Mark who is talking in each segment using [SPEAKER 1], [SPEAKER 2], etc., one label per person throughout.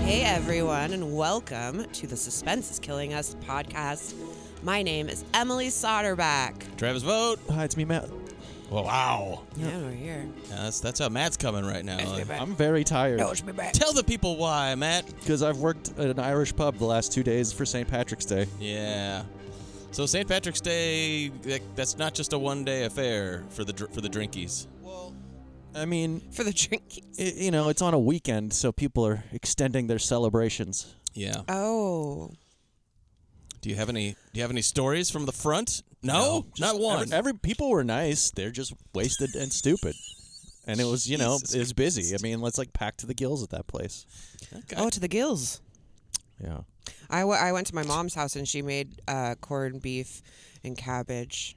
[SPEAKER 1] Hey everyone, and welcome to the Suspense is Killing Us podcast. My name is Emily Soderback.
[SPEAKER 2] Travis vote.
[SPEAKER 3] Hi, it's me, Matt.
[SPEAKER 2] Well, wow.
[SPEAKER 1] Yeah, we're here.
[SPEAKER 2] Yeah, that's that's how Matt's coming right now.
[SPEAKER 1] Nice to be back.
[SPEAKER 3] I'm very tired
[SPEAKER 1] me back.
[SPEAKER 2] Tell the people why, Matt.
[SPEAKER 3] because I've worked at an Irish pub the last two days for St. Patrick's Day.
[SPEAKER 2] Yeah. So St. Patrick's Day, that, that's not just a one-day affair for the dr- for the drinkies.
[SPEAKER 3] I mean,
[SPEAKER 1] For the drinkies.
[SPEAKER 3] i you know, it's on a weekend, so people are extending their celebrations.
[SPEAKER 2] Yeah.
[SPEAKER 1] Oh.
[SPEAKER 2] Do you have any Do you have any stories from the front? No,
[SPEAKER 3] Just
[SPEAKER 2] not one.
[SPEAKER 3] Every, every people were nice. They're just wasted and stupid. And it was, you know,
[SPEAKER 2] Jesus
[SPEAKER 3] it was busy. I mean, let's like packed to the gills at that place.
[SPEAKER 2] Okay.
[SPEAKER 1] Oh, to the gills.
[SPEAKER 3] Yeah.
[SPEAKER 1] I, w- I went to my mom's house and she made uh, corned beef and cabbage.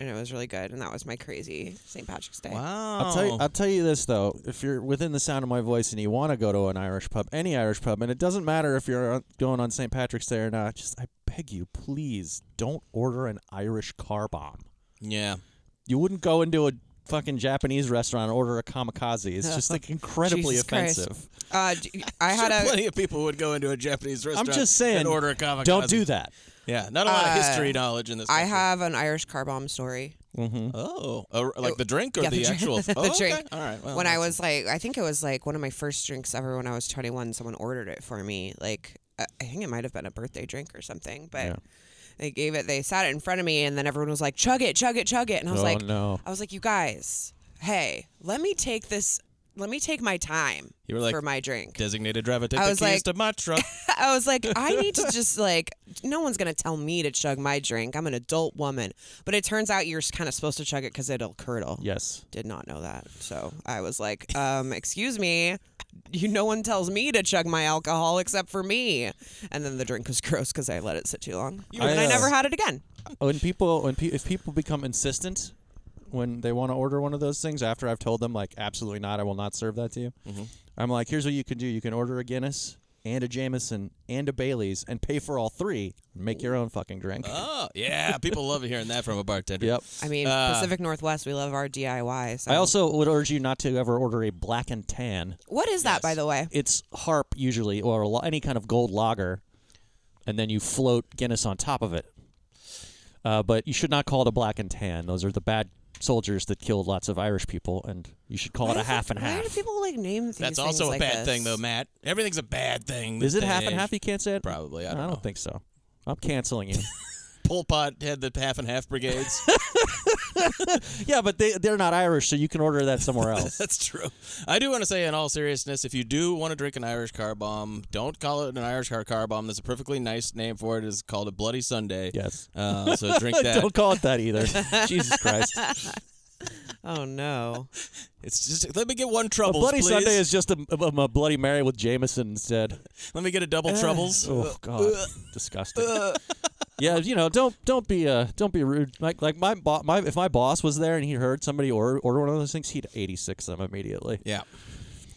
[SPEAKER 1] And it was really good. And that was my crazy St. Patrick's Day.
[SPEAKER 2] wow.
[SPEAKER 3] I'll tell you, I'll tell you this though: if you're within the sound of my voice and you want to go to an Irish pub, any Irish pub, and it doesn't matter if you're on- going on St. Patrick's Day or not, just I beg you, please don't order an Irish car bomb.
[SPEAKER 2] yeah.
[SPEAKER 3] You wouldn't go into a fucking Japanese restaurant and order a kamikaze. It's just like incredibly
[SPEAKER 1] Jesus Christ.
[SPEAKER 3] offensive.
[SPEAKER 1] Uh, d- I had
[SPEAKER 2] Sure,
[SPEAKER 1] a.
[SPEAKER 2] plenty of people would go into a Japanese
[SPEAKER 3] I'm
[SPEAKER 2] restaurant.
[SPEAKER 3] just saying,
[SPEAKER 2] And order a kamikaze.
[SPEAKER 3] Don't do that.
[SPEAKER 2] Yeah. Not a lot
[SPEAKER 1] Uh,
[SPEAKER 2] of history knowledge in this.
[SPEAKER 1] I
[SPEAKER 2] country.
[SPEAKER 1] have an Irish car bomb story.
[SPEAKER 3] Mm-hmm.
[SPEAKER 2] Oh, oh, like the drink or
[SPEAKER 1] yeah,
[SPEAKER 2] the,
[SPEAKER 1] the drink-
[SPEAKER 2] actual?
[SPEAKER 1] the
[SPEAKER 2] oh, okay.
[SPEAKER 1] drink.
[SPEAKER 2] All right. Well,
[SPEAKER 1] when I
[SPEAKER 2] that's-
[SPEAKER 1] was like, I think it was like one of my first drinks ever when I was 21. Someone ordered it for me. Like, I I think it might have been a birthday drink or something, but
[SPEAKER 3] Yeah.
[SPEAKER 1] they gave it, they sat it in front of me, and then everyone was like, chug it, chug it, chug it. And I was
[SPEAKER 3] Oh,
[SPEAKER 1] like,
[SPEAKER 3] no.
[SPEAKER 1] I was like, you guys, hey, let me take this, let me take my time
[SPEAKER 2] You were like,
[SPEAKER 1] for my drink.
[SPEAKER 2] designated driver. Take
[SPEAKER 1] I
[SPEAKER 2] the
[SPEAKER 1] was
[SPEAKER 2] keys
[SPEAKER 1] like-
[SPEAKER 2] to my truck.
[SPEAKER 1] I was like, I need to just like, no one's going to tell me to chug my drink. I'm an adult woman. But it turns out you're kind of supposed to chug it because it'll curdle.
[SPEAKER 3] Yes.
[SPEAKER 1] did not know that. So I was like, um, excuse me, you no one tells me to chug my alcohol except for me. And then the drink was gross because I let it sit too long. and
[SPEAKER 3] were
[SPEAKER 1] then I
[SPEAKER 3] gross.
[SPEAKER 1] never had it again.
[SPEAKER 3] When people, when pe- if people become insistent when they want to order one of those things after I've told them like absolutely not, I will not serve that to you.
[SPEAKER 2] Mm-hmm.
[SPEAKER 3] I'm like, here's what you can do: you can order a Guinness and a Jameson and a Bailey's and pay for all three. Make your own fucking drink.
[SPEAKER 2] Oh, yeah. People love hearing that from a bartender.
[SPEAKER 3] Yep.
[SPEAKER 1] I mean,
[SPEAKER 2] Uh,
[SPEAKER 1] Pacific Northwest, we love our DIY. So.
[SPEAKER 3] I also would urge you not to ever order a black and tan.
[SPEAKER 1] what is that, by the way?
[SPEAKER 3] It's harp usually, or lo- any kind of gold lager, and then you float Guinness on top of it. Uh, but you should not call it a black and tan. Those are the bad soldiers that killed lots of Irish people, and you should call it a half and
[SPEAKER 1] Why do
[SPEAKER 3] half.
[SPEAKER 1] people like name these
[SPEAKER 2] That's
[SPEAKER 1] things
[SPEAKER 2] also a
[SPEAKER 1] like
[SPEAKER 2] bad
[SPEAKER 1] this?
[SPEAKER 2] thing, though, Matt. Everything's a bad thing.
[SPEAKER 3] Is it
[SPEAKER 2] these
[SPEAKER 3] half and
[SPEAKER 2] days.
[SPEAKER 3] half? You can't say it.
[SPEAKER 2] Probably. I
[SPEAKER 3] I
[SPEAKER 2] don't,
[SPEAKER 3] don't,
[SPEAKER 2] know.
[SPEAKER 3] think so. I'm canceling you.
[SPEAKER 2] Pol Pot had the half and half brigades.
[SPEAKER 3] yeah, but they they're not Irish, so you can order that somewhere else.
[SPEAKER 2] That's true. I do want to say, in all seriousness, if you do want to drink an Irish car bomb, don't call it an Irish car, car bomb. There's a perfectly nice name for it. It's called a Bloody Sunday.
[SPEAKER 3] yes.
[SPEAKER 2] Uh, so drink that.
[SPEAKER 3] Don't call it that either. Jesus Christ.
[SPEAKER 1] Oh, no.
[SPEAKER 2] It's just let me get one
[SPEAKER 3] A
[SPEAKER 2] troubles.
[SPEAKER 3] Bloody
[SPEAKER 2] please.
[SPEAKER 3] Sunday is just a, a, a Bloody Mary with Jameson instead.
[SPEAKER 2] Let me get a double troubles.
[SPEAKER 3] Oh God, disgusting. yeah, you know, don't don't be uh don't be rude. Like like my bo- my if my boss was there and he heard somebody order order one of those things, he'd eighty six them immediately.
[SPEAKER 2] Yeah.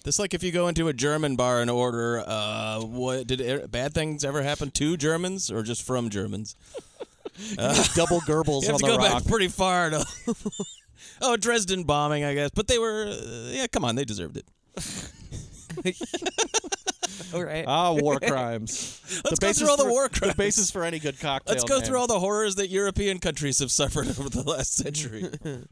[SPEAKER 2] Just like if you go into a German bar and order, uh, what did er, bad things ever happen to Germans or just from Germans?
[SPEAKER 3] Uh, Double Goebbels
[SPEAKER 2] You have
[SPEAKER 3] on
[SPEAKER 2] to
[SPEAKER 3] the
[SPEAKER 2] go
[SPEAKER 3] rock.
[SPEAKER 2] back pretty far to. oh, Dresden bombing, I guess. But they were, uh, yeah, come on, they deserved it.
[SPEAKER 1] All right.
[SPEAKER 3] Ah, war crimes.
[SPEAKER 2] Let's go through all the
[SPEAKER 3] for-
[SPEAKER 2] war
[SPEAKER 3] The
[SPEAKER 2] crimes.
[SPEAKER 3] basis for any good cocktail.
[SPEAKER 2] Let's go through all the horrors that European countries have suffered over the last century.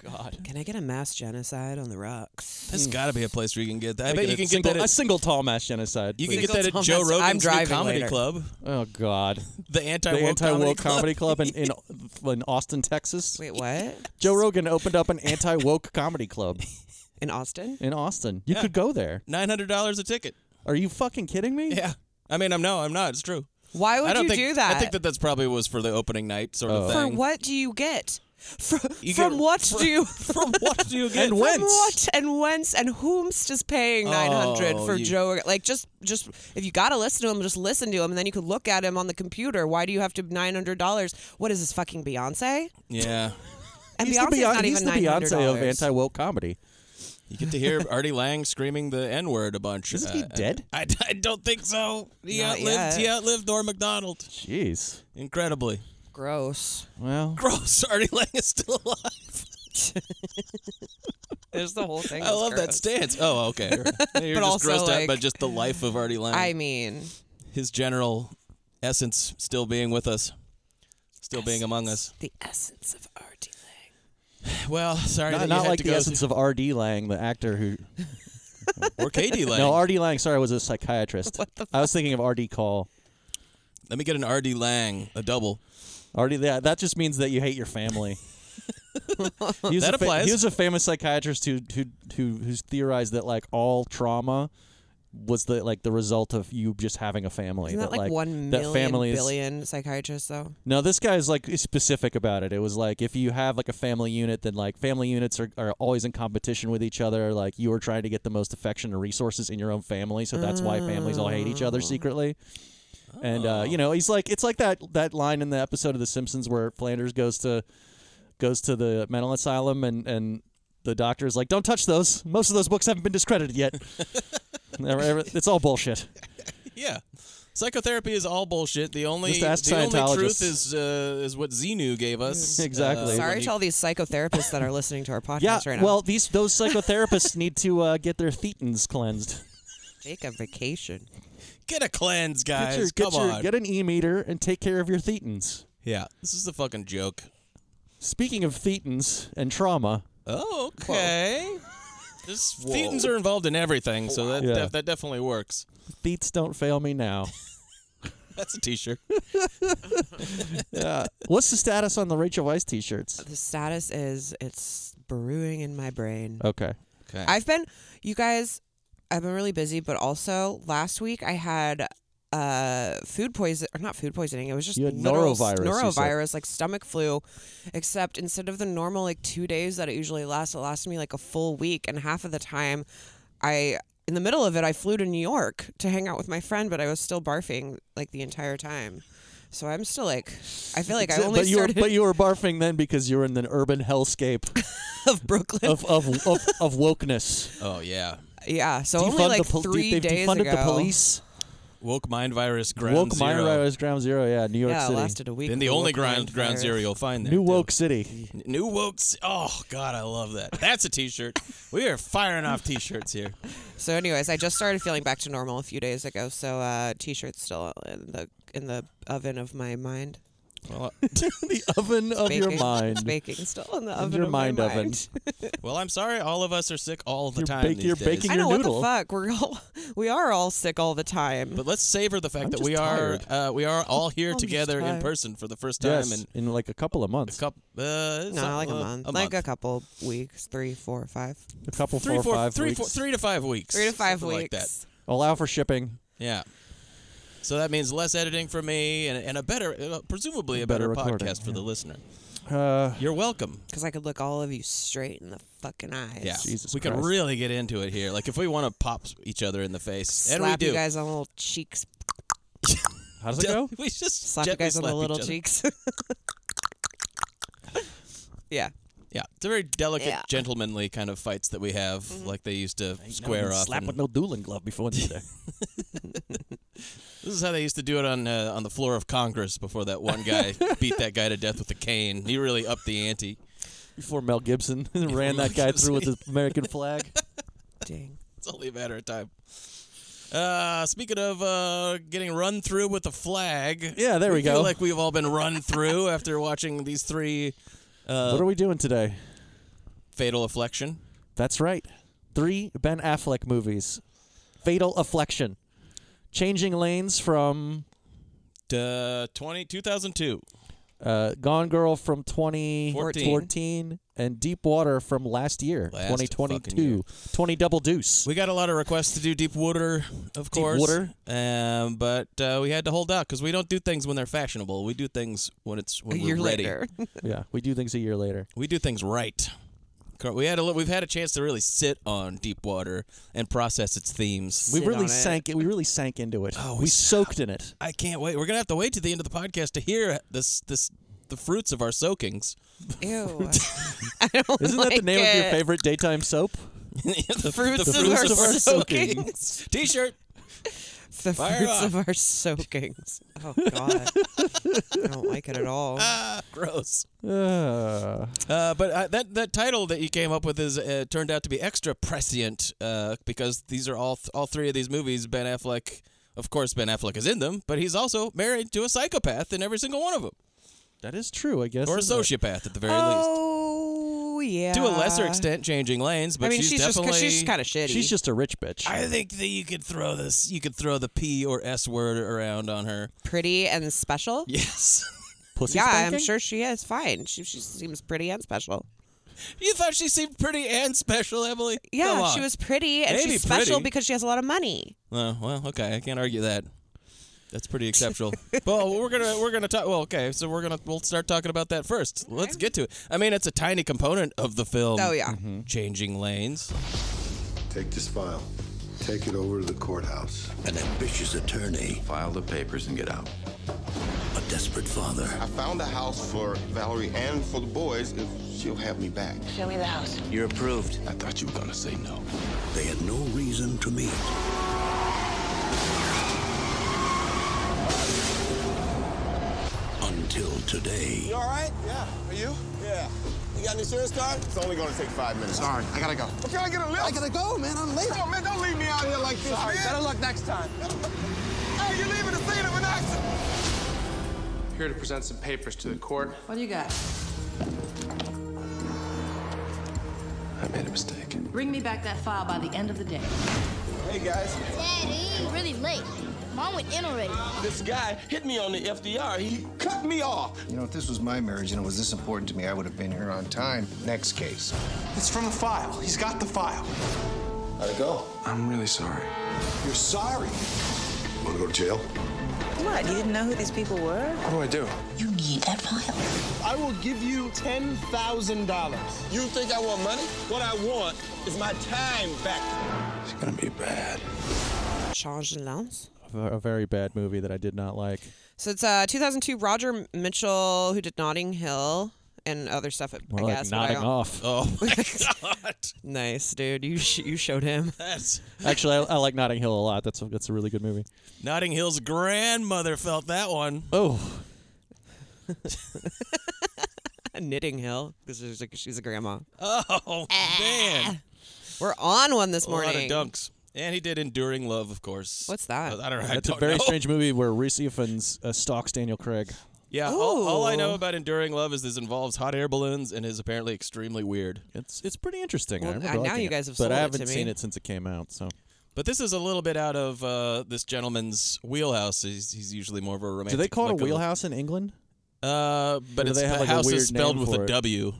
[SPEAKER 3] God.
[SPEAKER 1] Can I get a mass genocide on the rocks?
[SPEAKER 2] There's got to be a place where you can get that. I bet you can get
[SPEAKER 3] single,
[SPEAKER 2] that.
[SPEAKER 3] a
[SPEAKER 2] At,
[SPEAKER 3] single tall mass genocide.
[SPEAKER 2] you can
[SPEAKER 3] please.
[SPEAKER 2] get that at
[SPEAKER 1] Thomas,
[SPEAKER 2] Joe
[SPEAKER 1] I'm
[SPEAKER 2] Rogan's new
[SPEAKER 1] driving
[SPEAKER 2] comedy
[SPEAKER 1] later.
[SPEAKER 2] club,
[SPEAKER 3] Oh God.
[SPEAKER 2] the anti
[SPEAKER 3] The
[SPEAKER 2] woke
[SPEAKER 3] anti
[SPEAKER 2] comedy
[SPEAKER 3] woke
[SPEAKER 2] club.
[SPEAKER 3] comedy club in, in in Austin, Texas.
[SPEAKER 1] Wait, what?
[SPEAKER 3] Joe Rogan opened up an anti woke comedy club
[SPEAKER 1] In Austin?
[SPEAKER 3] in Austin. You could go there.
[SPEAKER 2] Nine hundred dollars a ticket.
[SPEAKER 3] Are you fucking kidding me?
[SPEAKER 2] Yeah, I mean, I'm no, I'm not. It's true.
[SPEAKER 1] Why would
[SPEAKER 2] I don't
[SPEAKER 1] you
[SPEAKER 2] think,
[SPEAKER 1] do that?
[SPEAKER 2] I think that that's probably was for the opening night sort
[SPEAKER 3] Oh.
[SPEAKER 2] of
[SPEAKER 1] For
[SPEAKER 2] thing.
[SPEAKER 1] what do you get? Fr-
[SPEAKER 2] You
[SPEAKER 1] from
[SPEAKER 2] get-
[SPEAKER 1] what do you
[SPEAKER 2] From what do you get?
[SPEAKER 3] And whence?
[SPEAKER 1] From what and whence and whom's is paying nine hundred
[SPEAKER 3] Oh,
[SPEAKER 1] for
[SPEAKER 2] you-
[SPEAKER 1] Joe? Rog- Like just just if you gotta listen to him, just listen to him, and then you could look at him on the computer. Why do you have to nine hundred dollars? What is this fucking Beyonce?
[SPEAKER 2] Yeah,
[SPEAKER 1] And
[SPEAKER 3] He's
[SPEAKER 1] Beyonce's
[SPEAKER 3] the, Beyonce,
[SPEAKER 1] not
[SPEAKER 3] he's
[SPEAKER 1] even
[SPEAKER 3] the
[SPEAKER 1] nine hundred
[SPEAKER 3] Beyonce of
[SPEAKER 1] dollars.
[SPEAKER 3] anti woke comedy.
[SPEAKER 2] you get to hear Artie Lang screaming the N word a bunch. Uh,
[SPEAKER 3] Isn't he dead?
[SPEAKER 2] I, I don't think so. He
[SPEAKER 1] Not
[SPEAKER 2] outlived. He
[SPEAKER 1] yet.
[SPEAKER 2] outlived Norm Macdonald.
[SPEAKER 3] Jeez.
[SPEAKER 2] Incredibly
[SPEAKER 1] Gross.
[SPEAKER 3] Well,
[SPEAKER 2] gross. Artie Lang is still alive.
[SPEAKER 1] There's the whole thing.
[SPEAKER 2] I love that stance. Oh, okay. You're
[SPEAKER 1] But
[SPEAKER 2] just
[SPEAKER 1] also,
[SPEAKER 2] grossed out by
[SPEAKER 1] like-
[SPEAKER 2] just the life of Artie Lang.
[SPEAKER 1] I mean,
[SPEAKER 2] His general essence still being with us, still being among us.
[SPEAKER 1] the essence of Artie Lang.
[SPEAKER 2] Well, sorry, that you
[SPEAKER 3] Not, not
[SPEAKER 2] had
[SPEAKER 3] like
[SPEAKER 2] to
[SPEAKER 3] the
[SPEAKER 2] go
[SPEAKER 3] essence of R.D. Lang, the actor who.
[SPEAKER 2] through- or Katie Lang.
[SPEAKER 3] No, R.D. Lang. Sorry, was a psychiatrist.
[SPEAKER 1] What the
[SPEAKER 3] I was thinking of R.D. Call.
[SPEAKER 2] Let me get an R.D. Lang, a double.
[SPEAKER 3] Already, that that just means that you hate your family. he was
[SPEAKER 2] That
[SPEAKER 3] a fa-
[SPEAKER 2] applies.
[SPEAKER 3] He was a famous psychiatrist who who who who's theorized that like all trauma was the like the result of you just having a family.
[SPEAKER 1] Isn't that like, one
[SPEAKER 3] that
[SPEAKER 1] million
[SPEAKER 3] families-
[SPEAKER 1] billion psychiatrists though?
[SPEAKER 3] No, this guy's like specific about it. It was like if you have like a family unit, then like family units are, are always in competition with each other. Like you are trying to get the most affection and resources in your own family, so that's why families all hate each other secretly. And uh, you know, he's like it's like that that line in the episode of The Simpsons where Flanders goes to goes to the mental asylum and and the doctor is like, "Don't touch those. Most of those books haven't been discredited yet." Never- ever- it's all bullshit.
[SPEAKER 2] Yeah, psychotherapy is all bullshit. The only
[SPEAKER 3] Just ask
[SPEAKER 2] the only truth
[SPEAKER 3] Scientologists.
[SPEAKER 2] is uh, is what Xenu gave us.
[SPEAKER 3] Exactly.
[SPEAKER 2] Uh,
[SPEAKER 1] Sorry
[SPEAKER 2] when
[SPEAKER 1] to
[SPEAKER 2] he-
[SPEAKER 1] all these psychotherapists that are listening to our podcast
[SPEAKER 3] Yeah,
[SPEAKER 1] right now.
[SPEAKER 3] well, these those psychotherapists need to uh, get their thetans cleansed.
[SPEAKER 1] take a vacation.
[SPEAKER 2] get a cleanse,
[SPEAKER 3] Get,
[SPEAKER 2] guys.
[SPEAKER 3] your, get,
[SPEAKER 2] Come
[SPEAKER 3] your-
[SPEAKER 2] on.
[SPEAKER 3] get an e meter and take care of your thetans.
[SPEAKER 2] yeah, this is a fucking joke.
[SPEAKER 3] Speaking of thetans and trauma,
[SPEAKER 2] Oh, okay. This thetans are involved in everything, so that
[SPEAKER 3] Yeah.
[SPEAKER 2] def- that definitely works.
[SPEAKER 3] thets don't fail me now.
[SPEAKER 2] That's a T-shirt.
[SPEAKER 3] Yeah. What's the status on the Rachel Weisz t-shirts?
[SPEAKER 1] The status is it's brewing in my brain.
[SPEAKER 3] Okay.
[SPEAKER 2] Okay.
[SPEAKER 1] I've been, you guys, I've been really busy, but also last week I had uh food poison or not food poisoning it was just
[SPEAKER 3] You had
[SPEAKER 1] literal s-
[SPEAKER 3] norovirus, you said.
[SPEAKER 1] norovirus like stomach flu except instead of the normal like two days that it usually lasts it lasted me like a full week and half of the time i in the middle of it i flew to new york to hang out with my friend but i was still barfing like the entire time so i'm still like i feel like i
[SPEAKER 3] So-
[SPEAKER 1] only
[SPEAKER 3] but you
[SPEAKER 1] started
[SPEAKER 3] were but you were barfing then because you were in an urban hellscape
[SPEAKER 1] of brooklyn
[SPEAKER 3] of of of, of wokeness.
[SPEAKER 2] oh yeah,
[SPEAKER 1] yeah so
[SPEAKER 3] Defund
[SPEAKER 1] only like
[SPEAKER 3] the pol- de-
[SPEAKER 1] three
[SPEAKER 3] they've
[SPEAKER 1] days
[SPEAKER 3] defunded
[SPEAKER 1] ago
[SPEAKER 3] the police.
[SPEAKER 2] woke mind virus ground
[SPEAKER 3] woke
[SPEAKER 2] zero.
[SPEAKER 3] minor virus ground zero. Yeah, New York
[SPEAKER 1] yeah it
[SPEAKER 3] City.
[SPEAKER 1] lasted a week
[SPEAKER 2] Then the
[SPEAKER 1] for
[SPEAKER 2] only
[SPEAKER 1] woke
[SPEAKER 2] ground
[SPEAKER 1] mind
[SPEAKER 2] ground
[SPEAKER 1] virus.
[SPEAKER 2] zero you'll find there.
[SPEAKER 3] New
[SPEAKER 2] too.
[SPEAKER 3] woke city.
[SPEAKER 2] N- New woke. si- Oh God, I love that. That's a T-shirt. we are firing off T-shirts here.
[SPEAKER 1] So, anyways, I just started feeling back to normal a few days ago. So, uh, t-shirt's still in the in the oven of my mind.
[SPEAKER 2] Well,
[SPEAKER 3] the oven of your
[SPEAKER 1] Baking.
[SPEAKER 3] mind.
[SPEAKER 1] Baking still in the
[SPEAKER 3] In
[SPEAKER 1] oven.
[SPEAKER 3] your
[SPEAKER 1] of
[SPEAKER 3] mind
[SPEAKER 1] my
[SPEAKER 3] oven.
[SPEAKER 1] mind.
[SPEAKER 2] well, I'm sorry. All of us are sick all the
[SPEAKER 3] You're
[SPEAKER 2] time.
[SPEAKER 3] bak-
[SPEAKER 2] these
[SPEAKER 3] you're
[SPEAKER 2] days.
[SPEAKER 3] baking-
[SPEAKER 1] I
[SPEAKER 3] Your
[SPEAKER 1] know what
[SPEAKER 3] noodle.
[SPEAKER 1] the fuck. We're all we are all sick all the time.
[SPEAKER 2] But let's savor the fact
[SPEAKER 3] I'm
[SPEAKER 2] that we
[SPEAKER 3] just
[SPEAKER 2] are uh, we are all here
[SPEAKER 1] just
[SPEAKER 2] together in
[SPEAKER 1] tired.
[SPEAKER 2] person for the first time
[SPEAKER 3] Yes,
[SPEAKER 2] in
[SPEAKER 3] in like a couple of
[SPEAKER 2] a
[SPEAKER 3] months.
[SPEAKER 2] couple. Uh,
[SPEAKER 1] no,
[SPEAKER 2] some-
[SPEAKER 1] like a
[SPEAKER 2] uh,
[SPEAKER 1] month,
[SPEAKER 2] A
[SPEAKER 1] like a couple weeks, three, four, five,
[SPEAKER 3] A couple,
[SPEAKER 2] Three,
[SPEAKER 3] four,
[SPEAKER 2] four-
[SPEAKER 3] five
[SPEAKER 2] three,
[SPEAKER 3] weeks.
[SPEAKER 2] four- three to five weeks.
[SPEAKER 1] three to five
[SPEAKER 2] something
[SPEAKER 1] weeks.
[SPEAKER 2] Like that.
[SPEAKER 3] Allow for shipping.
[SPEAKER 2] Yeah. So that means less editing for me and, and a better, uh, presumably a better,
[SPEAKER 3] Better recording,
[SPEAKER 2] podcast for the listener.
[SPEAKER 3] Uh,
[SPEAKER 2] You're welcome.
[SPEAKER 1] Because I could look all of you straight in the fucking eyes.
[SPEAKER 2] Yeah,
[SPEAKER 3] Jesus
[SPEAKER 2] we can
[SPEAKER 3] Christ.
[SPEAKER 2] really get into it here. Like if we want to pop each other in the face, and we
[SPEAKER 1] Slap
[SPEAKER 2] do.
[SPEAKER 1] you guys on the little cheeks.
[SPEAKER 3] how does it go?
[SPEAKER 2] We just
[SPEAKER 1] Slap you
[SPEAKER 2] gently
[SPEAKER 1] guys on the
[SPEAKER 2] slap
[SPEAKER 1] little
[SPEAKER 2] each other.
[SPEAKER 1] cheeks. yeah.
[SPEAKER 2] Yeah, it's a very delicate,
[SPEAKER 1] Yeah.
[SPEAKER 2] gentlemanly kind of fights that we have. Like they used to square off.
[SPEAKER 3] Slap
[SPEAKER 2] and-
[SPEAKER 3] with no dueling glove before today.
[SPEAKER 2] This is how they used to do it on uh, on the floor of Congress before that one guy beat that guy to death with a cane. He really upped the ante.
[SPEAKER 3] before Mel Gibson ran
[SPEAKER 2] Mel
[SPEAKER 3] that guy through with
[SPEAKER 2] Gibson.
[SPEAKER 3] his American flag.
[SPEAKER 1] Dang.
[SPEAKER 2] It's only a matter of time. Uh, speaking of uh, getting run through with a flag,
[SPEAKER 3] Yeah, there we
[SPEAKER 2] feel
[SPEAKER 3] go.
[SPEAKER 2] Like we've all been run through after watching these three Uh,
[SPEAKER 3] what are we doing today?
[SPEAKER 2] Fatal Affliction.
[SPEAKER 3] That's right. Three Ben Affleck movies. Fatal Afflection. Changing Lanes from
[SPEAKER 2] Uh, 20, 2002.
[SPEAKER 3] uh, Gone Girl from
[SPEAKER 2] 14.
[SPEAKER 3] 2014 and Deep Water from last year,
[SPEAKER 2] Last
[SPEAKER 3] 2022.
[SPEAKER 2] fucking year.
[SPEAKER 3] 20 Double Deuce.
[SPEAKER 2] We got a lot of requests to do Deep Water, of course.
[SPEAKER 3] Water.
[SPEAKER 2] Um, but uh, we had to hold out because we don't do things when they're fashionable. We do things when it's
[SPEAKER 1] A
[SPEAKER 2] when
[SPEAKER 1] year
[SPEAKER 2] we're ready.
[SPEAKER 1] later.
[SPEAKER 3] yeah, we do things a year later.
[SPEAKER 2] We do things right. Cor- We had a, li- we've had a chance to really sit on Deep Water and process its themes.
[SPEAKER 3] We
[SPEAKER 1] sit on
[SPEAKER 3] really
[SPEAKER 1] it.
[SPEAKER 3] sank it. We really sank into it.
[SPEAKER 2] Oh,
[SPEAKER 3] we
[SPEAKER 2] we-
[SPEAKER 3] soaked in it.
[SPEAKER 2] I can't wait. We're gonna have to wait to the end of the podcast to hear this this the fruits of our soakings.
[SPEAKER 1] Ew. I don't
[SPEAKER 3] Isn't that
[SPEAKER 1] like
[SPEAKER 3] the name of your
[SPEAKER 1] it.
[SPEAKER 3] favorite daytime soap?
[SPEAKER 2] the,
[SPEAKER 1] Fruits
[SPEAKER 2] the
[SPEAKER 1] of our soakings.
[SPEAKER 2] T-shirt.
[SPEAKER 1] the
[SPEAKER 2] Fire
[SPEAKER 1] fruits
[SPEAKER 2] up.
[SPEAKER 1] of our soakings. Oh God, I don't like it at all.
[SPEAKER 2] Ah, gross.
[SPEAKER 3] Uh,
[SPEAKER 2] Uh, but uh, that that title that you came up with is uh, turned out to be extra prescient uh, because these are all all three of these movies. Ben Affleck, of course, Ben Affleck is in them, but he's also married to a psychopath in every single one of them,
[SPEAKER 3] that is true, I guess.
[SPEAKER 2] or a
[SPEAKER 3] isn't it?
[SPEAKER 2] sociopath at the very least.
[SPEAKER 1] Oh yeah.
[SPEAKER 2] To a lesser extent, changing lanes, but
[SPEAKER 1] I mean,
[SPEAKER 2] she's,
[SPEAKER 1] she's, just 'cause
[SPEAKER 2] definitely
[SPEAKER 1] she's kind of shitty.
[SPEAKER 3] She's just a rich bitch.
[SPEAKER 2] I think that you could throw this, you could throw the P or S word around on her.
[SPEAKER 1] pretty and special.
[SPEAKER 2] Yes.
[SPEAKER 3] Pussy
[SPEAKER 1] yeah, I'm
[SPEAKER 3] spanking?
[SPEAKER 1] sure she is fine. She she seems pretty and special.
[SPEAKER 2] you thought she seemed pretty and special, Emily? Come
[SPEAKER 1] Yeah,
[SPEAKER 2] on.
[SPEAKER 1] she was pretty and
[SPEAKER 2] Maybe
[SPEAKER 1] she's special
[SPEAKER 2] pretty.
[SPEAKER 1] because she has a lot of money.
[SPEAKER 2] Oh, well, okay, I can't argue that. That's pretty exceptional. well, we're gonna we're gonna talk. Well, okay, so we're gonna we'll start talking about that first. Let's get to it. I mean, it's a tiny component of the film.
[SPEAKER 1] Oh yeah.
[SPEAKER 3] Mm-hmm.
[SPEAKER 2] changing lanes.
[SPEAKER 4] Take this file. Take it over to the courthouse.
[SPEAKER 5] An ambitious attorney,
[SPEAKER 6] File the papers and get out.
[SPEAKER 5] a desperate father,
[SPEAKER 7] I found a house for Valerie and for the boys if she'll have me back.
[SPEAKER 8] Show me the house.
[SPEAKER 6] You're approved.
[SPEAKER 7] I thought you were gonna say no.
[SPEAKER 5] they had no reason to meet. Until today,
[SPEAKER 7] all right? Yeah. Are you? Yeah. You got an insurance card? It's only gonna take five minutes. Sorry, I gotta go. Well, can I get a lift? I gotta go, man. I'm late. Come on, man. Don't leave me out here like this, Sorry, man. Better luck next time. Hey, you're leaving the scene of an accident.
[SPEAKER 9] Here to present some papers to the court.
[SPEAKER 8] What do you got?
[SPEAKER 6] I made a mistake.
[SPEAKER 8] Bring me back that file by the end of the day.
[SPEAKER 7] Hey, guys.
[SPEAKER 10] Daddy, you're really late. Mom went in already.
[SPEAKER 7] This guy hit me on the FDR. He cut me off.
[SPEAKER 11] You know, if this was my marriage and it was this important to me, I would have been here on time. Next case.
[SPEAKER 9] It's from the file. He's got the file.
[SPEAKER 7] Gotta go.
[SPEAKER 6] I'm really sorry.
[SPEAKER 7] You're sorry.
[SPEAKER 4] Wanna go to jail?
[SPEAKER 8] What? You didn't know who these people were?
[SPEAKER 6] What do I do?
[SPEAKER 10] You need that file.
[SPEAKER 7] I will give you $10,000. You think I want money? What I want is my time back.
[SPEAKER 6] It's gonna be bad.
[SPEAKER 1] Change de lens.
[SPEAKER 3] A a very bad movie that I did not like.
[SPEAKER 1] So it's uh 2002 Roger Mitchell who did Notting Hill and other stuff.
[SPEAKER 3] More
[SPEAKER 1] I
[SPEAKER 3] like
[SPEAKER 1] guess. but I
[SPEAKER 3] nodding
[SPEAKER 1] don't-
[SPEAKER 3] off.
[SPEAKER 2] Oh my god,
[SPEAKER 1] Nice dude. You sh- you showed him.
[SPEAKER 2] that's
[SPEAKER 3] Actually, I, I like Notting Hill a lot. That's a, that's a really good movie.
[SPEAKER 2] Notting Hill's grandmother felt that one.
[SPEAKER 1] Ah,
[SPEAKER 3] Oh,
[SPEAKER 1] Knitting Hill because she's, like, she's a grandma.
[SPEAKER 2] Oh man,
[SPEAKER 1] We're on one this
[SPEAKER 2] a lot of
[SPEAKER 1] morning.
[SPEAKER 2] dunks. And he did Enduring Love, of course.
[SPEAKER 1] What's that?
[SPEAKER 2] I don't know. I
[SPEAKER 3] that's a
[SPEAKER 2] don't
[SPEAKER 3] very
[SPEAKER 2] know.
[SPEAKER 3] strange movie where Reese Ifans uh, stalks Daniel Craig.
[SPEAKER 2] Yeah, all, all I know
[SPEAKER 1] Ooh.
[SPEAKER 2] about Enduring Love is this involves hot air balloons and is apparently extremely weird.
[SPEAKER 3] It's it's pretty interesting.
[SPEAKER 1] Well,
[SPEAKER 3] I remember
[SPEAKER 1] uh, now
[SPEAKER 3] liking
[SPEAKER 1] you
[SPEAKER 3] it,
[SPEAKER 1] guys have
[SPEAKER 3] but
[SPEAKER 1] sold it
[SPEAKER 3] I
[SPEAKER 1] to
[SPEAKER 3] haven't seen
[SPEAKER 1] me.
[SPEAKER 3] it since it came out. So
[SPEAKER 2] But this is a little bit out of uh, this gentleman's wheelhouse. He's, he's usually more of a romantic.
[SPEAKER 3] do they call it
[SPEAKER 2] flick
[SPEAKER 3] a
[SPEAKER 2] of-
[SPEAKER 3] wheelhouse in England?
[SPEAKER 2] Uh, but
[SPEAKER 3] do
[SPEAKER 2] it's
[SPEAKER 3] they have,
[SPEAKER 2] the
[SPEAKER 3] like, a
[SPEAKER 2] house
[SPEAKER 3] weird
[SPEAKER 2] is spelled
[SPEAKER 3] name
[SPEAKER 2] with
[SPEAKER 3] for
[SPEAKER 2] a
[SPEAKER 3] it?
[SPEAKER 2] W.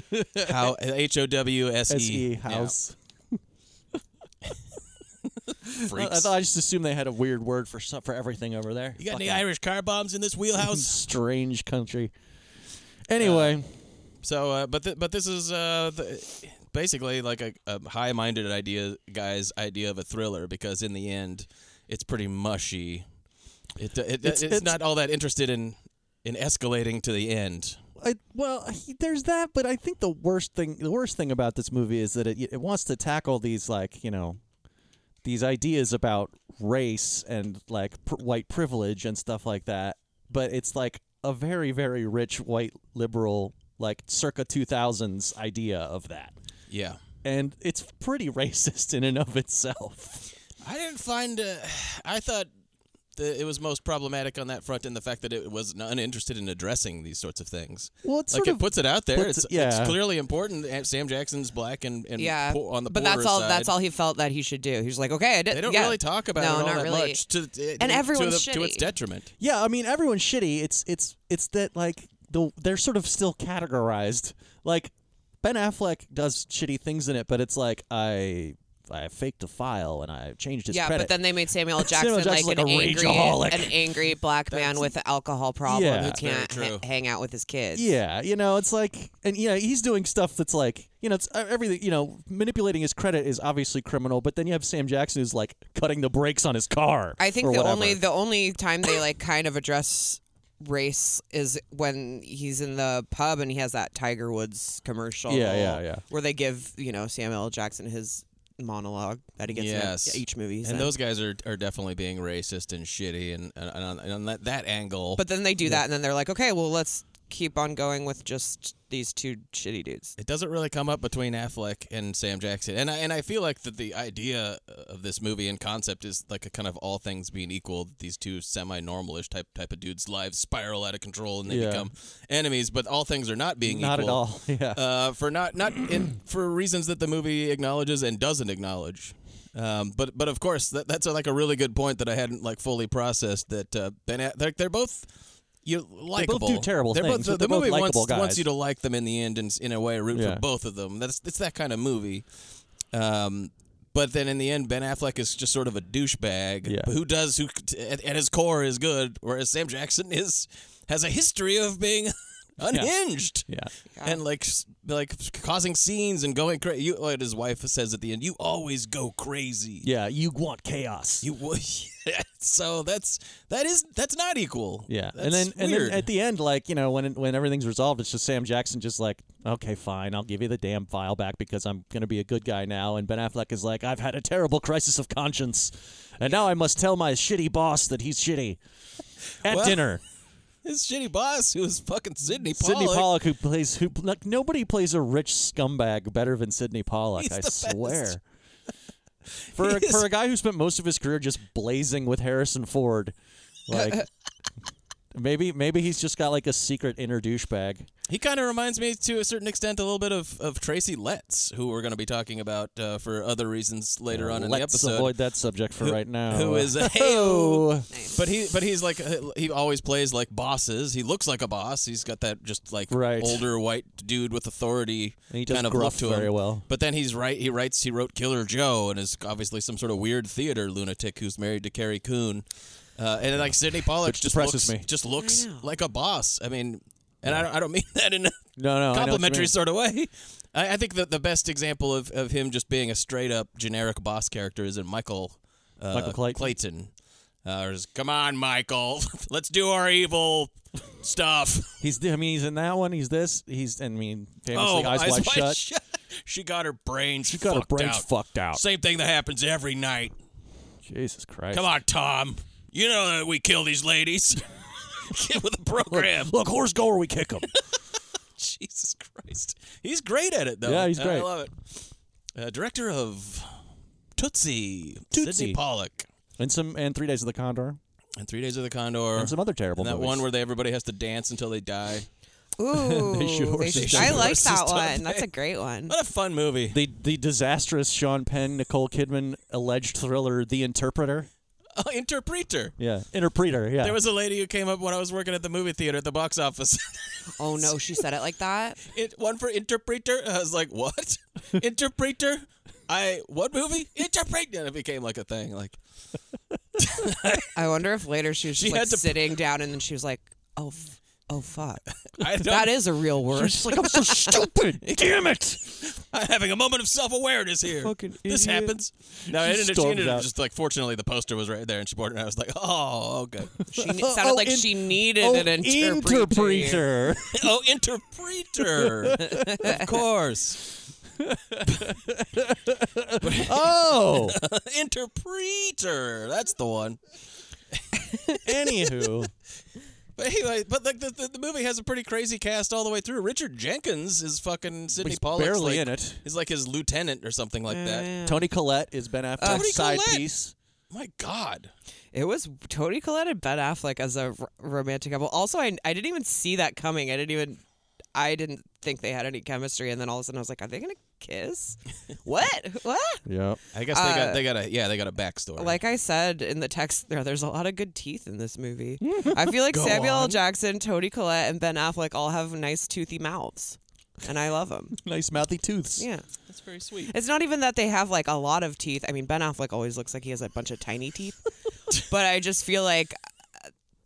[SPEAKER 2] How H O W S E.
[SPEAKER 3] S E
[SPEAKER 2] Yeah,
[SPEAKER 3] house. I, I
[SPEAKER 2] freaks.
[SPEAKER 3] thought I just assumed they had a weird word for some, for everything over there.
[SPEAKER 2] you got any
[SPEAKER 3] Fucking
[SPEAKER 2] Irish car bombs in this wheelhouse?
[SPEAKER 3] strange country. Anyway,
[SPEAKER 2] so, uh, but th- but this is uh, the, basically like a, a high-minded idea guy's idea of a thriller because in the end, it's pretty mushy. It, it,
[SPEAKER 3] It's-
[SPEAKER 2] it's,
[SPEAKER 3] it's-
[SPEAKER 2] not all that interested in in escalating to the end.
[SPEAKER 3] I, well, he, there's that, but I think the worst thing the worst thing about this movie is that it it wants to tackle these like you know these ideas about race and like pr- white privilege and stuff like that, but it's like a very very rich white liberal like circa 2000s idea of that.
[SPEAKER 2] Yeah.
[SPEAKER 3] And it's pretty racist in and of itself.
[SPEAKER 2] I didn't find. Uh, I thought the, it was most problematic on that front in the fact that it was uninterested in addressing these sorts of things.
[SPEAKER 3] Well, it's
[SPEAKER 2] like
[SPEAKER 3] sort
[SPEAKER 2] it
[SPEAKER 3] of
[SPEAKER 2] puts it out there.
[SPEAKER 3] puts-
[SPEAKER 2] it's,
[SPEAKER 3] yeah.
[SPEAKER 2] it's clearly important. And Sam Jackson's black and, and
[SPEAKER 1] yeah,
[SPEAKER 2] poor, on the
[SPEAKER 1] but that's
[SPEAKER 2] poorer
[SPEAKER 1] all.
[SPEAKER 2] side.
[SPEAKER 1] That's all he felt that he should do. He's like, okay, I did.
[SPEAKER 2] They don't
[SPEAKER 1] yeah.
[SPEAKER 2] really talk about
[SPEAKER 1] no,
[SPEAKER 2] it all
[SPEAKER 1] not
[SPEAKER 2] that
[SPEAKER 1] really.
[SPEAKER 2] much to, to,
[SPEAKER 1] And
[SPEAKER 2] to
[SPEAKER 1] everyone's
[SPEAKER 2] the, to its
[SPEAKER 1] shitty.
[SPEAKER 2] detriment.
[SPEAKER 3] Yeah, I mean everyone's shitty. It's it's it's that like the they're sort of still categorized. Like Ben Affleck does shitty things in it, but it's like I I faked a file and I changed his
[SPEAKER 1] yeah,
[SPEAKER 3] credit.
[SPEAKER 1] but then they made Samuel Jackson,
[SPEAKER 3] Samuel Jackson's
[SPEAKER 1] like,
[SPEAKER 3] like
[SPEAKER 1] an
[SPEAKER 3] a
[SPEAKER 1] angry,
[SPEAKER 3] rageaholic.
[SPEAKER 1] an angry black man with an alcohol problem
[SPEAKER 3] Yeah.
[SPEAKER 1] who
[SPEAKER 3] That's
[SPEAKER 2] very
[SPEAKER 1] can't
[SPEAKER 2] true.
[SPEAKER 1] ha- hang out with his kids.
[SPEAKER 3] yeah, you know, it's like and yeah, he's doing stuff that's like, you know, it's uh, everything, you know, manipulating his credit is obviously criminal, but then you have Sam Jackson who's like cutting the brakes on his car.
[SPEAKER 1] I think
[SPEAKER 3] or
[SPEAKER 1] the
[SPEAKER 3] whatever.
[SPEAKER 1] only the only time they like kind of address race is when he's in the pub and he has that Tiger Woods commercial.
[SPEAKER 3] Yeah, yeah, yeah.
[SPEAKER 1] Where they give you know Samuel L. Jackson his monologue that he gets
[SPEAKER 2] yes.
[SPEAKER 1] in each movie. he's
[SPEAKER 2] And
[SPEAKER 1] in.
[SPEAKER 2] those guys are, are definitely being racist and shitty and, and, on, and on that, that angle.
[SPEAKER 1] But then they do that, and then they're like, okay, well, let's keep on going with just these two shitty dudes.
[SPEAKER 2] It doesn't really come up between Affleck and Sam Jackson, and I, and I feel like that the idea of this movie and concept is like a kind of all things being equal, these two semi-normalish type type of dudes' lives spiral out of control and they
[SPEAKER 3] Yeah.
[SPEAKER 2] become enemies. But all things are not being
[SPEAKER 3] Not at
[SPEAKER 2] equal.
[SPEAKER 3] all, yeah.
[SPEAKER 2] Uh, for not not in for reasons that the movie acknowledges and doesn't acknowledge. Um, but but of course that, that's like a really good point that I hadn't like fully processed that uh, Ben A- they're, they're both you likable.
[SPEAKER 3] do terrible
[SPEAKER 2] They're
[SPEAKER 3] things,
[SPEAKER 2] Both,
[SPEAKER 3] but they're
[SPEAKER 2] the movie
[SPEAKER 3] both
[SPEAKER 2] wants,
[SPEAKER 3] likable
[SPEAKER 2] wants
[SPEAKER 3] guys.
[SPEAKER 2] you to like them in the end, and s- in a way, root
[SPEAKER 3] Yeah.
[SPEAKER 2] for both of them. That's it's that kind of movie. Um, but then in the end, Ben Affleck is just sort of a douchebag
[SPEAKER 3] Yeah.
[SPEAKER 2] who does who c- at, at his core is good, whereas Sam Jackson is has a history of being unhinged.
[SPEAKER 3] Yeah.
[SPEAKER 2] And like s- like causing scenes and going crazy. You, what his wife says at the end, "You always go crazy."
[SPEAKER 3] Yeah, you want chaos.
[SPEAKER 2] You wa- so that's that is that's not equal.
[SPEAKER 3] Yeah, and
[SPEAKER 2] That's
[SPEAKER 3] then and
[SPEAKER 2] weird.
[SPEAKER 3] then at the end, like you know, when it- when everything's resolved, it's just Sam Jackson just like, okay, fine, I'll give you the damn file back because I'm gonna be a good guy now. And Ben Affleck is like, I've had a terrible crisis of conscience, and now I must tell my shitty boss that he's shitty at
[SPEAKER 2] Well,
[SPEAKER 3] dinner.
[SPEAKER 2] his shitty boss, who is fucking Sidney Pollock.
[SPEAKER 3] Sidney Pollock, who plays who like nobody plays a rich scumbag better than Sidney Pollock.
[SPEAKER 2] He's
[SPEAKER 3] I
[SPEAKER 2] the best.
[SPEAKER 3] swear. For a,
[SPEAKER 2] He is-
[SPEAKER 3] for a guy who spent most of his career just blazing with Harrison Ford, like maybe maybe he's just got like a secret inner douchebag.
[SPEAKER 2] He kind of reminds me, to a certain extent, a little bit of, of Tracy Letts, who we're going to be talking about uh, for other reasons later on in the
[SPEAKER 3] Let's
[SPEAKER 2] episode.
[SPEAKER 3] avoid that subject for right now.
[SPEAKER 2] Who is a
[SPEAKER 3] Oh.
[SPEAKER 2] but he but he's like uh, he always plays like bosses. He looks like a boss. He's got that just like
[SPEAKER 3] Right.
[SPEAKER 2] older white dude with authority
[SPEAKER 3] And he does
[SPEAKER 2] kind of
[SPEAKER 3] gruff
[SPEAKER 2] look to him.
[SPEAKER 3] very well.
[SPEAKER 2] But then he's right. He writes. He wrote Killer Joe, and is obviously some sort of weird theater lunatic who's married to Carrie Coon. Uh, and like Sidney Pollock
[SPEAKER 3] Which
[SPEAKER 2] just
[SPEAKER 3] depresses
[SPEAKER 2] looks
[SPEAKER 3] me.
[SPEAKER 2] just looks like a boss. I mean, and I don't, I don't mean that in a
[SPEAKER 3] No, no, I know what you
[SPEAKER 2] complimentary
[SPEAKER 3] mean.
[SPEAKER 2] sort of way. I, I think that the best example of, of him just being a straight up generic boss character is in Michael uh,
[SPEAKER 3] Michael Clayton.
[SPEAKER 2] Clayton. Uh, or is, Come on, Michael, let's do our evil stuff.
[SPEAKER 3] He's I mean he's in that one. He's this. He's I mean famously
[SPEAKER 2] oh,
[SPEAKER 3] eyes, wide shut.
[SPEAKER 2] She got her brains.
[SPEAKER 3] She got her
[SPEAKER 2] fucked
[SPEAKER 3] brains
[SPEAKER 2] out.
[SPEAKER 3] fucked out.
[SPEAKER 2] Same thing that happens every night.
[SPEAKER 3] Jesus Christ!
[SPEAKER 2] Come on, Tom. You know that we kill these ladies. Get with the program.
[SPEAKER 3] Look, whores go or we kick them.
[SPEAKER 2] Jesus Christ. He's great at it, though.
[SPEAKER 3] Yeah, he's
[SPEAKER 2] I- I
[SPEAKER 3] great.
[SPEAKER 2] love it. Uh, director of Tootsie, Sidney
[SPEAKER 3] Tootsie.
[SPEAKER 2] Pollock,
[SPEAKER 3] and some and three days of the Condor.
[SPEAKER 2] and Three Days of the Condor,
[SPEAKER 3] And some other terrible
[SPEAKER 2] and that
[SPEAKER 3] movies.
[SPEAKER 2] one where they, everybody has to dance until they die.
[SPEAKER 1] Ooh,
[SPEAKER 3] They shoot horses
[SPEAKER 1] I
[SPEAKER 3] down.
[SPEAKER 1] like
[SPEAKER 2] Horses
[SPEAKER 1] that
[SPEAKER 2] down.
[SPEAKER 1] one. That's a great one.
[SPEAKER 2] What a fun movie!
[SPEAKER 3] the the disastrous Sean Penn Nicole Kidman alleged thriller The Interpreter.
[SPEAKER 2] Oh, Interpreter.
[SPEAKER 3] Yeah, Interpreter. Yeah,
[SPEAKER 2] There was a lady who came up when I was working at the movie theater at the box office.
[SPEAKER 1] Oh no, she said it like that.
[SPEAKER 2] it one for Interpreter. I was like, what? Interpreter? I what movie? Interpreter. And it became like a thing. Like
[SPEAKER 1] I wonder if later she was
[SPEAKER 2] She
[SPEAKER 1] just like
[SPEAKER 2] had to-
[SPEAKER 1] sitting down and then she was like, oh, f- oh fuck,
[SPEAKER 2] I don't,
[SPEAKER 1] that is a real word.
[SPEAKER 3] She's like, I'm so stupid. Damn it.
[SPEAKER 2] I'm having a moment of self-awareness here.
[SPEAKER 3] Fucking
[SPEAKER 2] this
[SPEAKER 3] idiot.
[SPEAKER 2] happens. No, it
[SPEAKER 3] She
[SPEAKER 2] ended, she
[SPEAKER 3] stormed
[SPEAKER 2] ended up
[SPEAKER 3] out.
[SPEAKER 2] just like. Fortunately, the poster was right there, and she bought it. And I was like, oh, okay.
[SPEAKER 1] She ne- sounded
[SPEAKER 3] Oh,
[SPEAKER 1] like
[SPEAKER 3] in-
[SPEAKER 1] she needed
[SPEAKER 3] oh,
[SPEAKER 1] an interpreter.
[SPEAKER 3] interpreter.
[SPEAKER 2] oh, interpreter. of course,
[SPEAKER 3] oh,
[SPEAKER 2] interpreter. That's the one.
[SPEAKER 3] anywho,
[SPEAKER 2] But anyway, but like the, the, the movie has a pretty crazy cast all the way through. Richard Jenkins is fucking Sidney
[SPEAKER 3] He's
[SPEAKER 2] Pollock.
[SPEAKER 3] barely
[SPEAKER 2] like,
[SPEAKER 3] in it.
[SPEAKER 2] He's like his lieutenant or something like that.
[SPEAKER 3] Tony Collette is Ben Affleck's
[SPEAKER 2] Toni
[SPEAKER 3] side
[SPEAKER 2] Collette.
[SPEAKER 3] piece.
[SPEAKER 2] My God.
[SPEAKER 1] It was Tony Collette and Ben Affleck as a r- romantic couple. Also, I I didn't even see that coming. I didn't even I didn't think they had any chemistry, and then all of a sudden I was like, are they gonna kiss? what? What?
[SPEAKER 3] Yep.
[SPEAKER 2] I guess they got they got a yeah they got a backstory.
[SPEAKER 1] Like I said in the text, there there's a lot of good teeth in this movie. I feel like
[SPEAKER 2] Go
[SPEAKER 1] Samuel L.
[SPEAKER 2] on.
[SPEAKER 1] Jackson, Tony Collette, and Ben Affleck all have nice toothy mouths, and I love them.
[SPEAKER 3] Nice mouthy tooths.
[SPEAKER 1] Yeah.
[SPEAKER 2] that's very sweet.
[SPEAKER 1] It's not even that they have like a lot of teeth. I mean, Ben Affleck always looks like he has a bunch of tiny teeth. but I just feel like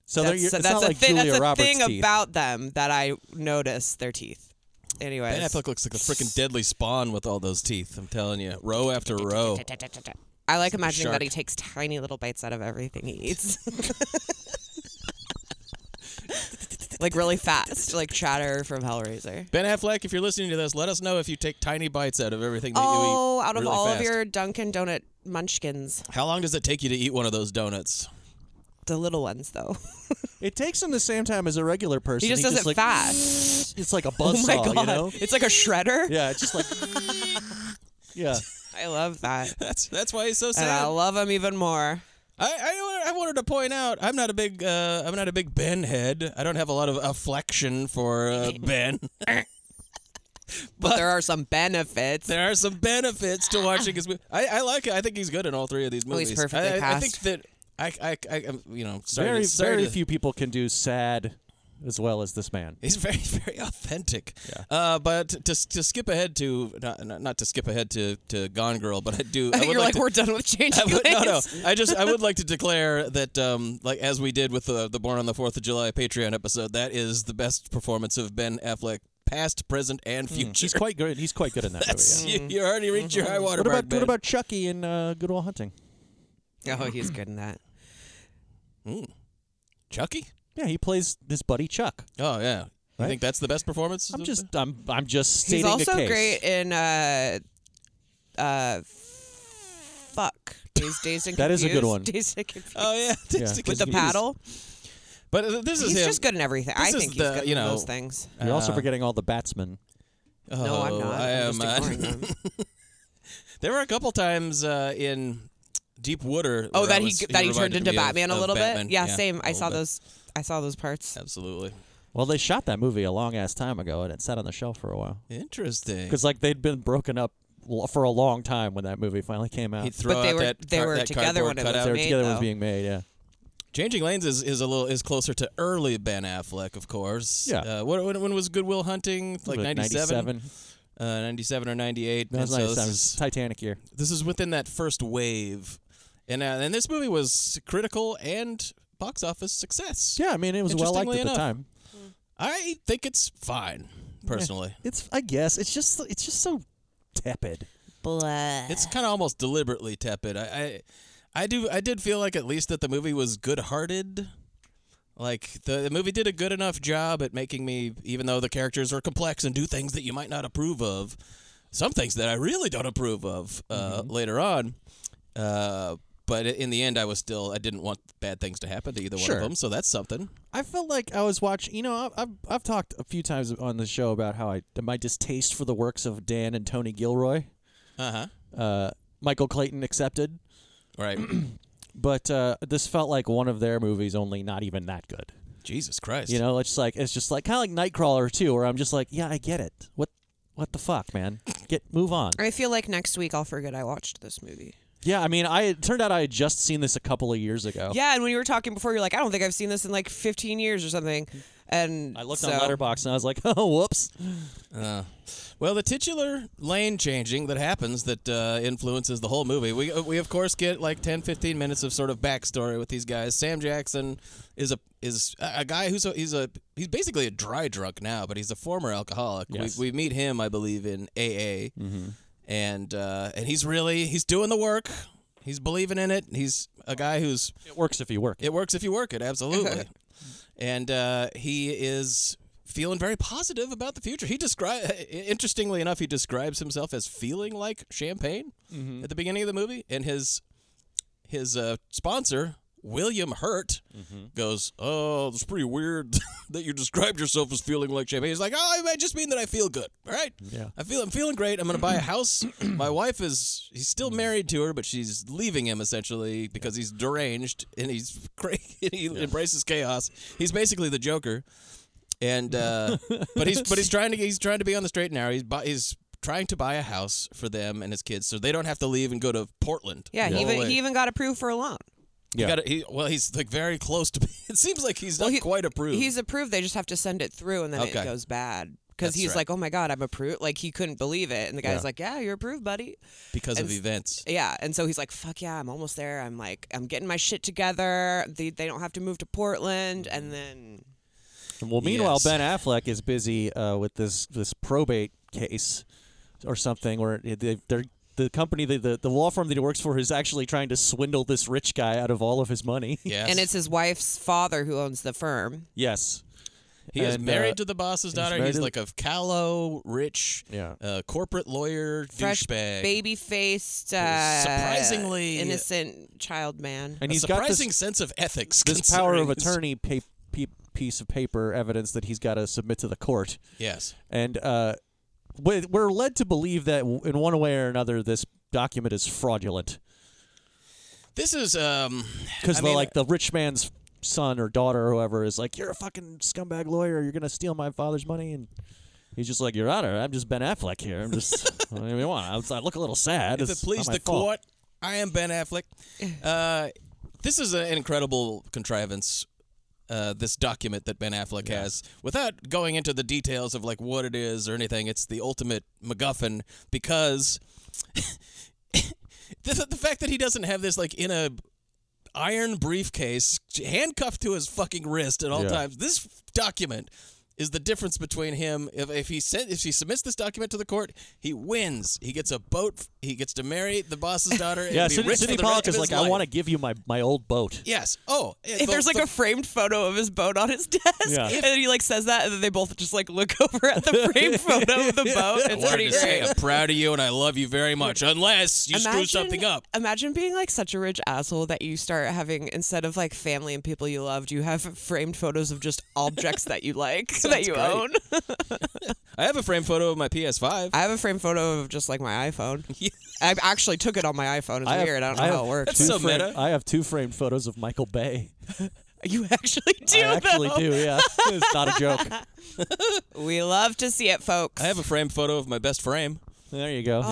[SPEAKER 3] So there
[SPEAKER 1] that's,
[SPEAKER 3] you- it's
[SPEAKER 1] that's
[SPEAKER 3] not
[SPEAKER 1] a
[SPEAKER 3] like
[SPEAKER 1] thing,
[SPEAKER 3] Julia
[SPEAKER 1] that's a
[SPEAKER 3] Roberts
[SPEAKER 1] thing
[SPEAKER 3] teeth.
[SPEAKER 1] about them that I notice their teeth. Anyway,
[SPEAKER 2] Ben Affleck looks like the freaking deadly spawn with all those teeth. I'm telling you, row after row.
[SPEAKER 1] I like imagining
[SPEAKER 2] shark.
[SPEAKER 1] that he takes tiny little bites out of everything he eats. like really fast, like chatter from Hellraiser.
[SPEAKER 2] Ben Affleck, if you're listening to this, let us know if you take tiny bites out of everything that you eat.
[SPEAKER 1] Oh, out of
[SPEAKER 2] really
[SPEAKER 1] all
[SPEAKER 2] fast.
[SPEAKER 1] of your Dunkin' Donut munchkins,
[SPEAKER 2] How long does it take you to eat one of those donuts?
[SPEAKER 1] the little ones though.
[SPEAKER 3] It takes him the same time as a regular person.
[SPEAKER 1] He just does it
[SPEAKER 3] like,
[SPEAKER 1] fast.
[SPEAKER 3] It's like a
[SPEAKER 1] Oh
[SPEAKER 3] buzzsaw,
[SPEAKER 1] my god,
[SPEAKER 3] you know?
[SPEAKER 1] it's like a shredder.
[SPEAKER 3] Yeah, it's just like yeah.
[SPEAKER 1] I love that.
[SPEAKER 2] That's that's why he's so sad.
[SPEAKER 1] And I love him even more.
[SPEAKER 2] I, I, I wanted to point out I'm not a big uh, I'm not a big Ben head. I don't have a lot of affection for uh, Ben. but,
[SPEAKER 1] there are some benefits.
[SPEAKER 2] There are some benefits to watching his movie. I, I like it. I think he's good in all three of these
[SPEAKER 1] Oh,
[SPEAKER 2] movies.
[SPEAKER 1] he's perfectly
[SPEAKER 2] I, I- I think
[SPEAKER 1] cast.
[SPEAKER 2] that I I, I I'm, you know sorry
[SPEAKER 3] very
[SPEAKER 2] to, sorry
[SPEAKER 3] very
[SPEAKER 2] to-
[SPEAKER 3] few people can do sad as well as this man.
[SPEAKER 2] He's very very authentic. Uh, but to, to skip ahead to not, not not to skip ahead to, to Gone Girl, but I do. I would
[SPEAKER 1] You're like,
[SPEAKER 2] to-
[SPEAKER 1] we're done with changing
[SPEAKER 2] I would- no, no.
[SPEAKER 1] lanes."
[SPEAKER 2] I just I would like to declare that, um, like as we did with the the Born on the Fourth of July Patreon episode, that is the best performance of Ben Affleck, past, present, and future.
[SPEAKER 3] He's quite good. He's quite good in that
[SPEAKER 2] That's,
[SPEAKER 3] movie. yeah.
[SPEAKER 2] you, you already reached your high water
[SPEAKER 3] What about
[SPEAKER 2] mark,
[SPEAKER 3] what
[SPEAKER 2] Ben.
[SPEAKER 3] about Chucky in uh, Good Will Hunting?
[SPEAKER 1] Oh, he's good in that.
[SPEAKER 2] Mm. Chucky?
[SPEAKER 3] Yeah, he plays this buddy Chuck.
[SPEAKER 2] Oh yeah. You
[SPEAKER 3] Right?
[SPEAKER 2] think that's the best performance?
[SPEAKER 3] I'm just I'm I'm just stating
[SPEAKER 1] He's also
[SPEAKER 3] a case.
[SPEAKER 1] great in uh, uh, fuck. Dazed, dazed and
[SPEAKER 3] That is a good
[SPEAKER 1] Confused.
[SPEAKER 3] one.
[SPEAKER 1] Dazed and Confused.
[SPEAKER 2] Oh yeah,
[SPEAKER 3] Yeah.
[SPEAKER 1] with
[SPEAKER 2] Just because
[SPEAKER 1] the
[SPEAKER 2] he's-
[SPEAKER 1] paddle.
[SPEAKER 2] But uh, this is
[SPEAKER 1] He's
[SPEAKER 2] him.
[SPEAKER 1] just good in everything. I
[SPEAKER 2] This is
[SPEAKER 1] think he's
[SPEAKER 2] the,
[SPEAKER 1] good
[SPEAKER 2] you
[SPEAKER 1] in
[SPEAKER 2] know,
[SPEAKER 1] most things.
[SPEAKER 3] You're also
[SPEAKER 2] Uh,
[SPEAKER 3] forgetting all the batsmen.
[SPEAKER 1] No, I'm
[SPEAKER 2] Oh,
[SPEAKER 1] not.
[SPEAKER 2] I
[SPEAKER 1] I'm just
[SPEAKER 2] am, uh,
[SPEAKER 1] ignoring them.
[SPEAKER 2] There were a couple times uh, in Deep Water.
[SPEAKER 1] Oh,
[SPEAKER 2] where I
[SPEAKER 1] that he
[SPEAKER 2] was-
[SPEAKER 1] that he turned
[SPEAKER 2] reminded
[SPEAKER 1] into
[SPEAKER 2] me of-
[SPEAKER 1] Batman a
[SPEAKER 2] of
[SPEAKER 1] little
[SPEAKER 2] Batman.
[SPEAKER 1] bit. Yeah, same.
[SPEAKER 2] a
[SPEAKER 1] I
[SPEAKER 2] little
[SPEAKER 1] saw
[SPEAKER 2] bit.
[SPEAKER 1] those. I saw those parts.
[SPEAKER 2] Absolutely
[SPEAKER 3] Well, they shot that movie a long ass time ago, and it sat on the shelf for a while
[SPEAKER 2] interesting.
[SPEAKER 3] because like they'd been broken up l- for a long time when that movie finally came out.
[SPEAKER 2] He'd throw
[SPEAKER 1] But they
[SPEAKER 2] out
[SPEAKER 1] were-
[SPEAKER 2] that
[SPEAKER 1] they
[SPEAKER 2] car-
[SPEAKER 1] were
[SPEAKER 2] that
[SPEAKER 1] together
[SPEAKER 2] cardboard
[SPEAKER 1] when it
[SPEAKER 2] cutout.
[SPEAKER 1] was
[SPEAKER 3] they were
[SPEAKER 1] made,
[SPEAKER 3] together
[SPEAKER 1] though.
[SPEAKER 3] was being made. Yeah.
[SPEAKER 2] Changing Lanes is, is a little is closer to early Ben Affleck, of course.
[SPEAKER 3] Yeah.
[SPEAKER 2] Uh, what, when, when was Goodwill Hunting? Like
[SPEAKER 3] Like
[SPEAKER 2] 97? Uh, 97 or 98.
[SPEAKER 3] That
[SPEAKER 2] And
[SPEAKER 3] was
[SPEAKER 2] so
[SPEAKER 3] 97.
[SPEAKER 2] This is,
[SPEAKER 3] Titanic year.
[SPEAKER 2] this is within that first wave. And, uh, and this movie was critical and box office success.
[SPEAKER 3] Yeah, I mean it was well liked
[SPEAKER 2] Interestingly
[SPEAKER 3] at
[SPEAKER 2] enough,
[SPEAKER 3] the time.
[SPEAKER 2] I think it's fine, personally.
[SPEAKER 3] It's I guess it's just it's just so tepid.
[SPEAKER 1] Blah.
[SPEAKER 2] It's kind of almost deliberately tepid. I, I, I do. I did feel like at least that the movie was good-hearted. Like the, the movie did a good enough job at making me, even though the characters are complex and do things that you might not approve of, some things that I really don't approve of uh, later on. Uh, but in the end, I was still. I didn't want bad things to happen to either one
[SPEAKER 3] Sure.
[SPEAKER 2] of them, so that's something.
[SPEAKER 3] I felt like I was watching. You know, I've, I've I've talked a few times on the show about how I my distaste for the works of Dan and Tony Gilroy,
[SPEAKER 2] Uh huh.
[SPEAKER 3] uh, Michael Clayton accepted,
[SPEAKER 2] Right.
[SPEAKER 3] but uh, this felt like one of their movies, only not even that good.
[SPEAKER 2] Jesus Christ.
[SPEAKER 3] You know, it's just like it's just like kind of like Nightcrawler too, where I'm just like, yeah, I get it. What what the fuck, man? Get move on.
[SPEAKER 1] I feel like next week I'll forget I watched this movie.
[SPEAKER 3] Yeah, I mean, I it turned out I had just seen this a couple of years ago.
[SPEAKER 1] Yeah, and when you were talking before, you're like, I don't think I've seen this in like 15 years or something. And
[SPEAKER 3] I looked
[SPEAKER 1] so,
[SPEAKER 3] on Letterbox and I was like, oh, whoops.
[SPEAKER 2] Uh, well, the titular lane changing that happens that uh, influences the whole movie. We, we of course get like 10, 15 minutes of sort of backstory with these guys. Sam Jackson is a is a a guy who's a, he's a he's basically a dry drunk now, but he's a former alcoholic.
[SPEAKER 3] Yes.
[SPEAKER 2] We, we meet him, I believe, in AA, and uh, and he's really he's doing the work. He's believing in it. He's a guy who's
[SPEAKER 3] It works if you work.
[SPEAKER 2] it works if you work it, absolutely. and uh, he is feeling very positive about the future. He describes, interestingly enough, he describes himself as feeling like champagne at the beginning of the movie, and his his uh, sponsor. William Hurt goes, Oh, it's pretty weird that you described yourself as feeling like champagne. He's like, Oh, I just mean that I feel good. All right.
[SPEAKER 3] Yeah.
[SPEAKER 2] I feel I'm feeling great. I'm gonna buy a house. My wife is he's still married to her, but she's leaving him essentially because he's deranged and he's cra- and he embraces chaos. He's basically the Joker, and uh, but he's but he's trying to he's trying to be on the straight and narrow. He's bu- he's trying to buy a house for them and his kids so they don't have to leave and go to Portland.
[SPEAKER 1] Yeah,
[SPEAKER 2] All
[SPEAKER 1] he
[SPEAKER 2] the
[SPEAKER 1] even
[SPEAKER 2] way.
[SPEAKER 1] he even got approved for a loan.
[SPEAKER 2] He
[SPEAKER 3] Yeah.
[SPEAKER 2] gotta- he- well, he's like very close to. It seems like he's not
[SPEAKER 1] he-
[SPEAKER 2] quite approved.
[SPEAKER 1] He's approved. They just have to send it through, and then
[SPEAKER 2] Okay.
[SPEAKER 1] it goes bad because
[SPEAKER 2] That's
[SPEAKER 1] he's
[SPEAKER 2] right.
[SPEAKER 1] like, "Oh my god, I'm approved!" Like he couldn't believe it, and the guy's
[SPEAKER 3] Yeah.
[SPEAKER 1] like, "Yeah, you're approved, buddy."
[SPEAKER 2] because of
[SPEAKER 1] and-
[SPEAKER 2] events.
[SPEAKER 1] Yeah, and so he's like, "Fuck yeah, I'm almost there. I'm like, I'm getting my shit together. They, they don't have to move to Portland."
[SPEAKER 2] Mm-hmm.
[SPEAKER 1] And then
[SPEAKER 3] Well, meanwhile,
[SPEAKER 2] Yes.
[SPEAKER 3] Ben Affleck is busy uh, with this this probate case or something where they, they're. The company, the, the the law firm that he works for, is actually trying to swindle this rich guy out of all of his money.
[SPEAKER 2] Yes.
[SPEAKER 1] and it's his wife's father who owns the firm.
[SPEAKER 3] yes,
[SPEAKER 2] He is
[SPEAKER 3] And,
[SPEAKER 2] married
[SPEAKER 3] uh,
[SPEAKER 2] to the boss's
[SPEAKER 3] he's
[SPEAKER 2] daughter.
[SPEAKER 3] married
[SPEAKER 2] He's
[SPEAKER 3] to-
[SPEAKER 2] like a callow, rich,
[SPEAKER 3] Yeah.
[SPEAKER 2] uh, corporate lawyer
[SPEAKER 1] Fresh
[SPEAKER 2] douchebag.
[SPEAKER 1] baby faced, uh,
[SPEAKER 2] Surprisingly-
[SPEAKER 1] innocent child man.
[SPEAKER 3] And
[SPEAKER 2] a
[SPEAKER 3] he's got this-
[SPEAKER 2] surprising sense of ethics.
[SPEAKER 3] this power of
[SPEAKER 2] considering his-
[SPEAKER 3] attorney pa- pe- piece of paper evidence that he's got to submit to the court.
[SPEAKER 2] Yes.
[SPEAKER 3] And uh, we- we're led to believe that w- in one way or another, this document is fraudulent
[SPEAKER 2] This is um
[SPEAKER 3] because
[SPEAKER 2] I
[SPEAKER 3] the
[SPEAKER 2] mean,
[SPEAKER 3] like the rich man's son or daughter or whoever is like, "You're a fucking scumbag lawyer. You're gonna steal my father's money." And he's just like, "Your Honor, I'm just Ben Affleck here. I'm just what do you want? I'm- I look a little sad.
[SPEAKER 2] If
[SPEAKER 3] It's
[SPEAKER 2] it
[SPEAKER 3] not
[SPEAKER 2] please
[SPEAKER 3] my
[SPEAKER 2] the
[SPEAKER 3] fault."
[SPEAKER 2] court, I am Ben Affleck. Uh, this is an incredible contrivance. Uh, this document that Ben Affleck has, without going into the details of like what it is or anything, it's the ultimate MacGuffin because the, the fact that he doesn't have this like in a iron briefcase handcuffed to his fucking wrist at all
[SPEAKER 3] Yeah.
[SPEAKER 2] times. This document is the difference between him if, if he sent if he submits this document to the court, he wins. He gets a boat. He gets to marry the boss's daughter. And
[SPEAKER 3] Yeah,
[SPEAKER 2] be
[SPEAKER 3] Sidney,
[SPEAKER 2] rich
[SPEAKER 3] Sidney
[SPEAKER 2] for the rest
[SPEAKER 3] Pollock
[SPEAKER 2] of
[SPEAKER 3] is
[SPEAKER 2] his
[SPEAKER 3] like,
[SPEAKER 2] life.
[SPEAKER 3] "I want to give you my my old boat."
[SPEAKER 2] Yes. Oh,
[SPEAKER 1] If there's like a framed photo of his boat on his desk,
[SPEAKER 3] Yeah.
[SPEAKER 1] and then he like says that, and then they both just like look over at the framed photo of the boat.
[SPEAKER 2] I
[SPEAKER 1] It's
[SPEAKER 2] wanted
[SPEAKER 1] pretty
[SPEAKER 2] to say
[SPEAKER 1] great.
[SPEAKER 2] I'm proud of you and I love you very much, unless you screw something up.
[SPEAKER 1] Imagine being like such a rich asshole that you start having instead of like family and people you loved, you have framed photos of just objects that you like that
[SPEAKER 2] Sounds
[SPEAKER 1] you
[SPEAKER 2] great.
[SPEAKER 1] own.
[SPEAKER 2] I have a framed photo of my PS5.
[SPEAKER 1] I have a framed photo of just like my iPhone. I actually took it on my iPhone. It's weird. I don't know how it works.
[SPEAKER 3] two frame- I have two framed photos of Michael Bay.
[SPEAKER 1] You actually do.
[SPEAKER 3] I actually
[SPEAKER 1] though.
[SPEAKER 3] do. Yeah, it's not a joke.
[SPEAKER 1] We love to see it, folks.
[SPEAKER 2] I have a framed photo of my best frame.
[SPEAKER 3] There you go.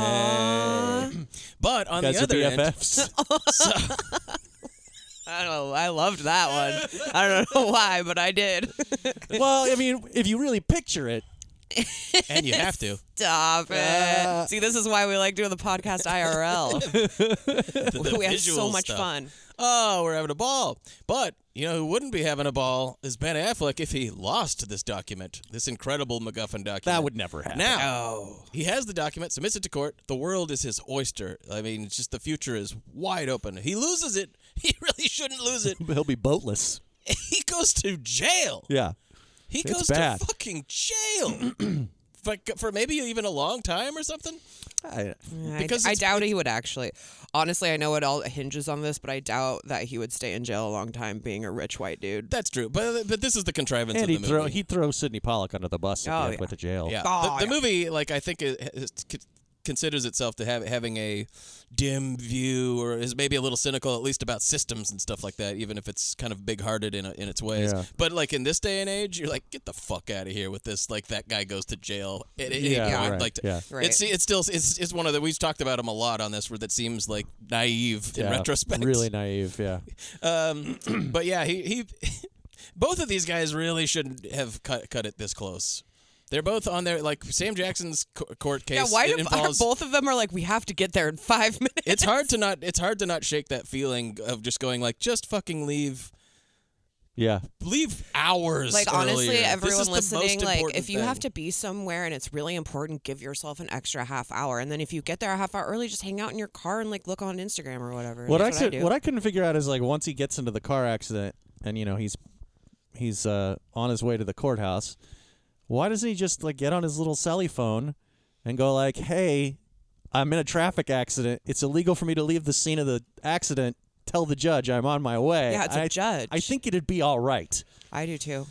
[SPEAKER 2] But on
[SPEAKER 3] Guys
[SPEAKER 2] the
[SPEAKER 3] are
[SPEAKER 2] other end,
[SPEAKER 3] BFFs.
[SPEAKER 1] I don't know. I loved that one. I don't know why, but I did.
[SPEAKER 3] well, I mean, if you really picture it,
[SPEAKER 2] and you have to.
[SPEAKER 1] Stop it.
[SPEAKER 3] Uh.
[SPEAKER 1] See, this is why we like doing the podcast IRL.
[SPEAKER 2] the
[SPEAKER 1] we have so
[SPEAKER 2] visual
[SPEAKER 1] much
[SPEAKER 2] stuff.
[SPEAKER 1] fun.
[SPEAKER 2] Oh, we're having a ball. But you know who wouldn't be having a ball is Ben Affleck if he lost this document, this incredible MacGuffin document.
[SPEAKER 3] that would never happen.
[SPEAKER 2] now he has the document, submits it to court. The world is his oyster. I mean, it's just the future is wide open. He loses it. He really shouldn't lose it.
[SPEAKER 3] He'll be boatless.
[SPEAKER 2] he goes to jail.
[SPEAKER 3] Yeah.
[SPEAKER 2] He
[SPEAKER 3] It's
[SPEAKER 2] goes
[SPEAKER 3] bad.
[SPEAKER 2] to fucking jail. For, for maybe even a long time or something.
[SPEAKER 3] I,
[SPEAKER 2] Because
[SPEAKER 1] I, I
[SPEAKER 2] it's-
[SPEAKER 1] doubt he would actually. Honestly, I know it all hinges on this, but I doubt that he would stay in jail a long time being a rich white dude.
[SPEAKER 2] That's true. But but this is the contrivance
[SPEAKER 3] and
[SPEAKER 2] of the
[SPEAKER 3] he'd
[SPEAKER 2] movie.
[SPEAKER 3] throw he'd throw Sidney Pollock under the bus if
[SPEAKER 1] Oh,
[SPEAKER 3] he
[SPEAKER 1] yeah.
[SPEAKER 3] went to jail.
[SPEAKER 2] Yeah.
[SPEAKER 1] Oh,
[SPEAKER 2] the, the
[SPEAKER 1] yeah.
[SPEAKER 2] movie, like, I think it, it c- considers itself to have having a dim view or is maybe a little cynical, at least about systems and stuff like that, even if it's kind of big hearted in, in its ways.
[SPEAKER 3] Yeah.
[SPEAKER 2] But, like, in this day and age, you're like, get the fuck out of here with this. Like, that guy goes to jail. It, it,
[SPEAKER 3] Yeah, right,
[SPEAKER 2] like,
[SPEAKER 3] yeah.
[SPEAKER 1] Right.
[SPEAKER 2] It's, it's still, it's, it's one of the, we've talked about him a lot on this, where that seems like naive in
[SPEAKER 3] Yeah.
[SPEAKER 2] retrospect.
[SPEAKER 3] Really naive. Yeah.
[SPEAKER 2] Um, but yeah, he, he both of these guys really shouldn't have cut cut it this close. They're both on their like Sam Jackson's co- court case.
[SPEAKER 1] Yeah, why
[SPEAKER 2] it
[SPEAKER 1] do
[SPEAKER 2] involves-
[SPEAKER 1] both of them are like, we have to get there in five minutes?
[SPEAKER 2] It's hard to not. It's hard to not shake that feeling of just going like, just fucking leave.
[SPEAKER 3] Yeah.
[SPEAKER 2] Leave hours.
[SPEAKER 1] like honestly,
[SPEAKER 2] earlier. This is
[SPEAKER 1] everyone
[SPEAKER 2] the
[SPEAKER 1] listening,
[SPEAKER 2] most
[SPEAKER 1] like
[SPEAKER 2] important
[SPEAKER 1] if you
[SPEAKER 2] thing.
[SPEAKER 1] have to be somewhere and it's really important, give yourself an extra half hour. And then if you get there a half hour early, just hang out in your car and like look on Instagram or whatever.
[SPEAKER 3] What I,
[SPEAKER 1] That's what,
[SPEAKER 3] could,
[SPEAKER 1] I do.
[SPEAKER 3] what I couldn't figure out is like once he gets into the car accident and you know he's he's uh, on his way to the courthouse, why doesn't he just like get on his little celly phone and go like, "Hey, I'm in a traffic accident. It's illegal for me to leave the scene of the accident. Tell the judge I'm on my way."
[SPEAKER 1] Yeah, it's a
[SPEAKER 3] I-
[SPEAKER 1] judge.
[SPEAKER 3] I think it'd be all right.
[SPEAKER 1] I do too.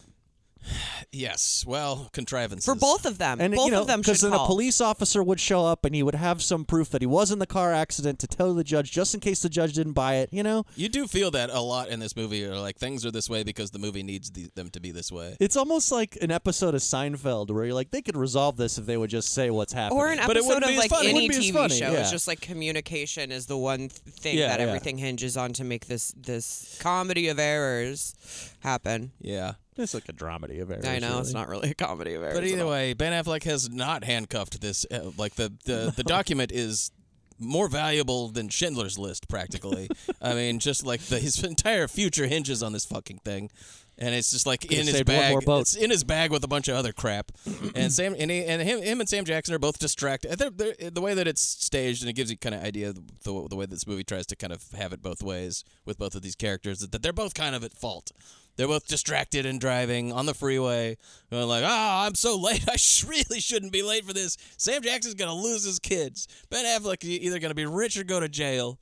[SPEAKER 2] yes, well, contrivances
[SPEAKER 1] For both of them,
[SPEAKER 3] And
[SPEAKER 1] both
[SPEAKER 3] you know,
[SPEAKER 1] of them should
[SPEAKER 3] then
[SPEAKER 1] call.
[SPEAKER 3] a police officer would show up and he would have some proof that he was in the car accident to tell the judge just in case the judge didn't buy it. You know,
[SPEAKER 2] You do feel that a lot in this movie. Or like things are this way because the movie needs the, them to be this way.
[SPEAKER 3] It's almost like an episode of Seinfeld where you're like, they could resolve this if they would just say what's happening.
[SPEAKER 1] or an
[SPEAKER 2] But it
[SPEAKER 1] episode
[SPEAKER 2] wouldn't
[SPEAKER 1] of
[SPEAKER 2] be as
[SPEAKER 1] like
[SPEAKER 2] funny. It
[SPEAKER 1] any
[SPEAKER 3] wouldn't be as
[SPEAKER 1] TV
[SPEAKER 3] funny,
[SPEAKER 1] show.
[SPEAKER 3] yeah.
[SPEAKER 1] It's just like communication is the one th- thing
[SPEAKER 3] Yeah,
[SPEAKER 1] that
[SPEAKER 3] yeah.
[SPEAKER 1] everything hinges on to make this this comedy of errors happen.
[SPEAKER 2] Yeah.
[SPEAKER 3] it's like a dramedy of errors.
[SPEAKER 1] I know it's not really a comedy of errors.
[SPEAKER 2] But
[SPEAKER 1] at
[SPEAKER 2] either
[SPEAKER 1] all.
[SPEAKER 2] way, Ben Affleck has not handcuffed this. Uh, like the the, the document is more valuable than Schindler's List, practically. I mean, just like the, his entire future hinges on this fucking thing, and it's just like in his
[SPEAKER 3] saved one
[SPEAKER 2] bag.
[SPEAKER 3] more boat.
[SPEAKER 2] It's in his bag with a bunch of other crap. and Sam and, he, and him, him and Sam Jackson are both distracted. They're, they're, the way that it's staged and it gives you kind of idea of the, the way this movie tries to kind of have it both ways with both of these characters that they're both kind of at fault. They're both distracted and driving on the freeway. And they're like, ah, I'm so late. I sh- really shouldn't be late for this. Sam Jackson's going to lose his kids. Ben Affleck is either going to be rich or go to jail.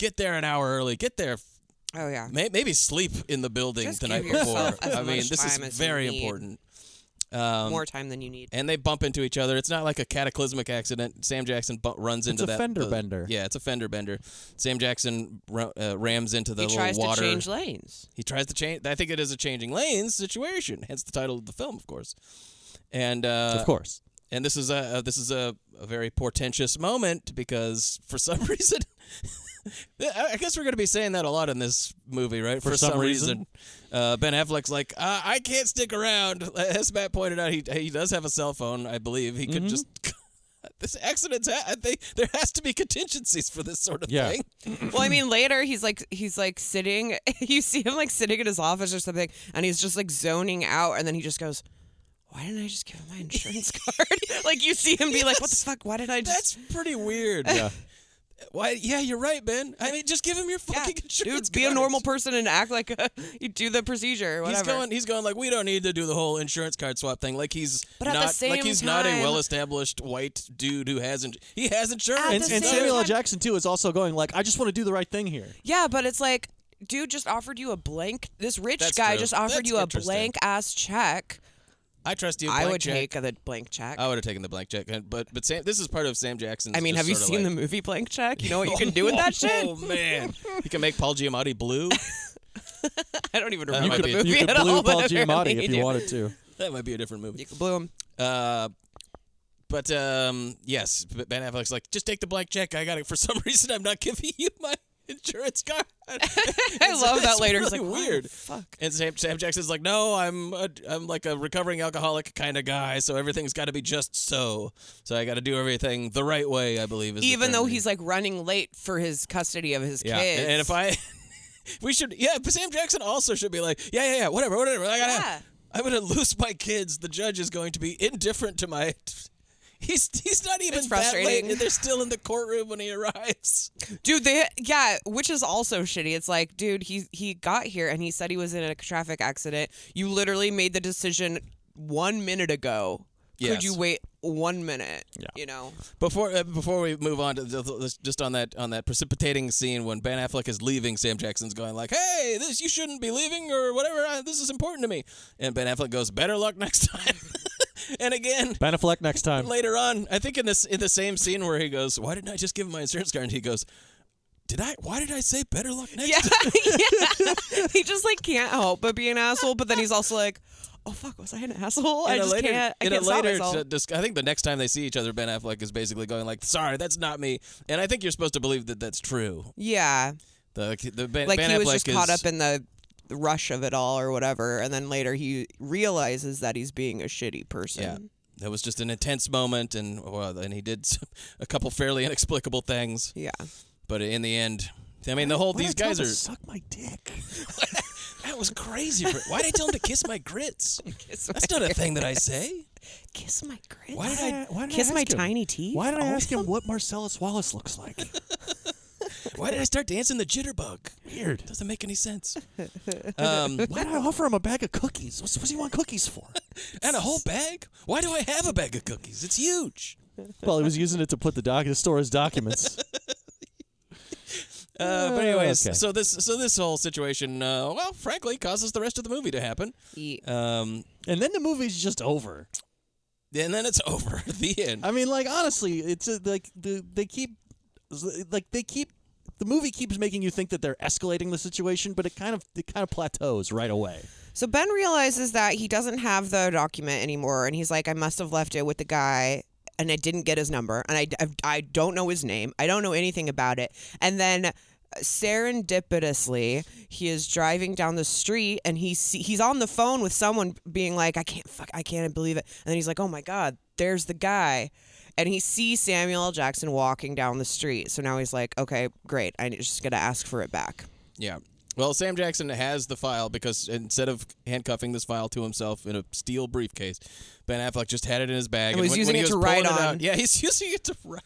[SPEAKER 2] Get there an hour early. Get there.
[SPEAKER 1] Oh, yeah.
[SPEAKER 2] May- maybe sleep in the building
[SPEAKER 1] Just
[SPEAKER 2] the
[SPEAKER 1] give
[SPEAKER 2] night before.
[SPEAKER 1] yourself as
[SPEAKER 2] I mean,
[SPEAKER 1] much
[SPEAKER 2] this
[SPEAKER 1] time
[SPEAKER 2] is
[SPEAKER 1] as you
[SPEAKER 2] very
[SPEAKER 1] need.
[SPEAKER 2] important. Um,
[SPEAKER 1] More time than you need.
[SPEAKER 2] and they bump into each other. It's not like a cataclysmic accident. Sam Jackson bu- runs into
[SPEAKER 3] a
[SPEAKER 2] that
[SPEAKER 3] fender
[SPEAKER 2] uh,
[SPEAKER 3] bender.
[SPEAKER 2] Yeah, it's a fender bender. Sam Jackson ru- uh, rams into the
[SPEAKER 1] He
[SPEAKER 2] little
[SPEAKER 1] tries to
[SPEAKER 2] water.
[SPEAKER 1] change lanes.
[SPEAKER 2] He tries to change. I think it is a changing lanes situation. Hence the title of the film, of course. And uh,
[SPEAKER 3] Of course.
[SPEAKER 2] And this is a, a this is a, a very portentous moment because for some reason. I I guess we're going to be saying that a lot in this movie, right?
[SPEAKER 3] For some reason.
[SPEAKER 2] uh, Ben Affleck's like, uh, I can't stick around. As Matt pointed out, he he does have a cell phone, I believe. He
[SPEAKER 3] Mm-hmm.
[SPEAKER 2] could just. this accident's. Ha- I think there has to be contingencies for this sort of
[SPEAKER 1] Yeah.
[SPEAKER 2] thing.
[SPEAKER 1] well, I mean, later he's like he's like sitting. You see him like sitting in his office or something, and he's just like zoning out, and then he just goes, "Why didn't I just give him my insurance card?" like you see him be like, "What the fuck? Why did I just?"
[SPEAKER 2] That's pretty weird.
[SPEAKER 1] Yeah.
[SPEAKER 2] Why? Yeah, you're right, Ben. I mean, just give him your fucking insurance.
[SPEAKER 1] Dude, be a
[SPEAKER 2] card.
[SPEAKER 1] normal person and act like a, you do the procedure. Whatever.
[SPEAKER 2] He's going. He's going like we don't need to do the whole insurance card swap thing. Like he's
[SPEAKER 1] But at
[SPEAKER 2] not
[SPEAKER 1] the same
[SPEAKER 2] like he's not a
[SPEAKER 1] time-
[SPEAKER 2] well-established white dude who hasn't. He has insurance.
[SPEAKER 1] At
[SPEAKER 3] And,
[SPEAKER 1] the
[SPEAKER 3] and
[SPEAKER 1] same
[SPEAKER 3] Samuel L.
[SPEAKER 1] time-
[SPEAKER 3] Jackson too is also going like, I just want to do the right thing here.
[SPEAKER 1] Yeah, but it's like, dude just offered you a blank. This rich
[SPEAKER 2] That's
[SPEAKER 1] guy
[SPEAKER 2] true.
[SPEAKER 1] just offered
[SPEAKER 2] That's
[SPEAKER 1] you a
[SPEAKER 2] interesting.
[SPEAKER 1] blank ass check.
[SPEAKER 2] I trust you.
[SPEAKER 1] I
[SPEAKER 2] blank
[SPEAKER 1] would
[SPEAKER 2] check.
[SPEAKER 1] take the blank check.
[SPEAKER 2] I would have taken the blank check, but but Sam, this is part of Sam Jackson's.
[SPEAKER 1] I mean, have
[SPEAKER 2] just
[SPEAKER 1] you
[SPEAKER 2] sorta
[SPEAKER 1] seen
[SPEAKER 2] like-
[SPEAKER 1] the movie Blank Check? You know what you can do with that shit?
[SPEAKER 2] Oh man, you can make Paul Giamatti blue.
[SPEAKER 1] I don't even
[SPEAKER 2] That
[SPEAKER 1] remember the
[SPEAKER 2] might be-
[SPEAKER 1] movie
[SPEAKER 3] you could
[SPEAKER 1] at
[SPEAKER 3] blue
[SPEAKER 1] all, but
[SPEAKER 3] Paul Giamatti
[SPEAKER 1] apparently
[SPEAKER 3] if
[SPEAKER 1] you
[SPEAKER 3] you
[SPEAKER 1] do.
[SPEAKER 3] wanted to.
[SPEAKER 2] That might be a different movie.
[SPEAKER 1] You could blue him.
[SPEAKER 2] Uh, but um, yes, B- Ben Affleck's like, just take the blank check. I got it. For some reason, I'm not giving you my insurance card. I
[SPEAKER 1] love that later. He's
[SPEAKER 2] It's really
[SPEAKER 1] like, "Why the
[SPEAKER 2] weird.
[SPEAKER 1] fuck?
[SPEAKER 2] And Sam, Sam Jackson's like, no, I'm a, I'm like a recovering alcoholic kind of guy, so everything's got to be just so. So I got to do everything the right way. I believe is the
[SPEAKER 1] Even
[SPEAKER 2] term
[SPEAKER 1] though
[SPEAKER 2] that he
[SPEAKER 1] he's like running late for his custody of his
[SPEAKER 2] yeah,
[SPEAKER 1] kids.
[SPEAKER 2] and- and if I, we should, yeah, but Sam Jackson also should be like, yeah, yeah, yeah, whatever, whatever. I gotta,
[SPEAKER 1] Yeah.
[SPEAKER 2] I'm gonna lose my kids. The judge is going to be indifferent to my. He's he's not even that late,
[SPEAKER 1] frustrating.
[SPEAKER 2] and they're still in the courtroom when he arrives.
[SPEAKER 1] dude they yeah which is also shitty it's like dude he he got here and he said he was in a traffic accident you literally made the decision one minute ago
[SPEAKER 2] Yes.
[SPEAKER 1] could you wait one minute yeah. you know
[SPEAKER 2] Before uh, before we move on to the- the- just on that on that precipitating scene when Ben Affleck is leaving, Sam Jackson's going like, "Hey, this you shouldn't be leaving or whatever. I, this is important to me." And Ben Affleck goes, "Better luck next time." and again,
[SPEAKER 3] Ben Affleck next time.
[SPEAKER 2] later on, I think in this in the same scene where he goes, "Why didn't I just give him my insurance card?" and he goes, "Did I? Why did I say better luck next?"
[SPEAKER 1] yeah,
[SPEAKER 2] time?
[SPEAKER 1] yeah. he just like can't help but be an asshole but then he's also like oh fuck was i an asshole i
[SPEAKER 2] In a
[SPEAKER 1] just
[SPEAKER 2] later-
[SPEAKER 1] can't i
[SPEAKER 2] in a
[SPEAKER 1] can't stop
[SPEAKER 2] later
[SPEAKER 1] myself
[SPEAKER 2] t- dis- I think the next time they see each other, Ben Affleck is basically going like, "Sorry, that's not me," and I think you're supposed to believe that that's true.
[SPEAKER 1] yeah
[SPEAKER 2] The, the ben,
[SPEAKER 1] like
[SPEAKER 2] ben
[SPEAKER 1] he was
[SPEAKER 2] Affleck
[SPEAKER 1] just
[SPEAKER 2] is,
[SPEAKER 1] caught up in the rush of it all or whatever and then later he realizes that he's being a shitty person
[SPEAKER 2] Yeah. That was just an intense moment, and well, and he did some, a couple fairly inexplicable things.
[SPEAKER 1] Yeah.
[SPEAKER 2] But in the end, I mean, the whole
[SPEAKER 3] Why
[SPEAKER 2] these
[SPEAKER 3] did I tell
[SPEAKER 2] guys
[SPEAKER 3] him
[SPEAKER 2] are
[SPEAKER 3] to suck my dick.
[SPEAKER 2] that was crazy. for- Why did I tell him to kiss my grits?
[SPEAKER 1] Kiss
[SPEAKER 2] That's
[SPEAKER 1] my
[SPEAKER 2] not a thing that I
[SPEAKER 1] grits.
[SPEAKER 2] say.
[SPEAKER 1] Kiss my grits.
[SPEAKER 2] Why did I?
[SPEAKER 3] Why did I
[SPEAKER 1] Kiss my
[SPEAKER 3] ask him?
[SPEAKER 1] tiny teeth?
[SPEAKER 3] Why did I
[SPEAKER 1] Oh.
[SPEAKER 3] ask him what Marcellus Wallace looks like?
[SPEAKER 2] Why did I start dancing the jitterbug?
[SPEAKER 3] Weird.
[SPEAKER 2] Doesn't make any sense. Um,
[SPEAKER 3] Why did I offer him a bag of cookies? What's, what's he want cookies for?
[SPEAKER 2] and a whole bag? Why do I have a bag of cookies? It's huge.
[SPEAKER 3] well, he was using it to put the doc to store his documents. Oh,
[SPEAKER 2] Uh, but anyways,
[SPEAKER 3] okay.
[SPEAKER 2] so this so this whole situation, uh, well, frankly, causes the rest of the movie to happen.
[SPEAKER 1] Ye-
[SPEAKER 2] Um,
[SPEAKER 3] and then the movie's just over.
[SPEAKER 2] and then it's over. The end.
[SPEAKER 3] I mean, like honestly, it's uh, like the, they keep like they keep the movie keeps making you think that they're escalating the situation, but it kind of it kind of plateaus right away.
[SPEAKER 1] So Ben realizes that he doesn't have the document anymore, and he's like, "I must have left it with the guy." And I didn't get his number, and I, I, I don't know his name. I don't know anything about it. And then uh, serendipitously, he is driving down the street, and he see, he's on the phone with someone, being like, "I can't fuck, I can't believe it." And then he's like, "Oh my god, there's the guy," and he sees Samuel L. Jackson walking down the street. So now he's like, "Okay, great, I'm just gonna ask for it back."
[SPEAKER 2] Yeah. Well, Sam Jackson has the file because instead of handcuffing this file to himself in a steel briefcase, Ben Affleck just had it in his bag
[SPEAKER 1] And was using
[SPEAKER 2] he
[SPEAKER 1] it to
[SPEAKER 2] was
[SPEAKER 1] write
[SPEAKER 2] pulling it out-
[SPEAKER 1] on.
[SPEAKER 2] yeah, he's using it to write.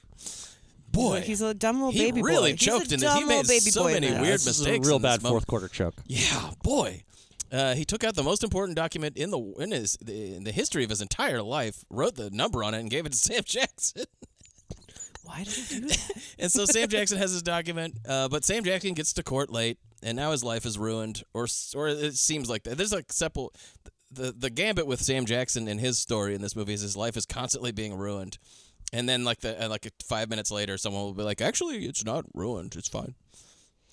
[SPEAKER 2] Boy,
[SPEAKER 1] Like, he's a dumb little
[SPEAKER 2] he
[SPEAKER 1] baby boy.
[SPEAKER 2] really
[SPEAKER 1] He's a
[SPEAKER 2] choked in this.
[SPEAKER 1] dumb
[SPEAKER 2] He
[SPEAKER 1] little
[SPEAKER 2] made
[SPEAKER 1] baby
[SPEAKER 2] so
[SPEAKER 1] boy in
[SPEAKER 2] many
[SPEAKER 1] this.
[SPEAKER 2] weird
[SPEAKER 3] this
[SPEAKER 2] mistakes.
[SPEAKER 3] is a real
[SPEAKER 2] in this
[SPEAKER 3] bad
[SPEAKER 2] moment.
[SPEAKER 3] fourth quarter choke.
[SPEAKER 2] Yeah, boy. Uh, he took out the most important document in the in his in the history of his entire life, wrote the number on it, and gave it to Sam Jackson.
[SPEAKER 1] Why did he do that?
[SPEAKER 2] and so Sam Jackson has his document, uh, but Sam Jackson gets to court late, and now his life is ruined, or s- or it seems like that. There's like sepal. The, the gambit with Sam Jackson and his story in this movie is his life is constantly being ruined, and then like the uh, like five minutes later, someone will be like, "Actually, it's not ruined. It's fine.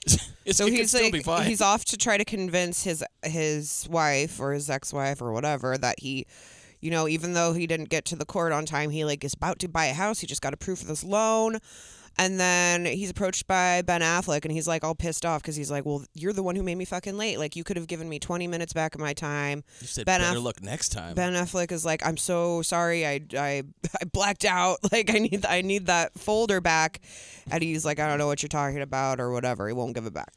[SPEAKER 2] It's,
[SPEAKER 1] so
[SPEAKER 2] it can
[SPEAKER 1] he's
[SPEAKER 2] still
[SPEAKER 1] like,
[SPEAKER 2] be fine."
[SPEAKER 1] he's off to try to convince his his wife or his ex wife or whatever that he, you know, even though he didn't get to the court on time, he like is about to buy a house. He just got approved for this loan. And then he's approached by Ben Affleck, and he's like all pissed off because he's like, "Well, you're the one who made me fucking late. Like, you could have given me 20 minutes back of my time."
[SPEAKER 2] You said
[SPEAKER 1] Ben
[SPEAKER 2] better
[SPEAKER 1] Aff-
[SPEAKER 2] luck next time.
[SPEAKER 1] Ben Affleck is like, "I'm so sorry. I, I I blacked out. Like, I need I need that folder back." And he's like, "I don't know what you're talking about or whatever." He won't give it back.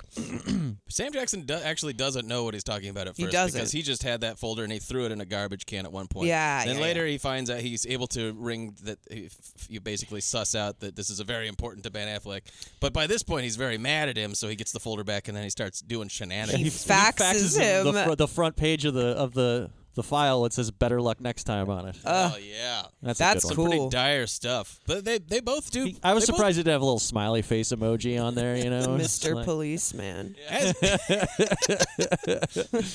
[SPEAKER 2] Sam Jackson do- actually doesn't know what he's talking about at first
[SPEAKER 1] He doesn't.
[SPEAKER 2] because he just had that folder and he threw it in a garbage can at one point.
[SPEAKER 1] Yeah,
[SPEAKER 2] Then
[SPEAKER 1] yeah,
[SPEAKER 2] later he finds out he's able to ring that if you basically suss out that this is a very important to Ben Affleck. But by this point he's very mad at him, so he gets the folder back and then he starts doing shenanigans.
[SPEAKER 3] He faxes him the, fr- the front page of the of the the file. It says "Better luck next time" on it.
[SPEAKER 1] uh,
[SPEAKER 2] oh yeah,
[SPEAKER 3] That's a That's good
[SPEAKER 2] Some
[SPEAKER 3] one.
[SPEAKER 2] pretty
[SPEAKER 3] cool.
[SPEAKER 2] dire stuff. But they they both do.
[SPEAKER 3] I was
[SPEAKER 2] they both-
[SPEAKER 3] surprised it didn't have a little smiley face emoji on there. You know, It's
[SPEAKER 1] Mr.
[SPEAKER 3] like-
[SPEAKER 1] Policeman.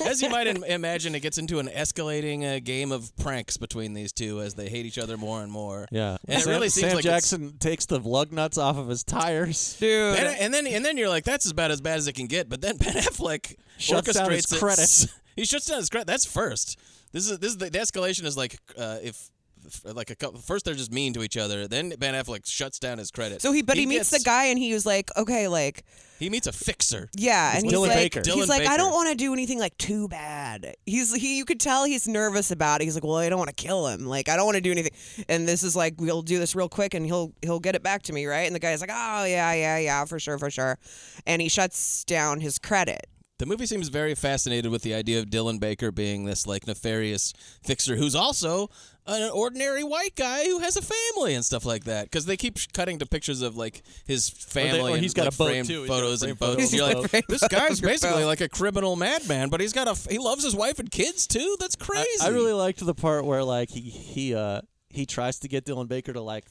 [SPEAKER 2] As you might im- imagine, it gets into an escalating uh, game of pranks between these two as they hate each other more and more.
[SPEAKER 3] Yeah,
[SPEAKER 2] and
[SPEAKER 3] Sam,
[SPEAKER 2] it really seems
[SPEAKER 3] Sam
[SPEAKER 2] like it's-
[SPEAKER 3] Jackson takes the lug nuts off of his tires,
[SPEAKER 1] dude.
[SPEAKER 2] Ben- and then and then you're like, that's about as bad as it can get. But then Ben Affleck
[SPEAKER 3] Shuts
[SPEAKER 2] orchestrates
[SPEAKER 3] down his
[SPEAKER 2] it.
[SPEAKER 3] credits.
[SPEAKER 2] He shuts down his credit. That's first. This is this is the, the escalation is like uh, if f- like a couple, first they're just mean to each other. Then Ben Affleck shuts down his credit.
[SPEAKER 1] So he, but he, meets
[SPEAKER 2] gets-
[SPEAKER 1] the guy, and he was like, okay, like,
[SPEAKER 2] He meets a fixer.
[SPEAKER 1] yeah, and he's like, he's
[SPEAKER 2] Dylan
[SPEAKER 1] like, I
[SPEAKER 2] Baker.
[SPEAKER 1] don't want to do anything like too bad. He's he, you could tell he's nervous about it. He's like, well, I don't want to kill him. Like, I don't want to do anything. And this is like, we'll do this real quick, and he'll he'll get it back to me, right? And the guy's like, oh yeah, yeah, yeah, for sure, for sure. And he shuts down his credit.
[SPEAKER 2] The movie seems very fascinated with the idea of Dylan Baker being this like nefarious fixer who's also an ordinary white guy who has a family and stuff like that. Because they keep sh- cutting to pictures of like his
[SPEAKER 3] they-
[SPEAKER 2] family
[SPEAKER 3] or
[SPEAKER 2] and
[SPEAKER 3] he's got
[SPEAKER 2] like,
[SPEAKER 3] a boat,
[SPEAKER 2] framed
[SPEAKER 3] too. He's got a
[SPEAKER 2] photos and
[SPEAKER 3] framed photo
[SPEAKER 2] boats.
[SPEAKER 3] of
[SPEAKER 2] You're
[SPEAKER 3] a
[SPEAKER 2] like,
[SPEAKER 3] boat.
[SPEAKER 2] this guy's basically
[SPEAKER 3] boat.
[SPEAKER 2] like a criminal madman, but he's got a f- he loves his wife and kids too. That's crazy.
[SPEAKER 3] I really liked the part where like he he uh he tries to get Dylan Baker to like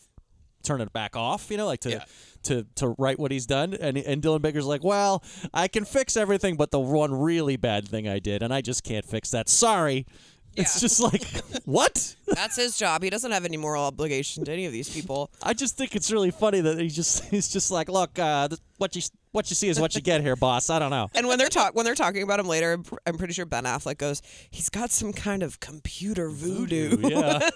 [SPEAKER 3] turn it back off, you know, like to to to write what he's done, and and Dylan Baker's like, well, I can fix everything, but the one really bad thing I did, and I just can't fix that. Sorry. It's just like what?
[SPEAKER 1] That's his job. He doesn't have any moral obligation to any of these people.
[SPEAKER 3] I just think it's really funny that he just he's just like, look, uh, th- what you s- what you see is what you get here, boss. I don't know.
[SPEAKER 1] And when they're talk when they're talking about him later, I'm pr- I'm pretty sure Ben Affleck goes, "He's got some kind of computer voodoo."
[SPEAKER 3] yeah.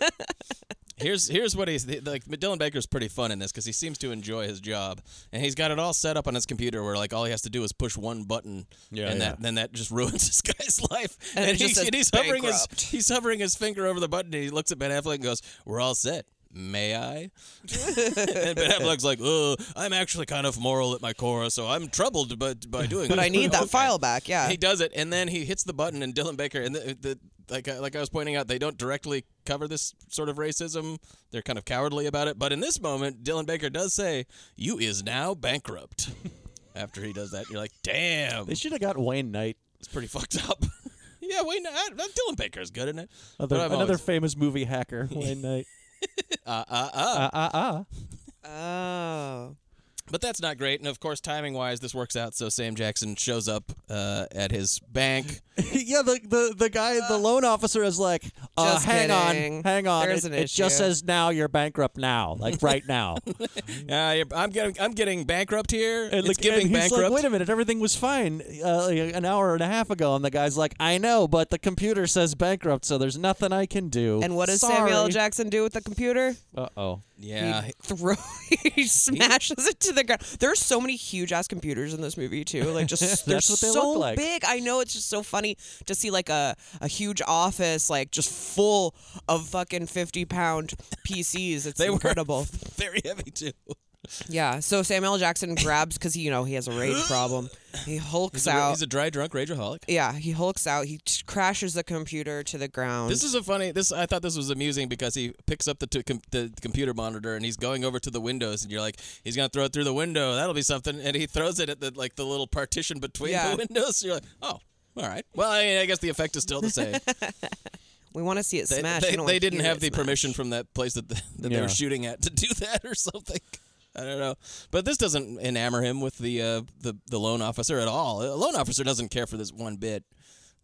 [SPEAKER 2] Here's here's what he's like. Dylan Baker's pretty fun in this because he seems to enjoy his job, and he's got it all set up on his computer where like all he has to do is push one button,
[SPEAKER 3] Yeah,
[SPEAKER 2] and
[SPEAKER 3] yeah.
[SPEAKER 2] that then that just ruins this guy's life.
[SPEAKER 1] And it just
[SPEAKER 2] he's,
[SPEAKER 1] says
[SPEAKER 2] he's hovering his
[SPEAKER 1] bankrupt.
[SPEAKER 2] he's hovering his finger over the button, and he looks at Ben Affleck and goes, "We're all set." May I? and Ben Affleck's like, "Oh, I'm actually kind of moral at my core, so I'm troubled, but by doing
[SPEAKER 1] But
[SPEAKER 2] this."
[SPEAKER 1] I need that
[SPEAKER 2] Okay.
[SPEAKER 1] file back. Yeah.
[SPEAKER 2] He does it, and then he hits the button, and Dylan Baker, and the, the like, I- like I was pointing out, they don't directly cover this sort of racism. They're kind of cowardly about it. But in this moment, Dylan Baker does say, "You is now bankrupt." After he does that, you're like, "Damn,
[SPEAKER 3] They should have got Wayne Knight.
[SPEAKER 2] it's pretty fucked up." yeah, Wayne, I, Dylan Baker's good in it.
[SPEAKER 3] Other,
[SPEAKER 2] But I've
[SPEAKER 3] another
[SPEAKER 2] always-
[SPEAKER 3] famous movie hacker, Wayne Knight.
[SPEAKER 2] uh, uh, uh.
[SPEAKER 3] Uh, uh, uh.
[SPEAKER 1] Oh.
[SPEAKER 2] But that's not great. And of course, timing wise, this works out. So Sam Jackson shows up uh, at his bank.
[SPEAKER 3] yeah, the, the the guy, the loan officer is like, uh,
[SPEAKER 1] Just
[SPEAKER 3] hang
[SPEAKER 1] kidding.
[SPEAKER 3] on, hang on.
[SPEAKER 1] There's
[SPEAKER 3] it,
[SPEAKER 1] an
[SPEAKER 3] it just
[SPEAKER 1] issue."
[SPEAKER 3] says now you're bankrupt now, like right now. and
[SPEAKER 2] Uh, you're- I'm getting, I'm getting bankrupt here. it's
[SPEAKER 3] like-
[SPEAKER 2] giving
[SPEAKER 3] and he's
[SPEAKER 2] bankrupt.
[SPEAKER 3] like, wait a minute, everything was fine uh, like an hour and a half ago, and the guy's like, I know, but the computer says bankrupt, so there's nothing I can do.
[SPEAKER 1] And what does
[SPEAKER 3] Sorry.
[SPEAKER 1] Samuel L. Jackson do with the computer?
[SPEAKER 3] Uh oh.
[SPEAKER 2] yeah,
[SPEAKER 1] He throw he smashes it to the ground. There's so many huge ass computers in this movie too. Like just they're
[SPEAKER 3] That's what they
[SPEAKER 1] so
[SPEAKER 3] look like.
[SPEAKER 1] big. I know it's just so funny to see like a, a huge office like just full of fucking fifty pound PCs. It's
[SPEAKER 2] They were
[SPEAKER 1] incredible.
[SPEAKER 2] very heavy too.
[SPEAKER 1] Yeah. So Samuel L. Jackson grabs because you know he has a rage problem. He hulks
[SPEAKER 2] He's a,
[SPEAKER 1] out.
[SPEAKER 2] he's a dry drunk rageaholic.
[SPEAKER 1] yeah, he hulks out. He t- crashes the computer to the ground.
[SPEAKER 2] This is a funny. This I thought this was amusing because he picks up the t- com- the computer monitor and he's going over to the windows and you're like he's gonna throw it through the window that'll be something and he throws it at the like the little partition between
[SPEAKER 1] Yeah.
[SPEAKER 2] the windows. You're like oh All right. Well, I, mean, I guess the effect is still the same.
[SPEAKER 1] We want to see it
[SPEAKER 2] They,
[SPEAKER 1] smash.
[SPEAKER 2] they-
[SPEAKER 1] we don't
[SPEAKER 2] they
[SPEAKER 1] wanna
[SPEAKER 2] didn't
[SPEAKER 1] hear
[SPEAKER 2] have
[SPEAKER 1] it
[SPEAKER 2] the
[SPEAKER 1] smash.
[SPEAKER 2] permission from that place that, the, that they
[SPEAKER 3] Yeah.
[SPEAKER 2] were shooting at to do that or something. I don't know. But this doesn't enamor him with the uh, the the loan officer at all. A loan officer doesn't care for this one bit.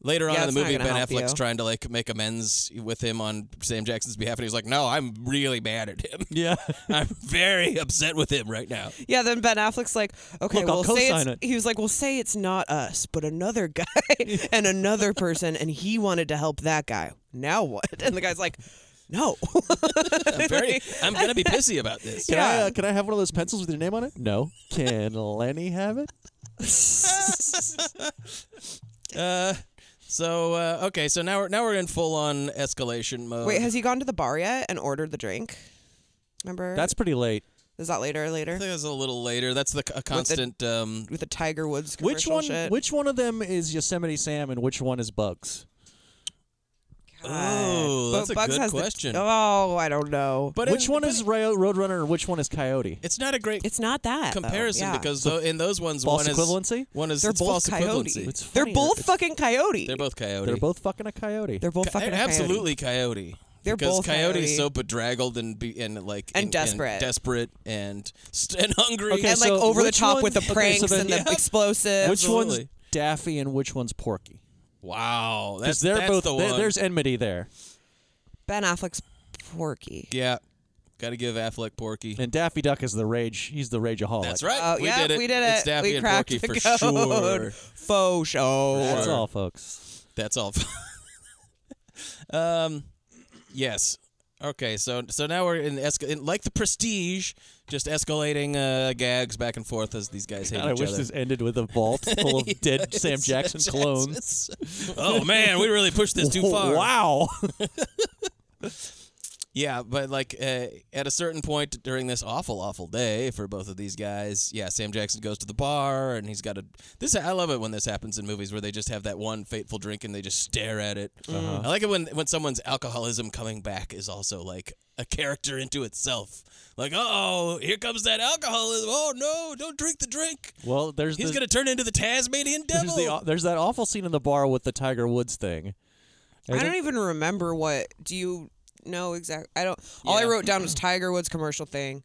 [SPEAKER 2] Later on
[SPEAKER 1] Yeah,
[SPEAKER 2] in
[SPEAKER 1] it's
[SPEAKER 2] the
[SPEAKER 1] not
[SPEAKER 2] movie,
[SPEAKER 1] gonna
[SPEAKER 2] Ben
[SPEAKER 1] help
[SPEAKER 2] Affleck's
[SPEAKER 1] you.
[SPEAKER 2] trying to like make amends with him on Sam Jackson's behalf, and he's like, "No, I'm really mad at him.
[SPEAKER 3] Yeah,
[SPEAKER 2] I'm very upset with him right now."
[SPEAKER 1] Yeah, then Ben Affleck's like, okay,
[SPEAKER 2] Look, I'll
[SPEAKER 1] we'll say it's,
[SPEAKER 2] co-sign it.
[SPEAKER 1] he was like, we'll say it's not us, but another guy and another person, and he wanted to help that guy. Now what? And the guy's like, no.
[SPEAKER 2] I'm very. I'm gonna be pissy about this.
[SPEAKER 3] Can I uh, can I have one of those pencils with your name on it? No. Can Lenny have it?
[SPEAKER 2] Uh, so uh, okay, so now we're now we're in full on escalation mode.
[SPEAKER 1] Wait, has he gone to the bar yet and ordered the drink? Remember?
[SPEAKER 3] pretty late.
[SPEAKER 1] Is that later? Later.
[SPEAKER 2] I think that's a little later. That's the a constant um,
[SPEAKER 1] with the Tiger Woods.
[SPEAKER 3] Which
[SPEAKER 1] commercial
[SPEAKER 3] one?
[SPEAKER 1] Shit.
[SPEAKER 3] Which one of them is Yosemite Sam and which one is Bugs?
[SPEAKER 2] Oh,
[SPEAKER 1] But
[SPEAKER 2] that's a
[SPEAKER 1] Bugs
[SPEAKER 2] good
[SPEAKER 1] has the-
[SPEAKER 2] question.
[SPEAKER 1] oh, I don't know.
[SPEAKER 2] But
[SPEAKER 3] which
[SPEAKER 2] in-
[SPEAKER 3] one is Ra- Roadrunner and which one is Coyote?
[SPEAKER 2] It's not a great.
[SPEAKER 1] It's not that though.
[SPEAKER 2] comparison
[SPEAKER 1] Yeah.
[SPEAKER 2] because tho- in those ones,
[SPEAKER 3] False
[SPEAKER 2] one is
[SPEAKER 3] equivalency?
[SPEAKER 2] One is
[SPEAKER 1] They're
[SPEAKER 2] it's
[SPEAKER 1] both
[SPEAKER 2] false
[SPEAKER 1] coyote.
[SPEAKER 2] equivalency.
[SPEAKER 3] It's
[SPEAKER 1] They're
[SPEAKER 3] funnier.
[SPEAKER 1] both fucking coyote.
[SPEAKER 2] They're both coyote.
[SPEAKER 3] They're both fucking a coyote.
[SPEAKER 1] They're both
[SPEAKER 2] Co-
[SPEAKER 1] fucking
[SPEAKER 2] absolutely coyote.
[SPEAKER 1] They're
[SPEAKER 2] because
[SPEAKER 1] both
[SPEAKER 2] coyote is
[SPEAKER 1] coyote.
[SPEAKER 2] so bedraggled and be, and like
[SPEAKER 1] And desperate.
[SPEAKER 2] desperate and st- and hungry
[SPEAKER 1] Okay, and like over the top with the pranks and the
[SPEAKER 2] Yeah.
[SPEAKER 1] explosives.
[SPEAKER 3] Which one's
[SPEAKER 2] Absolutely.
[SPEAKER 3] Daffy and which one's Porky?
[SPEAKER 2] Wow, that's
[SPEAKER 3] Because they're
[SPEAKER 2] that's
[SPEAKER 3] both
[SPEAKER 2] the
[SPEAKER 3] there-
[SPEAKER 2] one.
[SPEAKER 3] there's enmity there,
[SPEAKER 1] Ben Affleck's Porky.
[SPEAKER 2] yeah, got to give Affleck Porky.
[SPEAKER 3] and Daffy Duck is the rage. He's the rageaholic.
[SPEAKER 2] That's right.
[SPEAKER 1] Oh,
[SPEAKER 2] we
[SPEAKER 1] yeah,
[SPEAKER 2] did it.
[SPEAKER 1] we did
[SPEAKER 2] It's
[SPEAKER 1] it.
[SPEAKER 2] Daffy
[SPEAKER 1] We
[SPEAKER 2] and
[SPEAKER 1] cracked
[SPEAKER 2] Porky
[SPEAKER 1] the
[SPEAKER 2] for
[SPEAKER 1] code.
[SPEAKER 2] sure.
[SPEAKER 1] Faux show.
[SPEAKER 3] That's
[SPEAKER 2] Sure.
[SPEAKER 3] all, folks.
[SPEAKER 2] That's all. um, yes. Okay. So so now we're in, esca- in like the prestige, just escalating uh, gags back and forth as these guys hate
[SPEAKER 3] God, I
[SPEAKER 2] each
[SPEAKER 3] wish
[SPEAKER 2] other.
[SPEAKER 3] this ended with a vault full of dead Sam Jackson clones.
[SPEAKER 2] oh man, we really pushed this too far.
[SPEAKER 3] Wow.
[SPEAKER 2] Yeah, but like uh, at a certain point during this awful, awful day for both of these guys, yeah, Sam Jackson goes to the bar and he's got a. This I love it when this happens in movies where they just have that one fateful drink and they just stare at it. I like it when when someone's alcoholism coming back is also like a character into itself. Like, oh, here comes that alcoholism. Oh no, don't drink the drink.
[SPEAKER 3] Well, there's
[SPEAKER 2] He's
[SPEAKER 3] the,
[SPEAKER 2] gonna turn into the Tasmanian devil.
[SPEAKER 3] there's, the, there's that awful scene in the bar with the Tiger Woods thing.
[SPEAKER 1] I don't even remember what. Do you know exactly? I don't. All I
[SPEAKER 2] Yeah.
[SPEAKER 1] wrote down was Tiger Woods commercial thing.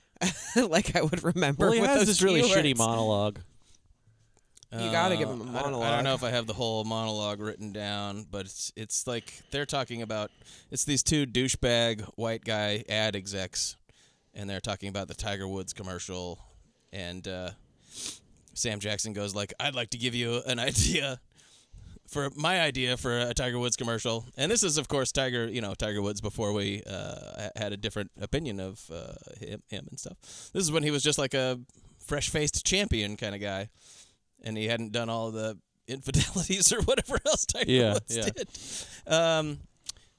[SPEAKER 1] like I would remember.
[SPEAKER 3] Well, he
[SPEAKER 1] with
[SPEAKER 3] has
[SPEAKER 1] those
[SPEAKER 3] this really
[SPEAKER 1] keywords.
[SPEAKER 3] shitty monologue.
[SPEAKER 1] You gotta give him a
[SPEAKER 2] Uh, I don't- I don't,
[SPEAKER 1] monologue.
[SPEAKER 2] know if I have the whole monologue written down, but it's, it's like they're talking about it's these two douchebag white guy ad execs, and they're talking about the Tiger Woods commercial, and uh, Sam Jackson goes like, "I'd like to give you an idea." For my idea for a Tiger Woods commercial, and this is of course Tiger, you know Tiger Woods before we uh, ha- had a different opinion of uh, him, him and stuff. This is when he was just like a fresh-faced champion kind of guy and he hadn't done all the infidelities or whatever else Tiger
[SPEAKER 3] Yeah,
[SPEAKER 2] Woods
[SPEAKER 3] yeah.
[SPEAKER 2] did. Um,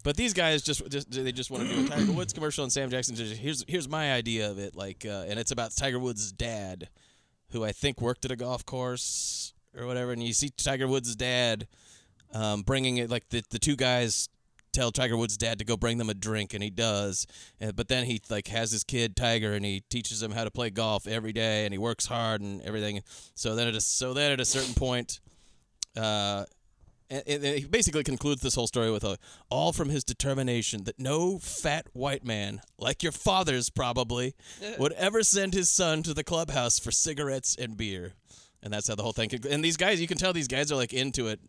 [SPEAKER 2] but these guys just, just they just want to do a Tiger Woods commercial, and Sam Jackson just here's here's my idea of it, like, uh, and it's about Tiger Woods' dad, who I think worked at a golf course or whatever, and you see Tiger Woods' dad um, bringing it like the the two guys tell Tiger Woods' dad to go bring them a drink, and he does. And, but then he like has his kid Tiger, and he teaches him how to play golf every day, and he works hard and everything. So then at a, so then at a certain point, uh, and, and he basically concludes this whole story with a, all from his determination that no fat white man like your father's probably would ever send his son to the clubhouse for cigarettes and beer. And that's how the whole thing. conclu- And these guys, you can tell these guys are like into it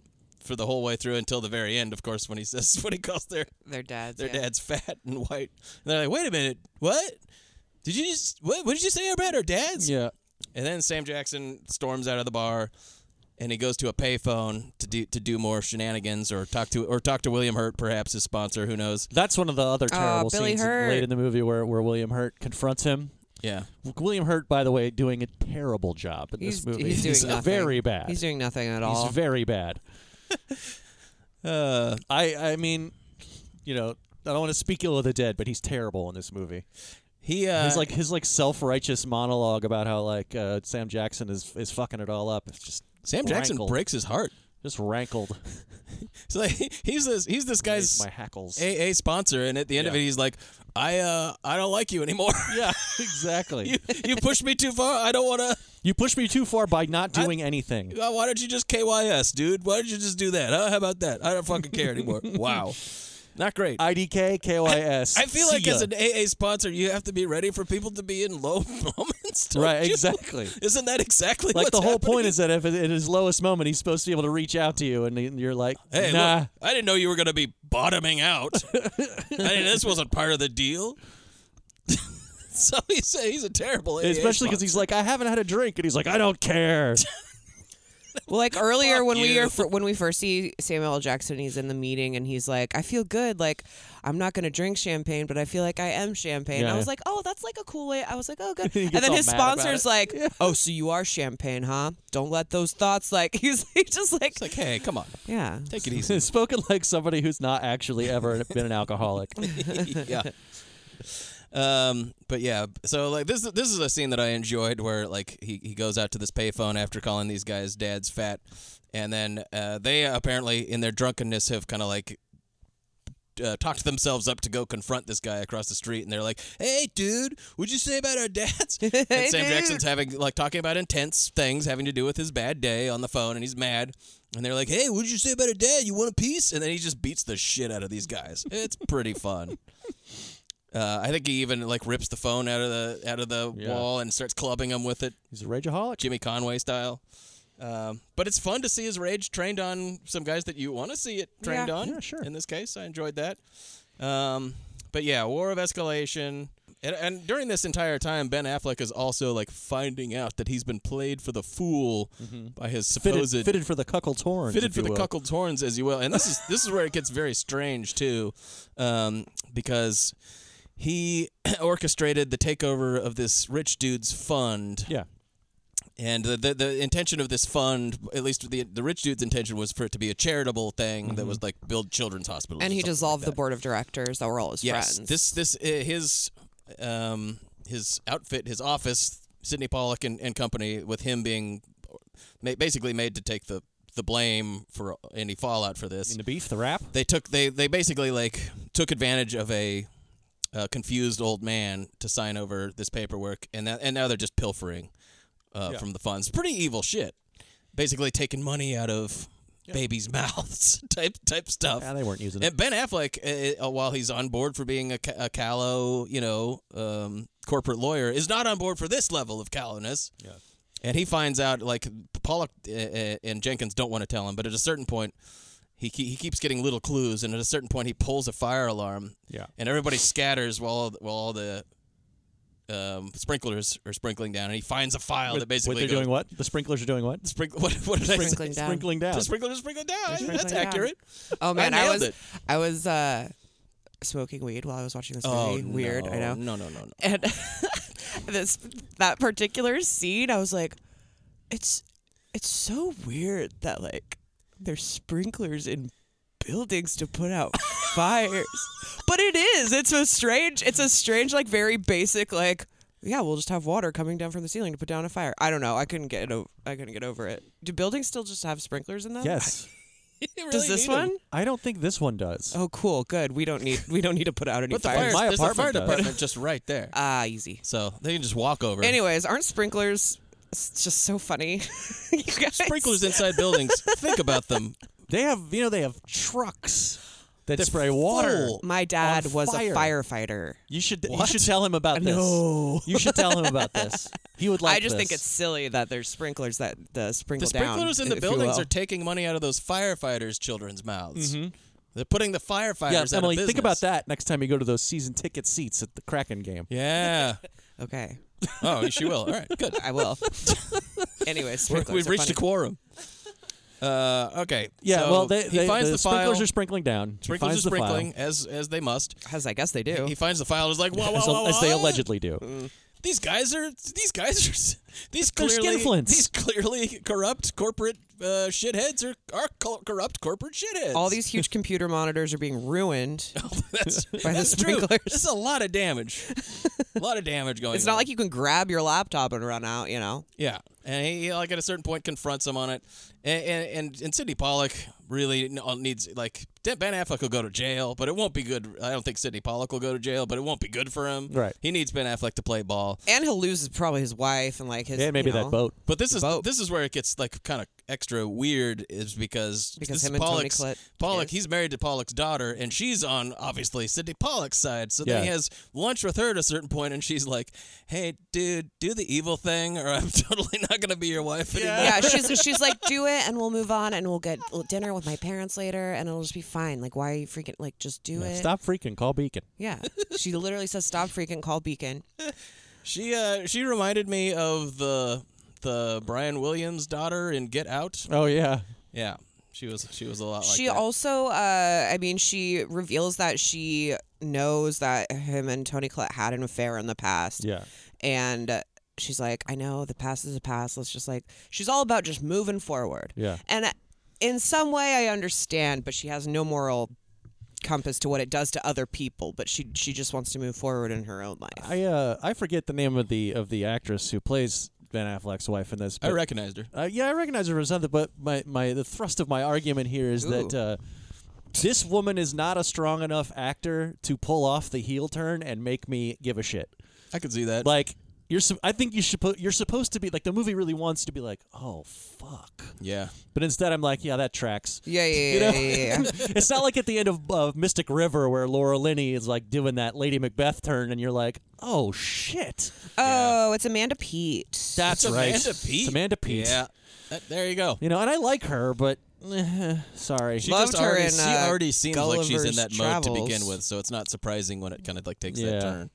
[SPEAKER 2] for the whole way through until the very end. Of course, when he says when he calls their
[SPEAKER 1] Their dads.
[SPEAKER 2] their
[SPEAKER 1] yeah.
[SPEAKER 2] dad's fat and white. And they're like, wait a minute, what? Did you just what? What did you say about our dads?
[SPEAKER 3] Yeah.
[SPEAKER 2] And then Sam Jackson storms out of the bar, and he goes to a payphone to do to do more shenanigans or talk to or talk to William Hurt, perhaps his sponsor. Who knows?
[SPEAKER 3] That's one of the other terrible
[SPEAKER 1] Ah, Billy
[SPEAKER 3] scenes
[SPEAKER 1] Hurt.
[SPEAKER 3] late in the movie where, where William Hurt confronts him.
[SPEAKER 2] Yeah.
[SPEAKER 3] William Hurt, by the way, doing a terrible job in
[SPEAKER 1] He's,
[SPEAKER 3] this movie.
[SPEAKER 1] he's doing nothing.
[SPEAKER 3] very bad.
[SPEAKER 1] He's doing nothing at
[SPEAKER 3] He's
[SPEAKER 1] all.
[SPEAKER 3] very bad.
[SPEAKER 2] Uh,
[SPEAKER 3] I I mean, you know, I don't want to speak ill of the dead, but he's terrible in this movie.
[SPEAKER 2] he uh,
[SPEAKER 3] his like his like self righteous monologue about how like uh, Sam Jackson is is fucking it all up. It's just
[SPEAKER 2] Sam Jackson
[SPEAKER 3] rankled.
[SPEAKER 2] breaks his heart.
[SPEAKER 3] just rankled.
[SPEAKER 2] So like, he's this he's this guy's
[SPEAKER 3] my hackles.
[SPEAKER 2] AA sponsor, and at the end of it,
[SPEAKER 3] Yeah.
[SPEAKER 2] he's like, I uh I don't like you anymore.
[SPEAKER 3] Yeah, exactly.
[SPEAKER 2] you you pushed me too far. I don't want to.
[SPEAKER 3] You pushed me too far by not doing anything.
[SPEAKER 2] Why don't you just KYS, dude? Why don't you just do that? Huh? How about that? I don't fucking care anymore. wow. Not great.
[SPEAKER 3] IDK KYS.
[SPEAKER 2] I feel
[SPEAKER 3] See
[SPEAKER 2] like
[SPEAKER 3] ya.
[SPEAKER 2] as an AA sponsor, you have to be ready for people to be in low moments. don't
[SPEAKER 3] Right,
[SPEAKER 2] you?
[SPEAKER 3] exactly.
[SPEAKER 2] Isn't that exactly
[SPEAKER 3] like
[SPEAKER 2] what's
[SPEAKER 3] the whole
[SPEAKER 2] happening?
[SPEAKER 3] point is that if at at his lowest moment he's supposed to be able to reach out to you, and he- and you're like,
[SPEAKER 2] Hey,
[SPEAKER 3] nah,
[SPEAKER 2] look, I didn't know you were going to be bottoming out. I mean, this wasn't part of the deal. so he say he's a terrible AA
[SPEAKER 3] especially because he's like, I haven't had a drink, and he's like, I don't care.
[SPEAKER 1] Well, like earlier when we
[SPEAKER 3] you.
[SPEAKER 1] are when we first see Samuel L. Jackson, he's in the meeting and he's like, "I feel good. Like I'm not gonna drink champagne, but I feel like I am champagne."
[SPEAKER 12] Yeah,
[SPEAKER 1] I was
[SPEAKER 12] yeah.
[SPEAKER 1] like, "Oh, that's like a cool way." I was like, "Oh, good."
[SPEAKER 12] He
[SPEAKER 1] and
[SPEAKER 12] gets
[SPEAKER 1] then
[SPEAKER 12] all
[SPEAKER 1] his
[SPEAKER 12] mad about
[SPEAKER 1] sponsor's
[SPEAKER 12] it.
[SPEAKER 1] like, "Oh, so you are champagne, huh? Don't let those thoughts like he's, he's just like,
[SPEAKER 2] like, hey, come on,
[SPEAKER 1] yeah,
[SPEAKER 2] take it easy."
[SPEAKER 3] Spoken like somebody who's not actually ever been an alcoholic.
[SPEAKER 2] yeah. Um, but yeah, so like this this is a scene that I enjoyed where like he, he goes out to this payphone after calling these guys dads fat, and then uh, they apparently in their drunkenness have kind of like uh, talked themselves up to go confront this guy across the street, and they're like, "Hey, dude, what'd you say about our dads?" and
[SPEAKER 12] Hey,
[SPEAKER 2] Sam
[SPEAKER 12] dude.
[SPEAKER 2] Jackson's having like talking about intense things having to do with his bad day on the phone, and he's mad. And they're like, "Hey, what'd you say about our dad? You want a piece?" And then he just beats the shit out of these guys. It's pretty fun. Uh, I think he even like rips the phone out of the out of the
[SPEAKER 3] Yeah.
[SPEAKER 2] wall and starts clubbing him with it.
[SPEAKER 3] He's a rageaholic,
[SPEAKER 2] Jimmy Conway style. Um, but it's fun to see his rage trained on some guys that you want to see it trained
[SPEAKER 3] Yeah.
[SPEAKER 2] on.
[SPEAKER 3] Yeah, sure.
[SPEAKER 2] In this case, I enjoyed that. Um, but yeah, War of Escalation. And, and during this entire time, Ben Affleck is also like finding out that he's been played for the fool
[SPEAKER 3] Mm-hmm.
[SPEAKER 2] by his
[SPEAKER 3] Fitted,
[SPEAKER 2] supposed
[SPEAKER 3] fitted for the cuckold's horns.
[SPEAKER 2] fitted
[SPEAKER 3] if
[SPEAKER 2] for
[SPEAKER 3] you
[SPEAKER 2] the
[SPEAKER 3] will.
[SPEAKER 2] cuckold's horns as you will and this is this is where it gets very strange too um, because he orchestrated the takeover of this rich dude's fund
[SPEAKER 3] yeah
[SPEAKER 2] and the, the the intention of this fund at least the the rich dude's intention was for it to be a charitable thing
[SPEAKER 3] Mm-hmm.
[SPEAKER 2] that was like build children's hospitals
[SPEAKER 1] and
[SPEAKER 2] or
[SPEAKER 1] he
[SPEAKER 2] something like
[SPEAKER 1] dissolved
[SPEAKER 2] that.
[SPEAKER 1] the board of directors that were all his
[SPEAKER 2] Yes,
[SPEAKER 1] friends.
[SPEAKER 2] this this uh, his um his outfit, his office, Sidney Pollock and, and company, with him being ma- basically made to take the the blame for any fallout for this.
[SPEAKER 3] In the beef, the rap.
[SPEAKER 2] They took they they basically like took advantage of a. uh confused old man to sign over this paperwork, and that, and now they're just pilfering uh,
[SPEAKER 3] Yeah.
[SPEAKER 2] from the funds. Pretty evil shit. Basically, taking money out of babies' mouths, type type stuff.
[SPEAKER 3] Yeah, they weren't using it.
[SPEAKER 2] And Ben Affleck, uh, uh, while he's on board for being a, ca- a callow, you know, um, corporate lawyer, is not on board for this level of callowness. Yeah. And he finds out, like, Pollock uh, uh, and Jenkins don't want to tell him, but at a certain point, he, ke- he keeps getting little clues, and at a certain point, he pulls a fire alarm.
[SPEAKER 3] Yeah.
[SPEAKER 2] And everybody scatters while, all the- while all the um, sprinklers are sprinkling down, and he finds a file
[SPEAKER 3] What-
[SPEAKER 2] that basically
[SPEAKER 3] what they're
[SPEAKER 2] goes,
[SPEAKER 3] doing what? The sprinklers are doing what?
[SPEAKER 2] Sprinkle, what, what did I
[SPEAKER 1] Sprinkling
[SPEAKER 2] say?
[SPEAKER 1] down.
[SPEAKER 3] Sprinkling down.
[SPEAKER 2] The sprinklers are sprinkling down.
[SPEAKER 1] That's
[SPEAKER 2] That's
[SPEAKER 1] right.
[SPEAKER 2] accurate.
[SPEAKER 1] Oh man, I,
[SPEAKER 2] nailed
[SPEAKER 1] was
[SPEAKER 2] it.
[SPEAKER 1] I was uh, smoking weed while I was watching this movie.
[SPEAKER 2] Oh,
[SPEAKER 1] Weird, I know.
[SPEAKER 2] no, no, no, no.
[SPEAKER 1] And this that particular scene, I was like, it's it's so weird that like there's sprinklers in buildings to put out fires, but it is. It's a strange. It's a strange, like very basic, like. Yeah, we'll just have water coming down from the ceiling to put down a fire. I don't know. I couldn't get it. O- I couldn't get over it. Do buildings still just have sprinklers in them?
[SPEAKER 3] Yes.
[SPEAKER 1] Does this one?
[SPEAKER 3] I don't think this one does.
[SPEAKER 1] Oh, cool. Good. We don't need. We don't need to put out any
[SPEAKER 2] But the
[SPEAKER 1] fires.
[SPEAKER 2] fire, my there's a fire department just right there.
[SPEAKER 1] Ah, easy.
[SPEAKER 2] So they can just walk over.
[SPEAKER 1] Anyways, aren't sprinklers it's just so funny? you guys.
[SPEAKER 2] sprinklers inside buildings. Think about them.
[SPEAKER 3] They have, you know, they have trucks that spray water.
[SPEAKER 1] Full. My dad
[SPEAKER 3] on
[SPEAKER 1] was
[SPEAKER 3] fire.
[SPEAKER 1] a firefighter.
[SPEAKER 3] You should
[SPEAKER 1] What?
[SPEAKER 3] you should tell him about this.
[SPEAKER 1] No.
[SPEAKER 3] you should tell him about this. He would like.
[SPEAKER 1] I just
[SPEAKER 3] this.
[SPEAKER 1] think it's silly that there's sprinklers that the sprinkle
[SPEAKER 2] The sprinklers
[SPEAKER 1] down,
[SPEAKER 2] in the
[SPEAKER 1] if you
[SPEAKER 2] buildings
[SPEAKER 1] will.
[SPEAKER 2] are taking money out of those firefighters' children's mouths. They're putting the firefighters
[SPEAKER 3] Mm-hmm. yeah,
[SPEAKER 2] out
[SPEAKER 3] Emily.
[SPEAKER 2] of business.
[SPEAKER 3] Think about that next time you go to those season ticket seats at the Kraken game.
[SPEAKER 2] Yeah.
[SPEAKER 1] okay.
[SPEAKER 2] Oh, she will. All right, good.
[SPEAKER 1] I will. Anyways,
[SPEAKER 2] We're-
[SPEAKER 1] sprinklers
[SPEAKER 2] we've
[SPEAKER 1] are
[SPEAKER 2] reached
[SPEAKER 1] funny.
[SPEAKER 2] a quorum. Uh, okay.
[SPEAKER 3] Yeah,
[SPEAKER 2] so
[SPEAKER 3] well, they,
[SPEAKER 2] he
[SPEAKER 3] they-
[SPEAKER 2] finds
[SPEAKER 3] the,
[SPEAKER 2] the, file.
[SPEAKER 3] sprinklers are sprinkling down. He
[SPEAKER 2] Sprinklers
[SPEAKER 3] finds
[SPEAKER 2] are
[SPEAKER 3] the file.
[SPEAKER 2] sprinkling as as they must.
[SPEAKER 1] As I guess they do.
[SPEAKER 2] He finds the file. Is like, whoa, Mm. whoa,
[SPEAKER 3] as,
[SPEAKER 2] whoa,
[SPEAKER 3] as they
[SPEAKER 2] whoa.
[SPEAKER 3] allegedly do.
[SPEAKER 2] These guys are these guys are These
[SPEAKER 3] They're
[SPEAKER 2] clearly,
[SPEAKER 3] skinflints.
[SPEAKER 2] these clearly corrupt corporate uh, shitheads are are co- corrupt corporate shitheads.
[SPEAKER 1] All these huge computer monitors are being ruined
[SPEAKER 2] Oh, that's,
[SPEAKER 1] by the
[SPEAKER 2] that's true.
[SPEAKER 1] sprinklers.
[SPEAKER 2] That's a lot of damage. a lot of damage going.
[SPEAKER 1] It's not
[SPEAKER 2] on.
[SPEAKER 1] like you can grab your laptop and run out, you know?
[SPEAKER 2] Yeah, and he, he, like at a certain point confronts him on it, and and, and, and Sidney Pollock really n- uh, needs like Dan- Ben Affleck will go to jail, but it won't be good. I don't think Sidney Pollock will go to jail, but it won't be good for him.
[SPEAKER 1] Right.
[SPEAKER 2] He needs Ben Affleck to play ball.
[SPEAKER 1] And he'll lose probably his wife and like his. you know.
[SPEAKER 2] But this is this is where it gets like kind of extra weird is because
[SPEAKER 1] Because
[SPEAKER 2] this
[SPEAKER 1] him
[SPEAKER 2] is
[SPEAKER 1] and Tony
[SPEAKER 2] Pollock's,
[SPEAKER 1] Collette
[SPEAKER 2] Pollock
[SPEAKER 1] is.
[SPEAKER 2] he's married to Pollock's daughter and she's on obviously Sidney Pollock's side. So then
[SPEAKER 3] Yeah.
[SPEAKER 2] he has lunch with her at a certain point and she's like, "Hey, dude, do the evil thing or I'm totally not going to be your wife anymore."
[SPEAKER 1] Yeah, she's she's like, do it, and we'll move on, and we'll get dinner with my parents later, and it'll just be fine. Like, why are you freaking like just do
[SPEAKER 3] Yeah,
[SPEAKER 1] it?
[SPEAKER 3] Stop freaking. Call Beacon.
[SPEAKER 1] Yeah, she literally says, "Stop freaking call Beacon."
[SPEAKER 2] She uh she reminded me of the the Brian Williams daughter in Get Out.
[SPEAKER 3] Oh yeah.
[SPEAKER 2] Yeah. She was she was a lot like
[SPEAKER 1] she
[SPEAKER 2] that.
[SPEAKER 1] also, uh, I mean, she reveals that she knows that him and Tony Collette had an affair in the past.
[SPEAKER 3] Yeah.
[SPEAKER 1] and uh, she's like, "I know the past is a past. Let's just like." She's all about just moving forward.
[SPEAKER 3] Yeah.
[SPEAKER 1] and uh, in some way, I understand, but she has no moral compass to what it does to other people. But she she just wants to move forward in her own life.
[SPEAKER 3] I uh I forget the name of the of the actress who plays Ben Affleck's wife in this.
[SPEAKER 2] I
[SPEAKER 3] but-
[SPEAKER 2] recognized her.
[SPEAKER 3] Uh, yeah, I recognize her from something, but my, my the thrust of my argument here is that
[SPEAKER 2] Ooh.
[SPEAKER 3] uh, this woman is not a strong enough actor to pull off the heel turn and make me give a shit.
[SPEAKER 2] I could see that.
[SPEAKER 3] Like you're, sup- I think you should put. You're supposed to be like the movie really wants you to be like, oh fuck.
[SPEAKER 2] Yeah.
[SPEAKER 3] But instead, I'm like, yeah, that tracks.
[SPEAKER 1] Yeah, yeah,
[SPEAKER 3] You know?
[SPEAKER 1] yeah, yeah, yeah.
[SPEAKER 3] it's not like at the end of uh, Mystic River where Laura Linney is like doing that Lady Macbeth turn, and you're like, oh shit.
[SPEAKER 1] Oh, it's Amanda Pete.
[SPEAKER 3] That's
[SPEAKER 2] It's
[SPEAKER 3] right.
[SPEAKER 2] Amanda Peet.
[SPEAKER 3] It's Amanda Peet.
[SPEAKER 2] Yeah. That- there you go.
[SPEAKER 3] You know, and I like her, but eh, sorry,
[SPEAKER 2] She just already, she already seems like she's in that mode to begin with, so it's not surprising when it kind of like takes
[SPEAKER 3] Yeah.
[SPEAKER 2] that turn.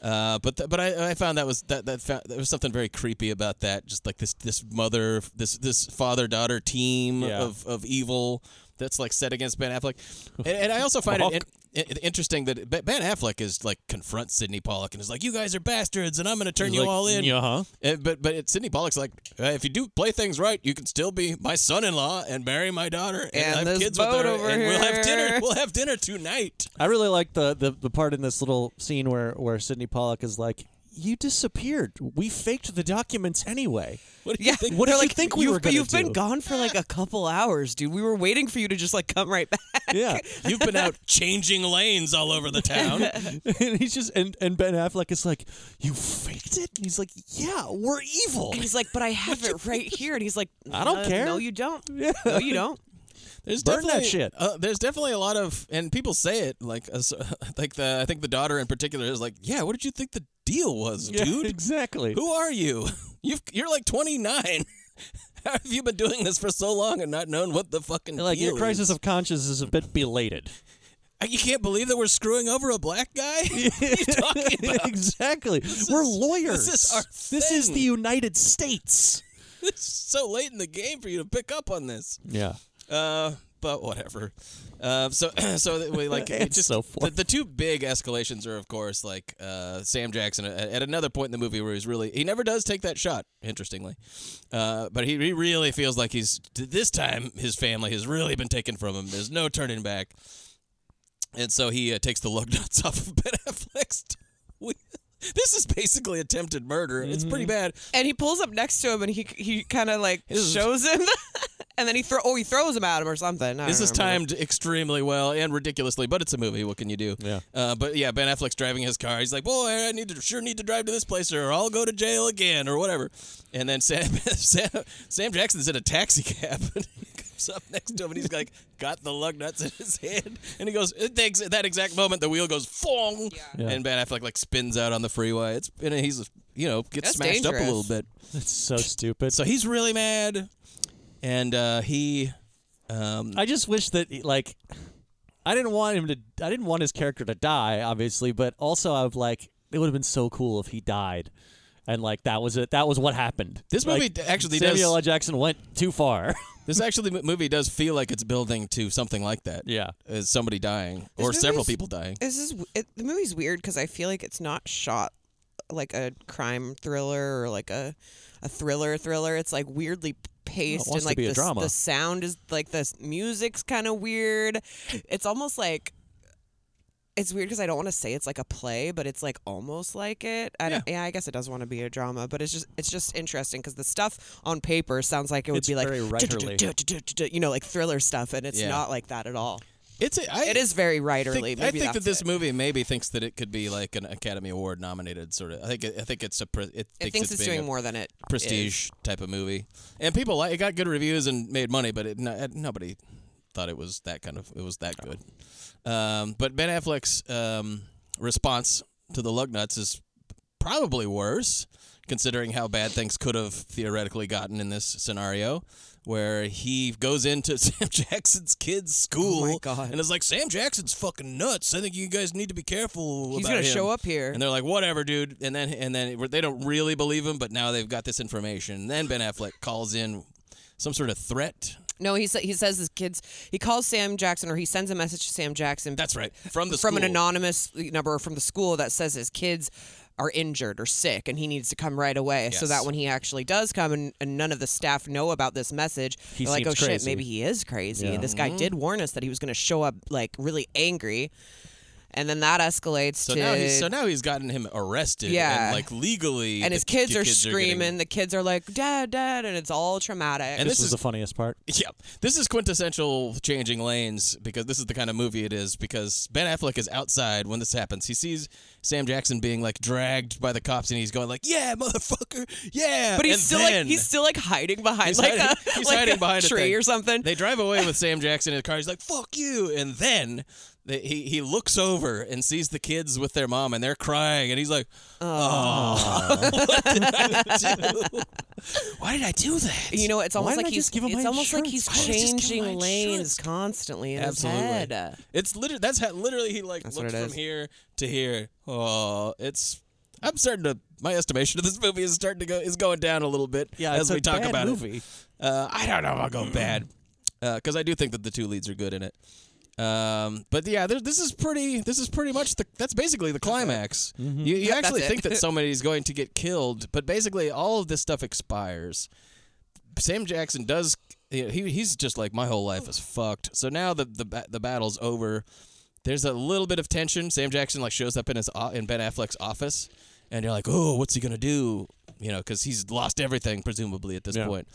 [SPEAKER 2] Uh, but th- but I, I found that was that that found, there was something very creepy about that. Just like this this mother this this father daughter team
[SPEAKER 3] Yeah.
[SPEAKER 2] of of evil that's like set against Ben Affleck, and, and I also find it, in- it interesting that Ben Ben Affleck is like confronts Sidney Pollock and is like, "You guys are bastards, and I'm going to turn
[SPEAKER 3] He's
[SPEAKER 2] you
[SPEAKER 3] like,
[SPEAKER 2] all in."
[SPEAKER 3] "Yeah."
[SPEAKER 2] Uh, but but it, Sidney Pollock's like, uh, "If you do play things right, you can still be my son-in-law and marry my daughter and,
[SPEAKER 1] And
[SPEAKER 2] have
[SPEAKER 1] this
[SPEAKER 2] kids
[SPEAKER 1] boat
[SPEAKER 2] with her,
[SPEAKER 1] over
[SPEAKER 2] and we'll have dinner.
[SPEAKER 1] here.
[SPEAKER 2] We'll have dinner tonight.
[SPEAKER 3] I really like the, the the part in this little scene where where Sidney Pollock is like, "You disappeared. We faked the documents anyway."
[SPEAKER 2] What do
[SPEAKER 1] Yeah,
[SPEAKER 3] you think? What did
[SPEAKER 1] they're
[SPEAKER 3] you
[SPEAKER 1] like,
[SPEAKER 3] think we
[SPEAKER 1] you've,
[SPEAKER 3] were going to
[SPEAKER 1] You've
[SPEAKER 3] do?
[SPEAKER 1] been gone for like a couple hours, dude. We were waiting for you to just like come right back.
[SPEAKER 3] Yeah,
[SPEAKER 2] You've been out changing lanes all over the town.
[SPEAKER 3] and he's just and, and Ben Affleck is like, "You faked it." And he's like, "Yeah, we're evil."
[SPEAKER 1] And he's like, but I have it right here. And he's like,
[SPEAKER 3] I don't
[SPEAKER 1] "Uh,
[SPEAKER 3] care."
[SPEAKER 1] No, you don't. No, you don't.
[SPEAKER 2] There's
[SPEAKER 3] Burn that
[SPEAKER 2] definitely,
[SPEAKER 3] shit.
[SPEAKER 2] Uh, there's definitely a lot of, and people say it like, uh, so- like the I think the daughter in particular is like, yeah, what did you think the deal was,
[SPEAKER 3] Yeah,
[SPEAKER 2] dude?
[SPEAKER 3] exactly.
[SPEAKER 2] Who are you? You've, you're like 29. How have you been doing this for so long and not known what the fucking
[SPEAKER 3] like
[SPEAKER 2] deal
[SPEAKER 3] your crisis
[SPEAKER 2] is?
[SPEAKER 3] of conscience is a bit belated.
[SPEAKER 2] Uh, You can't believe that we're screwing over a black guy. what are you talking about?
[SPEAKER 3] exactly. We're lawyers.
[SPEAKER 2] this is our
[SPEAKER 3] This is
[SPEAKER 2] thing.
[SPEAKER 3] the United States.
[SPEAKER 2] It's so late in the game for you to pick up on this.
[SPEAKER 3] Yeah.
[SPEAKER 2] Uh, but whatever. Uh, so so that we like it
[SPEAKER 3] It's
[SPEAKER 2] just
[SPEAKER 3] so
[SPEAKER 2] the, the two big escalations are of course like uh, Sam Jackson at, at another point in the movie where he's really he never does take that shot interestingly, uh, but he, he really feels like he's this time his family has really been taken from him. There's no turning back, and so he uh, takes the lug nuts off of Ben Affleck's. we- This is basically attempted murder. It's pretty bad.
[SPEAKER 1] And he pulls up next to him and he he kind of like
[SPEAKER 2] This is-
[SPEAKER 1] shows him. and then he throw oh, he throws him at him or something. I
[SPEAKER 2] This
[SPEAKER 1] don't
[SPEAKER 2] is
[SPEAKER 1] remember.
[SPEAKER 2] timed extremely well and ridiculously, but it's a movie. What can you do? Yeah. Uh, but yeah, Ben Affleck's driving his car. He's like, "Boy, I need to sure need to drive to this place, or I'll go to jail again, or whatever." And then Sam Sam, Sam Jackson's in a taxi cab. And he comes up next to him, and he's like, got the lug nuts in his hand, and he goes. At the ex- at that exact moment, the wheel goes fong,
[SPEAKER 3] Yeah.
[SPEAKER 2] and Ben Affleck like spins out on the freeway. It's and he's you know
[SPEAKER 1] That's
[SPEAKER 2] gets smashed up a
[SPEAKER 1] dangerous.
[SPEAKER 2] little bit.
[SPEAKER 3] That's so stupid.
[SPEAKER 2] So he's really mad, and uh, he. Um,
[SPEAKER 3] I just wish that he- like I didn't want him to I didn't want his character to die obviously, but also I would like it would have been so cool if he died. And like that was it. That was what happened.
[SPEAKER 2] This
[SPEAKER 3] Like,
[SPEAKER 2] movie d- actually does-
[SPEAKER 3] Samuel L. Jackson went too far.
[SPEAKER 2] This actually m- movie does feel like it's building to something like that.
[SPEAKER 3] Yeah,
[SPEAKER 2] is somebody dying or
[SPEAKER 1] This
[SPEAKER 2] several
[SPEAKER 1] movie's-
[SPEAKER 2] people dying.
[SPEAKER 1] This is it, the movie's weird because I feel like it's not shot like a crime thriller or like a a thriller thriller. It's like weirdly paced
[SPEAKER 3] wants
[SPEAKER 1] and
[SPEAKER 3] to
[SPEAKER 1] like
[SPEAKER 3] be a
[SPEAKER 1] the, s-
[SPEAKER 3] drama.
[SPEAKER 1] the sound is like the s- music's kind of weird. It's almost like it's weird because I don't want to say it's like a play, but it's like almost like it. I yeah. yeah, I guess it does want to be a drama, but it's just it's just interesting because the stuff on paper sounds like it would
[SPEAKER 2] It's
[SPEAKER 1] be like
[SPEAKER 2] very writerly.
[SPEAKER 1] you know like thriller stuff, and it's
[SPEAKER 2] Yeah.
[SPEAKER 1] not like that at all.
[SPEAKER 2] It's a, I,
[SPEAKER 1] it is very writerly.
[SPEAKER 2] Think, I
[SPEAKER 1] Maybe
[SPEAKER 2] think that
[SPEAKER 1] that's
[SPEAKER 2] this
[SPEAKER 1] it.
[SPEAKER 2] movie maybe thinks that it could be like an Academy Award nominated sort of. I think I think it's a pre- it,
[SPEAKER 1] It
[SPEAKER 2] thinks,
[SPEAKER 1] thinks it's
[SPEAKER 2] being
[SPEAKER 1] doing
[SPEAKER 2] a
[SPEAKER 1] more than it
[SPEAKER 2] prestige type of movie, and people like it got good reviews and made money, but it, no, it- nobody thought it was that kind of it was that good. Um, but Ben Affleck's um, response to the Lugnuts is probably worse, considering how bad things could have theoretically gotten in this scenario, where he goes into Sam Jackson's kid's school and is like, Sam Jackson's fucking nuts. I think you guys need to be careful.
[SPEAKER 1] He's
[SPEAKER 2] about
[SPEAKER 1] gonna
[SPEAKER 2] him."
[SPEAKER 1] show up here.
[SPEAKER 2] And they're like, whatever, dude. And then and then it- they don't really believe him, but now they've got this information. And then Ben Affleck calls in some sort of threat.
[SPEAKER 1] No, he sa- he says his kids. He calls Sam Jackson, or he sends a message to Sam Jackson.
[SPEAKER 2] That's right, from the
[SPEAKER 1] from an
[SPEAKER 2] school.
[SPEAKER 1] anonymous number from the school that says his kids are injured or sick, and he needs to come right away. So
[SPEAKER 2] Yes.
[SPEAKER 1] that when he actually does come, and, and none of the staff know about this message,
[SPEAKER 2] He
[SPEAKER 1] they're like, "Oh
[SPEAKER 2] seems
[SPEAKER 1] shit,
[SPEAKER 2] crazy."
[SPEAKER 1] maybe he is crazy."
[SPEAKER 2] Yeah.
[SPEAKER 1] This guy
[SPEAKER 2] Mhm.
[SPEAKER 1] did warn us that he was going to show up like really angry, and then that escalates
[SPEAKER 2] So
[SPEAKER 1] to
[SPEAKER 2] now he's so now he's gotten him arrested.
[SPEAKER 1] Yeah.
[SPEAKER 2] And like legally.
[SPEAKER 1] and
[SPEAKER 2] the
[SPEAKER 1] his
[SPEAKER 2] ki-
[SPEAKER 1] kids are
[SPEAKER 2] getting-
[SPEAKER 1] screaming. the kids are like, "Dad, Dad," and it's all traumatic.
[SPEAKER 2] And this is
[SPEAKER 3] the funniest part.
[SPEAKER 2] Yeah, this is quintessential changing lanes because this is the kind of movie it is. Because Ben Affleck is outside when this happens. He sees Sam Jackson being like dragged by the cops, and he's going like, "Yeah, motherfucker, yeah."
[SPEAKER 1] But he's
[SPEAKER 2] And
[SPEAKER 1] still
[SPEAKER 2] then-
[SPEAKER 1] like he's still like hiding behind
[SPEAKER 2] He's
[SPEAKER 1] like
[SPEAKER 2] hiding,
[SPEAKER 1] a,
[SPEAKER 2] he's
[SPEAKER 1] like
[SPEAKER 2] hiding
[SPEAKER 1] a
[SPEAKER 2] behind a
[SPEAKER 1] tree
[SPEAKER 2] thing.
[SPEAKER 1] or something.
[SPEAKER 2] They drive away with Sam Jackson in the car. He's like, "Fuck you!" And then they, he he looks over and sees the kids with their mom, and they're crying, and he's like, "Oh, what did I do?" Why did I do that?
[SPEAKER 1] You know, it's
[SPEAKER 2] Why
[SPEAKER 1] almost
[SPEAKER 2] did
[SPEAKER 1] like
[SPEAKER 2] I
[SPEAKER 1] he's
[SPEAKER 2] just give him
[SPEAKER 1] it's
[SPEAKER 2] my
[SPEAKER 1] almost like he's
[SPEAKER 2] insurance? Why did I just give him my
[SPEAKER 1] changing lanes constantly in
[SPEAKER 2] Absolutely.
[SPEAKER 1] his head.
[SPEAKER 2] It's literally that's how literally he like
[SPEAKER 1] That's what
[SPEAKER 2] looked
[SPEAKER 1] it
[SPEAKER 2] from
[SPEAKER 1] is.
[SPEAKER 2] here to here. Oh, it's I'm starting to my estimation of this movie is starting to go is going down a little bit
[SPEAKER 3] Yeah,
[SPEAKER 2] as
[SPEAKER 3] it's
[SPEAKER 2] we
[SPEAKER 3] a
[SPEAKER 2] talk
[SPEAKER 3] bad
[SPEAKER 2] about
[SPEAKER 3] movie.
[SPEAKER 2] it. Uh, I don't know if I'll go bad because I do think that the two leads are good in it. Um, but yeah, there, this is pretty. This is pretty much the. That's basically the climax. You, you
[SPEAKER 1] That's
[SPEAKER 2] actually
[SPEAKER 1] it.
[SPEAKER 2] think that somebody's going to get killed, but basically all of this stuff expires. Sam Jackson does. you know, He he's just like my whole life is fucked. So now the the ba- the battle's over. There's a little bit of tension. Sam Jackson like shows up in his o- in Ben Affleck's office, and you're like, oh, what's he gonna do? You know, because he's lost everything presumably at this
[SPEAKER 3] Yeah.
[SPEAKER 2] point.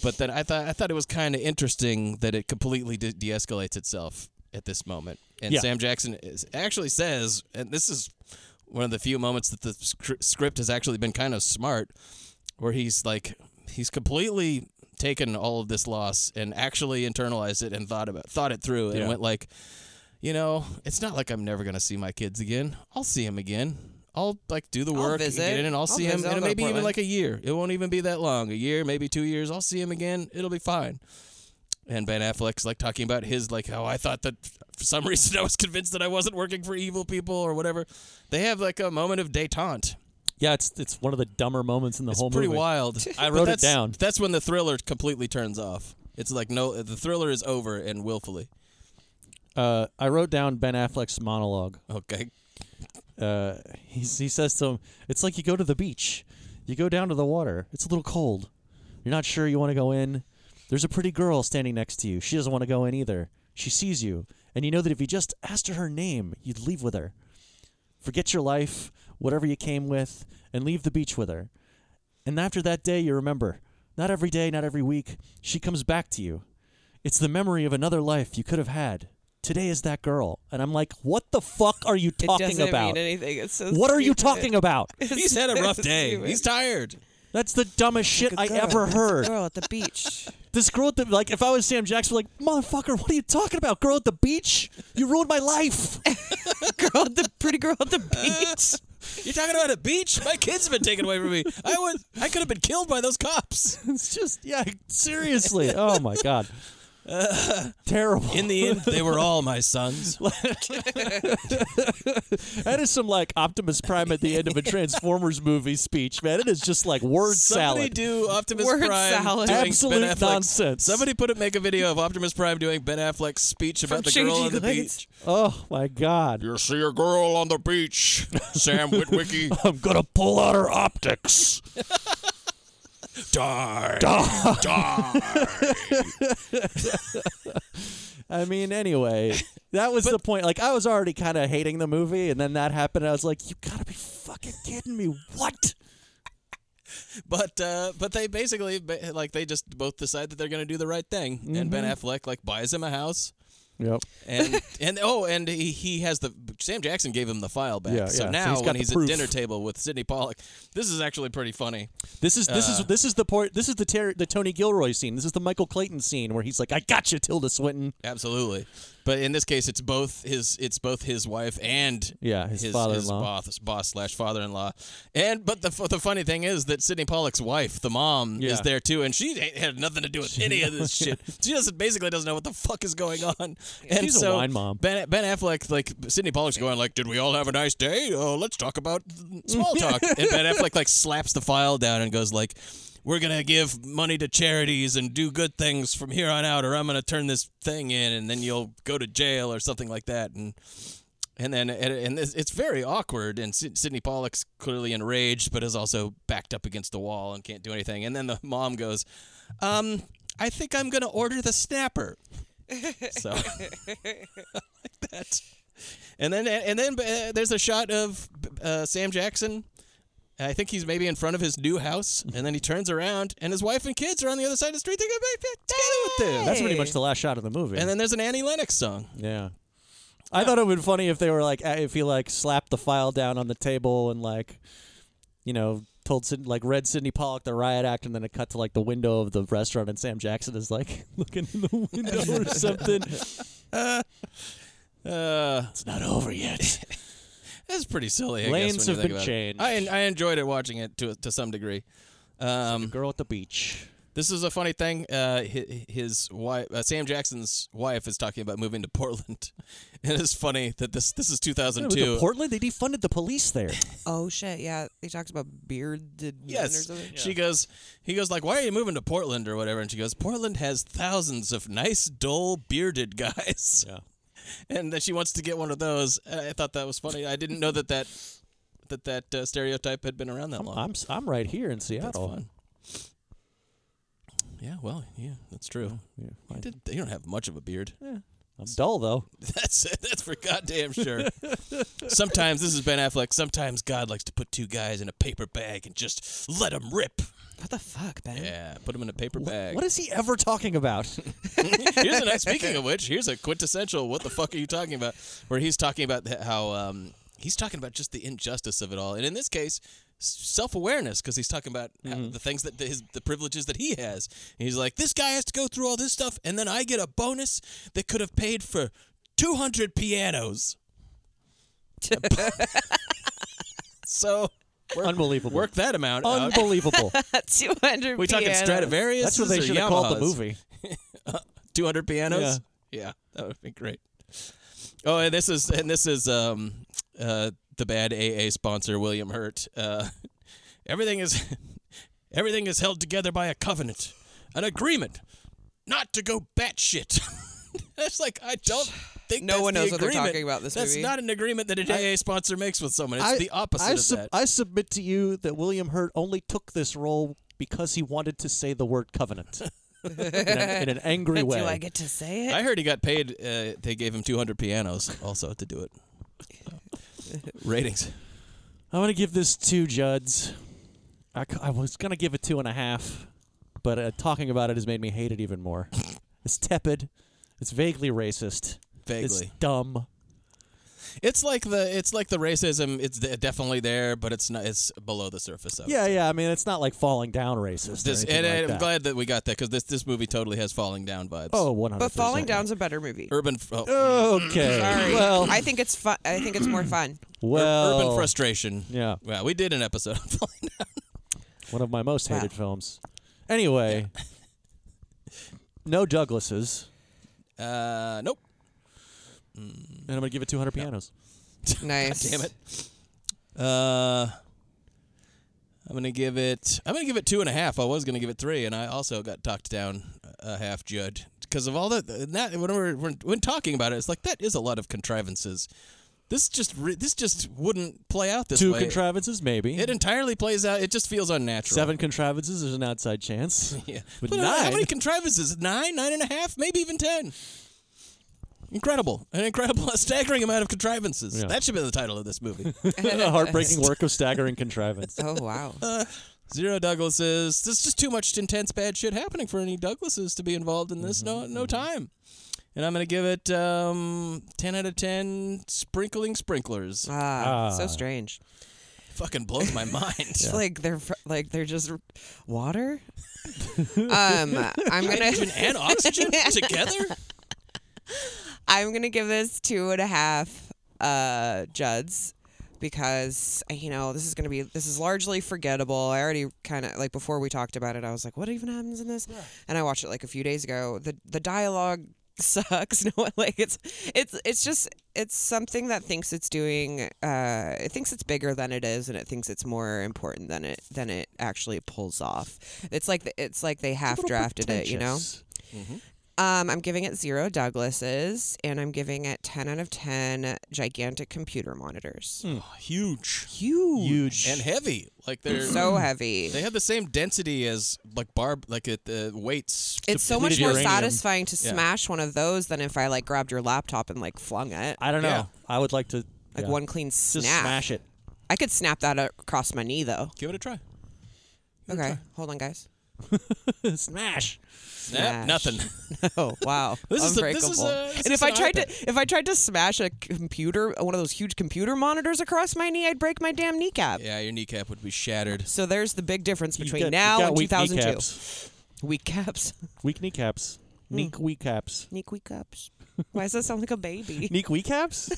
[SPEAKER 2] But then I thought I thought it was kind of interesting that it completely de- de-escalates itself at this moment, and
[SPEAKER 3] Yeah.
[SPEAKER 2] Sam Jackson is, actually says, and this is one of the few moments that the scr- script has actually been kind of smart, where he's like he's completely taken all of this loss and actually internalized it and thought about thought it through and
[SPEAKER 3] Yeah.
[SPEAKER 2] went like, you know, it's not like I'm never gonna see my kids again. I'll see him again. I'll like do the
[SPEAKER 1] I'll
[SPEAKER 2] work
[SPEAKER 1] visit.
[SPEAKER 2] and get in and I'll,
[SPEAKER 1] I'll
[SPEAKER 2] see
[SPEAKER 1] visit.
[SPEAKER 2] him
[SPEAKER 1] I'll
[SPEAKER 2] and
[SPEAKER 1] go to
[SPEAKER 2] maybe even
[SPEAKER 1] Portland.
[SPEAKER 2] like a year. It won't even be that long. A year, maybe two years. I'll see him again. It'll be fine. And Ben Affleck's like talking about his like how I thought that for some reason I was convinced that I wasn't working for evil people or whatever. They have like a moment of detente.
[SPEAKER 3] Yeah, it's it's one of the dumber moments in the
[SPEAKER 2] It's
[SPEAKER 3] whole
[SPEAKER 2] pretty
[SPEAKER 3] movie.
[SPEAKER 2] wild.
[SPEAKER 3] I
[SPEAKER 2] But
[SPEAKER 3] wrote
[SPEAKER 2] that's-
[SPEAKER 3] it down.
[SPEAKER 2] That's when the thriller completely turns off. It's like no, the thriller is over and willfully.
[SPEAKER 3] Uh, I wrote down Ben Affleck's monologue.
[SPEAKER 2] Okay.
[SPEAKER 3] Uh, he he says to him, "It's like you go to the beach. You go down to the water. It's a little cold. You're not sure you want to go in. There's a pretty girl standing next to you. She doesn't want to go in either. She sees you, and you know that if you just asked her her name, you'd leave with her. Forget your life, whatever you came with, and leave the beach with her. And after that day, you remember. Not every day, not every week. She comes back to you. It's the memory of another life you could have had. Today is that girl. And I'm like, what the fuck are you
[SPEAKER 1] it
[SPEAKER 3] talking
[SPEAKER 1] doesn't
[SPEAKER 3] about?
[SPEAKER 1] mean anything. It's so
[SPEAKER 3] What are you
[SPEAKER 1] stupid.
[SPEAKER 3] talking about?
[SPEAKER 2] He's had a rough day. He's tired.
[SPEAKER 3] That's the dumbest shit I
[SPEAKER 1] Girl,
[SPEAKER 3] ever
[SPEAKER 1] there's a
[SPEAKER 3] heard.
[SPEAKER 1] Girl at the beach.
[SPEAKER 3] This girl at the like, if I was Sam Jackson, like, motherfucker, what are you talking about? Girl at the beach? You ruined my life.
[SPEAKER 1] girl, the pretty girl at the beach.
[SPEAKER 2] You're talking about a beach? My kids have been taken away from me. I would I could have been killed by those cops.
[SPEAKER 3] it's just yeah, seriously. Oh my god. Terrible.
[SPEAKER 2] In the end, they were all my sons.
[SPEAKER 3] that is some like Optimus Prime at the end of a Transformers movie speech, man. It is just like word
[SPEAKER 2] Somebody
[SPEAKER 3] salad.
[SPEAKER 2] do Optimus
[SPEAKER 3] Word
[SPEAKER 2] Prime
[SPEAKER 3] salad.
[SPEAKER 2] doing
[SPEAKER 3] Absolute
[SPEAKER 2] ben Affleck's-
[SPEAKER 3] nonsense.
[SPEAKER 2] Somebody put it, make a video of Optimus Prime doing Ben Affleck's speech about the girl on the beach.
[SPEAKER 3] Oh my God!
[SPEAKER 2] You see a girl on the beach, Sam Witwicky.
[SPEAKER 3] I'm gonna pull out her optics.
[SPEAKER 2] Die.
[SPEAKER 3] Die.
[SPEAKER 2] Die.
[SPEAKER 3] I mean, anyway, that was the point. Like, I was already kind of hating the movie, and then that happened. I was like, "You gotta be fucking kidding me! What?"
[SPEAKER 2] But uh, but they basically ba- like they just both decide that they're gonna do the right thing, and Ben
[SPEAKER 3] Mhm.
[SPEAKER 2] Affleck like buys him a house.
[SPEAKER 3] Yep.
[SPEAKER 2] and and oh, and he, he has the Sam Jackson gave him the file back.
[SPEAKER 3] Yeah,
[SPEAKER 2] so
[SPEAKER 3] yeah. So
[SPEAKER 2] now
[SPEAKER 3] he's got
[SPEAKER 2] when
[SPEAKER 3] the
[SPEAKER 2] he's
[SPEAKER 3] proof.
[SPEAKER 2] at dinner table with Sidney Pollock, this is actually pretty funny.
[SPEAKER 3] This is this
[SPEAKER 2] Uh,
[SPEAKER 3] is this is the part. This is the Ter- the Tony Gilroy scene. This is the Michael Clayton scene where he's like, "I got you, Tilda Swinton."
[SPEAKER 2] absolutely. But in this case, it's both his it's both his wife and
[SPEAKER 3] Yeah, his
[SPEAKER 2] his
[SPEAKER 3] father-in-law.
[SPEAKER 2] boss boss slash father in law. And but the f- the funny thing is that Sidney Pollock's wife, the mom,
[SPEAKER 3] Yeah.
[SPEAKER 2] is there too, and she ain't had nothing to do with any of this shit. She doesn't basically doesn't know what the fuck is going on. And
[SPEAKER 3] She's a
[SPEAKER 2] so
[SPEAKER 3] wine mom.
[SPEAKER 2] Ben Ben Affleck like Sidney Pollock's going like, "Did we all have a nice day? Oh, let's talk about small talk." and Ben Affleck like slaps the file down and goes like. We're gonna give money to charities and do good things from here on out, or I'm gonna turn this thing in, and then you'll go to jail or something like that. And and then and, and this, it's very awkward. And Sid- Sidney Pollock's clearly enraged, but is also backed up against the wall and can't do anything. And then the mom goes, um, "I think I'm gonna order the snapper." So like that. And then and then uh, there's a shot of uh, Sam Jackson. I think he's maybe in front of his new house, and then he turns around, and his wife and kids are on the other side of the street. They go back back together with them.
[SPEAKER 3] That's pretty much the last shot of the movie.
[SPEAKER 2] And then there's an Annie Lennox song.
[SPEAKER 3] yeah. I thought it would be funny if they were like if he like slapped the file down on the table and like, you know, told Sid- like read Sidney Pollock the riot act, and then it cut to like the window of the restaurant, and Sam Jackson is like looking in the window or something.
[SPEAKER 2] Uh,
[SPEAKER 3] it's not over yet.
[SPEAKER 2] That's pretty silly. I
[SPEAKER 3] Lanes
[SPEAKER 2] guess, when
[SPEAKER 3] have
[SPEAKER 2] you think
[SPEAKER 3] been
[SPEAKER 2] about
[SPEAKER 3] changed.
[SPEAKER 2] It. I I enjoyed it watching it to to some degree. Um,
[SPEAKER 3] girl at the beach.
[SPEAKER 2] This is a funny thing. Uh, his, his wife, uh, Sam Jackson's wife, is talking about moving to Portland, and it's funny that this this is
[SPEAKER 3] Yeah, with
[SPEAKER 2] 2002.
[SPEAKER 3] the Portland, they defunded the police there.
[SPEAKER 1] Oh shit! Yeah, he talks about bearded men or
[SPEAKER 2] Yes,
[SPEAKER 1] something.
[SPEAKER 2] she goes. He goes like, "Why are you moving to Portland or whatever?" And she goes, "Portland has thousands of nice, dull, bearded guys."
[SPEAKER 3] Yeah.
[SPEAKER 2] And that she wants to get one of those. And I thought that was funny. I didn't know that that that that uh, stereotype had been around that long.
[SPEAKER 3] I'm s- I'm right here in Seattle.
[SPEAKER 2] fun. Yeah, well, yeah, that's true.
[SPEAKER 3] Yeah,
[SPEAKER 2] You, did, you don't have much of a beard.
[SPEAKER 3] I'm dull though.
[SPEAKER 2] That's that's for goddamn sure. sometimes this is Ben Affleck. Sometimes God likes to put two guys in a paper bag and just let them rip.
[SPEAKER 1] What the fuck, Ben?
[SPEAKER 2] Yeah, put them in a paper bag.
[SPEAKER 3] What is he ever talking about?
[SPEAKER 2] here's an, speaking of which, here's a quintessential. What the fuck are you talking about? Where he's talking about th- how um, he's talking about just the injustice of it all, and in this case, self awareness because he's talking about how-
[SPEAKER 3] Mm-hmm.
[SPEAKER 2] the things that the, his, the privileges that he has. And he's like, this guy has to go through all this stuff, and then I get a bonus that could have paid for 200 pianos. so
[SPEAKER 3] Unbelievable.
[SPEAKER 2] work that amount out.
[SPEAKER 3] Unbelievable.
[SPEAKER 1] Two hundred.
[SPEAKER 2] We talking Stradivarius?
[SPEAKER 3] That's what they should have called the movie.
[SPEAKER 2] 200 pianos. Yeah. that would have been great. Oh, and this is and this is um uh the bad AA sponsor William Hurt. Uh, everything is everything is held together by a covenant, an agreement, not to go batshit. That's like I don't think
[SPEAKER 1] No
[SPEAKER 2] that's
[SPEAKER 1] one
[SPEAKER 2] the
[SPEAKER 1] knows what they're
[SPEAKER 2] agreement.
[SPEAKER 1] talking about this
[SPEAKER 2] That's
[SPEAKER 1] movie.
[SPEAKER 2] not an agreement that an AA sponsor makes with someone. It's the opposite
[SPEAKER 3] I
[SPEAKER 2] of
[SPEAKER 3] sub-
[SPEAKER 2] that.
[SPEAKER 3] I submit to you that William Hurt only took this role because he wanted to say the word covenant in, a- in an angry way.
[SPEAKER 1] Do I get to say it?
[SPEAKER 2] I heard he got paid. Uh, they gave him 200 pianos also to do it. ratings.
[SPEAKER 3] I'm gonna give this two Juds. I, c- I was gonna give it two and a half, but uh, talking about it has made me hate it even more. it's tepid. It's vaguely racist. It's
[SPEAKER 2] Vaguely.
[SPEAKER 3] dumb.
[SPEAKER 2] It's like the it's like the racism. It's de- definitely there, but it's not. It's below the surface of it.
[SPEAKER 3] Yeah, yeah. I mean, it's not like falling down racist. or
[SPEAKER 2] This,
[SPEAKER 3] anything
[SPEAKER 2] and,
[SPEAKER 3] like
[SPEAKER 2] and I'm
[SPEAKER 3] that.
[SPEAKER 2] glad that we got that because this this movie totally has falling down vibes.
[SPEAKER 3] Oh, 100.
[SPEAKER 1] But Falling Down's a better movie.
[SPEAKER 2] urban. Oh,
[SPEAKER 3] Okay.
[SPEAKER 1] Sorry.
[SPEAKER 3] Well,
[SPEAKER 1] I think it's fun. I think it's more fun.
[SPEAKER 3] well.
[SPEAKER 2] urban frustration.
[SPEAKER 3] Oh. Yeah.
[SPEAKER 2] Wow, we did an episode on falling down.
[SPEAKER 3] One of my most hated
[SPEAKER 1] Wow.
[SPEAKER 3] films. Anyway, no Douglases.
[SPEAKER 2] Uh, nope.
[SPEAKER 3] And I'm gonna give it 200 pianos.
[SPEAKER 1] Nice.
[SPEAKER 2] Damn it. Uh, I'm gonna give it. I'm gonna give it two and a half. I was gonna give it three, and I also got talked down a half jud because of all that. That when we're when, when talking about it, it's like that is a lot of contrivances. This just re, this just wouldn't play out this
[SPEAKER 3] Two
[SPEAKER 2] way.
[SPEAKER 3] contrivances, maybe.
[SPEAKER 2] It entirely plays out. It just feels unnatural.
[SPEAKER 3] Seven contrivances is an outside chance.
[SPEAKER 2] Yeah.
[SPEAKER 3] But
[SPEAKER 2] But
[SPEAKER 3] nine.
[SPEAKER 2] How many contrivances? Nine, nine and a half, maybe even ten. Incredible. An incredible, a staggering amount of contrivances.
[SPEAKER 3] Yeah.
[SPEAKER 2] That should be the title of this movie.
[SPEAKER 3] a heartbreaking work of staggering contrivance.
[SPEAKER 1] Oh wow.
[SPEAKER 2] Uh, zero Douglases. There's just too much intense bad shit happening for any Douglases to be involved in this.
[SPEAKER 1] Mm-hmm,
[SPEAKER 2] No, no time. And I'm gonna give it um, ten out of ten. Sprinkling sprinklers.
[SPEAKER 1] Ah,
[SPEAKER 2] Ah.
[SPEAKER 1] so strange.
[SPEAKER 2] Fucking blows my mind.
[SPEAKER 1] It's like they're fr- like they're just r- water. um, I'm gonna
[SPEAKER 2] Hydrogen and oxygen together?
[SPEAKER 1] I'm gonna give this two and a half uh, Juds because uh, you know this is gonna be this is largely forgettable. I already kind of like before we talked about it, I was like, what even happens in this? And I watched it like a few days ago. the The dialogue sucks. No, like it's it's it's just it's something that thinks it's doing. Uh, it thinks it's bigger than it is, and it thinks it's more important than it than it actually pulls off. It's like the, it's like they half drafted it, you know. Um, I'm giving it zero Douglases, and I'm giving it 10 out of 10 gigantic computer monitors.
[SPEAKER 2] Hmm. huge,
[SPEAKER 1] huge,
[SPEAKER 2] and heavy. Like they're
[SPEAKER 1] So heavy.
[SPEAKER 2] They have the same density as like barb, like at the weights.
[SPEAKER 1] It's so much more satisfying to smash one of those than if I like grabbed your laptop and like flung it.
[SPEAKER 3] I don't know. I would like to
[SPEAKER 1] Like
[SPEAKER 3] yeah.
[SPEAKER 1] one clean
[SPEAKER 3] Just
[SPEAKER 1] snap.
[SPEAKER 3] smash it.
[SPEAKER 1] I could snap that a- across my knee though.
[SPEAKER 2] Give it a try.
[SPEAKER 1] okay, hold on, guys.
[SPEAKER 3] smash.
[SPEAKER 1] Smash.
[SPEAKER 2] nothing.
[SPEAKER 1] No, Oh, wow.
[SPEAKER 2] This is a-
[SPEAKER 1] Unbreakable.
[SPEAKER 2] this is a- this
[SPEAKER 1] and if
[SPEAKER 2] is
[SPEAKER 1] I
[SPEAKER 2] an
[SPEAKER 1] tried
[SPEAKER 2] iPad.
[SPEAKER 1] to if I tried to smash a computer, one of those huge computer monitors across my knee, I'd break my damn kneecap.
[SPEAKER 2] Yeah, your kneecap would be shattered.
[SPEAKER 1] So there's the big difference between
[SPEAKER 3] got-
[SPEAKER 1] now
[SPEAKER 3] you've got
[SPEAKER 1] and
[SPEAKER 3] weak
[SPEAKER 1] 2002.
[SPEAKER 3] kneecaps.
[SPEAKER 1] Weak caps.
[SPEAKER 3] Weak kneecaps.
[SPEAKER 1] Hmm.
[SPEAKER 3] Neek kneecaps.
[SPEAKER 1] Neek weak caps. Why does that sound like a baby?
[SPEAKER 3] Neek kneecaps?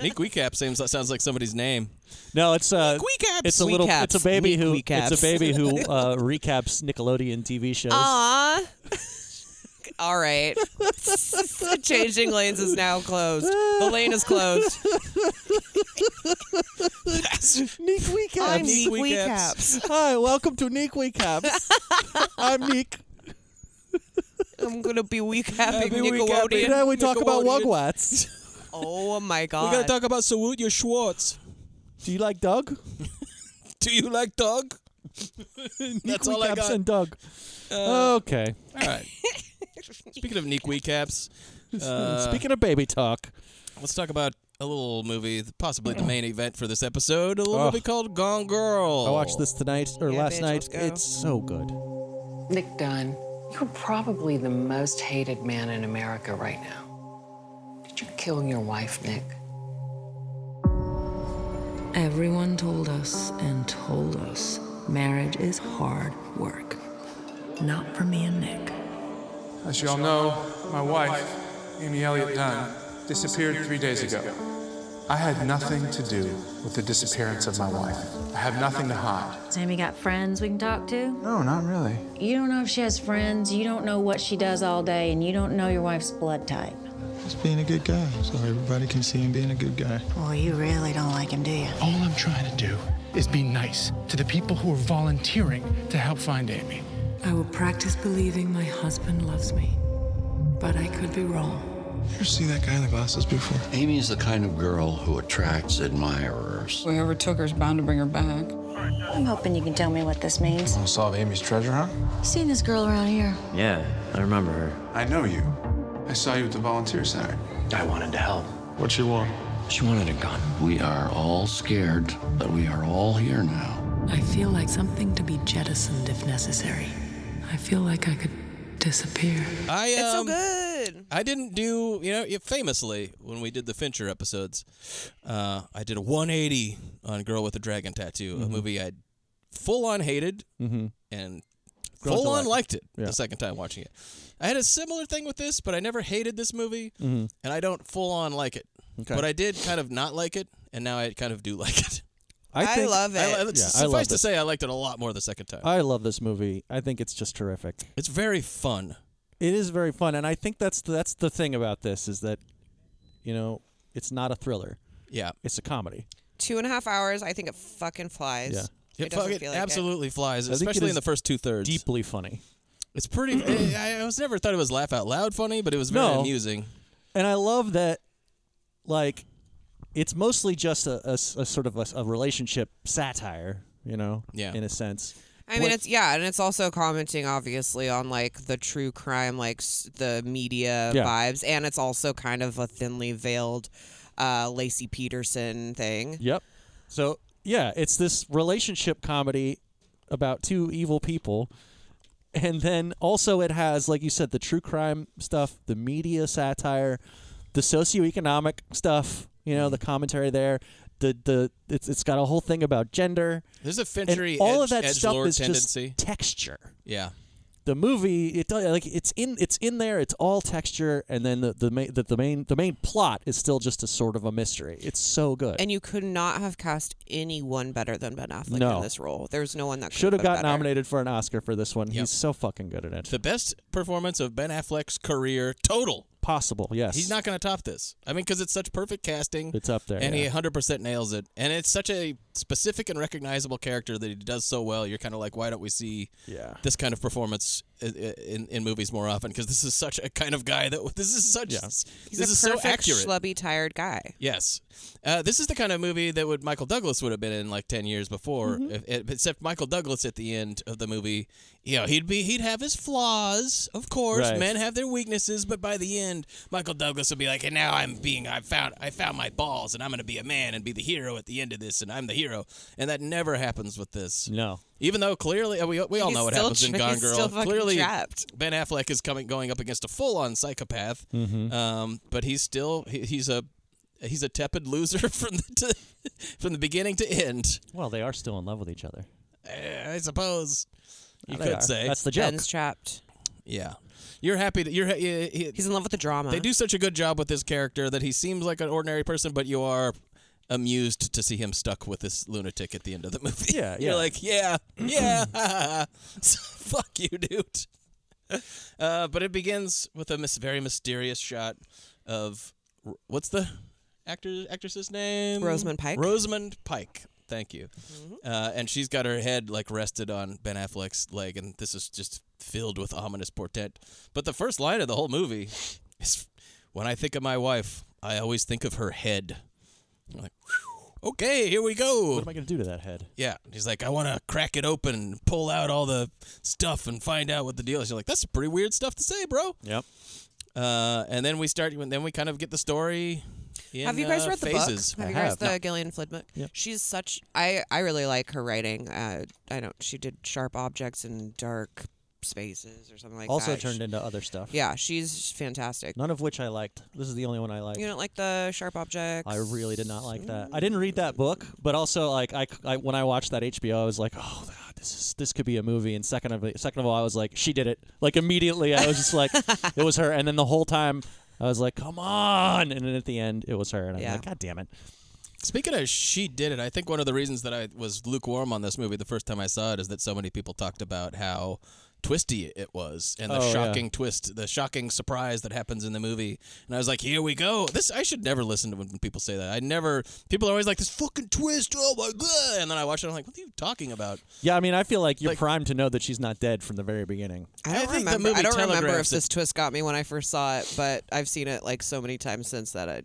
[SPEAKER 2] Nick Weecap seems sounds like somebody's name.
[SPEAKER 3] No, it's uh,
[SPEAKER 2] Kneecaps.
[SPEAKER 3] it's a little,
[SPEAKER 2] Kneecaps.
[SPEAKER 3] it's a baby
[SPEAKER 2] Neek
[SPEAKER 3] who,
[SPEAKER 2] kneecaps.
[SPEAKER 3] it's a baby who uh, recaps Nickelodeon TV shows.
[SPEAKER 1] Aw. All right. Changing lanes is now closed. The lane is closed.
[SPEAKER 3] Neek Weecaps.
[SPEAKER 1] I'm Neek Neek Weecaps.
[SPEAKER 3] Hi, welcome to Neek Weecaps. I'm Neek.
[SPEAKER 1] I'm going to be weak happy
[SPEAKER 3] Happy week happy.
[SPEAKER 1] Nickelodeon.
[SPEAKER 3] Today we talk about wugwats.
[SPEAKER 1] Oh my
[SPEAKER 2] We're
[SPEAKER 1] god.
[SPEAKER 2] gonna talk about Sawutya Schwartz.
[SPEAKER 3] Do you like Doug?
[SPEAKER 2] Do you like dog?
[SPEAKER 3] Neek
[SPEAKER 2] That's all I
[SPEAKER 3] Weecaps
[SPEAKER 2] got.
[SPEAKER 3] and Doug.
[SPEAKER 2] Uh,
[SPEAKER 3] okay.
[SPEAKER 2] All right. Speaking of Nick Weecaps, uh,
[SPEAKER 3] Speaking of baby talk,
[SPEAKER 2] let's talk about a little movie, possibly the main event for this episode. A little
[SPEAKER 3] Oh.
[SPEAKER 2] movie called Gone Girl.
[SPEAKER 3] I watched this tonight or
[SPEAKER 12] Yeah,
[SPEAKER 3] last
[SPEAKER 12] bitch,
[SPEAKER 3] night.
[SPEAKER 12] let's go.
[SPEAKER 3] It's so good.
[SPEAKER 12] Nick Dunn, you're probably the most hated man in America right now. Did you kill your wife, Nick?
[SPEAKER 13] Everyone told us and told us marriage is hard work. Not for me and Nick.
[SPEAKER 9] As you all know, my wife, Amy Elliott Dunn, disappeared three days ago. I had nothing to do with the disappearance of my wife. I have nothing to hide.
[SPEAKER 14] Sammy got friends we can talk to?
[SPEAKER 9] No, not really.
[SPEAKER 14] You don't know if she has friends, you don't know what she does all day, and you don't know your wife's blood type.
[SPEAKER 15] Just being a good guy, so everybody can see him being a good guy.
[SPEAKER 14] Well, you really don't like him, do you?
[SPEAKER 15] All I'm trying to do
[SPEAKER 6] Is be nice to the people who are volunteering to help find Amy.
[SPEAKER 13] I will practice believing my husband loves me, but I could be wrong.
[SPEAKER 5] Ever see that guy in the glasses before? Amy's the kind of girl who attracts admirers.
[SPEAKER 12] Whoever took her is bound to bring her back.
[SPEAKER 14] I'm hoping you can tell me what this means.
[SPEAKER 6] Want to solve Amy's treasure hunt?
[SPEAKER 14] You seen this girl around here?
[SPEAKER 6] Yeah, I remember her. I know you. I saw you at the volunteer center. I wanted to help. What she want?
[SPEAKER 5] She wanted a gun. We are all scared, but we are all here now.
[SPEAKER 13] I feel like something to be jettisoned if necessary. I feel like I could disappear.
[SPEAKER 2] I, um,
[SPEAKER 13] It's so
[SPEAKER 1] good.
[SPEAKER 2] I didn't do, you know, famously when we did the Fincher episodes, uh, I did a 180 on Girl with a Dragon Tattoo, a
[SPEAKER 3] Mhm.
[SPEAKER 2] movie I full on hated
[SPEAKER 3] Mhm.
[SPEAKER 2] and
[SPEAKER 3] Grown to
[SPEAKER 2] full on
[SPEAKER 3] like it.
[SPEAKER 2] liked it
[SPEAKER 3] Yeah.
[SPEAKER 2] the second time watching it. I had a similar thing with this, but I never hated this movie,
[SPEAKER 3] Mhm.
[SPEAKER 2] and I don't full on like it.
[SPEAKER 3] Okay.
[SPEAKER 2] But I did kind of not like it, and now I kind of do like it.
[SPEAKER 3] I I think- love it.
[SPEAKER 2] I, it's-
[SPEAKER 3] Yeah, I
[SPEAKER 2] suffice
[SPEAKER 3] love
[SPEAKER 2] to
[SPEAKER 3] it.
[SPEAKER 2] say, I liked it a lot more the second time.
[SPEAKER 3] I love this movie. I think it's just terrific.
[SPEAKER 2] It's very fun.
[SPEAKER 3] It is very fun, and I think that's that's the thing about this is that, you know, it's not a thriller.
[SPEAKER 2] Yeah,
[SPEAKER 3] it's a comedy.
[SPEAKER 1] Two and a half hours. I think it fucking flies.
[SPEAKER 3] Yeah.
[SPEAKER 1] It,
[SPEAKER 2] It
[SPEAKER 1] doesn't
[SPEAKER 2] fucking
[SPEAKER 1] feel like it.
[SPEAKER 2] absolutely flies,
[SPEAKER 3] I think it
[SPEAKER 2] especially
[SPEAKER 3] is
[SPEAKER 2] in the first two thirds.
[SPEAKER 3] Deeply funny.
[SPEAKER 2] It's pretty. eh, I, I was never thought it was laugh out loud funny, but it was very
[SPEAKER 3] No.
[SPEAKER 2] amusing.
[SPEAKER 3] And I love that, like, it's mostly just a, a s- a sort of a, a relationship satire, you know, yeah. in a sense.
[SPEAKER 1] I mean, it's yeah, and it's also commenting obviously on like the true crime, like s- the media
[SPEAKER 3] Yeah.
[SPEAKER 1] vibes, and it's also kind of a thinly veiled uh, Lacey Peterson thing.
[SPEAKER 3] Yep. So yeah, it's this relationship comedy about two evil people, and then also it has, like you said, the true crime stuff, the media satire, the socioeconomic stuff. You know, the
[SPEAKER 2] Mm-hmm.
[SPEAKER 3] commentary there. The the it's it's got a whole thing about gender.
[SPEAKER 2] There's a
[SPEAKER 3] And
[SPEAKER 2] Finchery
[SPEAKER 3] all
[SPEAKER 2] edge,
[SPEAKER 3] of that stuff
[SPEAKER 2] edgelord
[SPEAKER 3] is
[SPEAKER 2] tendency.
[SPEAKER 3] just texture.
[SPEAKER 2] yeah.
[SPEAKER 3] the movie it does like it's in it's in there it's all texture and then the the main the, the main the main plot is still just a sort of a mystery it's so good
[SPEAKER 1] And you could not have cast anyone better than Ben Affleck
[SPEAKER 3] No.
[SPEAKER 1] in this role. There's no one that
[SPEAKER 3] should have
[SPEAKER 1] could've been
[SPEAKER 3] got
[SPEAKER 1] better.
[SPEAKER 3] nominated for an oscar for this one he's so fucking good at it
[SPEAKER 2] The best performance of Ben Affleck's career total.
[SPEAKER 3] possible yes
[SPEAKER 2] He's not going to top this. I mean, because it's such perfect casting.
[SPEAKER 3] It's up there,
[SPEAKER 2] and he
[SPEAKER 3] yeah.
[SPEAKER 2] 100% nails it. And it's such a specific and recognizable character that he does so well. You're kind of like, why don't we see
[SPEAKER 3] Yeah.
[SPEAKER 2] this kind of performance i- i- in, in movies more often? Because this is such a kind of guy that this is such.
[SPEAKER 1] He's
[SPEAKER 2] this
[SPEAKER 1] a
[SPEAKER 2] is so
[SPEAKER 1] perfect
[SPEAKER 2] accurate.
[SPEAKER 1] schlubby, tired guy.
[SPEAKER 2] Yes, uh, this is the kind of movie that would Michael Douglas would have been in like ten years before,
[SPEAKER 1] Mhm.
[SPEAKER 2] if- if- except Michael Douglas at the end of the movie, you know, he'd be he'd have his flaws, of course.
[SPEAKER 16] Right.
[SPEAKER 2] Men have their weaknesses, but by the end, Michael Douglas would be like, and now I'm being I found I found my balls, and I'm gonna be a man and be the hero at the end of this, and I'm the hero, and that never happens with this.
[SPEAKER 3] No.
[SPEAKER 2] Even though clearly uh, we, we all
[SPEAKER 1] He's
[SPEAKER 2] know what
[SPEAKER 1] still
[SPEAKER 2] happens in
[SPEAKER 1] tra-
[SPEAKER 2] Gone
[SPEAKER 1] he's
[SPEAKER 2] Girl,
[SPEAKER 1] still fucking
[SPEAKER 2] clearly
[SPEAKER 1] trapped.
[SPEAKER 2] Ben Affleck is coming going up against a full on psychopath,
[SPEAKER 3] Mhm.
[SPEAKER 2] um, but he's still he, he's a he's a tepid loser from the to, from the beginning to end.
[SPEAKER 3] well they are still in love with each other
[SPEAKER 2] Eh, I suppose you
[SPEAKER 3] They
[SPEAKER 2] could
[SPEAKER 3] are.
[SPEAKER 2] say
[SPEAKER 3] That's the joke. Ben's
[SPEAKER 1] trapped.
[SPEAKER 2] Yeah, you're happy that you're. ha- yeah, he-
[SPEAKER 1] He's in love with the drama.
[SPEAKER 2] They do such a good job with this character that he seems like an ordinary person, but you are amused to see him stuck with this lunatic at the end of the movie.
[SPEAKER 3] Yeah,
[SPEAKER 2] you're
[SPEAKER 3] yeah.
[SPEAKER 2] like, yeah, yeah, So, fuck you, dude. Uh, but it begins with a mis- very mysterious shot of what's the actor actress's name?
[SPEAKER 1] Rosamund Pike. Mm-hmm.
[SPEAKER 2] Rosamund Pike. Thank you. Uh, and she's got her head like rested on Ben Affleck's leg, and this is just filled with ominous portent. But the first line of the whole movie is, "When I think of my wife, I always think of her head." I'm like, "Whew, okay, here we go.
[SPEAKER 3] what am i going to do to that head
[SPEAKER 2] Yeah, he's like, I want to crack it open and pull out all the stuff and find out what the deal is. You're like, that's pretty weird stuff to say, bro.
[SPEAKER 3] Yep.
[SPEAKER 2] Uh, and then we start. Then we kind of get the story. In,
[SPEAKER 1] have you guys
[SPEAKER 2] uh,
[SPEAKER 1] read the
[SPEAKER 2] phases.
[SPEAKER 1] book? Have you guys the Gillian Flynn book?
[SPEAKER 2] Yep.
[SPEAKER 1] She's such. I I really like her writing. Uh, I don't. She did Sharp Objects and Dark Spaces or something like
[SPEAKER 3] also
[SPEAKER 1] that.
[SPEAKER 3] turned into other stuff
[SPEAKER 1] Yeah, she's fantastic.
[SPEAKER 3] none of which i liked this is the only one i liked
[SPEAKER 1] You don't like the Sharp Objects?
[SPEAKER 3] I really did not like that. I didn't read that book, but also like I, I- when I watched that HBO, I was like, oh god, this is this could be a movie. And second of second of all, I was like, she did it. Like immediately, I was just like, it was her. And then the whole time, I was like, come on. And then at the end, it was her. And I'm
[SPEAKER 2] Yeah.
[SPEAKER 3] like, god damn it.
[SPEAKER 2] Speaking of she did it, I think one of the reasons that I was lukewarm on this movie the first time I saw it is that so many people talked about how twisty it was and the
[SPEAKER 16] Oh, yeah.
[SPEAKER 2] shocking twist, the shocking surprise that happens in the movie. And I was like, here we go. This I should never listen to when people say that. I never people are always like this fucking twist. Oh my god. And then I watch it I'm like, what are you talking about?
[SPEAKER 3] Yeah, I mean, I feel like you're
[SPEAKER 2] Like-
[SPEAKER 3] primed to know that she's not dead from the very beginning.
[SPEAKER 1] I don't
[SPEAKER 2] think the
[SPEAKER 1] remember.
[SPEAKER 2] movie
[SPEAKER 1] I don't remember if
[SPEAKER 2] telegraphs it.
[SPEAKER 1] this twist got me when I first saw it, but I've seen it like so many times since that. I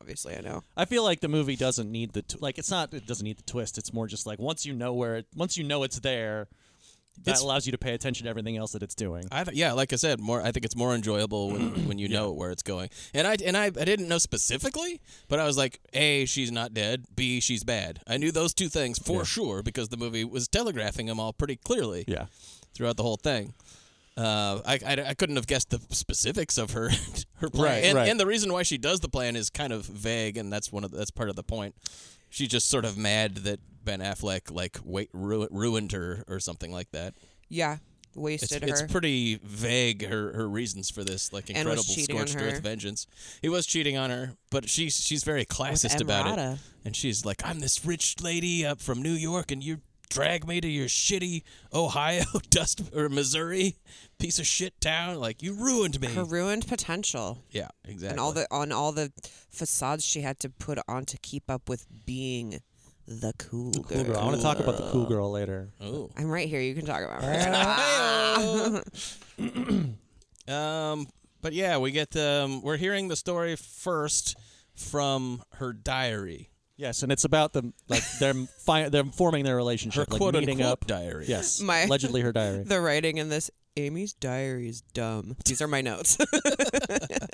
[SPEAKER 1] obviously I know.
[SPEAKER 3] I feel like the movie doesn't need the tw- like. It's not. It doesn't need the twist. It's more just like once you know where it. Once you know it's there, that
[SPEAKER 2] It's-
[SPEAKER 3] allows you to pay attention to everything else that it's doing.
[SPEAKER 2] I th- yeah, like I said, more. I think it's more enjoyable when, when you know where it's going. And I and I, I didn't know specifically, but I was like, a, she's not dead. B, she's bad. I knew those two things for sure because the movie was telegraphing them all pretty clearly.
[SPEAKER 3] Yeah,
[SPEAKER 2] throughout the whole thing. Uh, I, I, I couldn't have guessed the specifics of her her plan,
[SPEAKER 3] Right,
[SPEAKER 2] and,
[SPEAKER 3] right.
[SPEAKER 2] and the reason why she does the plan is kind of vague, and that's one of the, that's part of the point. She's just sort of mad that Ben Affleck like wait, ru- ruined her or something like that.
[SPEAKER 1] Yeah,
[SPEAKER 2] It's,
[SPEAKER 1] wasted
[SPEAKER 2] it's
[SPEAKER 1] her.
[SPEAKER 2] pretty vague her, her reasons for this like
[SPEAKER 1] And was
[SPEAKER 2] incredible
[SPEAKER 1] cheating on
[SPEAKER 2] scorched
[SPEAKER 1] her.
[SPEAKER 2] earth vengeance. He was cheating on her, but she's she's very classist about
[SPEAKER 1] Emirata.
[SPEAKER 2] it, and she's like, "I'm this rich lady up from New York, and you're drag me to your shitty Ohio dust or Missouri piece of shit town. Like you ruined me.
[SPEAKER 1] Her ruined potential.
[SPEAKER 2] yeah, exactly.
[SPEAKER 1] And all the on all the facades she had to put on to keep up with being the cool girl.
[SPEAKER 3] Cool girl. I want to talk about the cool girl later.
[SPEAKER 2] Oh.
[SPEAKER 1] I'm right here. You can talk about her.
[SPEAKER 2] Um, but yeah, we get um, we're hearing the story first from her diary.
[SPEAKER 3] Yes, and it's about them like they're fi- they're forming their
[SPEAKER 2] Her
[SPEAKER 3] relationship, like
[SPEAKER 2] quote,
[SPEAKER 3] meeting
[SPEAKER 2] unquote,
[SPEAKER 3] up.
[SPEAKER 2] diary.
[SPEAKER 3] Yes,
[SPEAKER 1] My-
[SPEAKER 3] allegedly her diary.
[SPEAKER 1] the writing in this Amy's diary is dumb. These are my notes.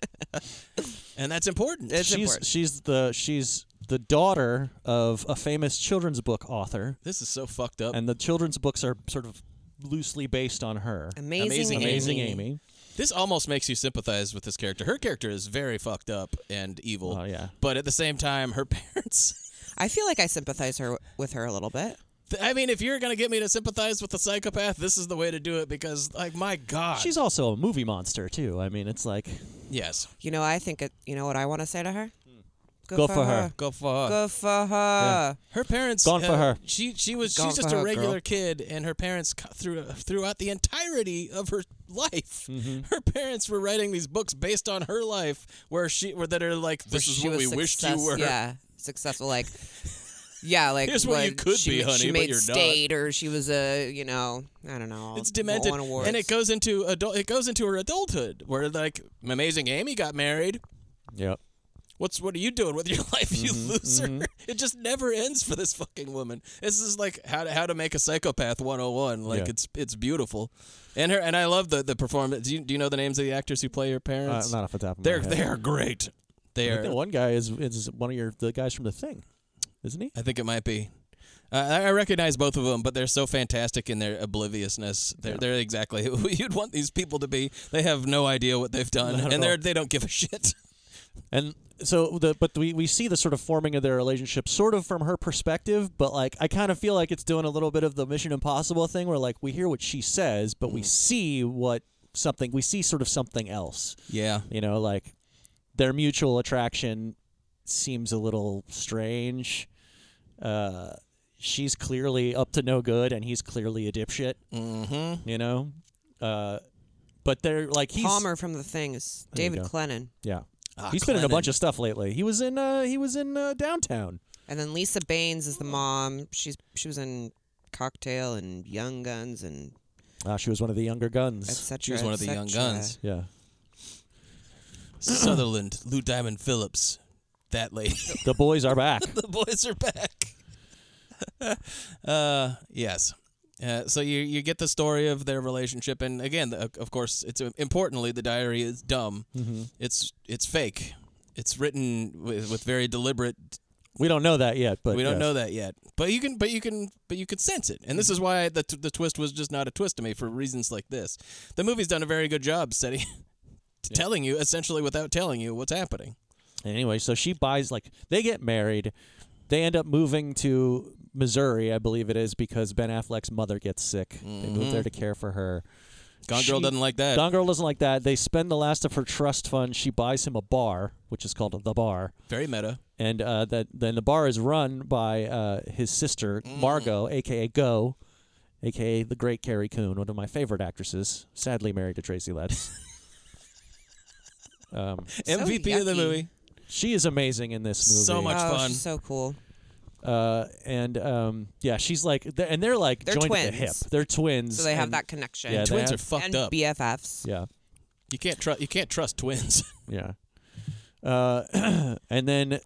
[SPEAKER 2] and that's important.
[SPEAKER 1] It's
[SPEAKER 3] she's
[SPEAKER 1] important.
[SPEAKER 3] she's the she's the daughter of a famous children's book author,
[SPEAKER 2] This is so fucked up.
[SPEAKER 3] and the children's books are sort of loosely based on her.
[SPEAKER 1] Amazing
[SPEAKER 3] amazing
[SPEAKER 1] Amy.
[SPEAKER 3] Amy.
[SPEAKER 2] This almost makes you sympathize with this character. Her character is very fucked up and evil.
[SPEAKER 3] Oh, yeah.
[SPEAKER 2] But at the same time, her parents.
[SPEAKER 1] I feel like I sympathize her with her a little bit.
[SPEAKER 2] I mean, if you're gonna get me to sympathize with a psychopath, this is the way to do it because, like, my God.
[SPEAKER 3] She's also a movie monster too. I mean, it's like
[SPEAKER 2] yes.
[SPEAKER 1] You know, I think it. You know what I want to say to her?
[SPEAKER 3] Go for her.
[SPEAKER 2] Go for her.
[SPEAKER 1] Go for her.
[SPEAKER 2] Her parents
[SPEAKER 3] Gone for
[SPEAKER 2] uh,
[SPEAKER 3] her.
[SPEAKER 2] She she was
[SPEAKER 1] Gone
[SPEAKER 2] she's just
[SPEAKER 1] for
[SPEAKER 2] a
[SPEAKER 1] her,
[SPEAKER 2] regular
[SPEAKER 1] girl.
[SPEAKER 2] kid, and her parents co- through throughout the entirety of her life,
[SPEAKER 3] Mm-hmm.
[SPEAKER 2] her parents were writing these books based on her life, where she where that are like this is
[SPEAKER 1] she
[SPEAKER 2] what we
[SPEAKER 1] was
[SPEAKER 2] wished you
[SPEAKER 1] success-
[SPEAKER 2] were.
[SPEAKER 1] Yeah, successful. Like, yeah, like
[SPEAKER 2] Here's what you could
[SPEAKER 1] she,
[SPEAKER 2] be, honey,
[SPEAKER 1] She
[SPEAKER 2] but
[SPEAKER 1] made
[SPEAKER 2] you're not.
[SPEAKER 1] state, or she was a, you know, I don't know.
[SPEAKER 2] It's demented,
[SPEAKER 1] won awards.
[SPEAKER 2] and it goes into adult. It goes into her adulthood, where like Amazing Amy got married.
[SPEAKER 3] Yep.
[SPEAKER 2] What's what are you doing with your life, you
[SPEAKER 3] Mm-hmm,
[SPEAKER 2] loser? It just never ends for this fucking woman. This is like how to, how to make a psychopath 101. Like
[SPEAKER 3] Yeah.
[SPEAKER 2] it's it's beautiful, and her and I love the the performance. Do you, do you know the names of the actors who play her
[SPEAKER 3] uh,
[SPEAKER 2] parents?
[SPEAKER 3] not off the top of
[SPEAKER 2] They're
[SPEAKER 3] my head.
[SPEAKER 2] they are great. They are.
[SPEAKER 3] I think the one guy is is one of your the guys from the thing, isn't he?
[SPEAKER 2] I think it might be. Uh, I I recognize both of them, but they're so fantastic in their obliviousness. They're, they're exactly who you'd want these people to be. They have no idea what they've done,
[SPEAKER 3] Not at
[SPEAKER 2] and they're,
[SPEAKER 3] all.
[SPEAKER 2] they don't give a shit.
[SPEAKER 3] And so the but we we see the sort of forming of their relationship sort of from her perspective, but like I kind of feel like it's doing a little bit of the Mission Impossible thing where like we hear what she says, but we see what something we see sort of something else.
[SPEAKER 2] Yeah.
[SPEAKER 3] You know, like their mutual attraction seems a little strange. Uh she's clearly up to no good and he's clearly a dipshit.
[SPEAKER 2] Mm-hmm.
[SPEAKER 3] You know? Uh but they're like he's
[SPEAKER 1] Palmer from The Thing is
[SPEAKER 3] There you
[SPEAKER 1] David
[SPEAKER 3] go.
[SPEAKER 1] Clennon,
[SPEAKER 3] Yeah.
[SPEAKER 2] Ah,
[SPEAKER 3] he's been in a
[SPEAKER 2] Clennon.
[SPEAKER 3] bunch of stuff lately. He was in uh he was in uh, downtown.
[SPEAKER 1] and then Lisa Baines is the mom. She's she was in Cocktail and Young Guns and
[SPEAKER 3] Uh, she was one of the younger guns.
[SPEAKER 1] etc.
[SPEAKER 2] She was one of the young guns.
[SPEAKER 3] Yeah.
[SPEAKER 2] Sutherland, Lou Diamond Phillips, that lady.
[SPEAKER 3] The boys are back.
[SPEAKER 2] the boys are back. uh, yes. Uh, so you you get the story of their relationship, and again, the- of course, it's uh, importantly the diary is dumb.
[SPEAKER 3] Mhm.
[SPEAKER 2] It's it's fake. It's written with, with very deliberate.
[SPEAKER 3] we don't know that yet, but
[SPEAKER 2] we don't
[SPEAKER 3] yes.
[SPEAKER 2] know that yet, but you can but you can but you can sense it, and this is why the t- the twist was just not a twist to me for reasons like this. The movie's done a very good job setting, telling you essentially without telling you what's happening.
[SPEAKER 3] And anyway, so she buys like they get married. They end up moving to Missouri, I believe it is, because Ben Affleck's mother gets sick. They move
[SPEAKER 2] Mhm.
[SPEAKER 3] there to care for her.
[SPEAKER 2] Gone Girl
[SPEAKER 3] She-
[SPEAKER 2] doesn't like that.
[SPEAKER 3] Gone Girl doesn't like that. They spend the last of her trust fund. She buys him a bar, which is called the bar.
[SPEAKER 2] Very meta.
[SPEAKER 3] and uh, that then the bar is run by uh, his sister
[SPEAKER 1] Mm.
[SPEAKER 3] Margot, aka Go, aka the great Carrie Coon, one of my favorite actresses, sadly married to Tracy Letts. um,
[SPEAKER 2] MVP of the
[SPEAKER 1] yucky.
[SPEAKER 2] movie.
[SPEAKER 3] she is amazing in this movie.
[SPEAKER 2] So much
[SPEAKER 1] oh,
[SPEAKER 2] fun.
[SPEAKER 1] She's so cool.
[SPEAKER 3] uh, and um, yeah, she's like, they're, and they're like
[SPEAKER 1] They're
[SPEAKER 3] joined at the hip.
[SPEAKER 1] twins.
[SPEAKER 3] They're twins,
[SPEAKER 1] So they have
[SPEAKER 3] and-
[SPEAKER 1] that connection.
[SPEAKER 3] Yeah, they
[SPEAKER 2] twins are
[SPEAKER 3] have-
[SPEAKER 2] fucked
[SPEAKER 1] and
[SPEAKER 2] up.
[SPEAKER 1] BFFs.
[SPEAKER 3] Yeah,
[SPEAKER 2] You can't trust. You can't trust twins.
[SPEAKER 3] yeah. Uh, and then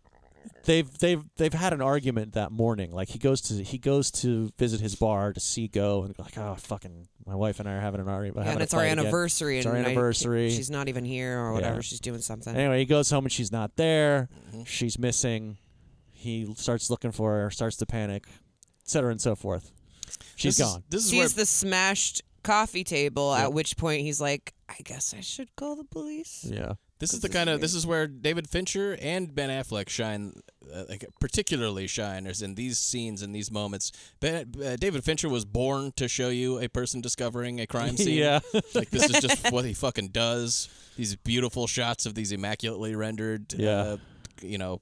[SPEAKER 3] they've they've they've had an argument that morning. Like he goes to he goes to visit his bar to see go and like oh fucking my wife and I are having an argument.
[SPEAKER 1] Yeah,
[SPEAKER 3] having
[SPEAKER 1] and
[SPEAKER 3] a
[SPEAKER 1] it's our
[SPEAKER 3] fight again."
[SPEAKER 1] anniversary.
[SPEAKER 3] It's
[SPEAKER 1] and
[SPEAKER 3] our
[SPEAKER 1] I-
[SPEAKER 3] anniversary.
[SPEAKER 1] she's not even here or whatever.
[SPEAKER 3] Yeah.
[SPEAKER 1] She's doing something.
[SPEAKER 3] Anyway, he goes home and she's not there.
[SPEAKER 1] Mm-hmm.
[SPEAKER 3] She's missing. He starts looking for her. Starts to panic, et cetera and so forth. She's
[SPEAKER 2] This is-
[SPEAKER 3] gone.
[SPEAKER 2] this is
[SPEAKER 1] sees
[SPEAKER 2] where
[SPEAKER 1] the smashed coffee table. At which point he's like, "I guess I should call the police."
[SPEAKER 3] yeah.
[SPEAKER 2] this is the kind of this is where David Fincher and Ben Affleck shine, uh, like particularly shine, is in these scenes and these moments. Ben, uh, David Fincher was born to show you a person discovering a crime scene.
[SPEAKER 3] Yeah.
[SPEAKER 2] like this is just what he fucking does. These beautiful shots of these immaculately rendered,
[SPEAKER 3] Yeah.
[SPEAKER 2] uh, you know,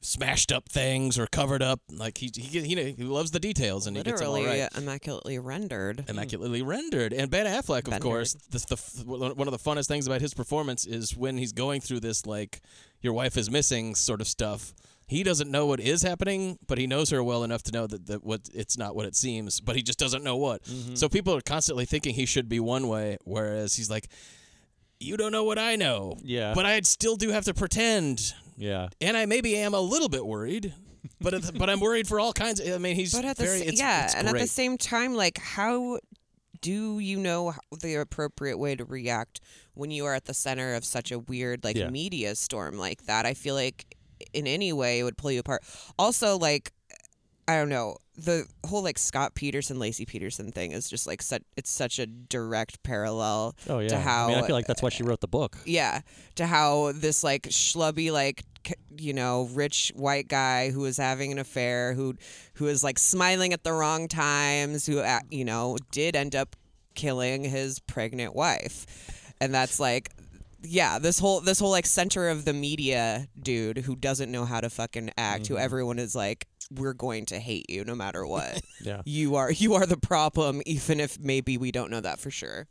[SPEAKER 2] smashed up things or covered up. Like he he he, he loves the details and he
[SPEAKER 1] Literally
[SPEAKER 2] gets them all right.
[SPEAKER 1] immaculately rendered.
[SPEAKER 2] Immaculately rendered, and Ben Affleck, of course, this, the f- one of the funnest things about his performance is when he's going through this like your wife is missing sort of stuff. He doesn't know what is happening, but he knows her well enough to know that, that what it's not what it seems. But he just doesn't know what.
[SPEAKER 1] Mm-hmm.
[SPEAKER 16] Mhm.
[SPEAKER 2] So people are constantly thinking he should be one way, whereas he's like, "You don't know what I know."
[SPEAKER 3] Yeah.
[SPEAKER 2] But I still do have to pretend
[SPEAKER 3] Yeah.
[SPEAKER 2] and I maybe am a little bit worried, but at the- but I'm worried for all kinds. I mean, he's
[SPEAKER 1] But at the
[SPEAKER 2] very
[SPEAKER 1] sa-
[SPEAKER 2] it's,
[SPEAKER 1] yeah,
[SPEAKER 2] it's
[SPEAKER 1] and at
[SPEAKER 2] great.
[SPEAKER 1] the same time, like how do you know how, the appropriate way to react when you are at the center of such a weird like
[SPEAKER 17] Yeah.
[SPEAKER 1] media storm like that? I feel like in any way it would pull you apart. Also, like I don't know the whole like Scott Peterson, Lacey Peterson thing is just like such it's such a direct parallel
[SPEAKER 16] Oh yeah.
[SPEAKER 1] to how
[SPEAKER 16] I mean, I feel like that's why she wrote the book.
[SPEAKER 1] yeah, to how this like schlubby like c- you know rich white guy who is having an affair who who is like smiling at the wrong times who uh, you know did end up killing his pregnant wife and that's like yeah this whole this whole like center of the media dude who doesn't know how to fucking act who
[SPEAKER 16] Mhm.
[SPEAKER 1] everyone is like we're going to hate you no matter what
[SPEAKER 3] Yeah.
[SPEAKER 1] you are you are the problem even if maybe we don't know that for sure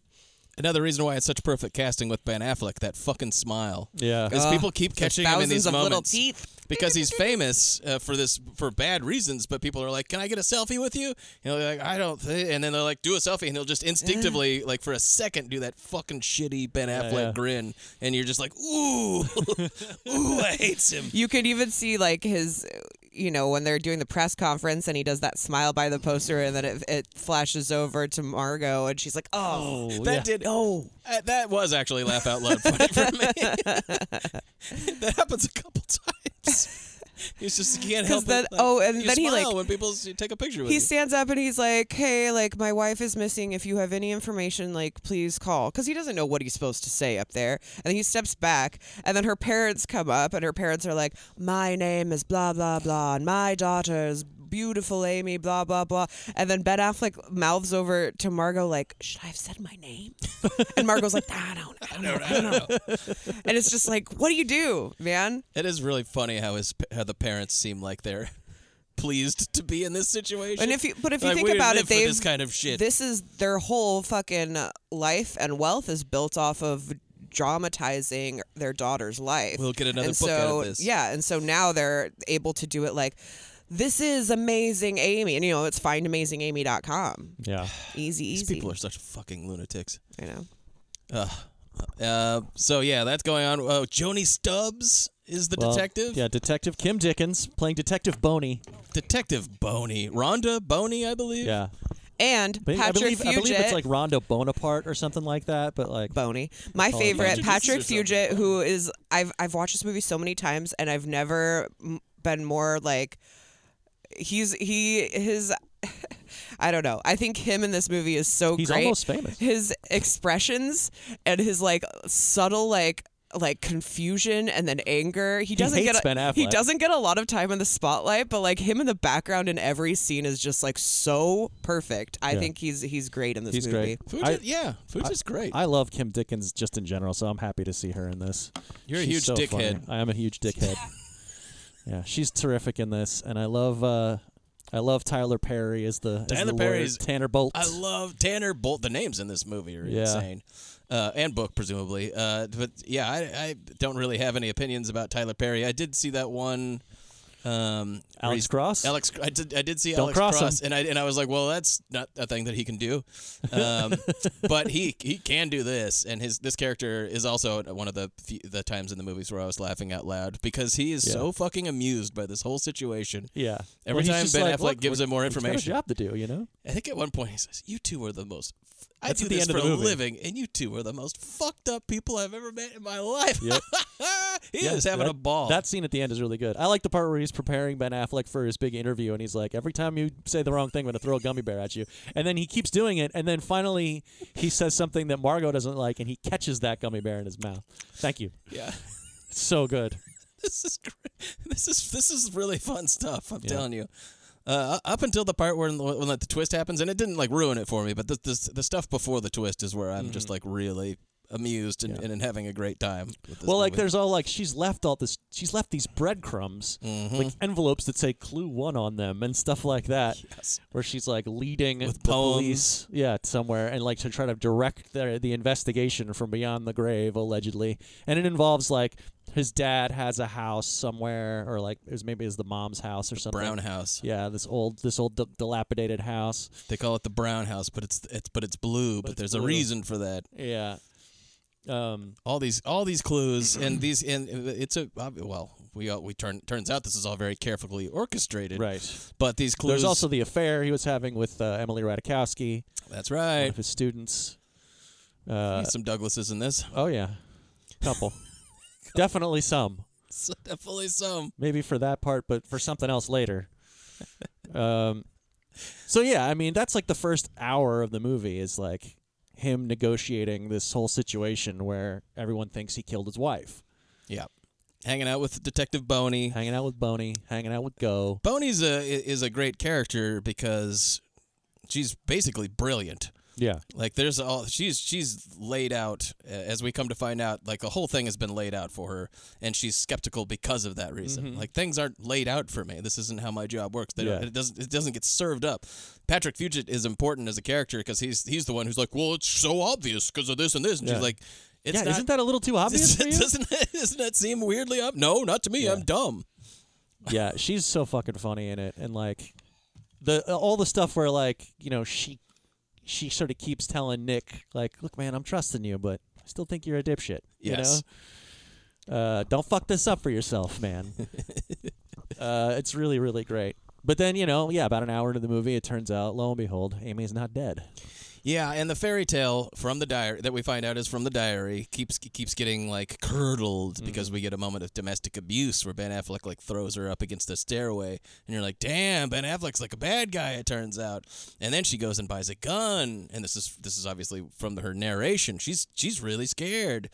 [SPEAKER 2] Another reason why it's such perfect casting with Ben Affleck, that fucking smile.
[SPEAKER 3] Yeah.
[SPEAKER 2] because
[SPEAKER 1] Ugh,
[SPEAKER 2] people keep
[SPEAKER 1] the
[SPEAKER 2] catching him in these
[SPEAKER 1] thousands of little
[SPEAKER 2] moments.
[SPEAKER 1] teeth.
[SPEAKER 2] Because he's famous uh, for this for bad reasons, but people are like, "Can I get a selfie with you?" And they're like, "I don't," thi-" and then they're like, "Do a selfie," and he'll just instinctively, like for a second, do that fucking shitty Ben Affleck
[SPEAKER 1] yeah.
[SPEAKER 2] grin, and you're just like, "Ooh, ooh, I hates him."
[SPEAKER 1] You could even see like his, you know, when they're doing the press conference and he does that smile by the poster, and then it, it flashes over to Margot, and she's like, "Oh,
[SPEAKER 2] that did. Oh, that was actually laugh out loud funny for me. that happens a couple times. He's just he can't
[SPEAKER 1] 'Cause
[SPEAKER 2] help
[SPEAKER 1] then-
[SPEAKER 2] it.
[SPEAKER 1] oh, and
[SPEAKER 2] you
[SPEAKER 1] then he,
[SPEAKER 2] smile
[SPEAKER 1] like-
[SPEAKER 2] when people s- take a picture with
[SPEAKER 1] He
[SPEAKER 2] you.
[SPEAKER 1] stands up and he's like, "Hey, like my wife is missing. If you have any information, like please call." Cuz he doesn't know what he's supposed to say up there. And then he steps back, and then her parents come up and her parents are like, "My name is blah blah blah, and my daughter's beautiful Amy blah blah blah." And then Ben Affleck mouths over to Margot like, "Should I have said my name?" and Margot's like, "I don't know. I don't know. I don't know." and it's just like, "What do you do, man?"
[SPEAKER 2] It is really funny how his how the parents seem like they're pleased to be in this situation.
[SPEAKER 1] And if you, but if you
[SPEAKER 2] Like,
[SPEAKER 1] think
[SPEAKER 2] we
[SPEAKER 1] about
[SPEAKER 2] live
[SPEAKER 1] it,
[SPEAKER 2] for
[SPEAKER 1] they
[SPEAKER 2] this kind of shit.
[SPEAKER 1] This is their whole fucking life and wealth is built off of dramatizing their daughter's life.
[SPEAKER 2] We'll get another
[SPEAKER 1] and
[SPEAKER 2] book
[SPEAKER 1] so,
[SPEAKER 2] out of this.
[SPEAKER 1] Yeah, and so now they're able to do it like, this is amazing, Amy, and you know it's findamazingamy.com.
[SPEAKER 3] Yeah.
[SPEAKER 1] Easy,
[SPEAKER 2] These
[SPEAKER 1] easy.
[SPEAKER 2] people are such fucking lunatics.
[SPEAKER 1] I know.
[SPEAKER 2] Ugh. Uh, so yeah, that's going on. Oh, Joni Stubbs is the
[SPEAKER 3] Well,
[SPEAKER 2] detective.
[SPEAKER 3] Yeah, Detective Kim Dickens playing Detective Boney.
[SPEAKER 2] Detective Boney, Rhonda Boney, I believe.
[SPEAKER 3] Yeah.
[SPEAKER 1] And
[SPEAKER 3] But I
[SPEAKER 1] Patrick
[SPEAKER 3] believe- I
[SPEAKER 1] Fugit.
[SPEAKER 3] believe it's like Rondo Bonaparte or something like that, but like
[SPEAKER 1] Boney. My favorite, Patrick Fugit, who is I've I've watched this movie so many times, and I've never m- been more like he's he his. I don't know. I think him in this movie is so
[SPEAKER 3] He's
[SPEAKER 1] great.
[SPEAKER 3] almost famous.
[SPEAKER 1] His expressions and his like subtle like like confusion and then anger. He doesn't
[SPEAKER 3] hates
[SPEAKER 1] get a,
[SPEAKER 3] Ben
[SPEAKER 1] he
[SPEAKER 3] Affleck.
[SPEAKER 1] doesn't get a lot of time in the spotlight, but like him in the background in every scene is just like so perfect. I
[SPEAKER 3] Yeah.
[SPEAKER 1] think he's he's great in this
[SPEAKER 3] He's
[SPEAKER 1] movie.
[SPEAKER 3] great. I-
[SPEAKER 2] Fugit's great.
[SPEAKER 3] I love Kim Dickens just in general, so I'm happy to see her in this.
[SPEAKER 2] You're a huge
[SPEAKER 3] She's so funny.
[SPEAKER 2] dickhead.
[SPEAKER 3] I am a huge dickhead. yeah, she's terrific in this, and I love uh, I love Tyler Perry as the as
[SPEAKER 2] Tyler
[SPEAKER 3] the lawyer,
[SPEAKER 2] Perry's
[SPEAKER 3] Tanner Bolt.
[SPEAKER 2] I love Tanner Bolt. The names in this movie are
[SPEAKER 3] Yeah.
[SPEAKER 2] insane, uh, and book presumably. Uh, but yeah, I, I don't really have any opinions about Tyler Perry. I did see that one. Um, where
[SPEAKER 3] Alex
[SPEAKER 2] he's-
[SPEAKER 3] Cross?
[SPEAKER 2] Alex, I did. I did see
[SPEAKER 3] Don't
[SPEAKER 2] Alex
[SPEAKER 3] cross him.
[SPEAKER 2] and I and I was like, well, that's not a thing that he can do, um, but he he can do this. And his this character is also one of the few, the times in the movies where I was laughing out loud because he is
[SPEAKER 3] Yeah.
[SPEAKER 2] so fucking amused by this whole situation.
[SPEAKER 3] Yeah.
[SPEAKER 2] Every
[SPEAKER 3] Well, he's
[SPEAKER 2] time
[SPEAKER 3] just
[SPEAKER 2] Ben
[SPEAKER 3] like,
[SPEAKER 2] Affleck
[SPEAKER 3] "Look,
[SPEAKER 2] gives
[SPEAKER 3] we're-
[SPEAKER 2] him more
[SPEAKER 3] he's got a
[SPEAKER 2] information,
[SPEAKER 3] job to do, you know?
[SPEAKER 2] I think at one point he says, "You two are the most. f- I
[SPEAKER 3] That's
[SPEAKER 2] do
[SPEAKER 3] at the
[SPEAKER 2] this
[SPEAKER 3] end of
[SPEAKER 2] for
[SPEAKER 3] the
[SPEAKER 2] a
[SPEAKER 3] movie.
[SPEAKER 2] living, and you two are the most fucked up people I've ever met in my life."
[SPEAKER 3] Yep.
[SPEAKER 2] he
[SPEAKER 3] Yeah,
[SPEAKER 2] is having
[SPEAKER 3] that-
[SPEAKER 2] a ball.
[SPEAKER 3] That scene at the end is really good. I like the part where he's preparing Ben Affleck for his big interview, and he's like, "Every time you say the wrong thing, I'm going to throw a gummy bear at you." And then he keeps doing it, and then finally he says something that Margot doesn't like, and he catches that gummy bear in his mouth. Thank you.
[SPEAKER 2] Yeah.
[SPEAKER 3] so good.
[SPEAKER 2] this is great. this is this is really fun stuff. I'm
[SPEAKER 3] Yeah.
[SPEAKER 2] telling you. Uh, up until the part where when
[SPEAKER 3] Mm-hmm.
[SPEAKER 2] the twist happens, and it didn't like ruin it for me, but the the, the stuff before the twist is where I'm just like really amused and, and having a great time. With this
[SPEAKER 3] Well, like
[SPEAKER 2] movie.
[SPEAKER 3] there's all like she's left all this. She's left these breadcrumbs,
[SPEAKER 2] Mm-hmm.
[SPEAKER 3] like envelopes that say "Clue One" on them and stuff like that. Yes. Where she's like leading the police, yeah, somewhere, and like to try to direct their, the investigation from beyond the grave, allegedly. And it involves like his dad has a house somewhere, or like it was maybe it was the mom's house or something.
[SPEAKER 2] Brown house.
[SPEAKER 3] Yeah, this old this old di- dilapidated house.
[SPEAKER 2] They call it the Brown House, but it's it's but it's blue. But,
[SPEAKER 3] it's
[SPEAKER 2] there's a
[SPEAKER 3] blue.
[SPEAKER 2] reason for that.
[SPEAKER 3] Yeah. Um,
[SPEAKER 2] all these all these clues and these and it's a well we all, we turn turns out this is all very carefully orchestrated.
[SPEAKER 3] Right.
[SPEAKER 2] But these clues.
[SPEAKER 3] There's also the affair he was having with uh, Emily Ratajkowski.
[SPEAKER 2] That's right.
[SPEAKER 3] One of his students. Uh,
[SPEAKER 2] some Douglases in this.
[SPEAKER 3] Oh yeah, couple. Definitely some.
[SPEAKER 2] definitely some.
[SPEAKER 3] Maybe for that part, but for something else later. um, so yeah, I mean that's like the first hour of the movie is like him negotiating this whole situation where everyone thinks he killed his wife.
[SPEAKER 2] Yeah. Hanging out with Detective Boney.
[SPEAKER 3] Hanging out with Boney. Hanging out with Go.
[SPEAKER 2] Boney's a i- is a great character because she's basically brilliant.
[SPEAKER 3] Yeah.
[SPEAKER 2] Like there's all she's she's laid out uh, as we come to find out like the whole thing has been laid out for her and she's skeptical because of that reason.
[SPEAKER 3] Mhm.
[SPEAKER 2] Like things aren't laid out for me. This isn't how my job works. They don't,
[SPEAKER 3] Yeah.
[SPEAKER 2] it doesn't it doesn't get served up. Patrick Fugit is important as a character because he's he's the one who's like, well, it's so obvious because of this and this, and
[SPEAKER 3] Yeah.
[SPEAKER 2] she's like, it's
[SPEAKER 3] yeah,
[SPEAKER 2] not,
[SPEAKER 3] isn't that a little too obvious for you?
[SPEAKER 2] doesn't that, doesn't that seem weirdly ob? No, not to me. I'm dumb.
[SPEAKER 3] yeah, she's so fucking funny in it, and like the all the stuff where like you know she she sort of keeps telling Nick like, look, man, I'm trusting you, but I still think you're a dipshit.
[SPEAKER 2] Yes.
[SPEAKER 3] You know, uh, don't fuck this up for yourself, man. uh, it's really really great. But then you know, yeah, about an hour into the movie, it turns out, lo and behold, Amy's not dead.
[SPEAKER 2] Yeah, and the fairy tale from the diary that we find out is from the diary keeps keeps getting like curdled because we get a moment of domestic abuse where Ben Affleck like throws her up against the stairway, and you're like, damn, Ben Affleck's like a bad guy. It turns out, and then she goes and buys a gun, and this is this is obviously from her narration. She's she's really scared,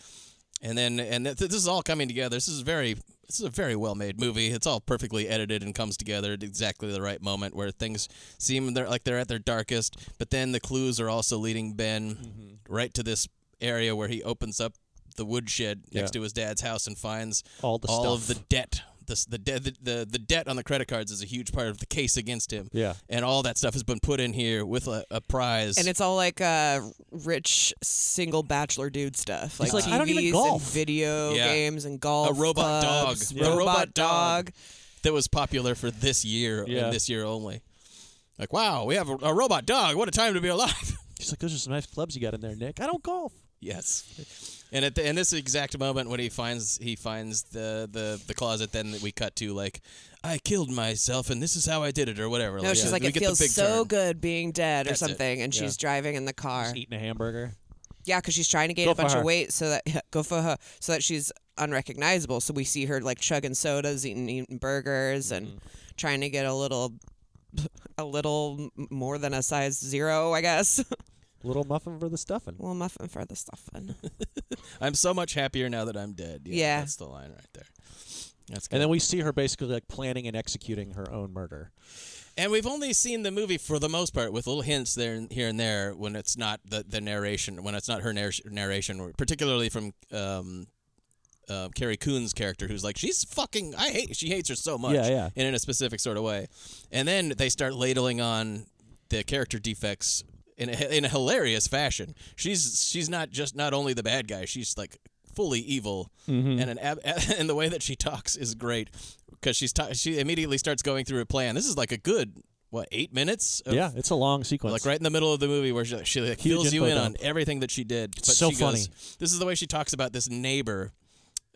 [SPEAKER 2] and then and th- this is all coming together. This is very this is a very well made movie. It's all perfectly edited and comes together at exactly the right moment where things seem they're like they're at their darkest, but then the clues are also leading Ben
[SPEAKER 3] Mm-hmm.
[SPEAKER 2] right to this area where he opens up the woodshed next
[SPEAKER 3] Yeah.
[SPEAKER 2] to his dad's house and finds
[SPEAKER 3] All the
[SPEAKER 2] all of
[SPEAKER 3] stuff.
[SPEAKER 2] the debt. This, the, de- the the the debt on the credit cards is a huge part of the case against him.
[SPEAKER 3] Yeah.
[SPEAKER 2] and all that stuff has been put in here with a, a prize.
[SPEAKER 1] And it's all like uh, rich single bachelor dude stuff, like,
[SPEAKER 2] like,
[SPEAKER 1] TVs
[SPEAKER 2] I don't even
[SPEAKER 1] and
[SPEAKER 2] golf.
[SPEAKER 1] video
[SPEAKER 2] Yeah.
[SPEAKER 1] games and golf.
[SPEAKER 2] a robot
[SPEAKER 1] clubs,
[SPEAKER 2] dog.
[SPEAKER 1] Robot,
[SPEAKER 2] A robot
[SPEAKER 1] dog.
[SPEAKER 2] dog that was popular for this year
[SPEAKER 3] Yeah.
[SPEAKER 2] and this year only. Like, wow, we have a, a robot dog. What a time to be alive.
[SPEAKER 3] She's like, those are some nice clubs you got in there, Nick. I don't golf.
[SPEAKER 2] Yes. And at the, in this exact moment when he finds he finds the, the, the closet, then we cut to like, I killed myself and this is how I did it or whatever.
[SPEAKER 1] No, she's like,
[SPEAKER 2] Oh, we
[SPEAKER 1] it
[SPEAKER 2] get the
[SPEAKER 1] feels
[SPEAKER 2] big
[SPEAKER 1] so
[SPEAKER 2] turn.
[SPEAKER 1] good being dead or
[SPEAKER 2] That's it.
[SPEAKER 1] something, and
[SPEAKER 2] Yeah.
[SPEAKER 1] she's driving in the car.
[SPEAKER 3] Just eating a hamburger.
[SPEAKER 1] Yeah, because she's trying to gain
[SPEAKER 3] Go
[SPEAKER 1] a bunch
[SPEAKER 3] for
[SPEAKER 1] of
[SPEAKER 3] her.
[SPEAKER 1] weight so that go for her so that she's unrecognizable. So we see her like chugging sodas, eating, eating burgers, and
[SPEAKER 2] Mm-hmm.
[SPEAKER 1] trying to get a little, a little m- more than a size zero, I guess.
[SPEAKER 3] Little muffin for the stuffing.
[SPEAKER 1] little muffin for the stuffing.
[SPEAKER 2] I'm so much happier now that I'm dead. Yeah,
[SPEAKER 1] Yeah.
[SPEAKER 2] that's the line right there. That's good.
[SPEAKER 3] And then we see her basically like planning and executing her own murder.
[SPEAKER 2] And we've only seen the movie for the most part with little hints there and here and there when it's not the, the narration, when it's not her narr- narration, particularly from um, uh, Carrie Coon's character, who's like, she's fucking, I hate, she hates her so much.
[SPEAKER 3] Yeah, yeah.
[SPEAKER 2] And in a specific sort of way. And then they start ladling on the character defects. In a, in a hilarious fashion, she's she's not just not only the bad guy; she's like fully evil,
[SPEAKER 3] Mhm.
[SPEAKER 2] and an ab- and the way that she talks is great because she's ta- she immediately starts going through a plan. This is like a good what eight minutes? Of,
[SPEAKER 3] yeah, it's a long sequence.
[SPEAKER 2] like right in the middle of the movie where she, like, she like,
[SPEAKER 3] Huge
[SPEAKER 2] fills you
[SPEAKER 3] info
[SPEAKER 2] in on
[SPEAKER 3] dump.
[SPEAKER 2] everything that she did. But
[SPEAKER 3] so
[SPEAKER 2] she goes,
[SPEAKER 3] funny.
[SPEAKER 2] This is the way she talks about this neighbor.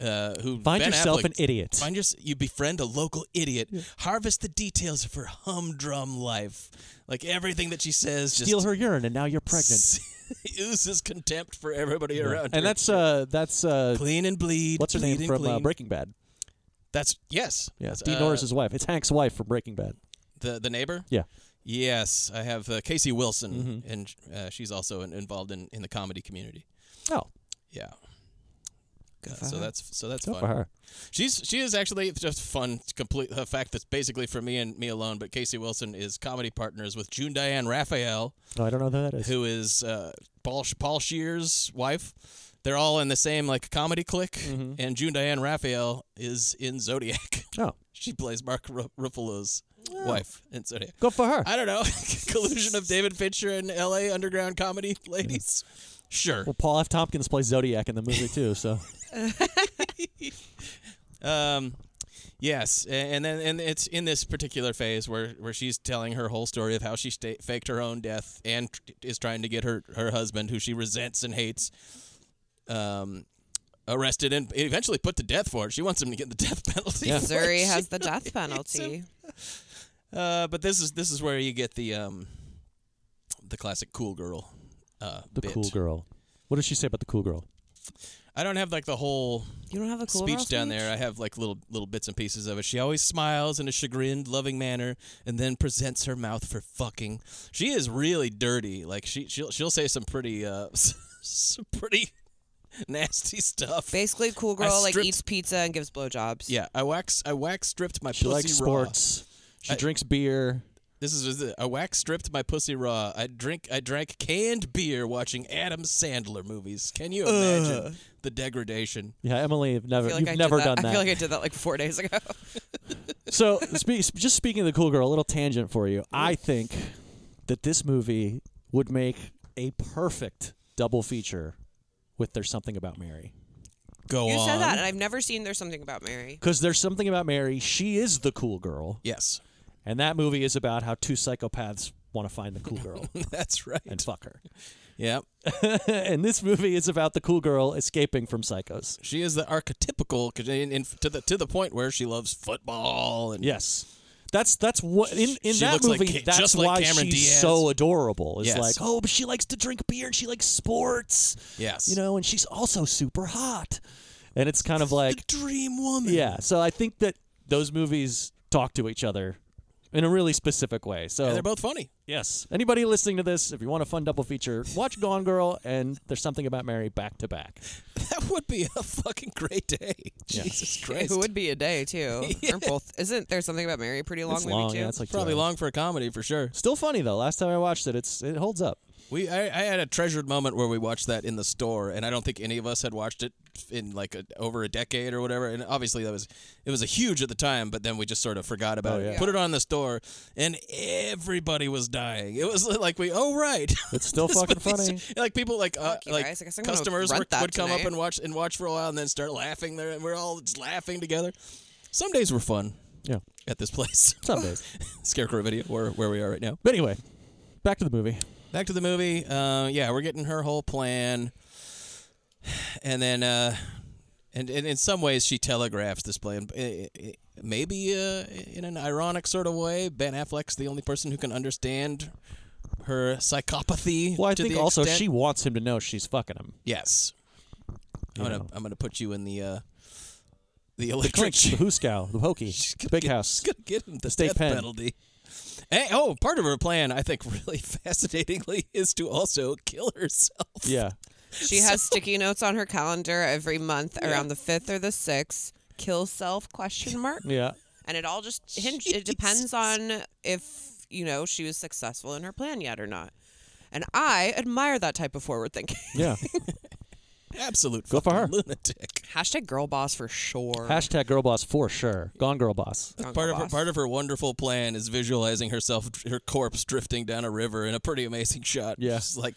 [SPEAKER 2] Uh, who
[SPEAKER 3] Find
[SPEAKER 2] Ben
[SPEAKER 3] yourself
[SPEAKER 2] Affleck-
[SPEAKER 3] an idiot.
[SPEAKER 2] Find your, you befriend a local idiot. Harvest the details of her humdrum life. Like everything that she says, just
[SPEAKER 3] Steal her urine, and now you're pregnant.
[SPEAKER 2] oozes contempt for everybody
[SPEAKER 3] Yeah.
[SPEAKER 2] around.
[SPEAKER 3] and
[SPEAKER 2] her.
[SPEAKER 3] that's uh that's uh
[SPEAKER 2] clean and bleed.
[SPEAKER 3] What's her name
[SPEAKER 2] bleed and
[SPEAKER 3] from uh,
[SPEAKER 2] clean.
[SPEAKER 3] Breaking Bad?
[SPEAKER 2] That's yes.
[SPEAKER 3] Yeah,
[SPEAKER 2] That's,
[SPEAKER 3] it's Dean
[SPEAKER 2] uh,
[SPEAKER 3] Norris's wife. It's Hank's wife from Breaking Bad.
[SPEAKER 2] The the neighbor.
[SPEAKER 3] Yeah.
[SPEAKER 2] Yes, I have uh, Casey Wilson,
[SPEAKER 3] Mm-hmm.
[SPEAKER 2] and uh, she's also in, involved in, in the comedy community.
[SPEAKER 3] Oh.
[SPEAKER 2] Yeah. Uh,
[SPEAKER 3] for
[SPEAKER 2] so
[SPEAKER 3] her.
[SPEAKER 2] that's so that's
[SPEAKER 3] Good
[SPEAKER 2] fun.
[SPEAKER 3] for her.
[SPEAKER 2] She's she is actually just fun. Complete a fact that's basically for me and me alone. But Casey Wilson is comedy partners with June Diane Raphael,
[SPEAKER 3] Oh, I don't know who that is.
[SPEAKER 2] who is uh, Paul Paul Shear's wife, They're all in the same like comedy clique,
[SPEAKER 3] Mm-hmm.
[SPEAKER 2] and June Diane Raphael is in Zodiac.
[SPEAKER 3] Oh.
[SPEAKER 2] she plays Mark Ru- Ruffalo's wife in Zodiac.
[SPEAKER 3] Go for her.
[SPEAKER 2] I don't know. Collusion of David Fincher and L.A. underground comedy ladies. Sure.
[SPEAKER 3] Well, Paul F. Tompkins plays Zodiac in the movie too, so
[SPEAKER 2] Um, yes, a- and then and it's in this particular phase where where she's telling her whole story of how she sta- faked her own death and tr- is trying to get her her husband, who she resents and hates, um, arrested and eventually put to death for it. She wants him to get the death penalty. for it.
[SPEAKER 1] Missouri
[SPEAKER 2] She
[SPEAKER 1] has the death
[SPEAKER 2] really hates him.
[SPEAKER 1] penalty.
[SPEAKER 2] Uh, but this is this is where you get the um, the classic cool girl. Uh,
[SPEAKER 3] the
[SPEAKER 2] bit.
[SPEAKER 3] cool girl. What does she say about the cool girl?
[SPEAKER 2] I don't have like the whole.
[SPEAKER 1] You don't have the cool
[SPEAKER 2] speech
[SPEAKER 1] girl
[SPEAKER 2] down
[SPEAKER 1] speech?
[SPEAKER 2] there. I have like little little bits and pieces of it. She always smiles in a chagrined, loving manner, and then presents her mouth for fucking. She is really dirty. Like she she'll she'll say some pretty uh some pretty nasty stuff.
[SPEAKER 1] Basically, cool
[SPEAKER 2] I
[SPEAKER 1] girl like
[SPEAKER 2] stripped-
[SPEAKER 1] eats pizza and gives blowjobs.
[SPEAKER 2] Yeah, I wax I wax stripped my
[SPEAKER 3] She
[SPEAKER 2] pussy
[SPEAKER 3] likes
[SPEAKER 2] raw.
[SPEAKER 3] sports. She
[SPEAKER 2] I-
[SPEAKER 3] drinks beer.
[SPEAKER 2] This is just it. I wax stripped my pussy raw. I drink I drank canned beer watching Adam Sandler movies. Can you imagine
[SPEAKER 3] Ugh.
[SPEAKER 2] the degradation?
[SPEAKER 3] Yeah, Emily, you've never
[SPEAKER 1] I feel like
[SPEAKER 3] you've
[SPEAKER 1] I did
[SPEAKER 3] never
[SPEAKER 1] that.
[SPEAKER 3] done that.
[SPEAKER 1] I feel like I did that like four days ago.
[SPEAKER 3] so spe- sp- just speaking of the cool girl, a little tangent for you. I think that this movie would make a perfect double feature with "There's Something About Mary."
[SPEAKER 2] Go
[SPEAKER 1] you said that, and I've never seen There's Something About Mary.
[SPEAKER 3] Because there's something about Mary. She is the cool girl.
[SPEAKER 2] Yes.
[SPEAKER 3] And that movie is about how two psychopaths want to find the cool girl
[SPEAKER 2] That's right.
[SPEAKER 3] and fuck her.
[SPEAKER 2] Yep.
[SPEAKER 3] and this movie is about the cool girl escaping from psychos.
[SPEAKER 2] She is the archetypical 'cause in, in, to the to the point where she loves football and
[SPEAKER 3] Yes. That's that's what in in
[SPEAKER 2] She
[SPEAKER 3] that
[SPEAKER 2] looks like
[SPEAKER 3] movie.
[SPEAKER 2] Ca-
[SPEAKER 3] that's
[SPEAKER 2] just
[SPEAKER 3] why
[SPEAKER 2] like Cameron
[SPEAKER 3] she's
[SPEAKER 2] Diaz.
[SPEAKER 3] so adorable. It's
[SPEAKER 2] Yes.
[SPEAKER 3] like, oh, but she likes to drink beer and she likes sports.
[SPEAKER 2] Yes.
[SPEAKER 3] you know, and she's also super hot. And it's kind of like
[SPEAKER 2] dream woman.
[SPEAKER 3] yeah. So I think that those movies talk to each other in a really specific way. So
[SPEAKER 2] And they're both funny.
[SPEAKER 3] Yes. Anybody listening to this, if you want a fun double feature, watch Gone Girl and There's Something About Mary back to back.
[SPEAKER 2] That would be a fucking great day.
[SPEAKER 3] Yeah.
[SPEAKER 2] Jesus
[SPEAKER 1] It
[SPEAKER 2] Christ.
[SPEAKER 1] would be a day too. Aren't both- Isn't there something about Mary? a Pretty long
[SPEAKER 3] It's
[SPEAKER 1] movie
[SPEAKER 3] long,
[SPEAKER 1] too.
[SPEAKER 3] yeah, it's like two
[SPEAKER 2] Probably
[SPEAKER 3] hours.
[SPEAKER 2] long for a comedy for sure.
[SPEAKER 3] Still funny though. Last time I watched it, it's it holds up.
[SPEAKER 2] We I, I had a treasured moment where we watched that in the store, and I don't think any of us had watched it in like a, over a decade or whatever. And obviously that was it was a huge at the time, but then we just sort of forgot about
[SPEAKER 3] Oh,
[SPEAKER 2] it.
[SPEAKER 3] yeah.
[SPEAKER 2] Put it on in the store, and everybody was dying. It was like we oh right,
[SPEAKER 3] It's still
[SPEAKER 2] This
[SPEAKER 3] fucking
[SPEAKER 2] movie's-
[SPEAKER 3] funny.
[SPEAKER 2] Like people like uh,
[SPEAKER 1] you
[SPEAKER 2] like
[SPEAKER 1] guys. I guess I'm gonna
[SPEAKER 2] customers
[SPEAKER 1] rent
[SPEAKER 2] were,
[SPEAKER 1] that
[SPEAKER 2] would come up
[SPEAKER 1] tonight.
[SPEAKER 2] and watch and watch for a while, and then start laughing there, and we're all just laughing together. Some days were fun.
[SPEAKER 3] Yeah.
[SPEAKER 2] At this place.
[SPEAKER 3] Some days.
[SPEAKER 2] Scarecrow video, where where we are right now.
[SPEAKER 3] But anyway, back to the movie.
[SPEAKER 2] Back to the movie. Uh, yeah, we're getting her whole plan, and then uh, and, and in some ways she telegraphs this plan. Eh, eh, Maybe uh, in an ironic sort of way, Ben Affleck's the only person who can understand her psychopathy.
[SPEAKER 3] Well, I
[SPEAKER 2] to
[SPEAKER 3] think
[SPEAKER 2] the
[SPEAKER 3] also
[SPEAKER 2] extent-
[SPEAKER 3] she wants him to know she's fucking him.
[SPEAKER 2] Yes. I'm
[SPEAKER 3] You
[SPEAKER 2] gonna
[SPEAKER 3] know.
[SPEAKER 2] I'm gonna put you in the uh, the
[SPEAKER 3] The
[SPEAKER 2] electric.
[SPEAKER 3] clinch, the Hooskow, the Hokey, the Big House.
[SPEAKER 2] Gonna get him the
[SPEAKER 3] state
[SPEAKER 2] death
[SPEAKER 3] pen.
[SPEAKER 2] penalty. Eh, oh, part of her plan, I think, really fascinatingly, is to also kill herself.
[SPEAKER 3] Yeah.
[SPEAKER 1] She has sticky notes on her calendar every month around the fifth or the sixth. Kill self question mark.
[SPEAKER 3] Yeah.
[SPEAKER 1] And it all just hinge it depends on if, you know, she was successful in her plan yet or not. And I admire that type of forward thinking.
[SPEAKER 3] Yeah.
[SPEAKER 2] Absolute
[SPEAKER 3] Go for
[SPEAKER 2] fucking
[SPEAKER 3] her.
[SPEAKER 2] lunatic.
[SPEAKER 1] Hashtag girl boss for sure.
[SPEAKER 3] Hashtag girl boss for sure. Gone girl boss.
[SPEAKER 1] Gone
[SPEAKER 2] Part
[SPEAKER 1] girl
[SPEAKER 2] of her,
[SPEAKER 1] boss.
[SPEAKER 2] part of her wonderful plan is visualizing herself, her corpse drifting down a river in a pretty amazing shot.
[SPEAKER 3] Yeah.
[SPEAKER 2] She's like,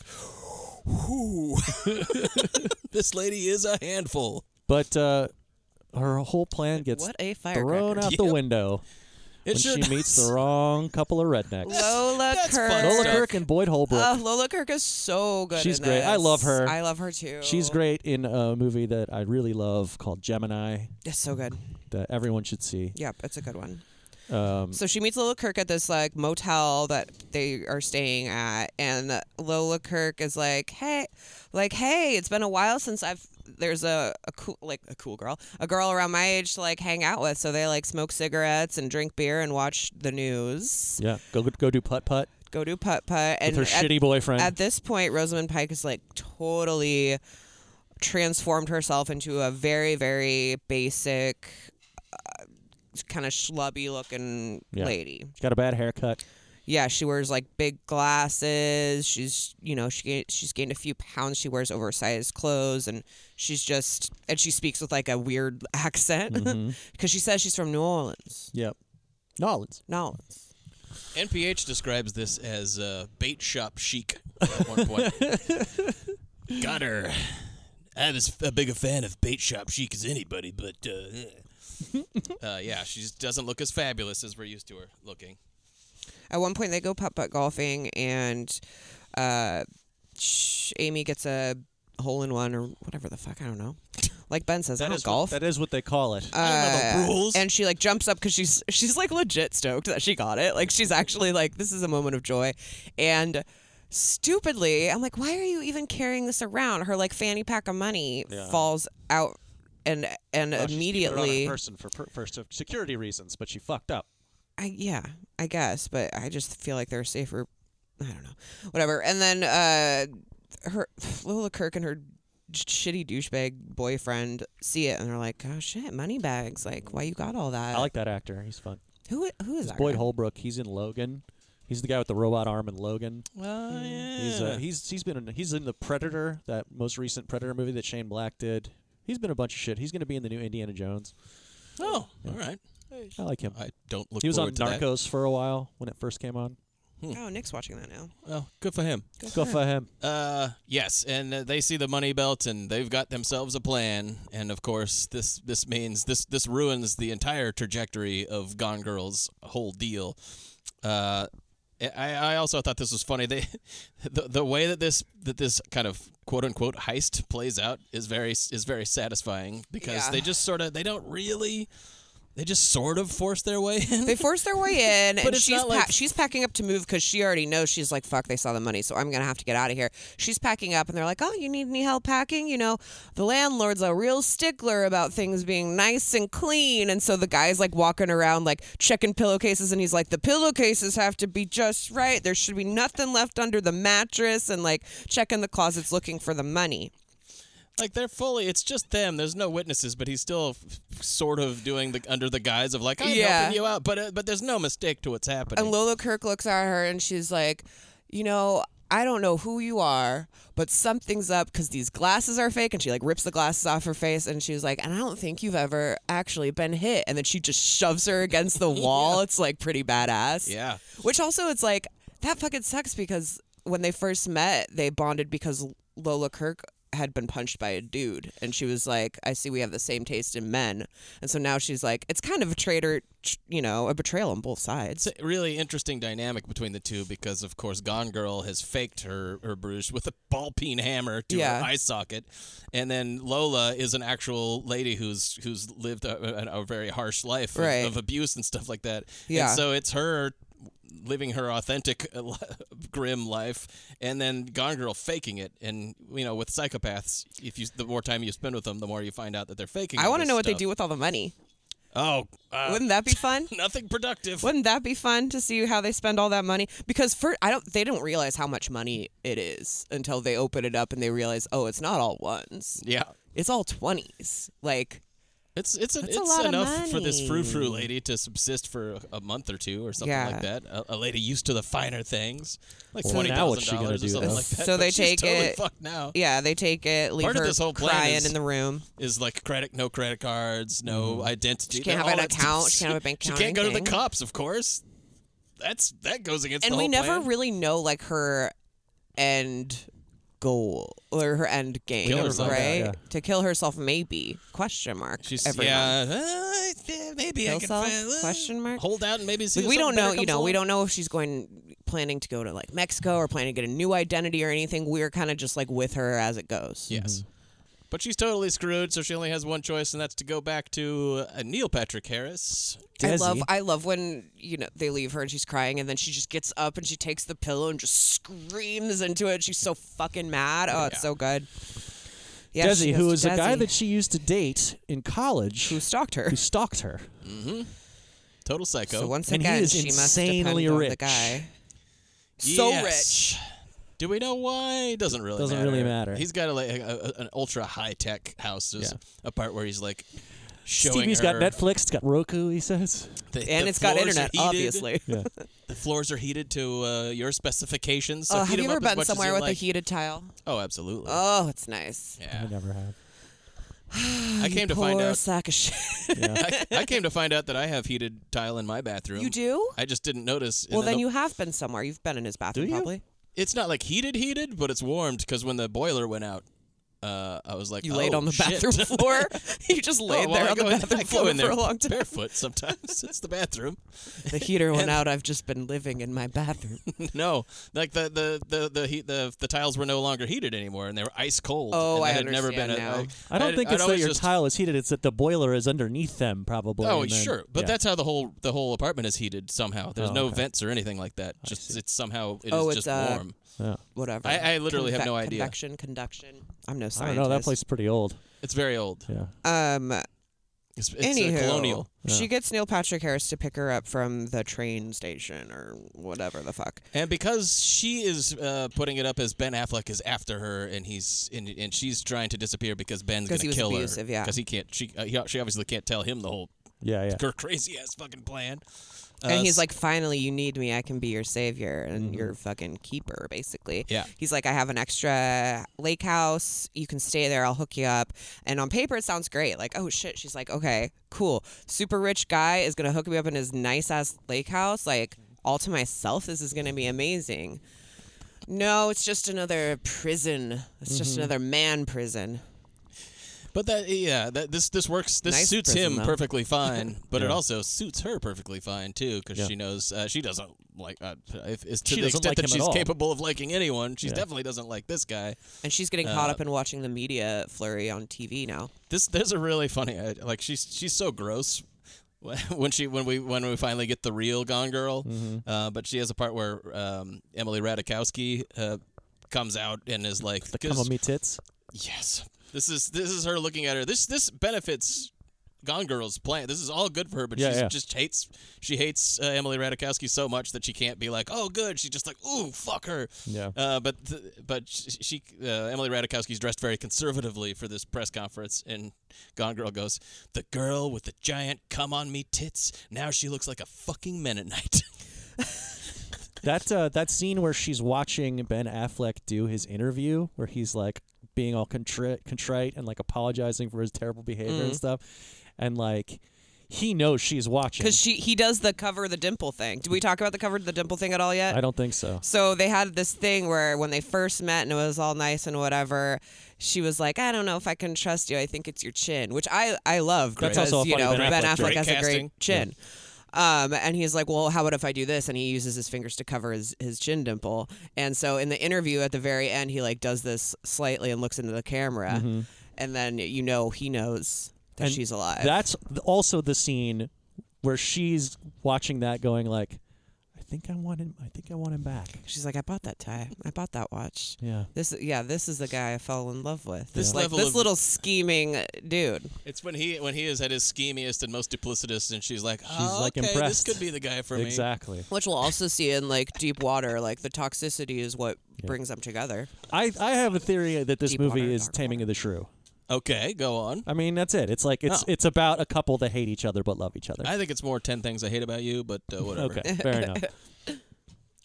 [SPEAKER 2] whoo, this lady is a handful.
[SPEAKER 3] But uh, her whole plan gets
[SPEAKER 1] What a
[SPEAKER 3] thrown
[SPEAKER 1] firecracker.
[SPEAKER 3] out the
[SPEAKER 2] Yep.
[SPEAKER 3] window
[SPEAKER 2] It
[SPEAKER 3] when
[SPEAKER 2] sure
[SPEAKER 3] she meets
[SPEAKER 2] does.
[SPEAKER 3] the wrong couple of rednecks.
[SPEAKER 1] Lola Kirk.
[SPEAKER 3] Lola Kirk and Boyd Holbrook.
[SPEAKER 1] Uh, Lola Kirk is so good.
[SPEAKER 3] She's
[SPEAKER 1] in
[SPEAKER 3] great. I
[SPEAKER 1] this.
[SPEAKER 3] love her.
[SPEAKER 1] I love her too.
[SPEAKER 3] She's great in a movie that I really love called Gemini
[SPEAKER 1] It's so good.
[SPEAKER 3] that everyone should see.
[SPEAKER 1] Yep, it's a good one.
[SPEAKER 3] Um,
[SPEAKER 1] So she meets Lola Kirk at this like motel that they are staying at, and Lola Kirk is like, "Hey, like, hey, it's been a while since I've there's a, a cool like a cool girl, a girl around my age to like hang out with." So they like smoke cigarettes and drink beer and watch the news,
[SPEAKER 3] yeah, go go do putt putt.
[SPEAKER 1] go do putt putt, and
[SPEAKER 3] her
[SPEAKER 1] at-
[SPEAKER 3] shitty boyfriend.
[SPEAKER 1] At this point, Rosamund Pike is like totally transformed herself into a very very basic. Uh, kind of schlubby looking
[SPEAKER 3] Yeah.
[SPEAKER 1] lady.
[SPEAKER 3] She got a bad haircut.
[SPEAKER 1] yeah, she wears like big glasses. She's you know she she's gained a few pounds. She wears oversized clothes, and she's just and she speaks with like a weird accent because
[SPEAKER 3] Mm-hmm.
[SPEAKER 16] Mhm.
[SPEAKER 1] she says she's from New Orleans.
[SPEAKER 16] Yep. New Orleans.
[SPEAKER 1] New Orleans.
[SPEAKER 2] NPH describes this as uh, bait shop chic at one point. Got her. I was a big a fan of bait shop chic as anybody, but uh, eh. uh, yeah, she just doesn't look as fabulous as we're used to her looking.
[SPEAKER 1] At one point, they go putt putt golfing, and uh, sh- Amy gets a hole in one or whatever the fuck I don't know. Like Ben says, I
[SPEAKER 16] That
[SPEAKER 1] don't
[SPEAKER 16] is what-
[SPEAKER 1] golf.
[SPEAKER 16] that is what they call it.
[SPEAKER 1] Uh, And she like jumps up because she's she's like legit stoked that she got it. Like she's actually like this is a moment of joy, and stupidly I'm like, why are you even carrying this around? Her like fanny pack of money
[SPEAKER 16] Yeah.
[SPEAKER 1] falls out, and and
[SPEAKER 16] Well, she's keeping it on her
[SPEAKER 1] immediately
[SPEAKER 16] person for per- for security reasons, but she fucked up.
[SPEAKER 1] I yeah, I guess, but I just feel like they're safer. I don't know, whatever. And then uh, her Lola Kirk and her sh- shitty douchebag boyfriend see it and they're like, oh shit, money bags. Like, why you got all that?
[SPEAKER 16] I like that actor. He's fun.
[SPEAKER 1] Who i- who is
[SPEAKER 16] It's
[SPEAKER 1] that?
[SPEAKER 16] Boyd
[SPEAKER 1] guy?
[SPEAKER 16] Holbrook. He's in Logan. He's the guy with the robot arm in Logan.
[SPEAKER 2] Oh, yeah.
[SPEAKER 16] He's uh, he's he's been in, he's in the Predator, that most recent Predator movie that Shane Black did. He's been a bunch of shit. He's going to be in the new Indiana Jones.
[SPEAKER 2] Oh,
[SPEAKER 16] Yeah.
[SPEAKER 2] all right.
[SPEAKER 16] I like him.
[SPEAKER 2] I don't look
[SPEAKER 16] He was on
[SPEAKER 2] forward to that.
[SPEAKER 16] Narcos for a while when it first came on.
[SPEAKER 1] Oh, Nick's watching that now.
[SPEAKER 2] Oh, good for him.
[SPEAKER 1] Good
[SPEAKER 16] Go for him.
[SPEAKER 2] Uh, yes, and uh, they see the money belt, and they've got themselves a plan. And of course, this this means this this ruins the entire trajectory of Gone Girl's whole deal. Uh, I, I also thought this was funny. They, the, the way that this that this kind of quote unquote heist plays out is very is very satisfying because
[SPEAKER 1] Yeah.
[SPEAKER 2] they just sort of they don't really they just sort of force their way in.
[SPEAKER 1] They force their way in,
[SPEAKER 2] But
[SPEAKER 1] and
[SPEAKER 2] it's
[SPEAKER 1] she's
[SPEAKER 2] not like-
[SPEAKER 1] pa- she's packing up to move because she already knows she's like, "Fuck, they saw the money, so I'm gonna have to get out of here." She's packing up, and they're like, "Oh, you need any help packing?" You know, the landlord's a real stickler about things being nice and clean, and so the guy's like walking around like checking pillowcases, and he's like, "The pillowcases have to be just right. There should be nothing left under the mattress," and like checking the closets looking for the money.
[SPEAKER 2] Like they're fully, it's just them. There's no witnesses, but he's still f- sort of doing the under the guise of like I'm
[SPEAKER 1] Yeah.
[SPEAKER 2] helping you out, but uh, but there's no mistake to what's happening.
[SPEAKER 1] And Lola Kirk looks at her and she's like, you know, I don't know who you are, but something's up because these glasses are fake. And she like rips the glasses off her face and she's like, and I don't think you've ever actually been hit. And then she just shoves her against the wall. It's like pretty badass.
[SPEAKER 2] Yeah.
[SPEAKER 1] Which also, it's like, that fucking sucks because when they first met, they bonded because Lola Kirk had been punched by a dude. And she was like, I see we have the same taste in men. And so now she's like, it's kind of a traitor, you know, a betrayal on both sides.
[SPEAKER 2] it's a really interesting dynamic between the two because, of course, Gone Girl has faked her her bruise with a ball peen hammer to
[SPEAKER 1] Yeah.
[SPEAKER 2] her eye socket, and then Lola is an actual lady who's who's lived a, a, a very harsh life of,
[SPEAKER 1] Right.
[SPEAKER 2] of abuse and stuff like that.
[SPEAKER 1] Yeah.
[SPEAKER 2] And so it's her living her authentic uh, li- grim life and then gone girl faking it and you know with psychopaths if you the more time you spend with them the more you find out that they're faking
[SPEAKER 1] I
[SPEAKER 2] all
[SPEAKER 1] want to
[SPEAKER 2] this
[SPEAKER 1] know what they
[SPEAKER 2] stuff.
[SPEAKER 1] do with all the money.
[SPEAKER 2] oh uh,
[SPEAKER 1] Wouldn't that be fun?
[SPEAKER 2] nothing productive
[SPEAKER 1] Wouldn't that be fun to see how they spend all that money? Because for I don't, they don't realize how much money it is until they open it up and they realize, oh, it's not all ones.
[SPEAKER 2] Yeah,
[SPEAKER 1] it's all twenties. Like,
[SPEAKER 2] It's it's an,
[SPEAKER 1] That's
[SPEAKER 2] it's
[SPEAKER 1] a lot of
[SPEAKER 2] enough for this frou frou
[SPEAKER 1] money.
[SPEAKER 2] lady to subsist for a- a month or two or something like
[SPEAKER 1] Yeah.
[SPEAKER 2] that. A, a lady used to the finer things, like
[SPEAKER 16] Well,
[SPEAKER 2] twenty
[SPEAKER 16] now what's
[SPEAKER 2] thousand
[SPEAKER 16] she gonna
[SPEAKER 2] dollars or
[SPEAKER 16] do,
[SPEAKER 2] something
[SPEAKER 16] though?
[SPEAKER 2] like that.
[SPEAKER 1] so
[SPEAKER 2] but
[SPEAKER 1] they
[SPEAKER 2] she's
[SPEAKER 1] take
[SPEAKER 2] totally
[SPEAKER 1] it. e-
[SPEAKER 2] Fucked now.
[SPEAKER 1] Yeah, they take it. Leave
[SPEAKER 2] Part
[SPEAKER 1] her
[SPEAKER 2] of this whole plan
[SPEAKER 1] crying
[SPEAKER 2] is,
[SPEAKER 1] in the room.
[SPEAKER 2] is like credit, no credit cards, no identity.
[SPEAKER 1] Mm-hmm. She can't
[SPEAKER 2] no-
[SPEAKER 1] have an
[SPEAKER 2] all that
[SPEAKER 1] account,
[SPEAKER 2] stuff.
[SPEAKER 1] she can't have a bank account or
[SPEAKER 2] She can't go to the
[SPEAKER 1] anything.
[SPEAKER 2] cops, of course. That's that goes against.
[SPEAKER 1] and
[SPEAKER 2] the
[SPEAKER 1] we
[SPEAKER 2] whole
[SPEAKER 1] never
[SPEAKER 2] plan.
[SPEAKER 1] really know like her end goal or her end game,
[SPEAKER 2] Kill herself,
[SPEAKER 1] right?
[SPEAKER 2] yeah.
[SPEAKER 1] To kill herself, maybe question mark. She's every
[SPEAKER 2] yeah,
[SPEAKER 1] month.
[SPEAKER 2] uh, yeah, maybe I
[SPEAKER 1] Kill
[SPEAKER 2] can
[SPEAKER 1] self?
[SPEAKER 2] find-
[SPEAKER 1] question mark
[SPEAKER 2] hold out and maybe see.
[SPEAKER 1] Like,
[SPEAKER 2] if
[SPEAKER 1] we don't
[SPEAKER 2] something better
[SPEAKER 1] know, you
[SPEAKER 2] comes
[SPEAKER 1] know, we
[SPEAKER 2] along.
[SPEAKER 1] don't know if she's going planning to go to like Mexico or planning to get a new identity or anything. We're kind of just like with her as it goes.
[SPEAKER 2] Yes. But she's totally screwed, so she only has one choice, and that's to go back to uh, Neil Patrick Harris.
[SPEAKER 1] I love I love when you know they leave her and she's crying and then she just gets up and she takes the pillow and just screams into it. She's so fucking mad. Oh, it's so good. Yeah,
[SPEAKER 16] Desi,
[SPEAKER 1] she goes
[SPEAKER 16] who
[SPEAKER 1] to
[SPEAKER 16] is a guy
[SPEAKER 1] Desi.
[SPEAKER 16] that she used to date in college, who
[SPEAKER 1] stalked her,
[SPEAKER 16] who stalked her,
[SPEAKER 2] Mm-hmm. Total psycho.
[SPEAKER 1] So once
[SPEAKER 16] and
[SPEAKER 1] again,
[SPEAKER 16] he is
[SPEAKER 1] she must depend
[SPEAKER 16] insanely
[SPEAKER 1] on
[SPEAKER 16] rich.
[SPEAKER 1] the guy. So
[SPEAKER 2] Yes. Do we know why? It doesn't really
[SPEAKER 16] Doesn't
[SPEAKER 2] matter.
[SPEAKER 16] really matter.
[SPEAKER 2] He's got a, like a, a- an ultra high tech house. There's a part where he's like, showing
[SPEAKER 3] Stevie's got
[SPEAKER 2] her-
[SPEAKER 3] Netflix. It's got Roku. He says,
[SPEAKER 2] The- the
[SPEAKER 1] it's got
[SPEAKER 2] floors
[SPEAKER 1] internet,
[SPEAKER 2] are heated.
[SPEAKER 1] obviously. Yeah.
[SPEAKER 2] the floors are heated to uh, your specifications. So
[SPEAKER 1] Oh,
[SPEAKER 2] heat
[SPEAKER 1] have you
[SPEAKER 2] them
[SPEAKER 1] ever
[SPEAKER 2] up as
[SPEAKER 1] been
[SPEAKER 2] much as
[SPEAKER 1] somewhere
[SPEAKER 2] you
[SPEAKER 1] with a
[SPEAKER 2] like.
[SPEAKER 1] heated tile?
[SPEAKER 2] Oh, absolutely.
[SPEAKER 1] Oh, it's nice.
[SPEAKER 2] Yeah.
[SPEAKER 3] never have.
[SPEAKER 2] I
[SPEAKER 1] You
[SPEAKER 2] came to find
[SPEAKER 1] poor
[SPEAKER 2] out.
[SPEAKER 1] sack of shit.
[SPEAKER 2] I, I came to find out that I have heated tile in my bathroom.
[SPEAKER 1] You do?
[SPEAKER 2] I just didn't notice. and
[SPEAKER 1] well, then
[SPEAKER 2] the-
[SPEAKER 1] you have been somewhere. You've been in his bathroom,
[SPEAKER 2] you?
[SPEAKER 1] probably.
[SPEAKER 2] It's not like heated, heated, but it's warmed because when the boiler went out, uh, I was like,
[SPEAKER 1] You laid
[SPEAKER 2] "Oh,
[SPEAKER 1] on the
[SPEAKER 2] shit."
[SPEAKER 1] bathroom floor. you just
[SPEAKER 2] Oh,
[SPEAKER 1] laid
[SPEAKER 2] well,
[SPEAKER 1] there
[SPEAKER 2] I
[SPEAKER 1] on the
[SPEAKER 2] go in-
[SPEAKER 1] bathroom
[SPEAKER 2] I go
[SPEAKER 1] floor
[SPEAKER 2] in there
[SPEAKER 1] for a long time.
[SPEAKER 2] barefoot sometimes. it's the bathroom.
[SPEAKER 1] The heater went out. I've just been living in my bathroom.
[SPEAKER 2] no, like the the the the, heat, the the tiles were no longer heated anymore, and they were ice cold.
[SPEAKER 1] Oh,
[SPEAKER 2] and
[SPEAKER 1] I
[SPEAKER 2] I had never been.
[SPEAKER 1] understand
[SPEAKER 2] at-
[SPEAKER 1] now.
[SPEAKER 2] like,
[SPEAKER 3] I don't
[SPEAKER 2] I'd-
[SPEAKER 3] think
[SPEAKER 2] I'd
[SPEAKER 3] it's that
[SPEAKER 2] always
[SPEAKER 3] your
[SPEAKER 2] just-
[SPEAKER 3] tile is heated. It's that the boiler is underneath them, probably.
[SPEAKER 2] Oh,
[SPEAKER 3] and then-
[SPEAKER 2] sure, but
[SPEAKER 3] yeah.
[SPEAKER 2] that's how the whole the whole apartment is heated somehow. There's
[SPEAKER 3] Oh,
[SPEAKER 2] no
[SPEAKER 3] okay.
[SPEAKER 2] vents or anything like that. Just it's somehow it is
[SPEAKER 1] oh,
[SPEAKER 2] just
[SPEAKER 1] it's uh,
[SPEAKER 2] warm.
[SPEAKER 1] Whatever.
[SPEAKER 2] I, I literally have
[SPEAKER 1] Conve-
[SPEAKER 2] no idea.
[SPEAKER 1] Convection, conduction. I'm no
[SPEAKER 3] I
[SPEAKER 1] scientist.
[SPEAKER 3] don't know. That place is pretty old.
[SPEAKER 2] It's very old.
[SPEAKER 3] Yeah.
[SPEAKER 1] Um.
[SPEAKER 2] It's, it's a
[SPEAKER 1] Anywho,
[SPEAKER 2] colonial.
[SPEAKER 1] she gets Neil Patrick Harris to pick her up from the train station or whatever the fuck.
[SPEAKER 2] And because she is uh, putting it up as Ben Affleck is after her, and he's and, and she's trying to disappear because Ben's
[SPEAKER 1] 'Cause
[SPEAKER 2] gonna
[SPEAKER 1] he was
[SPEAKER 2] kill
[SPEAKER 1] abusive,
[SPEAKER 2] her.
[SPEAKER 1] yeah.
[SPEAKER 2] Because he can't. She uh, he, she obviously can't tell him the whole
[SPEAKER 3] Yeah, yeah.
[SPEAKER 2] her crazy ass fucking plan.
[SPEAKER 1] and
[SPEAKER 2] Uh,
[SPEAKER 1] he's like, finally, you need me. I can be your savior and your fucking keeper, basically.
[SPEAKER 2] Mm-hmm. Yeah.
[SPEAKER 1] He's like, I have an extra lake house. You can stay there. I'll hook you up. And on paper, it sounds great. Like, oh shit. She's like, okay, cool. Super rich guy is going to hook me up in his nice ass lake house. Like, all to myself. This is going to be amazing. No, it's just another prison. It's just
[SPEAKER 2] Mhm.
[SPEAKER 1] another man prison.
[SPEAKER 2] But that yeah, that this this works. This
[SPEAKER 1] Nice
[SPEAKER 2] suits
[SPEAKER 1] prison,
[SPEAKER 2] him
[SPEAKER 1] though.
[SPEAKER 2] perfectly fine, but it
[SPEAKER 3] Yeah.
[SPEAKER 2] also suits her perfectly fine too, because
[SPEAKER 3] Yeah.
[SPEAKER 2] she knows uh, she doesn't like uh, if, is to
[SPEAKER 3] She
[SPEAKER 2] the
[SPEAKER 3] doesn't
[SPEAKER 2] extent
[SPEAKER 3] like
[SPEAKER 2] that
[SPEAKER 3] him at
[SPEAKER 2] she's
[SPEAKER 3] all.
[SPEAKER 2] capable of liking anyone. She
[SPEAKER 3] Yeah.
[SPEAKER 2] definitely doesn't like this guy.
[SPEAKER 1] And she's getting caught
[SPEAKER 2] Uh,
[SPEAKER 1] up in watching the media flurry on TV now.
[SPEAKER 2] This there's a really funny I- like she's she's so gross when she when we when we finally get the real Gone Girl, uh, but she has a part where um, Emily Radikowski uh, comes out and is like
[SPEAKER 3] The come on me tits.
[SPEAKER 2] Yes. This is this is her looking at her. This this benefits Gone Girl's plan. This is all good for her, but
[SPEAKER 3] Yeah,
[SPEAKER 2] she
[SPEAKER 3] yeah.
[SPEAKER 2] just hates she hates uh, Emily Radikowski so much that she can't be like, oh, good. She's just like, ooh, fuck her.
[SPEAKER 3] Yeah.
[SPEAKER 2] Uh, but th- but sh- she uh, Emily Radikowski's dressed very conservatively for this press conference, and Gone Girl goes, the girl with the giant come on me tits. Now she looks like a fucking Mennonite.
[SPEAKER 3] That uh, that scene where she's watching Ben Affleck do his interview, where he's like being all contri- contrite and like apologizing for his terrible behavior
[SPEAKER 1] Mhm.
[SPEAKER 2] Mm.
[SPEAKER 3] and stuff, and like he knows she's watching.
[SPEAKER 1] Because she he does the cover the dimple thing. Did we talk about the cover the dimple thing at all yet?
[SPEAKER 3] I don't think so.
[SPEAKER 1] So they had this thing where when they first met and it was all nice and whatever, she was like, "I don't know if I can trust you. I think it's your chin," which I I love
[SPEAKER 3] Great.
[SPEAKER 1] because
[SPEAKER 3] That's also a
[SPEAKER 1] you
[SPEAKER 3] funny
[SPEAKER 1] know
[SPEAKER 3] Ben Affleck joke.
[SPEAKER 1] has
[SPEAKER 3] Great
[SPEAKER 1] a
[SPEAKER 3] casting.
[SPEAKER 1] great chin. Um, and he's like, well, how about if I do this? And he uses his fingers to cover his, his chin dimple. And so in the interview at the very end, he like does this slightly and looks into the camera,
[SPEAKER 3] Mhm.
[SPEAKER 1] and then you know he knows that
[SPEAKER 3] And
[SPEAKER 1] she's alive.
[SPEAKER 3] That's th- also the scene where she's watching that, going like, "I think I want him. I think I want him back."
[SPEAKER 1] She's like, I bought that tie. I bought that watch.
[SPEAKER 3] Yeah.
[SPEAKER 1] This, yeah, this is the guy I fell in love with.
[SPEAKER 2] This
[SPEAKER 1] This like
[SPEAKER 2] level
[SPEAKER 1] this
[SPEAKER 2] of-
[SPEAKER 1] little scheming dude.
[SPEAKER 2] It's when he when he is at his schemiest and most duplicitous, and she's like,
[SPEAKER 3] She's
[SPEAKER 2] "Oh,
[SPEAKER 3] like
[SPEAKER 2] okay, this
[SPEAKER 3] impressed.
[SPEAKER 2] could be the guy for me.
[SPEAKER 3] Exactly.
[SPEAKER 1] Which we'll also see in like Deep Water. Like the toxicity is what brings them together.
[SPEAKER 3] I I have a theory that this
[SPEAKER 1] Deep
[SPEAKER 3] movie
[SPEAKER 1] water,
[SPEAKER 3] is Taming of the Shrew.
[SPEAKER 2] Okay, go on.
[SPEAKER 3] I mean, that's it. It's like it's
[SPEAKER 2] Oh.
[SPEAKER 3] it's about a couple that hate each other but love each other.
[SPEAKER 2] I think it's more 10 things I hate about you, but uh, whatever.
[SPEAKER 3] Okay, fair enough.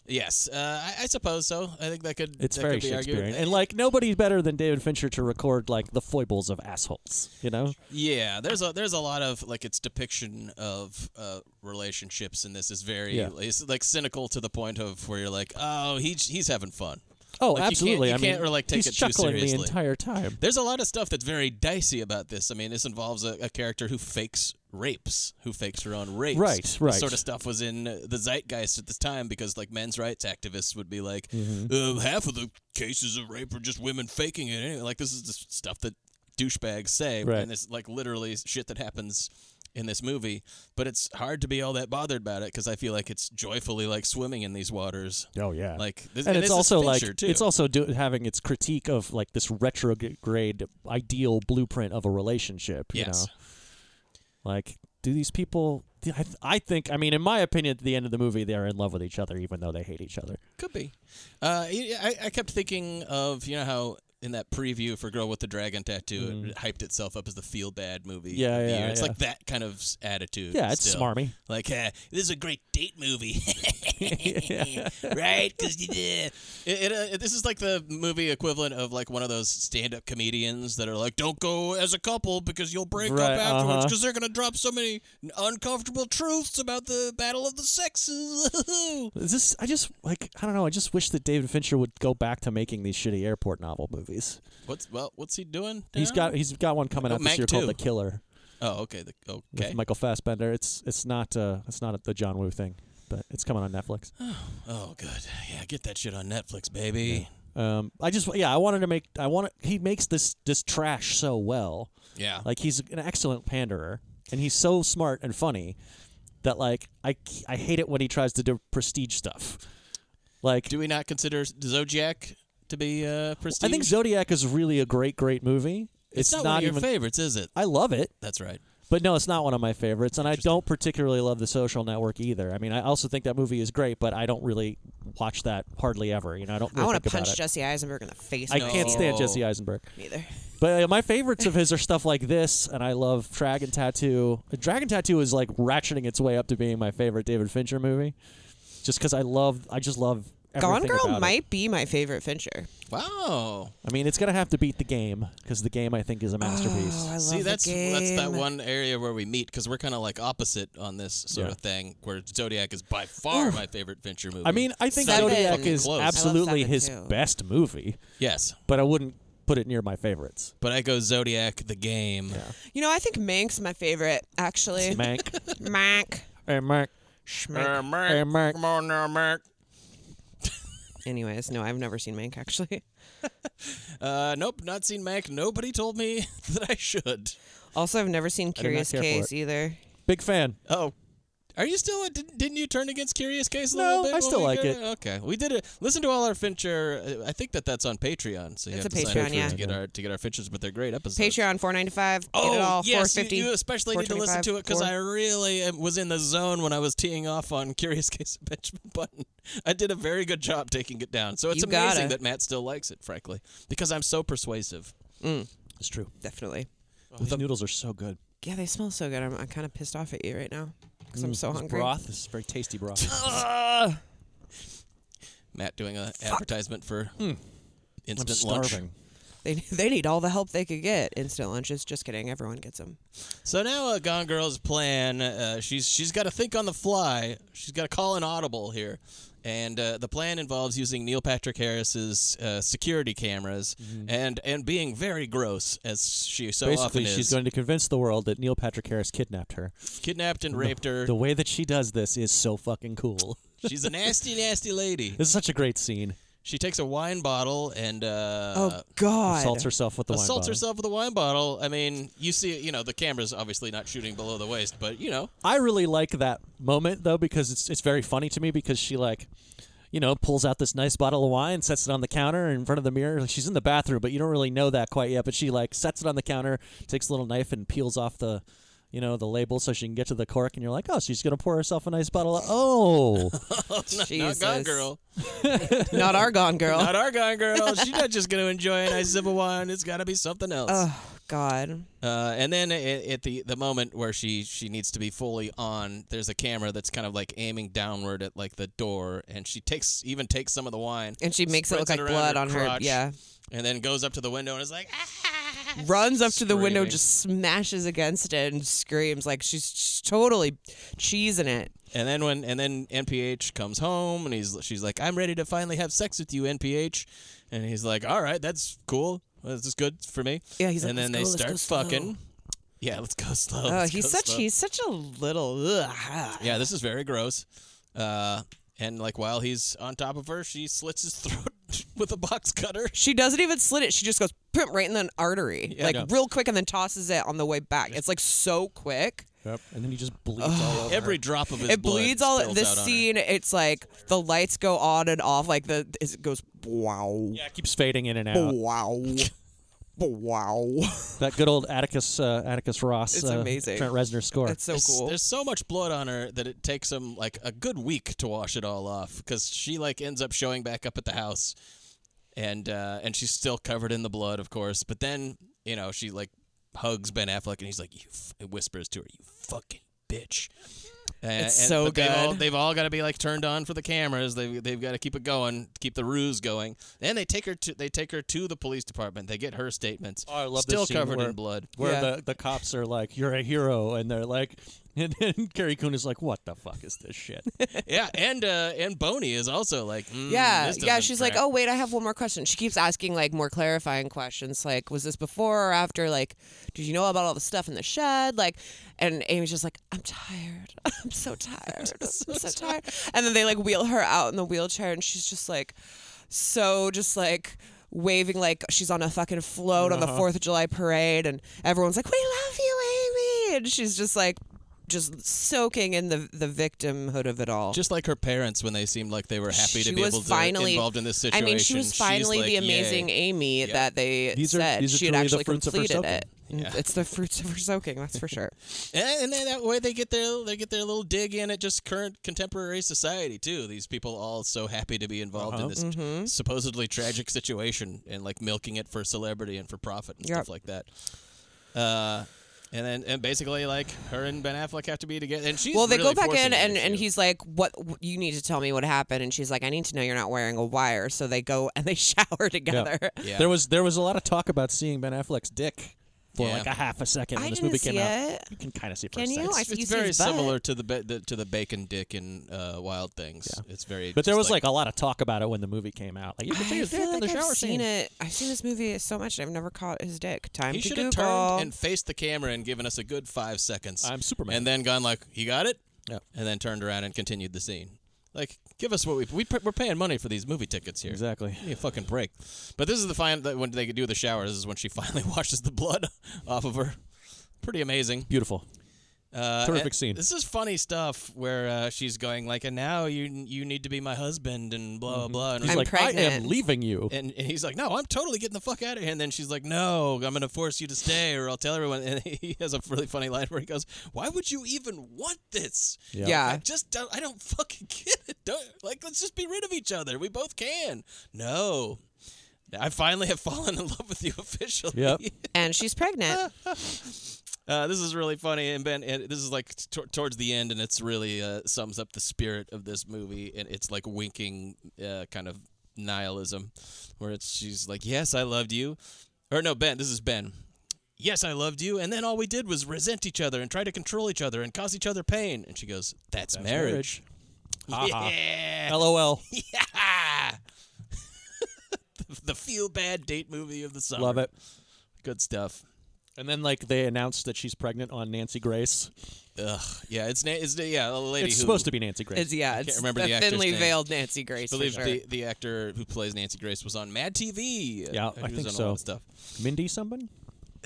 [SPEAKER 2] Yes, uh, I, I suppose so. I think that could
[SPEAKER 3] It's
[SPEAKER 2] that
[SPEAKER 3] very
[SPEAKER 2] could be argued.
[SPEAKER 3] Shakespearean, and like nobody's better than David Fincher to record like the foibles of assholes. You know,
[SPEAKER 2] Yeah, there's a there's a lot of like its depiction of uh, relationships, and this is very
[SPEAKER 3] Yeah.
[SPEAKER 2] it's like cynical to the point of where you're like, oh, he's he's having fun. Like,
[SPEAKER 3] Oh,
[SPEAKER 2] you can't-
[SPEAKER 3] absolutely.
[SPEAKER 2] You
[SPEAKER 3] I
[SPEAKER 2] can't,
[SPEAKER 3] mean,
[SPEAKER 2] really take
[SPEAKER 3] he's
[SPEAKER 2] it too
[SPEAKER 3] chuckling the
[SPEAKER 2] seriously.
[SPEAKER 3] entire time.
[SPEAKER 2] There's a lot of stuff that's very dicey about this. I mean, this involves a, a character who fakes rapes, who fakes her own rapes.
[SPEAKER 3] Right,
[SPEAKER 2] This
[SPEAKER 3] right.
[SPEAKER 2] sort of stuff was in uh, the zeitgeist at this time because like men's rights activists would be like,
[SPEAKER 3] Mhm.
[SPEAKER 2] uh, half of the cases of rape are just women faking it. Anyway, like this is the stuff that douchebags say,
[SPEAKER 3] Right.
[SPEAKER 2] and this like literally shit that happens. In this movie, but it's hard to be all that bothered about it because I feel like it's joyfully like swimming in these waters.
[SPEAKER 3] Oh yeah,
[SPEAKER 2] like this,
[SPEAKER 3] and it's
[SPEAKER 2] this is
[SPEAKER 3] also like
[SPEAKER 2] Fincher, too.
[SPEAKER 3] it's also do, having its critique of like this retrograde ideal blueprint of a relationship. You
[SPEAKER 2] Yes.
[SPEAKER 3] know, like do these people? I, I think I mean, in my opinion, at the end of the movie, they're in love with each other, even though they hate each other.
[SPEAKER 2] Could be. Uh, y- I, I kept thinking of you know how in that preview for Girl with the Dragon Tattoo, it hyped itself up as the feel bad movie.
[SPEAKER 3] Mm-hmm. Yeah,
[SPEAKER 2] of the
[SPEAKER 3] yeah,
[SPEAKER 2] year. It's
[SPEAKER 3] yeah.
[SPEAKER 2] like that kind of s- attitude.
[SPEAKER 3] Yeah, it's
[SPEAKER 2] still.
[SPEAKER 3] smarmy.
[SPEAKER 2] Like, eh, this is a great date movie, right? Because it, it, uh, this is like the movie equivalent of like one of those stand-up comedians that are like, "Don't go as a couple because you'll break
[SPEAKER 3] Right,
[SPEAKER 2] up afterwards
[SPEAKER 3] uh-huh.
[SPEAKER 2] because they're gonna drop so many uncomfortable truths about the battle of the sexes."
[SPEAKER 3] Is this? I just like I don't know. I just wish that David Fincher would go back to making these shitty airport novel movies.
[SPEAKER 2] What's well? What's he doing?
[SPEAKER 3] He's
[SPEAKER 2] now?
[SPEAKER 3] got he's got one coming
[SPEAKER 2] Oh,
[SPEAKER 3] out this
[SPEAKER 2] Mank
[SPEAKER 3] year
[SPEAKER 2] two.
[SPEAKER 3] called The Killer.
[SPEAKER 2] Oh, okay. The,
[SPEAKER 3] with
[SPEAKER 2] okay.
[SPEAKER 3] Michael Fassbender. It's it's not uh it's not the John Woo thing, but it's coming on Netflix.
[SPEAKER 2] Oh, good. Yeah, get that shit on Netflix, baby.
[SPEAKER 3] Um, I just yeah, I wanted to make I want he makes this this trash so well.
[SPEAKER 2] Yeah.
[SPEAKER 3] like he's an excellent panderer, and he's so smart and funny that like I c- I hate it when he tries to do prestige stuff. Like,
[SPEAKER 2] do we not consider Zodiac to be uh, prestige?
[SPEAKER 3] I think Zodiac is really a great great movie.
[SPEAKER 2] It's, not, one of your
[SPEAKER 3] even,
[SPEAKER 2] favorites, is it?
[SPEAKER 3] I love it.
[SPEAKER 2] That's right.
[SPEAKER 3] But no, it's not one of my favorites, and I don't particularly love The Social Network either. I mean, I also think that movie is great, but I don't really watch that hardly ever. You know, I don't. Really
[SPEAKER 1] I want
[SPEAKER 3] want
[SPEAKER 1] to punch Jesse Eisenberg in the face.
[SPEAKER 3] I
[SPEAKER 1] when
[SPEAKER 3] can't
[SPEAKER 1] see
[SPEAKER 3] stand
[SPEAKER 1] him.
[SPEAKER 3] Jesse Eisenberg.
[SPEAKER 1] Neither.
[SPEAKER 3] But uh, my favorites of his are stuff like this, and I love Dragon Tattoo. Dragon Tattoo is like ratcheting its way up to being my favorite David Fincher movie, just because I love. I just love.
[SPEAKER 1] Gone
[SPEAKER 3] everything about
[SPEAKER 1] Girl
[SPEAKER 3] it.
[SPEAKER 1] might be my favorite Fincher.
[SPEAKER 2] Wow.
[SPEAKER 3] I mean, it's gonna have to beat the game because the game I think is a masterpiece.
[SPEAKER 1] Oh,
[SPEAKER 2] See, that's that's that
[SPEAKER 1] game.
[SPEAKER 2] one area where we meet because we're kind of like opposite on this sort
[SPEAKER 3] Yeah.
[SPEAKER 2] of thing. Where Zodiac is by far
[SPEAKER 3] Oof.
[SPEAKER 2] my favorite Fincher movie.
[SPEAKER 3] I mean, I think
[SPEAKER 2] Not even
[SPEAKER 3] Zodiac
[SPEAKER 2] fucking
[SPEAKER 3] is
[SPEAKER 2] close.
[SPEAKER 3] absolutely his best movie.
[SPEAKER 2] Yes.
[SPEAKER 3] But I wouldn't put it near my favorites.
[SPEAKER 2] But I go Zodiac, the game.
[SPEAKER 1] You know, I think Mank's my favorite, actually.
[SPEAKER 3] Mank.
[SPEAKER 1] Mank.
[SPEAKER 3] Hey, Mark.
[SPEAKER 2] Um.
[SPEAKER 1] Schmank.
[SPEAKER 3] Hey, Mark.
[SPEAKER 2] Come on now, Mark.
[SPEAKER 1] Anyways, no, I've never seen Mank, actually.
[SPEAKER 2] Uh, nope, not seen Mac. Nobody told me that I should.
[SPEAKER 1] Also, I've never seen
[SPEAKER 2] did not
[SPEAKER 1] Curious
[SPEAKER 2] care for
[SPEAKER 1] Case
[SPEAKER 2] it.
[SPEAKER 1] either.
[SPEAKER 3] Big fan.
[SPEAKER 2] Oh, are you still? Didn't, didn't you turn against Curious Case a
[SPEAKER 1] No,
[SPEAKER 2] little bit?
[SPEAKER 1] I
[SPEAKER 2] when
[SPEAKER 1] still
[SPEAKER 2] we
[SPEAKER 1] like
[SPEAKER 2] did
[SPEAKER 1] it.
[SPEAKER 2] Okay, we did it. Listen to all our Fincher. uh, I think that that's on Patreon. So you
[SPEAKER 1] It's
[SPEAKER 2] have
[SPEAKER 1] a
[SPEAKER 2] to sign up
[SPEAKER 1] Patreon, yeah.
[SPEAKER 2] to get our to get our Finchers, but they're great episodes.
[SPEAKER 1] Patreon four ninety five.
[SPEAKER 2] Oh
[SPEAKER 1] get it all,
[SPEAKER 2] yes, you,
[SPEAKER 1] 450,
[SPEAKER 2] you especially need to listen to it because I
[SPEAKER 1] 425,
[SPEAKER 2] really am- was in the zone when I was teeing off on Curious Case of Benjamin Button. I did a very good job taking it down, so it's
[SPEAKER 1] You gotta.
[SPEAKER 2] amazing that Matt still likes it, frankly, because I'm so persuasive.
[SPEAKER 1] Mm.
[SPEAKER 3] It's true,
[SPEAKER 1] definitely.
[SPEAKER 3] these noodles are so good.
[SPEAKER 1] Yeah, they smell so good. I'm, I'm kind of pissed off at you right now because I'm
[SPEAKER 3] Mm,
[SPEAKER 1] so
[SPEAKER 3] this
[SPEAKER 1] hungry.
[SPEAKER 3] Broth. This is very tasty broth.
[SPEAKER 2] Uh, Matt doing an advertisement for hmm,
[SPEAKER 1] Mm.
[SPEAKER 2] instant lunch.
[SPEAKER 1] They they need all the help they could get. Instant lunches. Just kidding. Everyone gets them.
[SPEAKER 2] So now uh, Gone Girl's plan, uh, she's she's got to think on the fly. She's got to call an audible here, and uh, the plan involves using Neil Patrick Harris's uh, security cameras and and being very gross as she so
[SPEAKER 3] Mm-hmm.
[SPEAKER 2] often
[SPEAKER 3] Basically,
[SPEAKER 2] is.
[SPEAKER 3] she's going to convince the world that Neil Patrick Harris kidnapped her.
[SPEAKER 2] Kidnapped and
[SPEAKER 3] The-
[SPEAKER 2] raped her.
[SPEAKER 3] The way that she does this is so fucking cool.
[SPEAKER 2] she's a nasty, nasty lady.
[SPEAKER 3] This is such a great scene.
[SPEAKER 2] She takes a wine bottle and uh,
[SPEAKER 3] Oh, God. Assaults herself with the wine
[SPEAKER 2] assaults
[SPEAKER 3] bottle.
[SPEAKER 2] herself with a wine bottle. I mean, you see, you know, the camera's obviously not shooting below the waist, but you know,
[SPEAKER 3] I really like that moment though because it's it's very funny to me because she like you know pulls out this nice bottle of wine sets it on the counter in front of the mirror Like, she's in the bathroom but you don't really know that quite yet but she like sets it on the counter takes a little knife and peels off the you know the label so she can get to the cork and you're like oh she's going to pour herself a nice bottle of oh
[SPEAKER 2] not, not Gone
[SPEAKER 1] Jesus.
[SPEAKER 2] Girl.
[SPEAKER 1] Not our gone girl.
[SPEAKER 2] Not our gone girl. She's not just going to enjoy a nice sip of wine. It's got to be something else.
[SPEAKER 1] Oh God.
[SPEAKER 2] Uh, and then at, at the the moment where she she needs to be fully on, there's a camera that's kind of like aiming downward at like the door, and she takes even takes some of the wine
[SPEAKER 1] And she makes it look
[SPEAKER 2] spreads
[SPEAKER 1] like
[SPEAKER 2] around
[SPEAKER 1] blood on her-
[SPEAKER 2] crotch,
[SPEAKER 1] yeah.
[SPEAKER 2] and then goes up to the window and is like, "Ah."
[SPEAKER 1] Runs up to the window,
[SPEAKER 2] Screaming.
[SPEAKER 1] just smashes against it, and screams like she's, she's totally cheesing it.
[SPEAKER 2] and then when and then NPH comes home and he's she's like, I'm ready to finally have sex with you, NPH, and he's like, All right, that's cool. This is good for me.
[SPEAKER 1] Yeah, he's like,
[SPEAKER 2] and then
[SPEAKER 1] "Let's go,
[SPEAKER 2] they
[SPEAKER 1] let's
[SPEAKER 2] start
[SPEAKER 1] go slow."
[SPEAKER 2] fucking. Yeah, let's go slow.
[SPEAKER 1] Oh,
[SPEAKER 2] let's
[SPEAKER 1] he's
[SPEAKER 2] go
[SPEAKER 1] such
[SPEAKER 2] slow.
[SPEAKER 1] he's such a little. Ugh.
[SPEAKER 2] Yeah, this is very gross. Uh, and like while he's on top of her, she slits his throat with a box cutter.
[SPEAKER 1] She doesn't even slit it. She just goes pimp right in the artery,
[SPEAKER 2] Yeah.
[SPEAKER 1] like
[SPEAKER 2] Yeah.
[SPEAKER 1] real quick, and then tosses it on the way back. It's like so quick.
[SPEAKER 3] Yep. and then he just bleeds all over
[SPEAKER 2] Every drop of his
[SPEAKER 1] it
[SPEAKER 2] blood
[SPEAKER 1] bleeds all.
[SPEAKER 2] spills
[SPEAKER 1] This
[SPEAKER 2] out on her.
[SPEAKER 1] scene, it's like the lights go on and off. Like the it goes wow.
[SPEAKER 3] Yeah, it keeps fading in and out
[SPEAKER 1] wow. Wow.
[SPEAKER 3] that good old Atticus uh, Atticus Ross
[SPEAKER 2] It's
[SPEAKER 3] uh,
[SPEAKER 2] amazing.
[SPEAKER 3] Trent Reznor score
[SPEAKER 2] There's- There's so much blood on her that it takes him like a good week to wash it all off because she like ends up showing back up at the house and uh, and she's still covered in the blood, of course. But then you know she like hugs Ben Affleck, and he's like, "You," f-, and whispers to her, "You fucking bitch." Uh,
[SPEAKER 1] It's so
[SPEAKER 2] but They've all,
[SPEAKER 1] good.
[SPEAKER 2] they've all got to be like turned on for the cameras. They they've got to keep it going, keep the ruse going. Then they take her to they take her to the police department. They get her statements.
[SPEAKER 16] Oh, I love
[SPEAKER 2] still
[SPEAKER 16] this scene
[SPEAKER 2] covered
[SPEAKER 16] where-
[SPEAKER 2] in blood.
[SPEAKER 16] Where the, the cops are like, "You're a hero," and they're like, and then Carrie Coon is like, "What the fuck is this shit?"
[SPEAKER 2] yeah, and uh, and Boney is also like, "Mm,
[SPEAKER 1] yeah,
[SPEAKER 2] this
[SPEAKER 1] yeah.
[SPEAKER 2] doesn't
[SPEAKER 1] She's like,
[SPEAKER 2] crack."
[SPEAKER 1] oh wait, I have one more question. She keeps asking like more clarifying questions, like, was this before or after? Like, did you know about all the stuff in the shed? Like, and Amy's just like, I'm tired. I'm so tired. I'm so tired. And then they like wheel her out in the wheelchair, and she's just like, so just like waving like she's on a fucking float on the
[SPEAKER 17] Uh-huh.
[SPEAKER 1] Fourth of July parade, and everyone's like, we love you, Amy, and she's just like, just soaking in the the victimhood of it all.
[SPEAKER 2] Just like her parents when they seemed like they were happy
[SPEAKER 1] she
[SPEAKER 2] to be
[SPEAKER 1] was
[SPEAKER 2] able to
[SPEAKER 1] finally
[SPEAKER 2] involved in this situation.
[SPEAKER 1] I mean, she was
[SPEAKER 2] She's
[SPEAKER 1] finally
[SPEAKER 2] like,
[SPEAKER 1] the amazing
[SPEAKER 2] "Yay."
[SPEAKER 1] Amy
[SPEAKER 2] Yeah.
[SPEAKER 1] that they
[SPEAKER 2] These are-
[SPEAKER 1] said
[SPEAKER 2] these are
[SPEAKER 1] she had
[SPEAKER 2] truly the
[SPEAKER 1] actually
[SPEAKER 2] fruits of her
[SPEAKER 1] completed
[SPEAKER 2] soaking.
[SPEAKER 1] it. Mm,
[SPEAKER 2] Yeah.
[SPEAKER 1] It's the fruits of her soaking, that's for sure.
[SPEAKER 2] And, and then that way they get their they get their little dig in at just current contemporary society too. These people all so happy to be involved
[SPEAKER 1] Uh-huh.
[SPEAKER 2] in this
[SPEAKER 1] Mhm.
[SPEAKER 2] supposedly tragic situation and like milking it for celebrity and for profit and
[SPEAKER 1] Yep.
[SPEAKER 2] stuff like that. Uh, and then and basically like her and Ben Affleck have to be together. And she's
[SPEAKER 1] well, they
[SPEAKER 2] really
[SPEAKER 1] go back
[SPEAKER 2] forcing
[SPEAKER 1] in,
[SPEAKER 2] it.
[SPEAKER 1] and, and he's like, "What you need to tell me what happened?" And she's like, "I need to know you're not wearing a wire." So they go and they shower together.
[SPEAKER 16] There was there was a lot of talk about seeing Ben Affleck's dick for like a half a second when
[SPEAKER 1] I
[SPEAKER 16] this
[SPEAKER 1] didn't
[SPEAKER 16] movie came
[SPEAKER 1] see
[SPEAKER 16] out.
[SPEAKER 1] it.
[SPEAKER 16] You can kind of see it for
[SPEAKER 1] Can
[SPEAKER 16] a
[SPEAKER 1] you?
[SPEAKER 16] second.
[SPEAKER 1] I
[SPEAKER 2] it's,
[SPEAKER 1] see you
[SPEAKER 2] it's
[SPEAKER 1] see
[SPEAKER 2] very
[SPEAKER 1] his butt.
[SPEAKER 2] similar to the, ba- the to the bacon dick in uh, Wild Things. It's very.
[SPEAKER 16] But there
[SPEAKER 2] just
[SPEAKER 16] was
[SPEAKER 2] like
[SPEAKER 16] like a lot of talk about it when the movie came out. Like you can see
[SPEAKER 1] I
[SPEAKER 16] his dick
[SPEAKER 1] feel
[SPEAKER 16] in
[SPEAKER 1] like
[SPEAKER 16] the
[SPEAKER 1] I've
[SPEAKER 16] shower
[SPEAKER 1] seen
[SPEAKER 16] scene.
[SPEAKER 1] it. I've seen this movie so much, and I've never caught his dick. Time
[SPEAKER 2] He
[SPEAKER 1] to
[SPEAKER 2] should
[SPEAKER 1] Google.
[SPEAKER 2] have turned and faced the camera and given us a good five seconds. I'm Superman. And then gone like, "You got it,"
[SPEAKER 16] yeah.
[SPEAKER 2] and then turned around and continued the scene. Like, give us what we, we we're paying money for these movie tickets here.
[SPEAKER 16] Exactly.
[SPEAKER 2] Give me a fucking break. But this is the final that when they do the showers is when she finally washes the blood off of her. Pretty amazing.
[SPEAKER 16] Beautiful.
[SPEAKER 2] Uh,
[SPEAKER 16] Terrific
[SPEAKER 2] and
[SPEAKER 16] scene.
[SPEAKER 2] This is funny stuff where uh, she's going like, and now you you need to be my husband and blah blah blah. And
[SPEAKER 16] Mm-hmm. He's
[SPEAKER 2] I'm
[SPEAKER 16] like, I am
[SPEAKER 2] pregnant."
[SPEAKER 16] leaving you.
[SPEAKER 2] And, and he's like, no, I'm totally getting the fuck out of here. And then she's like, no, I'm going to force you to stay or I'll tell everyone. And he has a really funny line where he goes, why would you even want this?
[SPEAKER 1] Yeah. Yeah.
[SPEAKER 2] I just don't, I don't fucking get it. Don't, like, let's just be rid of each other. We both can. No. I finally have fallen in love with you officially.
[SPEAKER 1] and she's pregnant.
[SPEAKER 2] Uh, this is really funny, and Ben, and this is like t- towards the end, and it's really uh, sums up the spirit of this movie, and it's like winking uh, kind of nihilism, where it's she's like, "Yes, I loved you," or no, Ben, this is Ben. Yes, I loved you, and then all we did was resent each other and try to control each other and cause each other pain. And she goes, "That's, marriage."
[SPEAKER 16] Ha-ha.
[SPEAKER 2] Yeah.
[SPEAKER 16] LOL.
[SPEAKER 2] Yeah. the, the feel bad date movie of the summer.
[SPEAKER 16] Love it.
[SPEAKER 2] Good stuff.
[SPEAKER 16] And then like they announced that she's pregnant on Nancy Grace.
[SPEAKER 2] Ugh. Yeah, it's, na- it's yeah, a lady.
[SPEAKER 16] It's
[SPEAKER 2] who-
[SPEAKER 16] supposed to be Nancy Grace.
[SPEAKER 1] It's- yeah,
[SPEAKER 2] I
[SPEAKER 1] it's
[SPEAKER 2] can't remember
[SPEAKER 1] the
[SPEAKER 2] the actor's
[SPEAKER 1] thinly
[SPEAKER 2] name.
[SPEAKER 1] veiled Nancy Grace,
[SPEAKER 2] I believe
[SPEAKER 1] for
[SPEAKER 2] the,
[SPEAKER 1] sure.
[SPEAKER 2] the actor who plays Nancy Grace was on Mad TV.
[SPEAKER 16] Yeah,
[SPEAKER 2] he
[SPEAKER 16] I
[SPEAKER 2] was
[SPEAKER 16] think
[SPEAKER 2] on A
[SPEAKER 16] so.
[SPEAKER 2] lot of stuff.
[SPEAKER 16] Mindy somebody?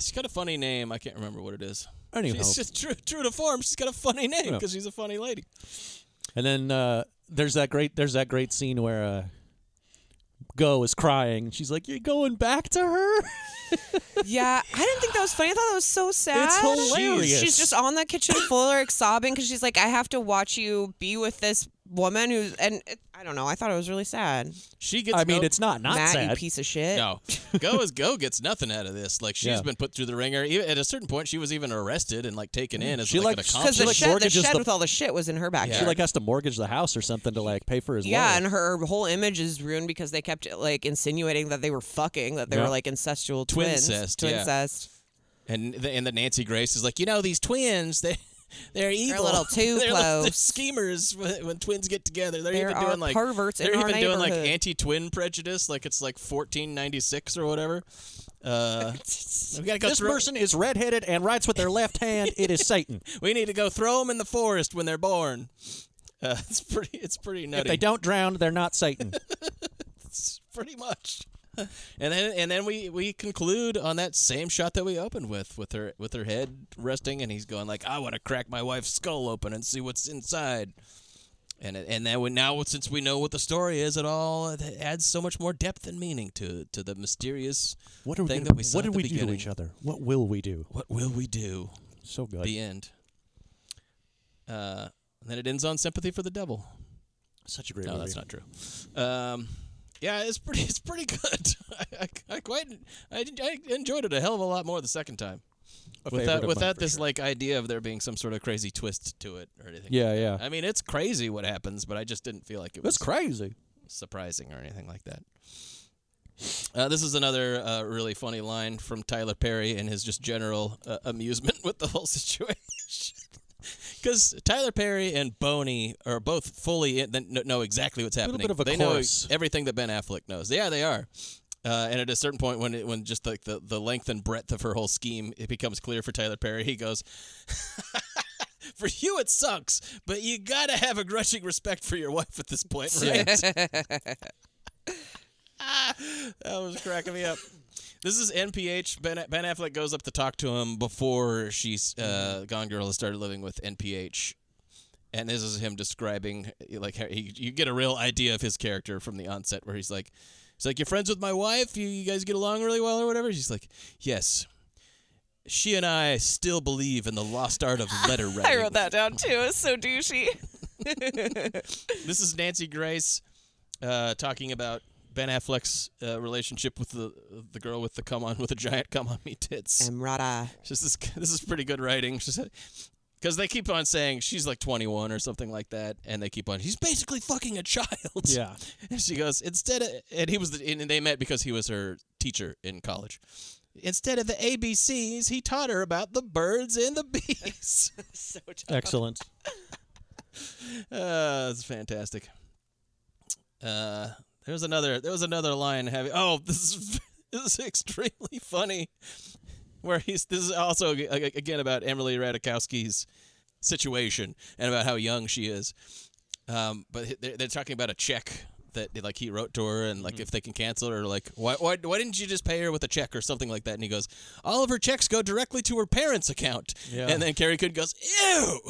[SPEAKER 2] She's got a funny name. I can't remember what it is.
[SPEAKER 16] Anyhow.
[SPEAKER 2] she's just true, true to form. She's got a funny name
[SPEAKER 16] Yeah.
[SPEAKER 2] because she's a funny lady.
[SPEAKER 16] And then uh, there's that great there's that great scene where uh, Go is crying. She's like, "You're going back to her."
[SPEAKER 1] yeah, I didn't think that was funny. I thought that was so sad.
[SPEAKER 16] hilarious.
[SPEAKER 1] She's just on the kitchen floor like, sobbing because she's like, I have to watch you be with this woman who's and it, I don't know. I thought it was really sad.
[SPEAKER 2] She gets. no-
[SPEAKER 1] Matt, You piece of shit.
[SPEAKER 2] No, Go is Go gets nothing out of this. Like she's
[SPEAKER 1] Yeah.
[SPEAKER 2] been put through the ringer. Even at a certain point, she was even arrested and like taken in as
[SPEAKER 16] She,
[SPEAKER 2] like,
[SPEAKER 16] like,
[SPEAKER 2] an
[SPEAKER 1] because
[SPEAKER 2] accomplice.
[SPEAKER 1] the shed, the
[SPEAKER 16] mortgages
[SPEAKER 1] shed
[SPEAKER 16] the-
[SPEAKER 1] with all the shit was in her backyard.
[SPEAKER 16] She like has to mortgage the house or something to like pay for his
[SPEAKER 1] Yeah,
[SPEAKER 16] lawyer.
[SPEAKER 1] and her whole image is ruined because they kept like insinuating that they were fucking, that they
[SPEAKER 2] Yeah.
[SPEAKER 1] were like incestual twins.
[SPEAKER 2] Twincest, yeah.
[SPEAKER 1] Twincest.
[SPEAKER 2] And the, and the Nancy Grace is like, you know, these twins, they they're evil.
[SPEAKER 1] little too
[SPEAKER 2] They're like the
[SPEAKER 1] close.
[SPEAKER 2] schemers when, when twins get together. They're,
[SPEAKER 1] There
[SPEAKER 2] even
[SPEAKER 1] are
[SPEAKER 2] doing like
[SPEAKER 1] perverts in
[SPEAKER 2] They're
[SPEAKER 1] our
[SPEAKER 2] even doing like
[SPEAKER 1] neighborhood.
[SPEAKER 2] anti-twin prejudice, like it's like 1496 or whatever. Uh, we gotta go
[SPEAKER 16] this
[SPEAKER 2] throw-
[SPEAKER 16] person is redheaded and writes with their left hand. It is Satan.
[SPEAKER 2] We need to go throw them in the forest when they're born. Uh, it's pretty. It's pretty nutty.
[SPEAKER 16] If they don't drown, they're not Satan.
[SPEAKER 2] pretty much. And then and then we we conclude on that same shot that we opened with with her with her head resting and he's going like I want to crack my wife's skull open and see what's inside. And it- and then when now since we know what the story is at all it adds so much more depth and meaning to to the mysterious
[SPEAKER 16] What are we?
[SPEAKER 2] thing
[SPEAKER 16] Gonna,
[SPEAKER 2] that we saw
[SPEAKER 16] what
[SPEAKER 2] at
[SPEAKER 16] did
[SPEAKER 2] the
[SPEAKER 16] we do to
[SPEAKER 2] beginning.
[SPEAKER 16] each other? What will we do?
[SPEAKER 2] What will we do?
[SPEAKER 16] So good.
[SPEAKER 2] The end. Uh, and then it ends on sympathy for the devil.
[SPEAKER 16] Such a great
[SPEAKER 2] no,
[SPEAKER 16] movie.
[SPEAKER 2] that's not true. Um, Yeah, it's pretty. It's pretty good. I, I, I quite. I, I enjoyed it a hell of a lot more the second time.
[SPEAKER 16] A favorite
[SPEAKER 2] without
[SPEAKER 16] of mine
[SPEAKER 2] without
[SPEAKER 16] for
[SPEAKER 2] this
[SPEAKER 16] sure.
[SPEAKER 2] like idea of there being some sort of crazy twist to it or anything.
[SPEAKER 16] Yeah,
[SPEAKER 2] like
[SPEAKER 16] yeah.
[SPEAKER 2] That. I mean, it's crazy what happens, but I just didn't feel like it was
[SPEAKER 16] That's crazy.
[SPEAKER 2] surprising or anything like that. Uh, this is another uh, really funny line from Tyler Perry and his just general uh, amusement with the whole situation. Because Tyler Perry and Boney are both fully in, th- kn- know exactly what's
[SPEAKER 16] Little
[SPEAKER 2] happening.
[SPEAKER 16] bit of a
[SPEAKER 2] they
[SPEAKER 16] chorus.
[SPEAKER 2] know everything that Ben Affleck knows. Yeah, they are. Uh, and at a certain point, when it, when just like the, the length and breadth of her whole scheme, it becomes clear for Tyler Perry. He goes, "For you, it sucks, but you gotta have a grudging respect for your wife at this point, right?" that was cracking me up. This is NPH. Ben, ben Affleck goes up to talk to him before she's
[SPEAKER 1] Mm-hmm.
[SPEAKER 2] uh, Gone Girl has started living with NPH, and this is him describing like how he, you get a real idea of his character from the onset, where he's like, he's like, "You're friends with my wife. You, you guys get along really well, or whatever." She's like, "Yes." She and I still believe in the lost art of letter writing.
[SPEAKER 1] I wrote that down too. It's so douchey.
[SPEAKER 2] this is Nancy Grace uh, talking about Ben Affleck's uh, relationship with the the girl with the come on with a giant come on me tits.
[SPEAKER 1] Emrata.
[SPEAKER 2] This is this is pretty good writing. She said. Because they keep on saying she's like 21 or something like that, and they keep on. He's basically fucking a child.
[SPEAKER 16] Yeah.
[SPEAKER 2] And she goes instead of, and he was, the, and they met because he was her teacher in college. Instead of the ABCs, he taught her about the birds and the bees. so
[SPEAKER 16] Excellent.
[SPEAKER 2] uh, it's fantastic. Uh, there was another. There was another line. Having oh, this is this is extremely funny. Where he's this is also a- a- again about Emily Radikowski's situation and about how young she is. Um, but h- they're, they're talking about a check that like he wrote to her and like if they can cancel it or like why, why why didn't you just pay her with a check or something like that? And he goes, all of her checks go directly to her parents' account.
[SPEAKER 16] Yeah.
[SPEAKER 2] And then Carrie Coon goes, ew.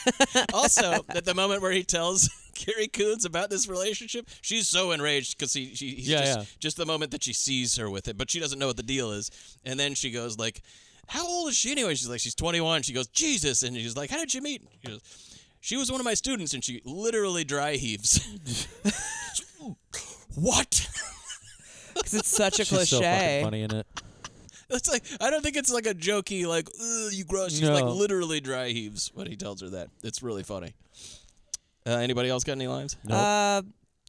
[SPEAKER 2] also, at the moment where he tells Carrie Coons about this relationship, she's so enraged because he, she, he's
[SPEAKER 16] Yeah,
[SPEAKER 2] just,
[SPEAKER 16] yeah.
[SPEAKER 2] just the moment that she sees her with it, but she doesn't know what the deal is. And then she goes like, "How old is she anyway?" She's like, "She's 21." She goes, "Jesus!" And she's like, "How did you meet?" She goes, "She was one of my students," and she literally dry heaves. what?
[SPEAKER 1] Because it's such a
[SPEAKER 16] She's so
[SPEAKER 1] cliche.
[SPEAKER 16] fucking funny in it.
[SPEAKER 2] It's like I don't think it's like a jokey like "Ugh, you gross. She's like
[SPEAKER 16] No.
[SPEAKER 2] literally dry heaves when he tells her that. It's really funny. Uh, anybody else got any lines?
[SPEAKER 1] Uh,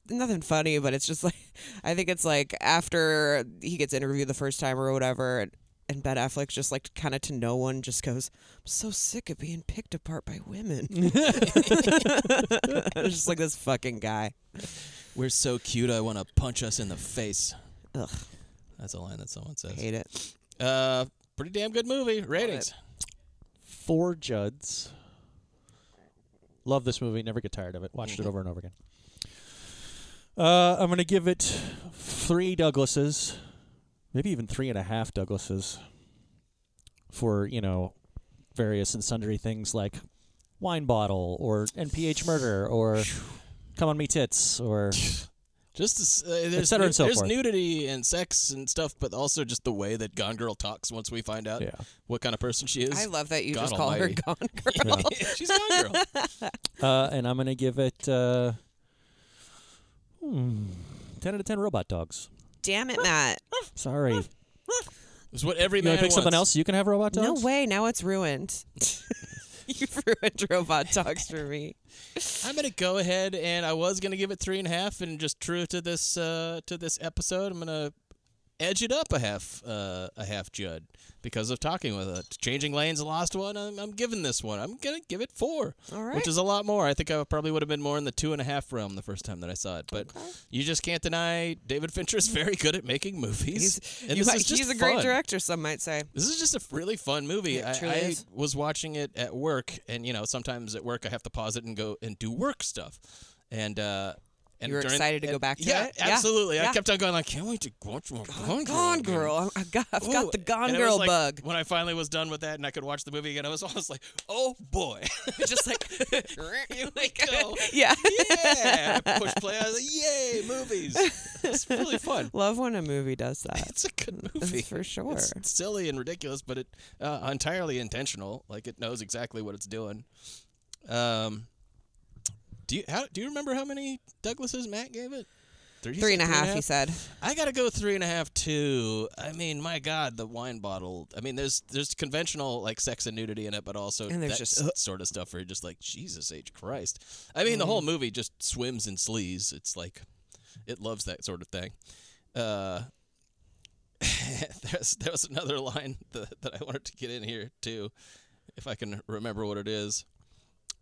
[SPEAKER 1] nothing funny, but it's just like I think it's like after he gets interviewed the first time or whatever, and, and Ben Affleck just like kind of to no one just goes, "I'm so sick of being picked apart by women." It's just like this fucking guy.
[SPEAKER 2] We're so cute. I want to punch us in the face.
[SPEAKER 1] Ugh.
[SPEAKER 2] That's a line that someone says.
[SPEAKER 1] Hate it.
[SPEAKER 2] Uh, pretty damn good movie. Ratings.
[SPEAKER 16] Four Judds. Love this movie. Never get tired of it. Watched it over and over again. Uh, I'm gonna give it three Douglases, maybe even three and a half Douglases, for you know various and sundry things like wine bottle or NPH murder or come on me tits or
[SPEAKER 2] Just as, uh, there's,
[SPEAKER 16] cetera and so
[SPEAKER 2] there's
[SPEAKER 16] forth.
[SPEAKER 2] nudity and sex and stuff, but also just the way that Gone Girl talks. Once we find out
[SPEAKER 16] Yeah.
[SPEAKER 2] what kind of person she is,
[SPEAKER 1] I love that you
[SPEAKER 2] God
[SPEAKER 1] just call her
[SPEAKER 2] almighty.
[SPEAKER 1] Gone Girl.
[SPEAKER 2] Yeah. She's Gone Girl.
[SPEAKER 16] uh, and I'm gonna give it uh, hmm, ten out of ten robot dogs.
[SPEAKER 1] Damn it, Matt.
[SPEAKER 16] Sorry.
[SPEAKER 2] It's what every
[SPEAKER 16] You
[SPEAKER 2] man
[SPEAKER 16] want to pick something
[SPEAKER 2] wants.
[SPEAKER 16] else? You can have robot dogs.
[SPEAKER 1] No way. Now it's ruined. You've ruined robot dogs for me.
[SPEAKER 2] I'm gonna go ahead and I was gonna give it three and a half, and just true to this uh, to this episode, I'm gonna edge it up a half uh, a half Judd because of talking with it. Changing lanes, a lost one. I'm, I'm giving this one. I'm gonna give it four,
[SPEAKER 1] All right.
[SPEAKER 2] which is a lot more. I think I probably would have been more in the two and a half realm the first time that I saw it, but you just can't deny David Fincher is very good at making movies. and
[SPEAKER 1] You
[SPEAKER 2] this
[SPEAKER 1] might-
[SPEAKER 2] is just
[SPEAKER 1] he's a great
[SPEAKER 2] fun.
[SPEAKER 1] director, some might say.
[SPEAKER 2] This is just a really fun movie.
[SPEAKER 1] Yeah, it
[SPEAKER 2] I,
[SPEAKER 1] truly
[SPEAKER 2] I
[SPEAKER 1] is.
[SPEAKER 2] was watching it at work, and you know, sometimes at work I have to pause it and go and do work stuff. And uh, and
[SPEAKER 1] You were
[SPEAKER 2] during-
[SPEAKER 1] excited to
[SPEAKER 2] and-
[SPEAKER 1] go back to
[SPEAKER 2] yeah,
[SPEAKER 1] it? Yeah,
[SPEAKER 2] absolutely. I
[SPEAKER 1] yeah.
[SPEAKER 2] kept on going like, can't wait to watch more Gone,
[SPEAKER 1] Gone
[SPEAKER 2] again."
[SPEAKER 1] Girl. I- I've got, I've
[SPEAKER 2] Ooh,
[SPEAKER 1] got the Gone
[SPEAKER 2] and it was
[SPEAKER 1] Girl
[SPEAKER 2] like,
[SPEAKER 1] bug.
[SPEAKER 2] When I finally was done with that and I could watch the movie again, I was almost like, oh boy,
[SPEAKER 1] just like
[SPEAKER 2] here we go.
[SPEAKER 1] Yeah.
[SPEAKER 2] yeah. I pushed play. I was like, yay, movies. It's really fun.
[SPEAKER 1] Love when a movie does that.
[SPEAKER 2] It's a good movie
[SPEAKER 1] for sure.
[SPEAKER 2] It's silly and ridiculous, but it uh, entirely intentional. Like it knows exactly what it's doing. Um, do you how, do you remember how many Douglases Matt gave it? Three,
[SPEAKER 1] Three and a half, he said.
[SPEAKER 2] I gotta go three and a half too. I mean, my God, the wine bottle. I mean, there's there's conventional like sex and nudity in it, but also
[SPEAKER 1] And there's
[SPEAKER 2] that
[SPEAKER 1] just-
[SPEAKER 2] s- sort of stuff where you're just like Jesus H Christ. I mean,
[SPEAKER 1] Mm.
[SPEAKER 2] the whole movie just swims in sleaze. It's like it loves that sort of thing. Uh, there's there was another line that, that I wanted to get in here too, if I can remember what it is,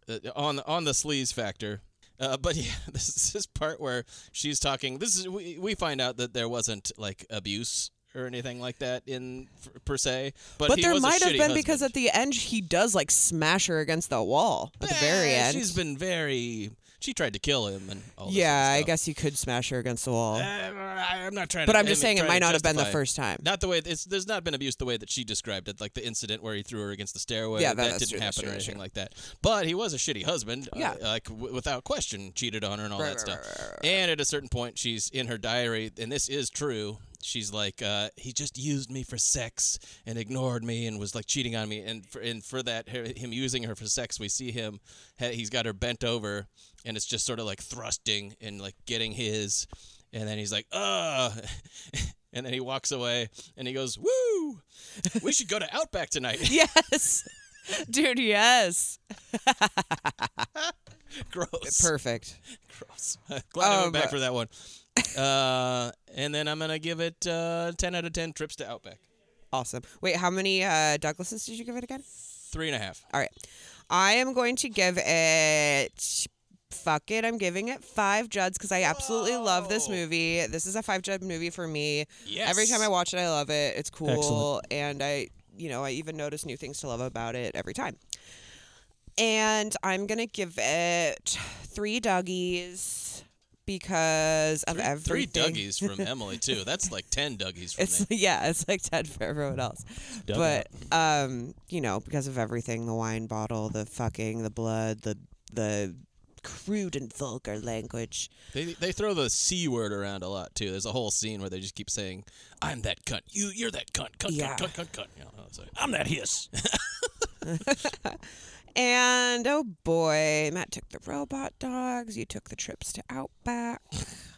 [SPEAKER 2] uh, on on the sleaze factor. Uh, but yeah, this is this part where she's talking. This is we, we find out that there wasn't like abuse or anything like that in f- per se. But,
[SPEAKER 1] But,
[SPEAKER 2] he
[SPEAKER 1] there
[SPEAKER 2] was a
[SPEAKER 1] might have
[SPEAKER 2] shitty
[SPEAKER 1] been
[SPEAKER 2] husband.
[SPEAKER 1] because at the end he does like smash her against the wall at the very
[SPEAKER 2] Eh,
[SPEAKER 1] end.
[SPEAKER 2] she's been very. She tried to kill him and all. This
[SPEAKER 1] yeah,
[SPEAKER 2] other
[SPEAKER 1] I
[SPEAKER 2] stuff.
[SPEAKER 1] guess you could smash her against the wall.
[SPEAKER 2] Uh, I, am not trying.
[SPEAKER 1] But
[SPEAKER 2] to,
[SPEAKER 1] I'm just
[SPEAKER 2] I mean,
[SPEAKER 1] saying it
[SPEAKER 2] trying
[SPEAKER 1] might
[SPEAKER 2] to
[SPEAKER 1] not have been the
[SPEAKER 2] justify.
[SPEAKER 1] first time.
[SPEAKER 2] Not the way it's. There's not been abuse the way that she described it, like the incident where he threw her against the stairway.
[SPEAKER 1] Yeah, that-
[SPEAKER 2] that
[SPEAKER 1] that's
[SPEAKER 2] didn't
[SPEAKER 1] true, that's
[SPEAKER 2] happen
[SPEAKER 1] true,
[SPEAKER 2] or
[SPEAKER 1] that's
[SPEAKER 2] anything
[SPEAKER 1] true.
[SPEAKER 2] like that. But he was a shitty husband. uh,
[SPEAKER 1] Yeah.
[SPEAKER 2] like w- without question, cheated on her and all
[SPEAKER 1] Right,
[SPEAKER 2] that
[SPEAKER 1] right,
[SPEAKER 2] stuff.
[SPEAKER 1] right, right,
[SPEAKER 2] And at a certain point, she's in her diary, and this is true. She's like, uh, he just used me for sex and ignored me and was like cheating on me. And for, and for that, her, him using her for sex, we see him. ha- He's got her bent over, and it's just sort of like thrusting and like getting his. And then he's like, ugh. And then he walks away and he goes, woo, we should go to Outback tonight.
[SPEAKER 1] yes. Dude, yes.
[SPEAKER 2] Gross.
[SPEAKER 1] Perfect.
[SPEAKER 2] Gross. Glad I went
[SPEAKER 1] Um,
[SPEAKER 2] back for that one. Uh, and then I'm gonna give it uh, 10 out of 10 trips to Outback.
[SPEAKER 1] Awesome. Wait, how many uh, Douglases did you give it again?
[SPEAKER 2] Three and a half.
[SPEAKER 1] All right. I am going to give it. Fuck it. I'm giving it five Juds because I absolutely love this movie. This is a five Jud movie for me.
[SPEAKER 2] Yes.
[SPEAKER 1] Every time I watch it, I love it. It's cool.
[SPEAKER 16] Excellent.
[SPEAKER 1] And I, you know, I even notice new things to love about it every time. And I'm going to give it three Dougies because of
[SPEAKER 2] Three
[SPEAKER 1] everything.
[SPEAKER 2] Dougies from Emily too. That's like 10 Dougies from
[SPEAKER 1] It's
[SPEAKER 2] me.
[SPEAKER 1] yeah, it's like ten for everyone else.
[SPEAKER 2] dug
[SPEAKER 1] But um, you know, because of everything, the wine bottle, the fucking, the blood, the the crude and vulgar language.
[SPEAKER 2] They, they throw the c word around a lot too. There's a whole scene where they just keep saying, "I'm that cunt. You you're that cunt. Cunt
[SPEAKER 1] Yeah.
[SPEAKER 2] cunt cunt cunt cunt." You know, it's like, I'm that hiss.
[SPEAKER 1] And oh boy, Matt took the robot dogs, you took the trips to Outback.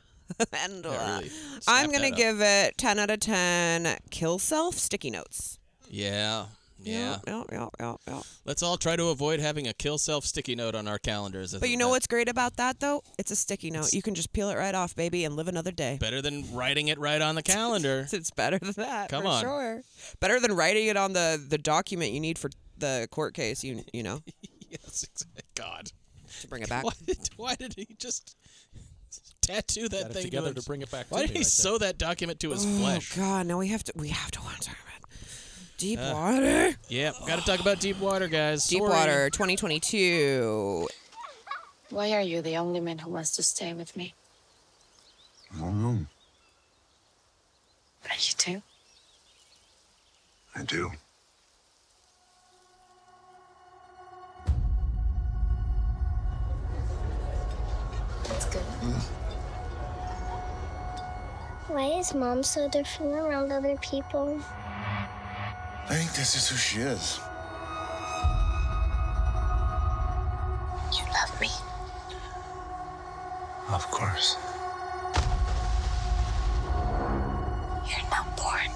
[SPEAKER 1] and uh,
[SPEAKER 2] really
[SPEAKER 1] I'm
[SPEAKER 2] snapped
[SPEAKER 1] gonna
[SPEAKER 2] that up.
[SPEAKER 1] give it ten out of ten kill self sticky notes.
[SPEAKER 2] yeah. Yeah.
[SPEAKER 1] Yep, yep, yep, yep.
[SPEAKER 2] Let's all try to avoid having a kill self sticky note on our calendars. I
[SPEAKER 1] But
[SPEAKER 2] think
[SPEAKER 1] you know
[SPEAKER 2] that-
[SPEAKER 1] what's great about that though? It's a sticky note. You can just peel it right off, baby, and live another day.
[SPEAKER 2] Better than writing it right on the calendar.
[SPEAKER 1] it's better than that.
[SPEAKER 2] Come
[SPEAKER 1] for
[SPEAKER 2] on.
[SPEAKER 1] sure. Better than writing it on the the document you need for the court case. You you know
[SPEAKER 2] yes, exactly. God.
[SPEAKER 1] to bring it back.
[SPEAKER 2] Why did, why did he just tattoo that
[SPEAKER 16] Got it
[SPEAKER 2] thing
[SPEAKER 16] together
[SPEAKER 2] his-
[SPEAKER 16] to bring it back
[SPEAKER 2] Why
[SPEAKER 16] to
[SPEAKER 2] did
[SPEAKER 16] me
[SPEAKER 2] he
[SPEAKER 16] right
[SPEAKER 2] sew that document to his
[SPEAKER 1] oh
[SPEAKER 2] flesh?
[SPEAKER 1] God! Now we have to we have to watch it. Deep
[SPEAKER 2] Uh,
[SPEAKER 1] water.
[SPEAKER 2] Yeah, got to talk about deep water, guys.
[SPEAKER 1] Deep
[SPEAKER 2] Sorry.
[SPEAKER 1] water. 2022.
[SPEAKER 17] Why are you the only man who wants to stay with me?
[SPEAKER 4] I don't know.
[SPEAKER 17] Are you too?
[SPEAKER 4] I do.
[SPEAKER 17] That's good.
[SPEAKER 18] Why is mom so different around other people?
[SPEAKER 4] I think this is who she is.
[SPEAKER 17] You love me.
[SPEAKER 4] Of course.
[SPEAKER 17] You're not born.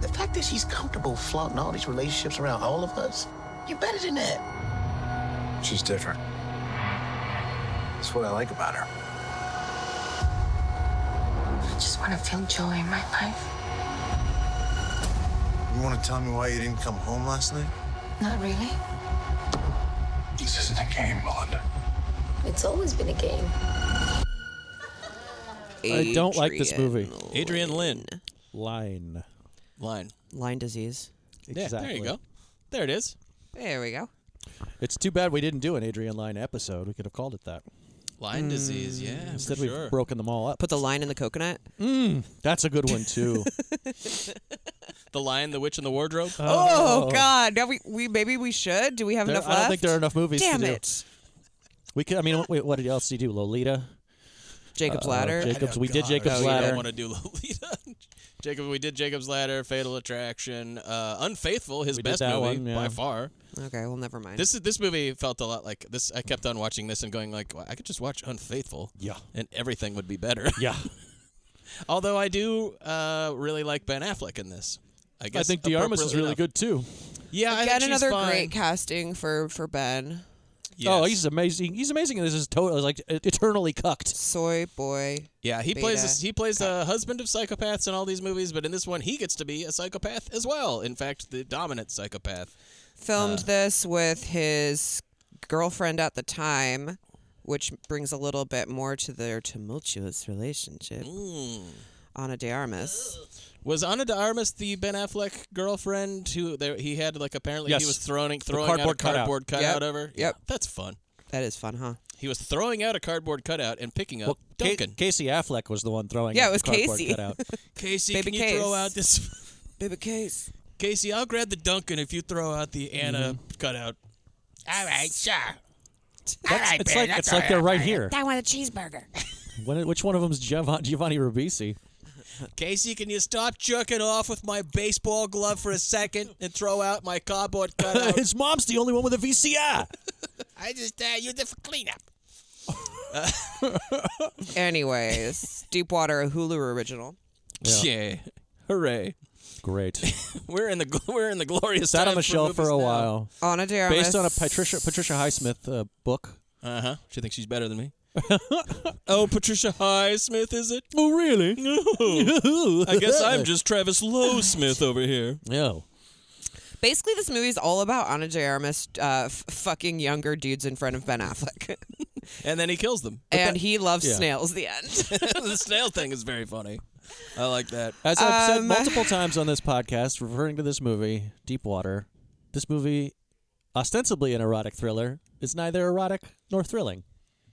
[SPEAKER 19] The fact that she's comfortable flaunting all these relationships around all of us, you're better than that.
[SPEAKER 4] She's different. That's what I like about her.
[SPEAKER 17] I just want to feel joy in my life.
[SPEAKER 4] You want to tell me why you didn't come home last night?
[SPEAKER 17] Not really.
[SPEAKER 4] This isn't a game, Melinda.
[SPEAKER 17] It's always been a game.
[SPEAKER 16] I don't like this movie.
[SPEAKER 2] Adrian Lynn.
[SPEAKER 16] Line.
[SPEAKER 2] Line.
[SPEAKER 1] Lyme disease.
[SPEAKER 2] Yeah, there you go. There it is.
[SPEAKER 1] There we go.
[SPEAKER 16] It's too bad we didn't do an Adrian Line episode. We could have called it that.
[SPEAKER 2] Lyme
[SPEAKER 1] Hmm.
[SPEAKER 2] disease, yeah, for
[SPEAKER 16] Instead, we've
[SPEAKER 2] sure.
[SPEAKER 16] broken them all up.
[SPEAKER 1] Put the line in the coconut.
[SPEAKER 16] Mm, that's a good one too.
[SPEAKER 2] The Lion, the Witch, and the Wardrobe.
[SPEAKER 1] Oh, God! Now we, we maybe we should. Do we have
[SPEAKER 16] There-
[SPEAKER 1] enough
[SPEAKER 16] I
[SPEAKER 1] left?
[SPEAKER 16] don't think there are enough movies.
[SPEAKER 1] Damn
[SPEAKER 16] to do.
[SPEAKER 1] it!
[SPEAKER 16] We could. I mean, wait, what else did you do? Lolita.
[SPEAKER 1] Jacob's
[SPEAKER 16] Uh,
[SPEAKER 1] Ladder.
[SPEAKER 16] Jacob's. We did Jacob's
[SPEAKER 1] Oh, yeah.
[SPEAKER 16] Ladder.
[SPEAKER 2] I want to do Lolita. Jacob, we did Jacob's Ladder, Fatal Attraction, uh, Unfaithful, his
[SPEAKER 3] We did
[SPEAKER 2] best
[SPEAKER 3] that
[SPEAKER 2] movie
[SPEAKER 3] one, yeah.
[SPEAKER 2] by far.
[SPEAKER 1] Okay, well, never mind.
[SPEAKER 2] This is this movie felt a lot like this. I kept on watching this and going like, well, I could just watch Unfaithful.
[SPEAKER 3] Yeah.
[SPEAKER 2] and everything would be better.
[SPEAKER 3] Yeah.
[SPEAKER 2] Although I do uh, really like Ben Affleck in this. I
[SPEAKER 3] I
[SPEAKER 2] guess
[SPEAKER 3] think Diarmas is
[SPEAKER 2] appropriately
[SPEAKER 3] really
[SPEAKER 2] enough.
[SPEAKER 3] good too.
[SPEAKER 2] Yeah, I
[SPEAKER 1] Again,
[SPEAKER 2] think she's
[SPEAKER 1] another
[SPEAKER 2] fine.
[SPEAKER 1] great casting for for Ben.
[SPEAKER 3] Oh, he's amazing. He's amazing. and This is totally like e-, eternally cucked.
[SPEAKER 1] Soy boy.
[SPEAKER 2] Yeah, he
[SPEAKER 1] Beta.
[SPEAKER 2] plays this, he plays a husband of psychopaths in all these movies, but in this one, he gets to be a psychopath as well. In fact, the dominant psychopath.
[SPEAKER 1] filmed this with his girlfriend at the time, which brings a little bit more to their tumultuous relationship. Ana de Armas.
[SPEAKER 2] Was Ana de Armas the Ben Affleck girlfriend who there, he had like apparently
[SPEAKER 1] Yes.
[SPEAKER 2] he was throwing
[SPEAKER 1] The
[SPEAKER 2] throwing
[SPEAKER 1] cardboard
[SPEAKER 2] out a
[SPEAKER 1] cutout.
[SPEAKER 2] cardboard cutout,
[SPEAKER 1] Yep.
[SPEAKER 2] over?
[SPEAKER 1] Yep.
[SPEAKER 2] Yeah, that's fun.
[SPEAKER 1] That is fun, huh?
[SPEAKER 2] He was throwing out a cardboard cutout and picking up
[SPEAKER 3] Ca-
[SPEAKER 2] Duncan.
[SPEAKER 3] Casey Affleck was the one throwing.
[SPEAKER 2] Yeah,
[SPEAKER 3] up
[SPEAKER 2] it was
[SPEAKER 3] the cardboard
[SPEAKER 2] Casey.
[SPEAKER 3] cutout.
[SPEAKER 2] Casey,
[SPEAKER 1] Baby
[SPEAKER 2] can you
[SPEAKER 1] Case.
[SPEAKER 2] throw out this?
[SPEAKER 1] Baby Case.
[SPEAKER 2] Casey, I'll grab the Duncan if you throw out the Anna cutout. All right, sure.
[SPEAKER 3] That's- it's like- it's like they're right here.
[SPEAKER 2] I want a cheeseburger.
[SPEAKER 3] When, which one of them's Giovanni, Giovanni Ribisi?
[SPEAKER 2] Casey, can you stop jerking off with my baseball glove for a second and throw out my cardboard cutout?
[SPEAKER 3] His mom's the only one with a VCR.
[SPEAKER 2] I just uh, used it for cleanup.
[SPEAKER 1] Anyways, Deepwater, a Hulu original.
[SPEAKER 2] Yeah. Hooray!
[SPEAKER 3] Great.
[SPEAKER 2] We're in the gl- we're in the glorious.
[SPEAKER 3] Sat on
[SPEAKER 2] time
[SPEAKER 3] the shelf for
[SPEAKER 2] movies
[SPEAKER 3] a
[SPEAKER 2] now.
[SPEAKER 3] while.
[SPEAKER 1] Ana de Armas.
[SPEAKER 3] Based on a Patricia Patricia Highsmith uh, book.
[SPEAKER 2] Uh huh. She thinks she's better than me. oh, Patricia Highsmith, is it?
[SPEAKER 3] Oh, really?
[SPEAKER 2] No. I guess I'm just Travis Lowe Smith over here.
[SPEAKER 3] No.
[SPEAKER 1] Basically, this movie's all about Ana de Armas uh, f- fucking younger dudes in front of Ben Affleck.
[SPEAKER 2] And then he kills them.
[SPEAKER 1] and he loves
[SPEAKER 2] Yeah.
[SPEAKER 1] snails, the end.
[SPEAKER 2] the snail thing is very funny. I like that.
[SPEAKER 3] As I've
[SPEAKER 1] Um,
[SPEAKER 3] said multiple times on this podcast, referring to this movie, Deep Water, this movie, ostensibly an erotic thriller, is neither erotic nor thrilling.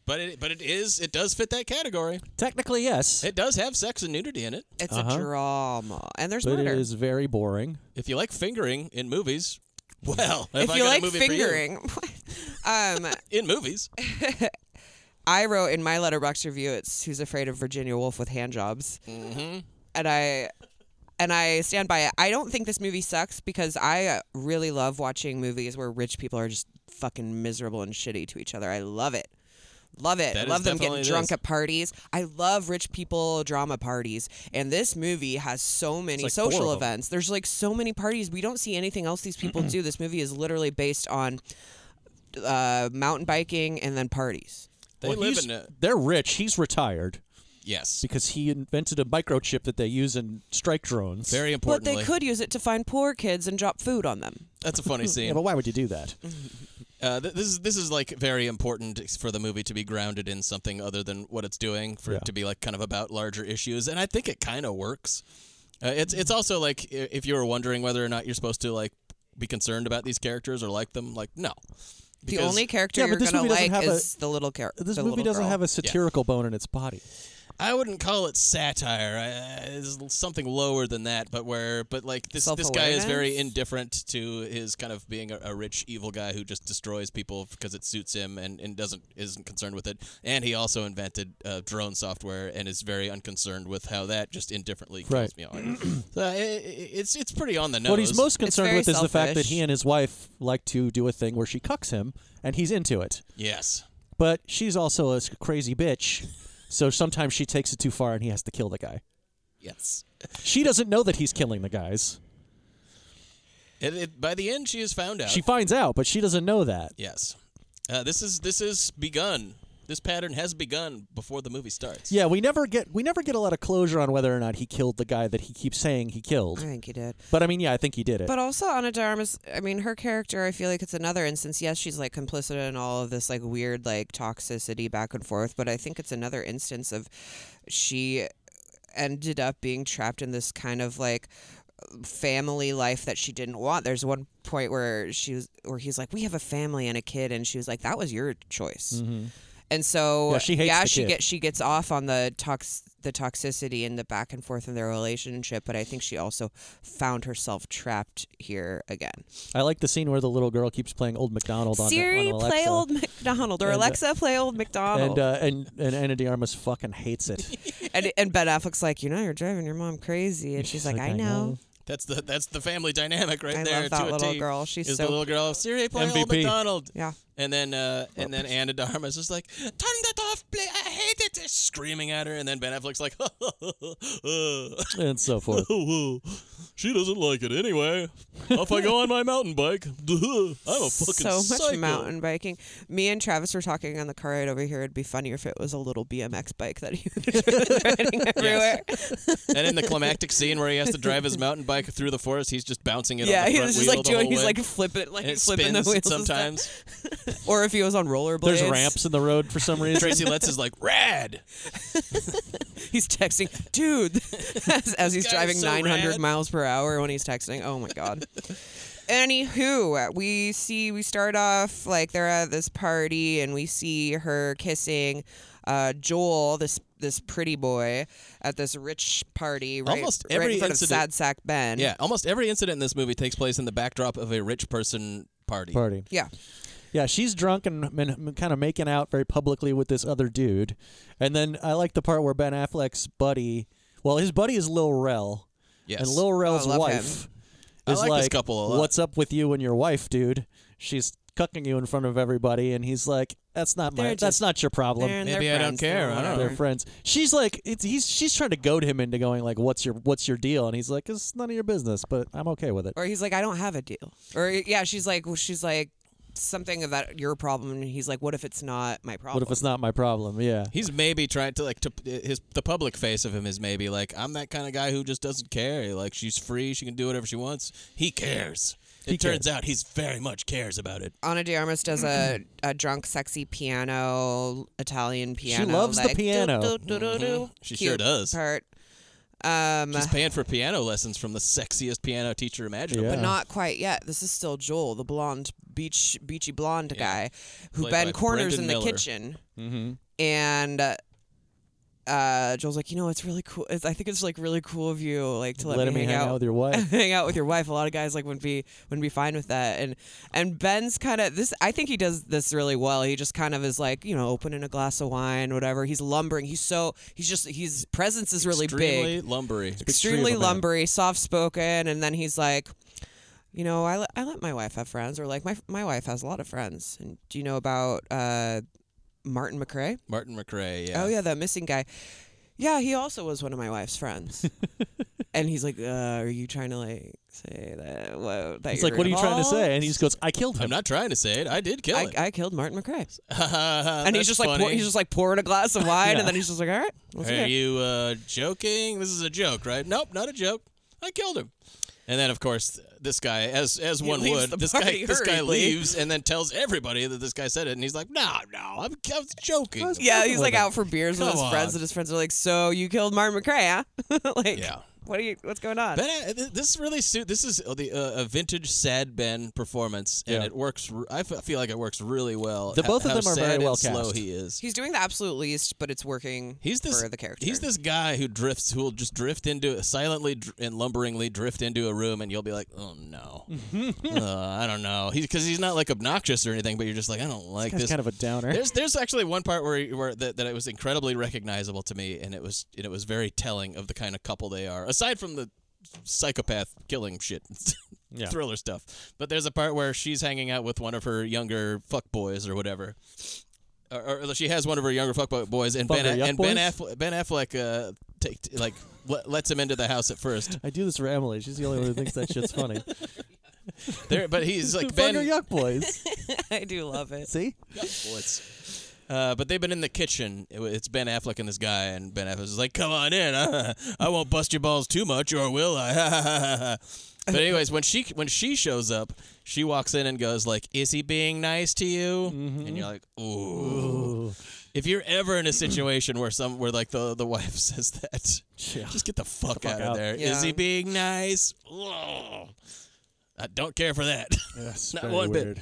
[SPEAKER 2] But it but it is it does fit that category.
[SPEAKER 3] Technically, yes.
[SPEAKER 2] It does have sex and nudity in it.
[SPEAKER 1] It's
[SPEAKER 3] Uh-huh.
[SPEAKER 1] a drama. And there's
[SPEAKER 3] but
[SPEAKER 1] murder.
[SPEAKER 3] it is very boring.
[SPEAKER 2] If you like fingering in movies, well, have
[SPEAKER 1] if
[SPEAKER 2] I
[SPEAKER 1] you
[SPEAKER 2] got a
[SPEAKER 1] like
[SPEAKER 2] movie for you.
[SPEAKER 1] fingering, um,
[SPEAKER 2] in movies,
[SPEAKER 1] I wrote in my letterbox review, it's "Who's Afraid of Virginia Woolf with Hand Jobs,"
[SPEAKER 2] Mm-hmm.
[SPEAKER 1] and I and I stand by it. I don't think this movie sucks because I uh, really love watching movies where rich people are just fucking miserable and shitty to each other. I love it. Love it.
[SPEAKER 2] That
[SPEAKER 1] I
[SPEAKER 2] is
[SPEAKER 1] love them
[SPEAKER 2] definitely
[SPEAKER 1] getting
[SPEAKER 2] it
[SPEAKER 1] drunk
[SPEAKER 2] is.
[SPEAKER 1] at parties. I love rich people drama parties. And this movie has so many
[SPEAKER 2] like four
[SPEAKER 1] social
[SPEAKER 2] of 'em.
[SPEAKER 1] events. There's like so many parties. We don't see anything else these people do. This movie is literally based on uh, mountain biking and then parties.
[SPEAKER 2] They
[SPEAKER 3] Well,
[SPEAKER 2] live
[SPEAKER 3] he's-
[SPEAKER 2] in a-
[SPEAKER 3] They're rich. He's retired.
[SPEAKER 2] Yes.
[SPEAKER 3] Because he invented a microchip that they use in strike drones.
[SPEAKER 2] Very
[SPEAKER 1] But they could use it to find poor kids and drop food on them.
[SPEAKER 2] that's a funny scene.
[SPEAKER 3] Yeah, but why would you do that?
[SPEAKER 2] Uh, th- this is this is like very important for the movie to be grounded in something other than what it's doing, for
[SPEAKER 3] Yeah.
[SPEAKER 2] it to be like kind of about larger issues, and I think it kind of works. Uh, it's it's also like i- if you were wondering whether or not you're supposed to like be concerned about these characters or like them, like no.
[SPEAKER 1] the
[SPEAKER 2] Because-
[SPEAKER 1] only character
[SPEAKER 3] Yeah, but
[SPEAKER 1] you're
[SPEAKER 3] this
[SPEAKER 1] gonna
[SPEAKER 3] movie
[SPEAKER 1] like
[SPEAKER 3] doesn't have a-
[SPEAKER 1] is the little character.
[SPEAKER 3] This movie doesn't have a satirical bone in its body.
[SPEAKER 2] I wouldn't call it satire. I, uh, it's something lower than that, but where, but like this, this guy is very
[SPEAKER 3] Self-awareness?
[SPEAKER 2] indifferent to his kind of being a, a rich evil guy who just destroys people because it suits him and, and doesn't isn't concerned with it. And he also invented uh, drone software and is very unconcerned with how that just indifferently kills
[SPEAKER 3] Right.
[SPEAKER 2] me. All right. so uh, it, it- it's it's pretty on the nose.
[SPEAKER 3] What he's most concerned with is the fact that he and his wife like to do a thing where she cucks him, and he's into it.
[SPEAKER 2] yes,
[SPEAKER 3] But she's also a s- crazy bitch, so sometimes she takes it too far, and he has to kill the guy.
[SPEAKER 2] yes.
[SPEAKER 3] She doesn't know that he's killing the guys.
[SPEAKER 2] It, it, by the end, she is found out.
[SPEAKER 3] She finds out, but she doesn't know that.
[SPEAKER 2] Yes. Uh, this is this is begun. This pattern has begun before the movie starts.
[SPEAKER 3] Yeah, we never get we never get a lot of closure on whether or not he killed the guy that he keeps saying he killed. I
[SPEAKER 1] think he did.
[SPEAKER 3] But I mean, yeah, I think he did it.
[SPEAKER 1] Mm. But also Ana de Armas, I mean, her character, I feel like it's another instance. Yes, she's like complicit in all of this like weird like toxicity back and forth, but I think it's another instance of she ended up being trapped in this kind of like family life that she didn't want. There's one point where she was where he's like, "We have a family and a kid," and she was like, "That was your choice."
[SPEAKER 3] Mhm.
[SPEAKER 1] And so
[SPEAKER 16] Mm-hmm. Yeah, she hates
[SPEAKER 1] yeah,
[SPEAKER 16] the
[SPEAKER 1] she
[SPEAKER 16] kid.
[SPEAKER 1] gets she gets off on the tox the toxicity and the back and forth in their relationship, but I think she also found herself trapped here again.
[SPEAKER 16] I like the scene where the little girl keeps playing Old McDonald on, the-
[SPEAKER 1] Siri,
[SPEAKER 16] on
[SPEAKER 1] play
[SPEAKER 16] Alexa.
[SPEAKER 1] old McDonald or
[SPEAKER 16] And, uh,
[SPEAKER 1] Alexa, play old McDonald.
[SPEAKER 16] And, uh, and and Anna De Armas fucking hates it.
[SPEAKER 1] and and Ben Affleck's like, you know, you're driving your mom crazy, and she's, like, I, know.
[SPEAKER 2] That's the that's the family dynamic right
[SPEAKER 1] I
[SPEAKER 2] there.
[SPEAKER 1] love that
[SPEAKER 2] to a
[SPEAKER 1] little
[SPEAKER 2] T,
[SPEAKER 1] girl. She's
[SPEAKER 2] is
[SPEAKER 1] so-
[SPEAKER 2] the little girl. Siri play Old
[SPEAKER 1] MVP.
[SPEAKER 2] McDonald.
[SPEAKER 1] Yeah.
[SPEAKER 2] And then uh, and then Anna Darmas is like turn that off. Play. I hate it. Screaming at her, and then Ben Affleck's like, "Uh,
[SPEAKER 16] and so forth.
[SPEAKER 2] she doesn't like it anyway. Off I go on my mountain bike. I'm a fucking
[SPEAKER 1] so much
[SPEAKER 2] psycho.
[SPEAKER 1] mountain biking. Me and Travis were talking on the car ride over here. It'd be funnier if it was a little BMX bike that he was riding everywhere.
[SPEAKER 2] and in the climactic scene where he has to drive his mountain bike through the forest, he's just bouncing it.
[SPEAKER 1] Yeah,
[SPEAKER 2] on the
[SPEAKER 1] he's
[SPEAKER 2] front
[SPEAKER 1] just,
[SPEAKER 2] wheel
[SPEAKER 1] like,
[SPEAKER 2] the
[SPEAKER 1] doing-
[SPEAKER 2] whole
[SPEAKER 1] he's,
[SPEAKER 2] way.
[SPEAKER 1] like, flipping it, like,
[SPEAKER 2] And it
[SPEAKER 1] flipping the
[SPEAKER 2] spins
[SPEAKER 1] wheels and stuff.
[SPEAKER 2] sometimes.
[SPEAKER 1] or if he was on rollerblades.
[SPEAKER 16] There's ramps in the road for some reason.
[SPEAKER 2] Tracy Letts is like rad.
[SPEAKER 1] He's texting, dude, as, as he's
[SPEAKER 2] This guy's
[SPEAKER 1] driving
[SPEAKER 2] so
[SPEAKER 1] 900
[SPEAKER 2] rad.
[SPEAKER 1] miles per hour when he's texting. Oh my god. Anywho, we see we start off like they're at this party and we see her kissing uh, Joel, this this pretty boy, at this rich party. Right,
[SPEAKER 2] Almost
[SPEAKER 1] right
[SPEAKER 2] every
[SPEAKER 1] in front
[SPEAKER 2] incident-
[SPEAKER 1] of Sad Sack Ben.
[SPEAKER 2] Yeah, almost every incident in this movie takes place in the backdrop of a rich person party.
[SPEAKER 16] Party.
[SPEAKER 1] Yeah.
[SPEAKER 16] Yeah, she's drunk and, kind of making out very publicly with this other dude. And then I like the part where Ben Affleck's buddy, well, his buddy is Lil Rel.
[SPEAKER 2] Yes.
[SPEAKER 16] And Lil Rel's
[SPEAKER 2] Oh, I love him.
[SPEAKER 16] wife
[SPEAKER 2] I
[SPEAKER 16] is
[SPEAKER 2] like this couple a lot.
[SPEAKER 16] What's up with you and your wife, dude? She's cucking you in front of everybody and he's like, That's not my
[SPEAKER 2] They're
[SPEAKER 16] that's
[SPEAKER 2] just-
[SPEAKER 16] not your problem.
[SPEAKER 2] they're- Maybe they're I don't friends, care, they're I don't
[SPEAKER 16] They're
[SPEAKER 2] know.
[SPEAKER 16] friends. She's like it's, he's she's trying to goad him into going like what's your what's your deal? And he's like, It's none of your business, but I'm okay with it.
[SPEAKER 1] Or he's like, I don't have a deal. Or yeah, she's like, well, she's like something of that your problem, and he's like, what if it's not my problem?
[SPEAKER 16] What if it's not my problem? Yeah.
[SPEAKER 2] He's maybe trying to like to his the public face of him is maybe like I'm that kind of guy who just doesn't care. Like she's free, she can do whatever she wants. He cares. It
[SPEAKER 1] He
[SPEAKER 2] turns
[SPEAKER 1] cares.
[SPEAKER 2] out he's very much cares about it.
[SPEAKER 1] Anna de Armas does a, a drunk, sexy piano, Italian piano.
[SPEAKER 2] loves the
[SPEAKER 1] like,
[SPEAKER 2] piano.
[SPEAKER 1] do, do, do, do, do.
[SPEAKER 2] Mhm. She sure
[SPEAKER 1] Cute
[SPEAKER 2] does.
[SPEAKER 1] Part. Um,
[SPEAKER 2] She's paying for piano lessons from the sexiest piano teacher imaginable.
[SPEAKER 1] But not quite yet. This is still Joel, the blonde, beach, beachy blonde guy who
[SPEAKER 2] Played by
[SPEAKER 1] Ben corners
[SPEAKER 2] Brendan
[SPEAKER 1] in the
[SPEAKER 2] Miller.
[SPEAKER 1] kitchen.
[SPEAKER 16] Mm-hmm.
[SPEAKER 1] And uh, uh, Joel's like, you know, it's really cool. It's, I think it's like really cool of you, like to let,
[SPEAKER 16] Letting
[SPEAKER 1] me hang, out
[SPEAKER 16] with your wife.
[SPEAKER 1] hang out with your wife. A lot of guys like wouldn't be wouldn't be fine with that. And and Ben's kind of this. I think he does this really well. He just kind of is like you know opening a glass of wine, whatever. He's lumbering. He's so he's just his presence is really
[SPEAKER 2] extremely
[SPEAKER 1] big,
[SPEAKER 2] lumbery.
[SPEAKER 1] extremely lumbery, soft spoken, and then he's like. You know, I, le- I let my wife have friends, or like my my wife has a lot of friends. And do you know about uh, Martin McRae?
[SPEAKER 2] Martin McRae. Yeah.
[SPEAKER 1] Oh yeah, that missing guy. Yeah, he also was one of my wife's friends. and he's like, uh, "Are you trying to like say that? What, that
[SPEAKER 16] He's like, "What are you trying to say?" And he just goes, "I killed him."
[SPEAKER 2] I'm not trying to say it. I did kill
[SPEAKER 1] I,
[SPEAKER 2] it.
[SPEAKER 1] I killed Martin McRae.
[SPEAKER 2] and
[SPEAKER 1] and he's just like, pour, he's just like pouring a glass of wine, and then he's just like, "All right, let's
[SPEAKER 2] Are
[SPEAKER 1] go."
[SPEAKER 2] you uh, joking? This is a joke, right? Nope, not a joke. I killed him. And then, of course, this guy, as as
[SPEAKER 16] He
[SPEAKER 2] one
[SPEAKER 16] leaves
[SPEAKER 2] would,
[SPEAKER 16] the
[SPEAKER 2] this
[SPEAKER 16] party
[SPEAKER 2] guy, this guy
[SPEAKER 16] hurriedly.
[SPEAKER 2] leaves and then tells everybody that this guy said it, and he's like, "No, no, I'm, I was joking."
[SPEAKER 1] yeah, he's like out for beers with
[SPEAKER 2] Come
[SPEAKER 1] his friends,
[SPEAKER 2] on.
[SPEAKER 1] and his friends are like, "So you killed Martin McRae? Huh? like,
[SPEAKER 2] Yeah.
[SPEAKER 1] what are you? What's going on?"
[SPEAKER 2] Ben, uh, th- this really suit. This is the uh, a vintage sad Ben performance, and
[SPEAKER 16] Yeah.
[SPEAKER 2] it works. r- I f- feel like it works really well.
[SPEAKER 16] The
[SPEAKER 2] ho-
[SPEAKER 16] both of
[SPEAKER 2] how
[SPEAKER 16] them are
[SPEAKER 2] sad
[SPEAKER 16] very
[SPEAKER 2] and
[SPEAKER 16] well
[SPEAKER 2] Slow
[SPEAKER 16] cast.
[SPEAKER 2] he is.
[SPEAKER 1] He's doing the absolute least, but it's working
[SPEAKER 2] He's this
[SPEAKER 1] for the character.
[SPEAKER 2] He's this guy who drifts, who will just drift into silently dr- and lumberingly drift into a room, and you'll be like, "Oh no, uh, I don't know." He's because he's not like obnoxious or anything, but you're just like, "I don't like
[SPEAKER 16] guy's
[SPEAKER 2] this."
[SPEAKER 16] kind of a downer.
[SPEAKER 2] There's there's actually one part where, where that, that it was incredibly recognizable to me, and it was and it was very telling of the kind of couple they are. Aside from the psychopath killing shit,
[SPEAKER 16] Yeah.
[SPEAKER 2] thriller stuff, but there's a part where she's hanging out with one of her younger fuck boys or whatever. Or, or she has one of her younger fuck bo- boys, and
[SPEAKER 16] Fuck
[SPEAKER 2] Ben
[SPEAKER 16] her yuck
[SPEAKER 2] and Ben
[SPEAKER 16] boys?
[SPEAKER 2] Affleck, Ben Affleck uh, take, like le- lets him into the house at first.
[SPEAKER 16] I do this for Emily. She's the only one who thinks that shit's funny.
[SPEAKER 2] There, but he's like
[SPEAKER 16] Fuck
[SPEAKER 2] Ben
[SPEAKER 16] her yuck boys.
[SPEAKER 1] I do love it.
[SPEAKER 16] See?
[SPEAKER 2] bullets. Uh, but they've been in the kitchen. It wa- It's Ben Affleck and this guy, and Ben Affleck is like, "Come on in. I won't bust your balls too much, or will I?" but anyways, when she when she shows up, she walks in and goes like, "Is he being nice to you?"
[SPEAKER 16] Mm-hmm.
[SPEAKER 2] And you're like, "Ooh." If you're ever in a situation where some where like the the wife says that, just get the fuck,
[SPEAKER 16] fuck
[SPEAKER 2] out,
[SPEAKER 16] out.
[SPEAKER 2] of there. Is
[SPEAKER 16] Yeah.
[SPEAKER 2] he being nice? Ugh. I don't care for that.
[SPEAKER 16] Yes,
[SPEAKER 2] Not
[SPEAKER 16] very
[SPEAKER 2] one
[SPEAKER 16] weird.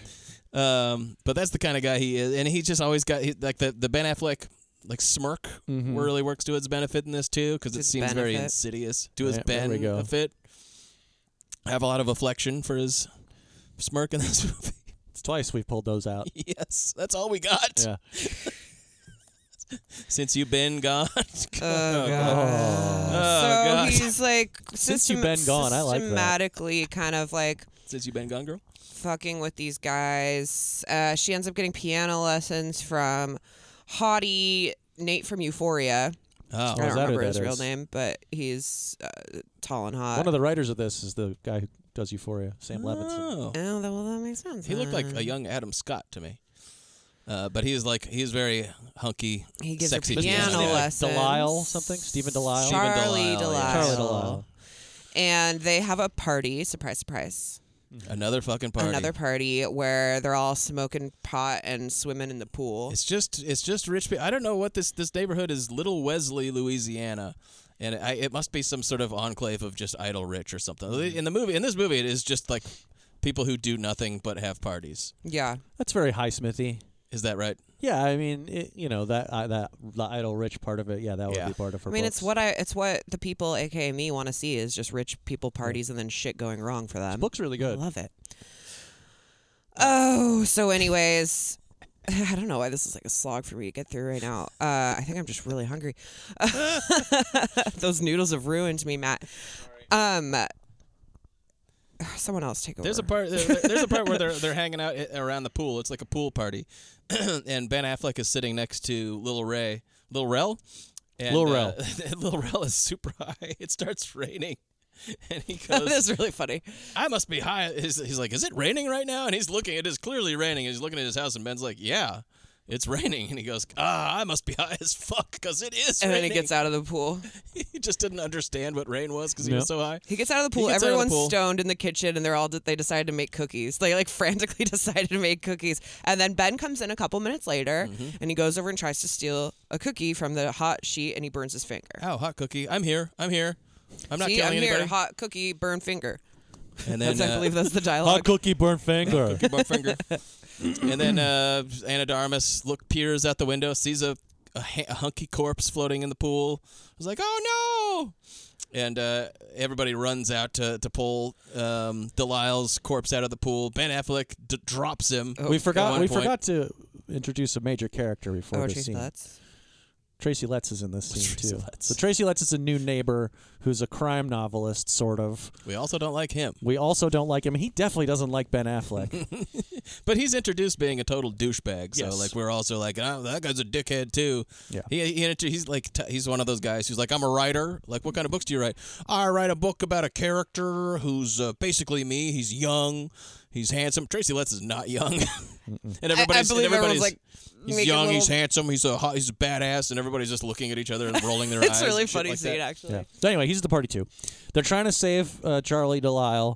[SPEAKER 2] bit. Um, but that's the kind of guy he is, and he just always got he, like the the Ben Affleck like smirk
[SPEAKER 3] Mhm.
[SPEAKER 2] really works to his benefit in this too because it
[SPEAKER 3] His
[SPEAKER 2] seems very
[SPEAKER 3] benefit.
[SPEAKER 2] insidious to his
[SPEAKER 3] Yeah, there we go.
[SPEAKER 2] benefit. I have a lot of affection for his smirk in this movie.
[SPEAKER 3] It's twice we've pulled those out.
[SPEAKER 2] Yes, that's all we got.
[SPEAKER 3] Yeah.
[SPEAKER 2] Since you've been gone. oh,
[SPEAKER 1] God.
[SPEAKER 3] Oh.
[SPEAKER 1] so
[SPEAKER 2] God.
[SPEAKER 1] he's like
[SPEAKER 2] Since you've been
[SPEAKER 1] system-
[SPEAKER 2] gone, I like that.
[SPEAKER 1] systematically kind of like
[SPEAKER 2] Since you've been gone, girl.
[SPEAKER 1] fucking with these guys. Uh, she ends up getting piano lessons from Hottie Nate from Euphoria.
[SPEAKER 3] Oh,
[SPEAKER 1] I don't
[SPEAKER 3] is that who
[SPEAKER 1] remember
[SPEAKER 3] that
[SPEAKER 1] his real
[SPEAKER 3] is?
[SPEAKER 1] name, but he's uh, tall and hot.
[SPEAKER 3] One of the writers of this is the guy who does Euphoria, Sam Levinson.
[SPEAKER 2] Oh.
[SPEAKER 1] Oh, that, well, that makes sense.
[SPEAKER 2] He looked like
[SPEAKER 1] then.
[SPEAKER 2] a young Adam Scott to me. Uh, but he's like he's very hunky,
[SPEAKER 1] He gives her
[SPEAKER 2] sexy
[SPEAKER 1] piano
[SPEAKER 2] Jason.
[SPEAKER 1] lessons.
[SPEAKER 3] Delisle something? Stephen Delisle?
[SPEAKER 1] Charlie
[SPEAKER 2] Stephen
[SPEAKER 1] Delisle.
[SPEAKER 2] Delisle, yeah.
[SPEAKER 3] Charlie Delisle.
[SPEAKER 1] And they have a party. Surprise, surprise.
[SPEAKER 2] Another fucking party.
[SPEAKER 1] Another party where they're all smoking pot and swimming in the pool.
[SPEAKER 2] It's just it's just rich people. I don't know what this this neighborhood is. Little Wesley, Louisiana, and I, it must be some sort of enclave of just idle rich or something.
[SPEAKER 1] Mm-hmm.
[SPEAKER 2] In the movie, in this movie, it is just like people who do nothing but have parties.
[SPEAKER 1] yeah.
[SPEAKER 3] That's very high smithy.
[SPEAKER 2] Is that right?
[SPEAKER 3] Yeah, I mean, it, you know that uh, that the idle rich part of it. Yeah, that would be part of her.
[SPEAKER 1] I mean,
[SPEAKER 3] books.
[SPEAKER 1] it's what I, it's what the people, aka me, want to see is just rich people parties and then shit going wrong for them. book's
[SPEAKER 3] really good.
[SPEAKER 1] I love it. Oh, so anyways, I don't know why this is like a slog for me to get through right now. Uh, I think I'm just really hungry. Those noodles have ruined me, Matt. Um, someone else take over.
[SPEAKER 2] There's a part. There, there's a part where they're they're hanging out i- around the pool. It's like a pool party, and Ben Affleck is sitting next to Lil Ray, Lil Rel, and,
[SPEAKER 3] Lil Rel.
[SPEAKER 2] Uh, Lil Rel is super high. It starts raining, and he
[SPEAKER 1] That
[SPEAKER 2] goes.
[SPEAKER 1] is really funny.
[SPEAKER 2] I must be high. He's, he's like, is it raining right now? And he's looking. It is clearly raining. He's looking at his house, and Ben's like, yeah, it's raining. And he goes, ah, I must be high as fuck because it is.
[SPEAKER 1] and then
[SPEAKER 2] raining.
[SPEAKER 1] he gets out of the pool.
[SPEAKER 2] He just didn't understand what rain was because he was so high.
[SPEAKER 1] He gets out of the pool.
[SPEAKER 2] He gets out of the
[SPEAKER 1] Everyone's
[SPEAKER 2] pool.
[SPEAKER 1] stoned in the kitchen, and they're all they decided to make cookies. They like frantically decided to make cookies, and then Ben comes in a couple minutes later,
[SPEAKER 2] Mm-hmm.
[SPEAKER 1] and he goes over and tries to steal a cookie from the hot sheet, and he burns his finger.
[SPEAKER 2] Oh, hot cookie! I'm here. I'm here. I'm not
[SPEAKER 1] See,
[SPEAKER 2] killing
[SPEAKER 1] I'm
[SPEAKER 2] anybody.
[SPEAKER 1] here. Hot cookie, burn finger.
[SPEAKER 2] And
[SPEAKER 1] That's-
[SPEAKER 2] then,
[SPEAKER 1] I
[SPEAKER 2] uh,
[SPEAKER 1] believe that's the dialogue.
[SPEAKER 3] Hot cookie burn finger.
[SPEAKER 2] Cookie Bar Finger. and then uh, Anna Darmus look peers out the window, sees a, a, ha- a hunky corpse floating in the pool. Was like, oh no! And uh, everybody runs out to to pull um, Delisle's corpse out of the pool. Ben Affleck d- drops him.
[SPEAKER 3] we
[SPEAKER 2] at
[SPEAKER 3] forgot.
[SPEAKER 2] one
[SPEAKER 3] We
[SPEAKER 2] point.
[SPEAKER 3] forgot to introduce a major character before
[SPEAKER 1] Oh,
[SPEAKER 3] this
[SPEAKER 1] Tracy
[SPEAKER 3] scene.
[SPEAKER 1] Letts?
[SPEAKER 3] Tracy Letts is in this scene
[SPEAKER 2] Tracy
[SPEAKER 3] too. So Tracy Letts is a new neighbor who's a crime novelist, sort of.
[SPEAKER 2] We also don't like him,
[SPEAKER 3] We also don't like him. He definitely doesn't like Ben Affleck.
[SPEAKER 2] but he's introduced being a total douchebag. So
[SPEAKER 3] Yes.
[SPEAKER 2] like we're also like, oh, that guy's a dickhead too.
[SPEAKER 3] Yeah.
[SPEAKER 2] He, he intro- he's like t- he's one of those guys who's like, I'm a writer. Like, what kind of books do you write? I write a book about a character who's uh, basically me. He's young, he's handsome. Tracy Letts is not young, and everybody's
[SPEAKER 1] believe
[SPEAKER 2] and everybody's
[SPEAKER 1] everyone's, like,
[SPEAKER 2] he's
[SPEAKER 1] making
[SPEAKER 2] young,
[SPEAKER 1] little-
[SPEAKER 2] he's handsome, he's a hot, he's a badass, and everybody's just looking at each other and rolling their eyes.
[SPEAKER 1] it's really
[SPEAKER 2] and shit
[SPEAKER 1] funny
[SPEAKER 2] like
[SPEAKER 1] scene,
[SPEAKER 2] that.
[SPEAKER 1] actually.
[SPEAKER 3] Yeah. So anyway, he's at the party too. They're trying to save uh, Charlie Delisle.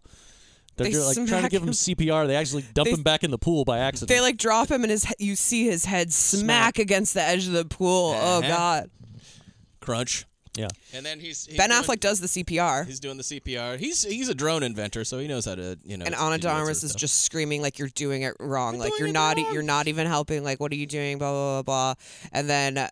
[SPEAKER 3] They're
[SPEAKER 1] They
[SPEAKER 3] do- like trying to
[SPEAKER 1] smack
[SPEAKER 3] give him
[SPEAKER 1] him.
[SPEAKER 3] CPR. They actually dump
[SPEAKER 1] They-
[SPEAKER 3] him back in the pool by accident.
[SPEAKER 1] They like drop him, and his he- you see his head smack, against the edge of the pool. Oh
[SPEAKER 2] Uh-huh.
[SPEAKER 1] God!
[SPEAKER 2] Crunch.
[SPEAKER 3] Yeah.
[SPEAKER 2] And then he's, he's
[SPEAKER 1] Ben
[SPEAKER 2] doing-
[SPEAKER 1] Affleck does the CPR,
[SPEAKER 2] He's doing the CPR. He's he's a drone inventor, so he knows how to you know.
[SPEAKER 1] and
[SPEAKER 2] do
[SPEAKER 1] Anna
[SPEAKER 2] that sort of
[SPEAKER 1] Darmus is
[SPEAKER 2] stuff.
[SPEAKER 1] just screaming like you're doing it wrong, like you're not e-, you're not even helping, like what are you doing, blah blah blah blah, and then uh,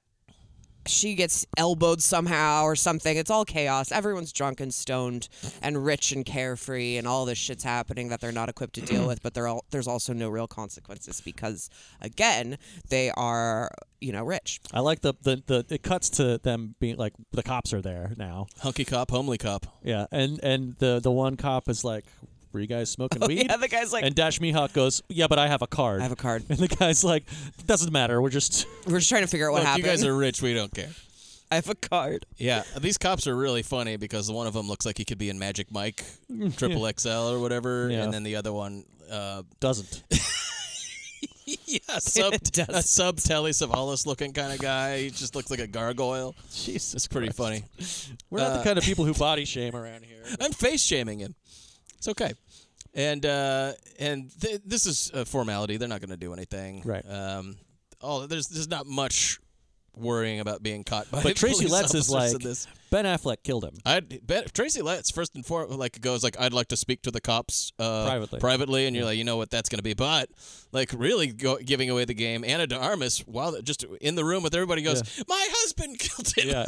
[SPEAKER 1] she gets elbowed somehow or something. It's all chaos. Everyone's drunk and stoned and rich and carefree, and all this shit's happening that they're not equipped to deal with. But they're all, there's also no real consequences because again they are you know rich.
[SPEAKER 3] I like the, the the it cuts to them being like the cops are there now.
[SPEAKER 2] hunky cop, homely cop.
[SPEAKER 3] Yeah, and and the the one cop is like, "Were you guys smoking
[SPEAKER 1] Oh,
[SPEAKER 3] weed?"
[SPEAKER 1] yeah, the guy's like-
[SPEAKER 3] and Dash Mihawk goes, "Yeah, but I have a card. I have
[SPEAKER 1] a card."
[SPEAKER 3] And the guy's like, "Doesn't matter. We're just
[SPEAKER 1] We're just trying to figure out what
[SPEAKER 2] Look,
[SPEAKER 1] happened.
[SPEAKER 2] You guys are rich. We don't care.
[SPEAKER 1] I have a card.
[SPEAKER 2] Yeah, these cops are really funny because one of them looks like he could be in Magic Mike, Triple XL or whatever,
[SPEAKER 3] Yeah.
[SPEAKER 2] and then the other one uh,
[SPEAKER 3] doesn't."
[SPEAKER 2] yeah, sub, a sub Telly Savalas looking kind of guy. He just looks like a gargoyle.
[SPEAKER 3] Jesus,
[SPEAKER 2] it's pretty funny.
[SPEAKER 3] We're not the
[SPEAKER 2] Uh,
[SPEAKER 3] kind of people who body shame around here.
[SPEAKER 2] I'm face shaming him. It's okay. And uh, and th- this is a formality. They're not going to do anything.
[SPEAKER 3] Right.
[SPEAKER 2] Um, all there's there's not much worrying about being caught by
[SPEAKER 3] But Tracy
[SPEAKER 2] police
[SPEAKER 3] Letts is
[SPEAKER 2] officers
[SPEAKER 3] like,
[SPEAKER 2] in this.
[SPEAKER 3] Ben Affleck killed him.
[SPEAKER 2] I'd bet Tracy Letts first and foremost like goes like I'd like to speak to the cops uh,
[SPEAKER 3] Privately.
[SPEAKER 2] privately, and you're like you know what that's going to be, but like really go, giving away the game. Anna De Armas while just in the room with everybody goes my husband killed him.
[SPEAKER 3] Yeah,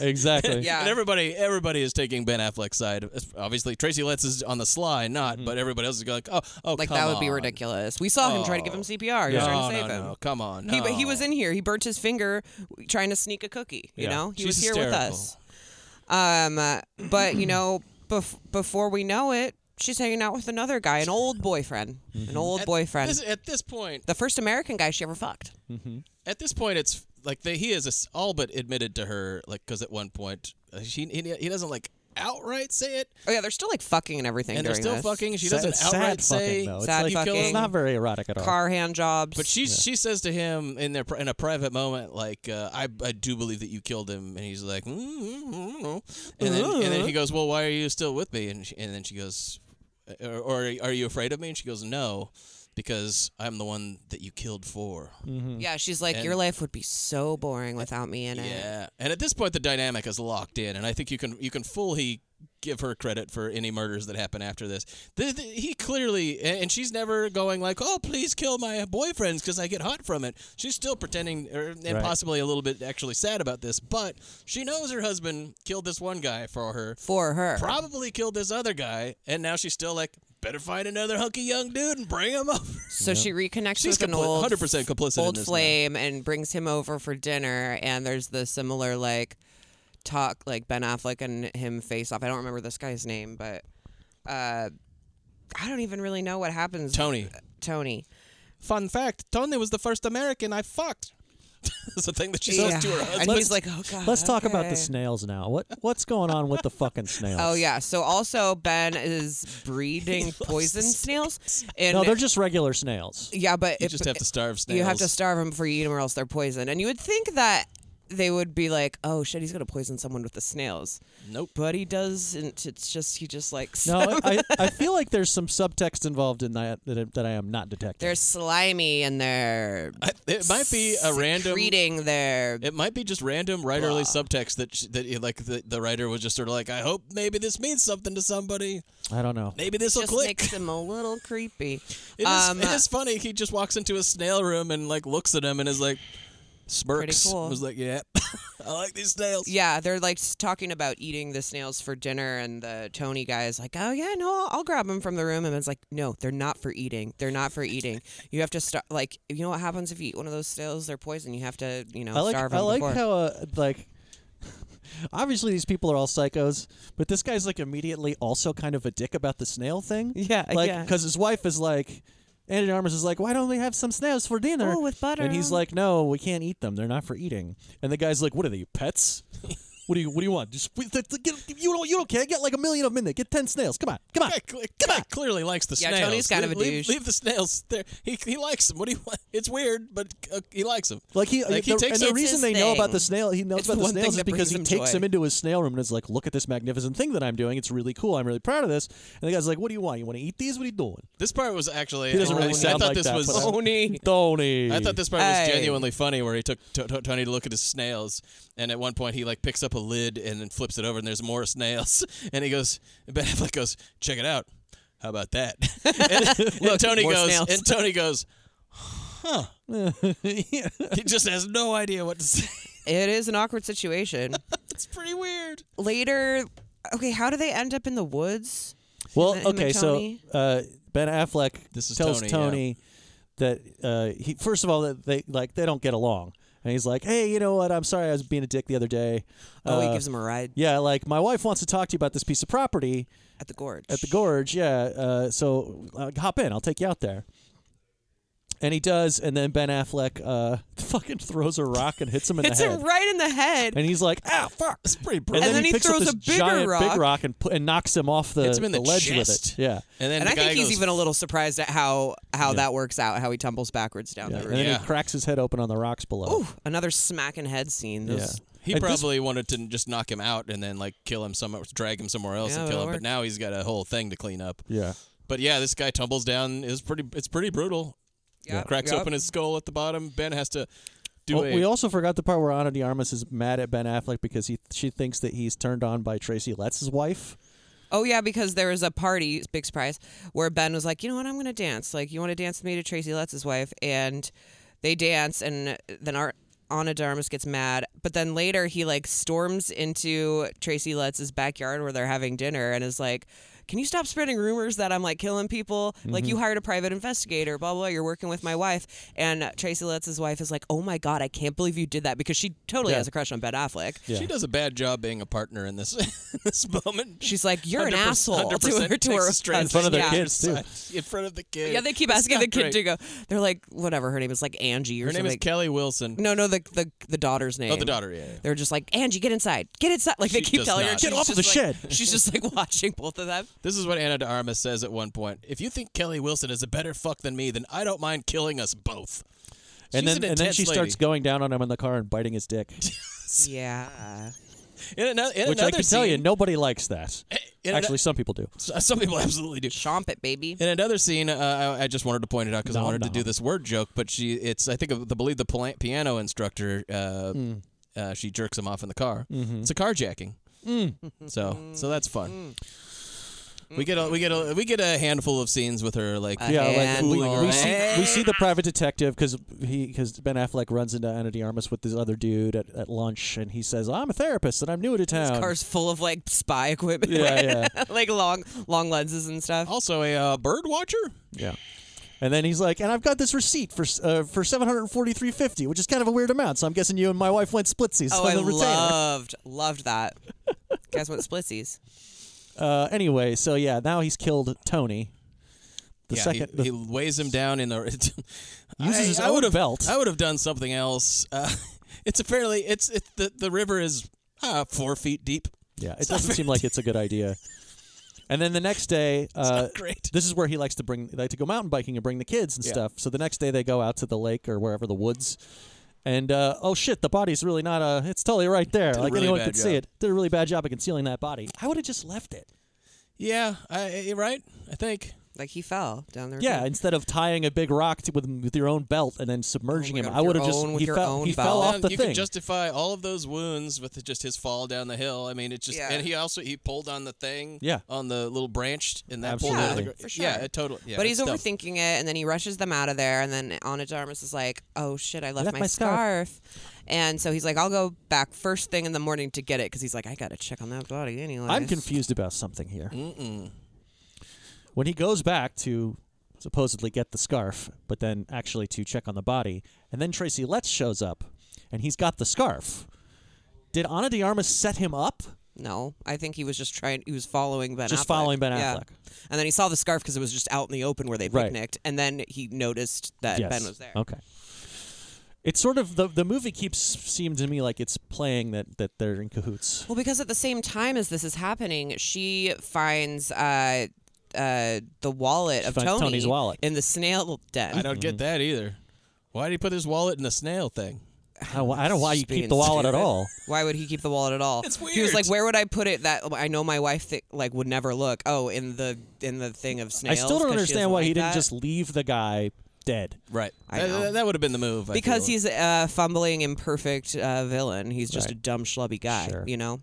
[SPEAKER 3] exactly.
[SPEAKER 2] yeah, and everybody everybody is taking Ben Affleck's side. Obviously Tracy Letts is on the sly,
[SPEAKER 3] Mm-hmm.
[SPEAKER 2] not, but everybody else is going like oh oh
[SPEAKER 1] Like
[SPEAKER 2] come
[SPEAKER 1] that would be
[SPEAKER 2] on. Oh.
[SPEAKER 1] ridiculous. We saw him try to give him CPR. He was
[SPEAKER 2] No,
[SPEAKER 1] trying to save
[SPEAKER 2] no,
[SPEAKER 1] him.
[SPEAKER 2] no, come on,
[SPEAKER 1] He but he
[SPEAKER 2] no.
[SPEAKER 1] was in here. He burnt his finger trying to sneak a cookie. You
[SPEAKER 2] Yeah.
[SPEAKER 1] know, he
[SPEAKER 2] She's
[SPEAKER 1] was here with
[SPEAKER 2] hysterical.
[SPEAKER 1] us. Um, uh, but you know, bef- before we know it, she's hanging out with another guy, an old boyfriend, an old
[SPEAKER 2] At
[SPEAKER 1] boyfriend.
[SPEAKER 2] this- at this point,
[SPEAKER 1] the first American guy she ever fucked.
[SPEAKER 2] At this point, it's like they, he is as- all but admitted to her, like because at one point uh, she he, he doesn't like outright say it.
[SPEAKER 1] Oh yeah, they're still like fucking and everything.
[SPEAKER 2] And they're
[SPEAKER 1] during
[SPEAKER 2] still
[SPEAKER 1] this.
[SPEAKER 2] fucking. She doesn't outright say
[SPEAKER 1] sad fucking.
[SPEAKER 2] you killed him.
[SPEAKER 3] very erotic at all.
[SPEAKER 1] Car hand jobs.
[SPEAKER 2] But she she says to him in their pri- in a private moment, like uh, I I do believe that you killed him, and he's like, mm, mm, mm, mm. and then and then he goes, well, why are you still with me? And she, and then she goes, or, or are you afraid of me? And she goes, no, because I'm the one that you killed for.
[SPEAKER 1] Yeah, she's like,
[SPEAKER 2] And-
[SPEAKER 1] your life would be so boring without me in it.
[SPEAKER 2] Yeah, and at this point, the dynamic is locked in, and I think you can you can fully give her credit for any murders that happen after this. The, the, he clearly, and and she's never going like, "Oh, please kill my boyfriends because I get hot from it." She's still pretending, or, and
[SPEAKER 3] Right.
[SPEAKER 2] possibly a little bit actually sad about this, but she knows her husband killed this one guy for her,
[SPEAKER 1] For her.
[SPEAKER 2] probably killed this other guy, and now she's still like, "Better find another hunky young dude and bring him over."
[SPEAKER 1] So she reconnects
[SPEAKER 2] She's
[SPEAKER 1] with an
[SPEAKER 2] compli-
[SPEAKER 1] old
[SPEAKER 2] 100% complicit in
[SPEAKER 1] old
[SPEAKER 2] this now.
[SPEAKER 1] flame and brings him over for dinner and there's the similar like talk like Ben Affleck and him face off. I don't remember this guy's name, but uh I don't even really know what happens. Uh,
[SPEAKER 2] Tony.
[SPEAKER 1] Tony.
[SPEAKER 2] Fun fact: Tony was the first American I fucked. It's a thing that she
[SPEAKER 1] Yeah.
[SPEAKER 2] says to her husband.
[SPEAKER 1] And he's like, "Oh god."
[SPEAKER 3] Let's talk about
[SPEAKER 1] okay."
[SPEAKER 3] the snails now. What what's going on with the fucking snails?
[SPEAKER 1] Oh yeah. So also Ben is breeding poison snails. And
[SPEAKER 3] no, they're just regular snails.
[SPEAKER 1] Yeah, but
[SPEAKER 3] You
[SPEAKER 1] if-
[SPEAKER 3] just have to
[SPEAKER 2] starve
[SPEAKER 1] You have
[SPEAKER 3] snails.
[SPEAKER 1] to starve them before you eat them, or else they're poisoned. And you would think that they would be like, "Oh shit, he's gonna poison someone with the snails."
[SPEAKER 2] Nope.
[SPEAKER 1] But he doesn't. It's just he just likes.
[SPEAKER 3] No,
[SPEAKER 1] them.
[SPEAKER 3] I, I I feel like there's some subtext involved in that that, I- that I am not detecting.
[SPEAKER 1] they're slimy and they're.
[SPEAKER 2] it might be a random
[SPEAKER 1] reading their.
[SPEAKER 2] It might be just random writerly subtext that sh- that eh, like the, the writer was just sort of like, I hope maybe this means something to somebody.
[SPEAKER 3] I don't know.
[SPEAKER 2] Maybe this will
[SPEAKER 1] Just
[SPEAKER 2] click.
[SPEAKER 1] makes him a little creepy.
[SPEAKER 2] It is,
[SPEAKER 1] Um,
[SPEAKER 2] it is funny. He just walks into a snail room and like looks at him and is like, smirks.
[SPEAKER 1] cool.
[SPEAKER 2] Was like, yeah, I like these snails.
[SPEAKER 1] Yeah, they're like s- talking about eating the snails for dinner, and the Tony guy is like, "Oh yeah, no, I'll, I'll grab them from the room." And it's like, "No, they're not for eating. They're not for eating. You have to start like you know what happens if you eat one of those snails? They're poison. You have to you know
[SPEAKER 3] I like
[SPEAKER 1] starve
[SPEAKER 3] I
[SPEAKER 1] them
[SPEAKER 3] like
[SPEAKER 1] before."
[SPEAKER 3] how uh, like obviously these people are all psychos, but this guy's like immediately also kind of a dick about the snail thing. Yeah, like
[SPEAKER 1] yeah.
[SPEAKER 3] because his wife is like. Andy Armas is like, why don't we have some snails for dinner?
[SPEAKER 1] Oh, with butter.
[SPEAKER 3] And he's like, no, we can't eat them. They're not for eating. And the guy's like, what are they, pets? what do you What do you want? Just we- th- th- get, you don't you don't care. Get like a million of them in there. Get ten snails. Come on, come on,
[SPEAKER 2] come on. Clearly likes the
[SPEAKER 3] Yeah,
[SPEAKER 2] snails.
[SPEAKER 3] Tony's kind of
[SPEAKER 2] leave,
[SPEAKER 3] a
[SPEAKER 2] leave-
[SPEAKER 3] douche.
[SPEAKER 2] Leave the snails there. He, he likes them. What do you want? It's weird, but uh, he likes them.
[SPEAKER 3] Like he,
[SPEAKER 2] like he
[SPEAKER 3] the,
[SPEAKER 2] takes
[SPEAKER 3] and the
[SPEAKER 2] them-
[SPEAKER 3] reason they know about the snail, he knows
[SPEAKER 2] It's
[SPEAKER 3] about
[SPEAKER 2] the
[SPEAKER 3] the
[SPEAKER 2] one thing
[SPEAKER 3] snails is
[SPEAKER 2] that
[SPEAKER 3] because
[SPEAKER 2] brings
[SPEAKER 3] he
[SPEAKER 2] him
[SPEAKER 3] takes
[SPEAKER 2] joy.
[SPEAKER 3] him into his snail room and is like, "Look at this magnificent thing that I'm doing. It's really cool. I'm really proud of this." And the guy's like, "What do you want? You want to eat these? What are you doing?"
[SPEAKER 2] This part was actually.
[SPEAKER 3] He doesn't
[SPEAKER 2] I-
[SPEAKER 3] really
[SPEAKER 2] I,
[SPEAKER 3] sound
[SPEAKER 2] thought
[SPEAKER 3] like
[SPEAKER 2] this
[SPEAKER 3] that,
[SPEAKER 2] was
[SPEAKER 3] but- Tony. Tony.
[SPEAKER 2] I thought this part was
[SPEAKER 3] Hey.
[SPEAKER 2] genuinely funny, where he took t- t- Tony to look at his snails, and at one point he like picks up a lid and then flips it over, and there's more snails, and he goes, and Ben Affleck goes, check it out, how about that? and,
[SPEAKER 3] Look,
[SPEAKER 2] and Tony
[SPEAKER 3] more
[SPEAKER 2] goes,
[SPEAKER 3] snails.
[SPEAKER 2] and Tony goes, huh? He just has no idea what to say.
[SPEAKER 1] It is an awkward situation.
[SPEAKER 2] it's pretty weird.
[SPEAKER 1] Later, okay, how do they end up in the woods?
[SPEAKER 3] Well,
[SPEAKER 1] Him and
[SPEAKER 3] okay, so
[SPEAKER 1] Tony?
[SPEAKER 3] uh, Ben Affleck
[SPEAKER 2] This is
[SPEAKER 3] tells
[SPEAKER 2] Tony, yeah.
[SPEAKER 3] Tony, that uh, he first of all that they like they don't get along, and he's like, "Hey, you know what? I'm sorry I was being a dick the other day."
[SPEAKER 1] Oh, he
[SPEAKER 3] Uh,
[SPEAKER 1] gives him a ride.
[SPEAKER 3] Yeah, like my wife wants to talk to you about this piece of property
[SPEAKER 1] at the gorge.
[SPEAKER 3] At the gorge, yeah. Uh, so uh, hop in, I'll take you out there. And he does, and then Ben Affleck uh, fucking throws a rock and hits him in
[SPEAKER 1] Hits
[SPEAKER 3] the head.
[SPEAKER 1] him right in the head.
[SPEAKER 3] And he's like, "Ah, fuck!"
[SPEAKER 2] It's pretty
[SPEAKER 3] And then, he,
[SPEAKER 1] he,
[SPEAKER 3] picks
[SPEAKER 1] throws
[SPEAKER 3] up this
[SPEAKER 1] a bigger
[SPEAKER 3] giant
[SPEAKER 1] rock.
[SPEAKER 3] big rock and, pu- and knocks him off the,
[SPEAKER 2] Hits him in the
[SPEAKER 3] ledge
[SPEAKER 2] chest.
[SPEAKER 3] with it. Yeah.
[SPEAKER 2] And then
[SPEAKER 1] and
[SPEAKER 2] the
[SPEAKER 1] I
[SPEAKER 2] guy
[SPEAKER 1] think he's
[SPEAKER 2] goes,
[SPEAKER 1] even a little surprised at how how that works out, how he tumbles backwards down
[SPEAKER 3] Yeah,
[SPEAKER 1] the
[SPEAKER 3] And
[SPEAKER 1] room.
[SPEAKER 3] then he cracks his head open on the rocks below.
[SPEAKER 1] Ooh, another smacking head scene. Those-
[SPEAKER 2] He
[SPEAKER 3] At this-
[SPEAKER 2] probably wanted to just knock him out and then like kill him somewhere, drag him somewhere else
[SPEAKER 1] Yeah,
[SPEAKER 2] and kill him.
[SPEAKER 1] that'll
[SPEAKER 2] But now he's got a whole thing to clean up.
[SPEAKER 3] Yeah.
[SPEAKER 2] But yeah, this guy tumbles down. is pretty. It's pretty brutal.
[SPEAKER 1] Yep,
[SPEAKER 2] Cracks
[SPEAKER 1] yep.
[SPEAKER 2] open his skull at the bottom. Ben has to do
[SPEAKER 3] Well,
[SPEAKER 2] a
[SPEAKER 3] Oh, we also forgot the part where Ana de Armas is mad at Ben Affleck because he she thinks that he's turned on by Tracy Letts' wife.
[SPEAKER 1] Oh yeah, because there was a party, big surprise, where Ben was like, "You know what? I'm gonna dance. Like, you want to dance with me to Tracy Letts' wife?" And they dance, and then our Anna Darmus gets mad, but then later he like storms into Tracy Letts' backyard where they're having dinner, and is like. Can you stop spreading rumors that I'm like killing people? Like
[SPEAKER 20] Mhm.
[SPEAKER 1] you hired a private investigator, blah, blah blah. You're working with my wife, and uh, Tracy Letts' wife is like, "Oh my god, I can't believe you did that," because she totally
[SPEAKER 2] Yeah.
[SPEAKER 1] has a crush on Ben Affleck.
[SPEAKER 2] She does a bad job being a partner in this in this moment.
[SPEAKER 1] She's like, "You're an
[SPEAKER 2] 100%
[SPEAKER 1] asshole to her-
[SPEAKER 2] 100%
[SPEAKER 1] to her
[SPEAKER 2] takes a
[SPEAKER 1] husband." In front of their
[SPEAKER 2] yeah.
[SPEAKER 1] kids, too.
[SPEAKER 2] In front of the kid.
[SPEAKER 1] Yeah, they keep
[SPEAKER 2] It's
[SPEAKER 1] asking
[SPEAKER 2] not
[SPEAKER 1] the kid
[SPEAKER 2] great.
[SPEAKER 1] to go. They're like, whatever her name is, like Angie or
[SPEAKER 2] Her name is
[SPEAKER 1] something.
[SPEAKER 2] Kelly Wilson.
[SPEAKER 1] No, no, the the the daughter's name.
[SPEAKER 2] Oh, the daughter, yeah, yeah.
[SPEAKER 1] They're just like Angie, get inside, get inside. Like they
[SPEAKER 2] She
[SPEAKER 1] keep
[SPEAKER 2] does
[SPEAKER 1] telling her,
[SPEAKER 2] not. Get
[SPEAKER 1] she's
[SPEAKER 2] off of
[SPEAKER 1] just
[SPEAKER 2] the
[SPEAKER 1] like-
[SPEAKER 2] shed.
[SPEAKER 1] She's just like watching both of them.
[SPEAKER 2] This is what Anna de Armas says at one point. If you think Kelly Wilson is a better fuck than me, then I don't mind killing us both. She's
[SPEAKER 3] and then
[SPEAKER 2] an
[SPEAKER 3] and then
[SPEAKER 2] intense
[SPEAKER 3] she
[SPEAKER 2] lady.
[SPEAKER 3] starts going down on him in the car and biting his dick.
[SPEAKER 1] Yeah.
[SPEAKER 2] In another, in
[SPEAKER 3] which I
[SPEAKER 2] another
[SPEAKER 3] can tell you
[SPEAKER 2] scene-
[SPEAKER 3] nobody likes that.
[SPEAKER 2] in ano-
[SPEAKER 3] Actually, some people do.
[SPEAKER 2] S- Some people absolutely do.
[SPEAKER 1] Chomp it, baby.
[SPEAKER 2] In another scene, uh, I, I just wanted to point it out because I
[SPEAKER 3] Nom
[SPEAKER 2] wanted to
[SPEAKER 3] nom.
[SPEAKER 2] do this word joke, but she, it's, I think, of the believe the pla- piano instructor, uh,
[SPEAKER 3] Mm.
[SPEAKER 2] uh, she jerks him off in the car.
[SPEAKER 3] Mhm.
[SPEAKER 2] It's a carjacking.
[SPEAKER 3] Mm.
[SPEAKER 2] So, so that's fun. We get a we get a we get a handful of scenes with her like
[SPEAKER 3] yeah, like we,
[SPEAKER 2] fooling
[SPEAKER 3] we
[SPEAKER 2] around.
[SPEAKER 3] see, we see the private detective because he because Ben Affleck runs into Ana de Armas with this other dude at, at lunch, and he says, "I'm a therapist and I'm new to town."
[SPEAKER 1] This car's full of like spy equipment.
[SPEAKER 3] Yeah, yeah.
[SPEAKER 1] like long long lenses and stuff.
[SPEAKER 2] Also a uh, bird watcher.
[SPEAKER 3] Yeah. And then he's like, and I've got this receipt for uh, for seven hundred forty three fifty, which is kind of a weird amount. So I'm guessing you and my wife went splitsies
[SPEAKER 1] oh,
[SPEAKER 3] on
[SPEAKER 1] I
[SPEAKER 3] the retainer.
[SPEAKER 1] loved loved that. Guys went splitsies.
[SPEAKER 3] uh, anyway, so yeah, now he's killed Tony. The
[SPEAKER 2] yeah,
[SPEAKER 3] second,
[SPEAKER 2] he,
[SPEAKER 3] the
[SPEAKER 2] he weighs him down in the
[SPEAKER 3] Uses his
[SPEAKER 2] would
[SPEAKER 3] own
[SPEAKER 2] have,
[SPEAKER 3] belt.
[SPEAKER 2] I would have done something else. Uh, it's apparently it's it, the the river is uh, four feet deep.
[SPEAKER 3] Yeah, it
[SPEAKER 2] It's not
[SPEAKER 3] doesn't
[SPEAKER 2] very
[SPEAKER 3] seem like it's a good idea. And then the next day, uh,
[SPEAKER 2] great.
[SPEAKER 3] this is where he likes to bring like to go mountain biking and bring the kids and
[SPEAKER 2] Yeah.
[SPEAKER 3] stuff. So the next day they go out to the lake or wherever the woods, and uh, oh shit, the body's really not a. It's totally right there.
[SPEAKER 2] Did a
[SPEAKER 3] like
[SPEAKER 2] really
[SPEAKER 3] anyone
[SPEAKER 2] bad
[SPEAKER 3] could see
[SPEAKER 2] job.
[SPEAKER 3] it. Did a really bad job of concealing that body. I would have just left it.
[SPEAKER 2] Yeah, I, you're right. I think.
[SPEAKER 1] Like he fell down there.
[SPEAKER 3] Yeah, instead of tying a big rock to, with with your own belt and then
[SPEAKER 2] Oh
[SPEAKER 3] submerging him, I would have just he, fell, he fell off the
[SPEAKER 2] Um, you
[SPEAKER 3] thing.
[SPEAKER 2] can justify all of those wounds with just his fall down the hill. I mean, it's just
[SPEAKER 1] Yeah.
[SPEAKER 2] and he also he pulled on the thing.
[SPEAKER 3] Yeah.
[SPEAKER 2] on the little branch and that pulled out of the
[SPEAKER 1] Yeah,
[SPEAKER 2] gr-
[SPEAKER 1] for sure.
[SPEAKER 2] Yeah, it totally. Yeah,
[SPEAKER 1] but he's
[SPEAKER 2] it's dumb.
[SPEAKER 1] overthinking it, and then he rushes them out of there, and then Anna Jarmus is like, "Oh shit, I left,
[SPEAKER 2] left
[SPEAKER 1] my,
[SPEAKER 2] my
[SPEAKER 1] scarf.
[SPEAKER 2] scarf."
[SPEAKER 1] and so he's like, "I'll go back first thing in the morning to get it," because he's like, "I gotta check on that body anyway."
[SPEAKER 3] I'm confused about something here. When he goes back to supposedly get the scarf, but then actually to check on the body, and then Tracy Letts shows up, and he's got the scarf. Did Ana de Armas set him up?
[SPEAKER 1] No, I think he was just trying. He was following Ben.
[SPEAKER 3] Just
[SPEAKER 1] Affleck.
[SPEAKER 3] following Ben
[SPEAKER 1] Yeah.
[SPEAKER 3] Affleck.
[SPEAKER 1] And then he saw the scarf because it was just out in the open where they
[SPEAKER 3] Right.
[SPEAKER 1] picnicked, and then he noticed that
[SPEAKER 3] Yes.
[SPEAKER 1] Ben was there.
[SPEAKER 3] Okay. It's sort of the the movie keeps seemed to me like it's playing that that they're in cahoots.
[SPEAKER 1] Well, because at the same time as this is happening, she finds uh, uh, the wallet
[SPEAKER 2] She
[SPEAKER 1] of
[SPEAKER 2] finds
[SPEAKER 1] Tony
[SPEAKER 2] Tony's wallet.
[SPEAKER 1] in the snail den.
[SPEAKER 2] I don't
[SPEAKER 3] Mm-hmm.
[SPEAKER 2] get that either. Why did he put his wallet in the snail thing?
[SPEAKER 3] I, I don't know why you
[SPEAKER 1] Just
[SPEAKER 3] keep
[SPEAKER 1] being
[SPEAKER 3] the wallet at
[SPEAKER 1] stupid.
[SPEAKER 3] all.
[SPEAKER 1] Why would he keep the wallet at all? It's He was
[SPEAKER 2] weird.
[SPEAKER 1] like, "Where would I put it that I know my wife th- like would never look? Oh, in the in the thing of
[SPEAKER 3] I
[SPEAKER 1] snails."
[SPEAKER 3] still don't
[SPEAKER 1] 'cause she
[SPEAKER 3] understand
[SPEAKER 1] doesn't
[SPEAKER 3] why
[SPEAKER 1] like
[SPEAKER 3] he didn't
[SPEAKER 1] that.
[SPEAKER 3] just leave the guy dead.
[SPEAKER 2] Right.
[SPEAKER 1] I
[SPEAKER 2] That-
[SPEAKER 1] know.
[SPEAKER 2] That, would have been the move. I
[SPEAKER 1] because
[SPEAKER 2] feel.
[SPEAKER 1] he's a fumbling, imperfect uh, villain. He's just
[SPEAKER 2] Right.
[SPEAKER 1] a dumb, schlubby guy.
[SPEAKER 2] Sure.
[SPEAKER 1] You know. Um,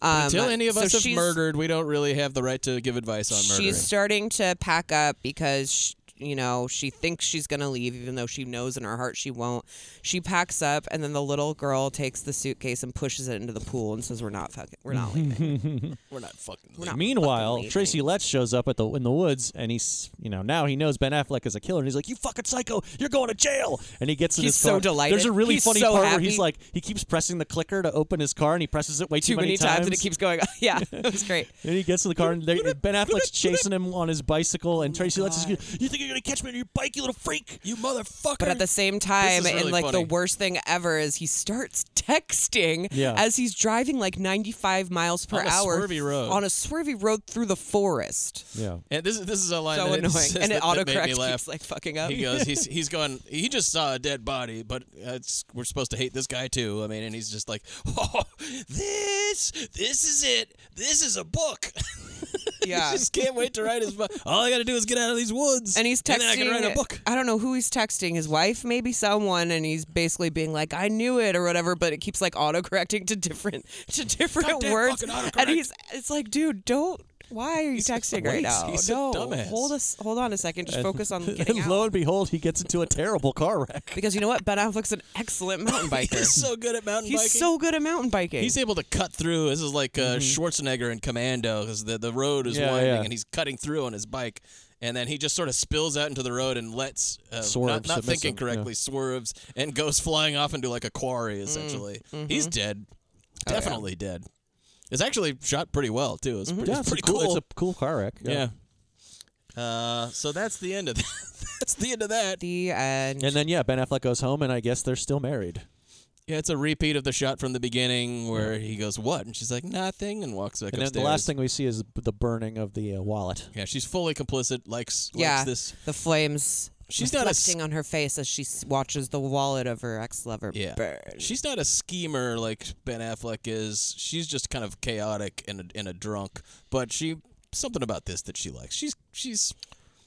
[SPEAKER 2] But until any of
[SPEAKER 1] so
[SPEAKER 2] us have
[SPEAKER 1] she's-
[SPEAKER 2] murdered, we don't really have the right to give advice on murdering.
[SPEAKER 1] She's starting to pack up because sh you know she thinks she's gonna leave, even though she knows in her heart she won't. She packs up, and then the little girl takes the suitcase and pushes it into the pool and says, "We're not fucking. We're not leaving.
[SPEAKER 2] We're not fucking.
[SPEAKER 1] We're not
[SPEAKER 3] Meanwhile,
[SPEAKER 1] Oh, fucking
[SPEAKER 3] Tracy Letts shows up at the in the woods, and he's you know now he knows Ben Affleck is a killer, and he's like, "You fucking psycho, you're going to jail!" And he gets in
[SPEAKER 1] He's
[SPEAKER 3] his
[SPEAKER 1] so
[SPEAKER 3] car.
[SPEAKER 1] delighted.
[SPEAKER 3] There's a really
[SPEAKER 1] He's
[SPEAKER 3] funny
[SPEAKER 1] so
[SPEAKER 3] part where
[SPEAKER 1] happy.
[SPEAKER 3] he's like, he keeps pressing the clicker to open his car, and he presses it way too,
[SPEAKER 1] Too many times, and it keeps going. yeah, it was great.
[SPEAKER 3] And he gets in the car, and there- Ben Affleck's chasing him on his bicycle,
[SPEAKER 1] Oh
[SPEAKER 3] and Tracy Letts is, "You think you're gonna catch me on your bike, you little freak,
[SPEAKER 2] you motherfucker!"
[SPEAKER 1] But at the same time,
[SPEAKER 3] This
[SPEAKER 1] and
[SPEAKER 3] is really
[SPEAKER 1] like the
[SPEAKER 3] funny.
[SPEAKER 1] worst thing ever is he starts texting
[SPEAKER 3] Yeah.
[SPEAKER 1] as he's driving like 95 miles per
[SPEAKER 2] On a
[SPEAKER 1] hour
[SPEAKER 2] swervy road.
[SPEAKER 1] on a swervy road through the forest.
[SPEAKER 3] Yeah.
[SPEAKER 2] And this is this is a line
[SPEAKER 1] So
[SPEAKER 2] that it
[SPEAKER 1] annoying.
[SPEAKER 2] says
[SPEAKER 1] And it
[SPEAKER 2] that- that made
[SPEAKER 1] autocorrect
[SPEAKER 2] me laugh.
[SPEAKER 1] keeps, like, fucking up.
[SPEAKER 2] He goes, he's he's going. He just saw a dead body, but uh, it's, we're supposed to hate this guy too. I mean, and he's just like, oh, this this is it. This is a book.
[SPEAKER 1] Yeah.
[SPEAKER 2] he just can't wait to write his book. All I got to do is get out of these woods.
[SPEAKER 1] And he's texting.
[SPEAKER 2] then I can write a book.
[SPEAKER 1] I don't know who he's texting. His wife, maybe someone, and he's basically being like, "I knew it" or whatever. But it keeps like autocorrecting to different to different
[SPEAKER 2] Goddamn
[SPEAKER 1] words.
[SPEAKER 2] fucking autocorrect.
[SPEAKER 1] And he's it's like, dude, don't. Why are you texting right
[SPEAKER 2] wait,
[SPEAKER 1] now?
[SPEAKER 2] he's a
[SPEAKER 1] no,
[SPEAKER 2] dumbass.
[SPEAKER 1] hold us. Hold on a second. Just
[SPEAKER 3] And-
[SPEAKER 1] focus on getting
[SPEAKER 3] and
[SPEAKER 1] out.
[SPEAKER 3] lo and behold, he gets into a terrible car wreck.
[SPEAKER 1] Because you know what, Ben Affleck's an excellent mountain biker.
[SPEAKER 2] He's so good at mountain
[SPEAKER 1] He's
[SPEAKER 2] biking.
[SPEAKER 1] so good at mountain biking.
[SPEAKER 2] He's able to cut through. This is like uh, Schwarzenegger in Commando, because the, the road is
[SPEAKER 3] Yeah,
[SPEAKER 2] winding
[SPEAKER 3] yeah.
[SPEAKER 2] and he's cutting through on his bike. And then he just sort of spills out into the road and lets, uh, not,
[SPEAKER 3] Swerves,
[SPEAKER 2] not thinking
[SPEAKER 3] submissive, yeah.
[SPEAKER 2] correctly, swerves and goes flying off into like a quarry, essentially.
[SPEAKER 3] mhm.
[SPEAKER 2] He's dead.
[SPEAKER 3] Oh, yeah.
[SPEAKER 2] Definitely dead. It's actually shot pretty well, too. It's
[SPEAKER 3] Mhm.
[SPEAKER 2] pretty,
[SPEAKER 3] Yeah,
[SPEAKER 2] Mm-hmm. it's
[SPEAKER 3] it's a
[SPEAKER 2] pretty
[SPEAKER 3] cool-
[SPEAKER 2] cool.
[SPEAKER 3] it's a cool car wreck, yeah.
[SPEAKER 2] Yeah. Uh, so that's the end of that. that's the end of that.
[SPEAKER 1] The uh, end.
[SPEAKER 3] And then yeah, Ben Affleck goes home, and I guess they're still married.
[SPEAKER 2] Yeah, it's a repeat of the shot from the beginning where he goes, "What?" and she's like, "Nothing," and walks back
[SPEAKER 3] and then
[SPEAKER 2] upstairs.
[SPEAKER 3] the last thing we see is the burning of the uh, wallet.
[SPEAKER 2] yeah, she's fully complicit. Likes,
[SPEAKER 1] yeah,
[SPEAKER 2] likes this.
[SPEAKER 1] the flames.
[SPEAKER 2] She's not a s-
[SPEAKER 1] reflecting on her face as she s- watches the wallet of her ex-lover
[SPEAKER 2] Yeah,
[SPEAKER 1] burn.
[SPEAKER 2] she's not a schemer like Ben Affleck is. She's just kind of chaotic and a, and a drunk. But she something about this that she likes. She's she's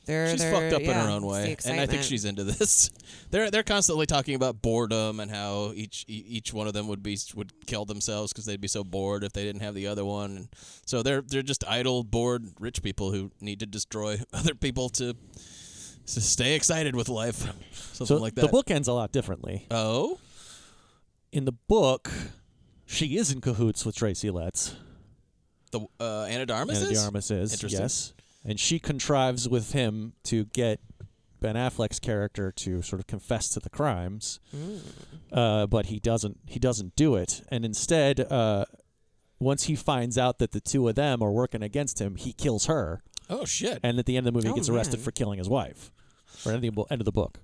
[SPEAKER 1] They're-
[SPEAKER 2] she's
[SPEAKER 1] they're-
[SPEAKER 2] fucked up in
[SPEAKER 1] yeah,
[SPEAKER 2] her own
[SPEAKER 1] it's
[SPEAKER 2] way,
[SPEAKER 1] the
[SPEAKER 2] and I think
[SPEAKER 1] excitement.
[SPEAKER 2] she's into this. They're they're constantly talking about boredom and how each e- each one of them would be would kill themselves because they'd be so bored if they didn't have the other one. And so they're they're just idle, bored, rich people who need to destroy other people to, to stay excited with life, something
[SPEAKER 3] so
[SPEAKER 2] like that.
[SPEAKER 3] the book ends a lot differently.
[SPEAKER 2] Oh,
[SPEAKER 3] in the book, she is in cahoots with Tracy Letts.
[SPEAKER 2] The uh, Anna de Armas
[SPEAKER 3] Anna de
[SPEAKER 2] is?
[SPEAKER 3] Armas is
[SPEAKER 2] Interesting.
[SPEAKER 3] yes, and she contrives with him to get Ben Affleck's character to sort of confess to the crimes,
[SPEAKER 2] Hmm.
[SPEAKER 1] Mm.
[SPEAKER 3] uh, but he doesn't. He doesn't do it, and instead, uh, once he finds out that the two of them are working against him, he kills her.
[SPEAKER 2] Oh shit!
[SPEAKER 3] And at the end of the movie,
[SPEAKER 2] Oh,
[SPEAKER 3] he gets arrested
[SPEAKER 2] man.
[SPEAKER 3] for killing his wife. Or end of the bo- end of the book.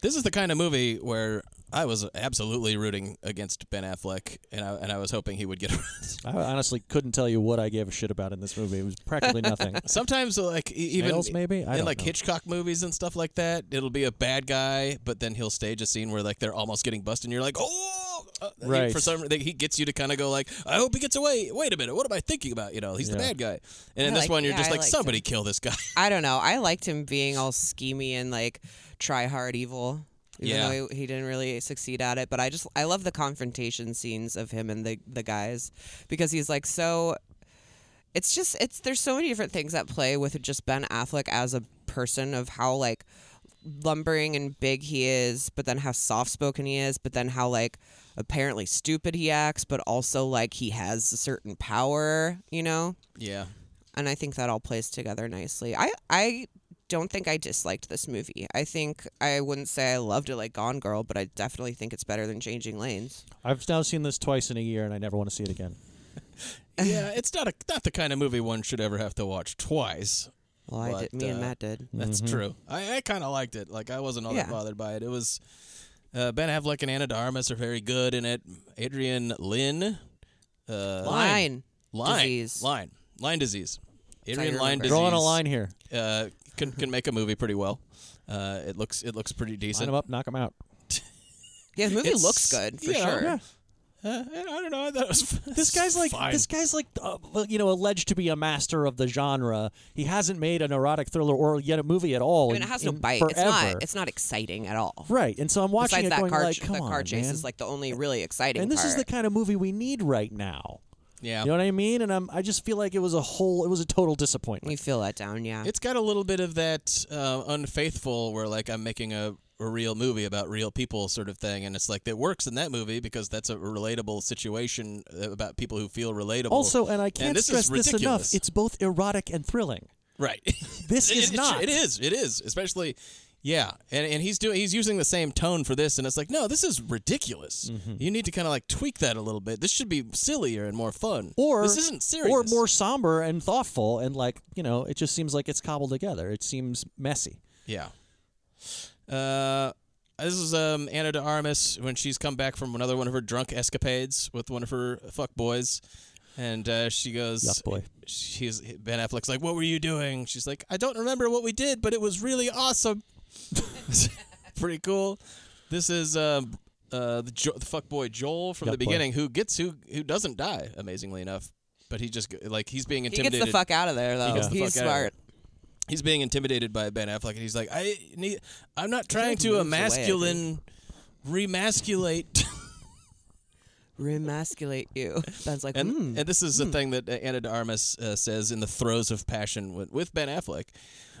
[SPEAKER 2] This is the kind of movie where I was absolutely rooting against Ben Affleck, and I, and I was hoping he would get arrested.
[SPEAKER 3] I honestly couldn't tell you what I gave a shit about in this movie. It was practically nothing.
[SPEAKER 2] Sometimes, like e- even
[SPEAKER 3] Snails, maybe? I
[SPEAKER 2] in
[SPEAKER 3] don't
[SPEAKER 2] like
[SPEAKER 3] know.
[SPEAKER 2] Hitchcock movies and stuff like that, it'll be a bad guy, but then he'll stage a scene where like they're almost getting busted, and you're like, oh, Uh, he-
[SPEAKER 3] Right.
[SPEAKER 2] for some, he gets you to kind of go like, I hope he gets away. Wait a minute, what am I thinking about? You know, he's the
[SPEAKER 3] Yeah.
[SPEAKER 2] bad guy, and in
[SPEAKER 1] I
[SPEAKER 2] this
[SPEAKER 1] like-
[SPEAKER 2] one, you're
[SPEAKER 1] yeah,
[SPEAKER 2] just
[SPEAKER 1] I
[SPEAKER 2] like,
[SPEAKER 1] liked
[SPEAKER 2] somebody kill this guy.
[SPEAKER 1] I don't know. I liked him being all schemy and like try hard evil. Even
[SPEAKER 2] Yeah.
[SPEAKER 1] though he, he didn't really succeed at it. But I just I love the confrontation scenes of him and the the guys because he's like so it's just it's there's so many different things at play with just Ben Affleck as a person of how like lumbering and big he is, but then how soft spoken he is, but then how like apparently stupid he acts, but also like he has a certain power, you know?
[SPEAKER 2] yeah,
[SPEAKER 1] and I think that all plays together nicely. I I don't think I disliked this movie. I think I wouldn't say I loved it like Gone Girl, but I definitely think it's better than Changing Lanes.
[SPEAKER 3] I've now seen this twice in a year, and I never want to see it again.
[SPEAKER 2] yeah, it's not a not the kind of movie one should ever have to watch twice.
[SPEAKER 1] Well, I did- me and Matt did.
[SPEAKER 2] That's
[SPEAKER 3] Mm-hmm.
[SPEAKER 1] Mhm.
[SPEAKER 2] true. I, I kind of liked it. Like I wasn't all that
[SPEAKER 1] Yeah.
[SPEAKER 2] bothered by it. It was uh, Ben Affleck and Anna De Armas are very good in it. Adrian Lynn, uh,
[SPEAKER 1] Lyme
[SPEAKER 2] Lyme
[SPEAKER 1] disease.
[SPEAKER 2] Lyme, Lyme disease.
[SPEAKER 3] how
[SPEAKER 2] Adrian
[SPEAKER 3] you
[SPEAKER 2] Lyme
[SPEAKER 3] remember it.
[SPEAKER 2] disease.
[SPEAKER 3] Drawing a line here.
[SPEAKER 2] Uh, can can make a movie pretty well. Uh, it looks it looks pretty decent.
[SPEAKER 3] Line him up, knock him out.
[SPEAKER 1] Yeah, the movie
[SPEAKER 2] It's-
[SPEAKER 1] looks good for
[SPEAKER 2] you know,
[SPEAKER 1] sure.
[SPEAKER 2] yeah. Uh, I I don't know. I thought it was.
[SPEAKER 3] This guy's like
[SPEAKER 2] fine.
[SPEAKER 3] this guy's like uh, well, you know alleged to be a master of the genre. He hasn't made an erotic thriller or yet a movie at all.
[SPEAKER 1] I mean, it
[SPEAKER 3] in-
[SPEAKER 1] has no
[SPEAKER 3] in
[SPEAKER 1] bite. It's
[SPEAKER 3] Forever.
[SPEAKER 1] not. It's not exciting at all.
[SPEAKER 3] right. And so I'm watching
[SPEAKER 1] Besides
[SPEAKER 3] it
[SPEAKER 1] that
[SPEAKER 3] going
[SPEAKER 1] car,
[SPEAKER 3] like,
[SPEAKER 1] ch-
[SPEAKER 3] come
[SPEAKER 1] the
[SPEAKER 3] on,
[SPEAKER 1] car chase
[SPEAKER 3] man.
[SPEAKER 1] is like the only really exciting.
[SPEAKER 3] and this is the
[SPEAKER 1] part.
[SPEAKER 3] kind of movie we need right now.
[SPEAKER 2] Yeah.
[SPEAKER 3] You know what I mean? And I'm I just feel like it was a whole it was a total disappointment.
[SPEAKER 1] You feel let down, yeah.
[SPEAKER 2] It's got a little bit of that uh, unfaithful, where like I'm making a, a real movie about real people sort of thing, and it's like that works in that movie because that's a relatable situation uh, about people who feel relatable.
[SPEAKER 3] also, and I can't
[SPEAKER 2] this
[SPEAKER 3] stress
[SPEAKER 2] is
[SPEAKER 3] this
[SPEAKER 2] ridiculous.
[SPEAKER 3] enough. It's both erotic and thrilling.
[SPEAKER 2] right.
[SPEAKER 3] This
[SPEAKER 2] It-
[SPEAKER 3] is
[SPEAKER 2] it-
[SPEAKER 3] not.
[SPEAKER 2] It is. It is. Especially, yeah. And and he's doing he's using the same tone for this, and it's like no, this is ridiculous.
[SPEAKER 3] Mm-hmm.
[SPEAKER 2] You need to kind of like tweak that a little bit. This should be sillier and more fun.
[SPEAKER 3] or
[SPEAKER 2] this isn't serious.
[SPEAKER 3] or more somber and thoughtful and like you know it just seems like it's cobbled together it seems messy
[SPEAKER 2] Yeah. Uh, this is um, Anna de Armas when she's come back from another one of her drunk escapades with one of her fuck boys, and uh, she goes,
[SPEAKER 3] Yuck boy.
[SPEAKER 2] She's Ben Affleck's like, "What were you doing?" She's like, "I don't remember what we did, but it was really awesome. Pretty cool." This is um, uh, the, jo- the fuck boy Joel from
[SPEAKER 3] Yuck
[SPEAKER 2] the
[SPEAKER 3] boy.
[SPEAKER 2] beginning who gets who who doesn't die, amazingly enough. but he just like he's being
[SPEAKER 1] He gets the
[SPEAKER 2] intimidated.
[SPEAKER 1] fuck out of there, though.
[SPEAKER 2] He gets the
[SPEAKER 1] He's
[SPEAKER 2] fuck out of there.
[SPEAKER 1] smart.
[SPEAKER 2] He's being intimidated by Ben Affleck, and he's like, "I need. I'm not
[SPEAKER 1] feel
[SPEAKER 2] trying
[SPEAKER 1] like he
[SPEAKER 2] to
[SPEAKER 1] moves away, I think.
[SPEAKER 2] emasculin, remasculate."
[SPEAKER 1] Remasculate you. Ben's like,
[SPEAKER 2] and,
[SPEAKER 1] "Hmm,
[SPEAKER 2] and this is the
[SPEAKER 1] hmm."
[SPEAKER 2] thing that uh, Anna de Armas uh, says in the throes of passion with, with Ben Affleck.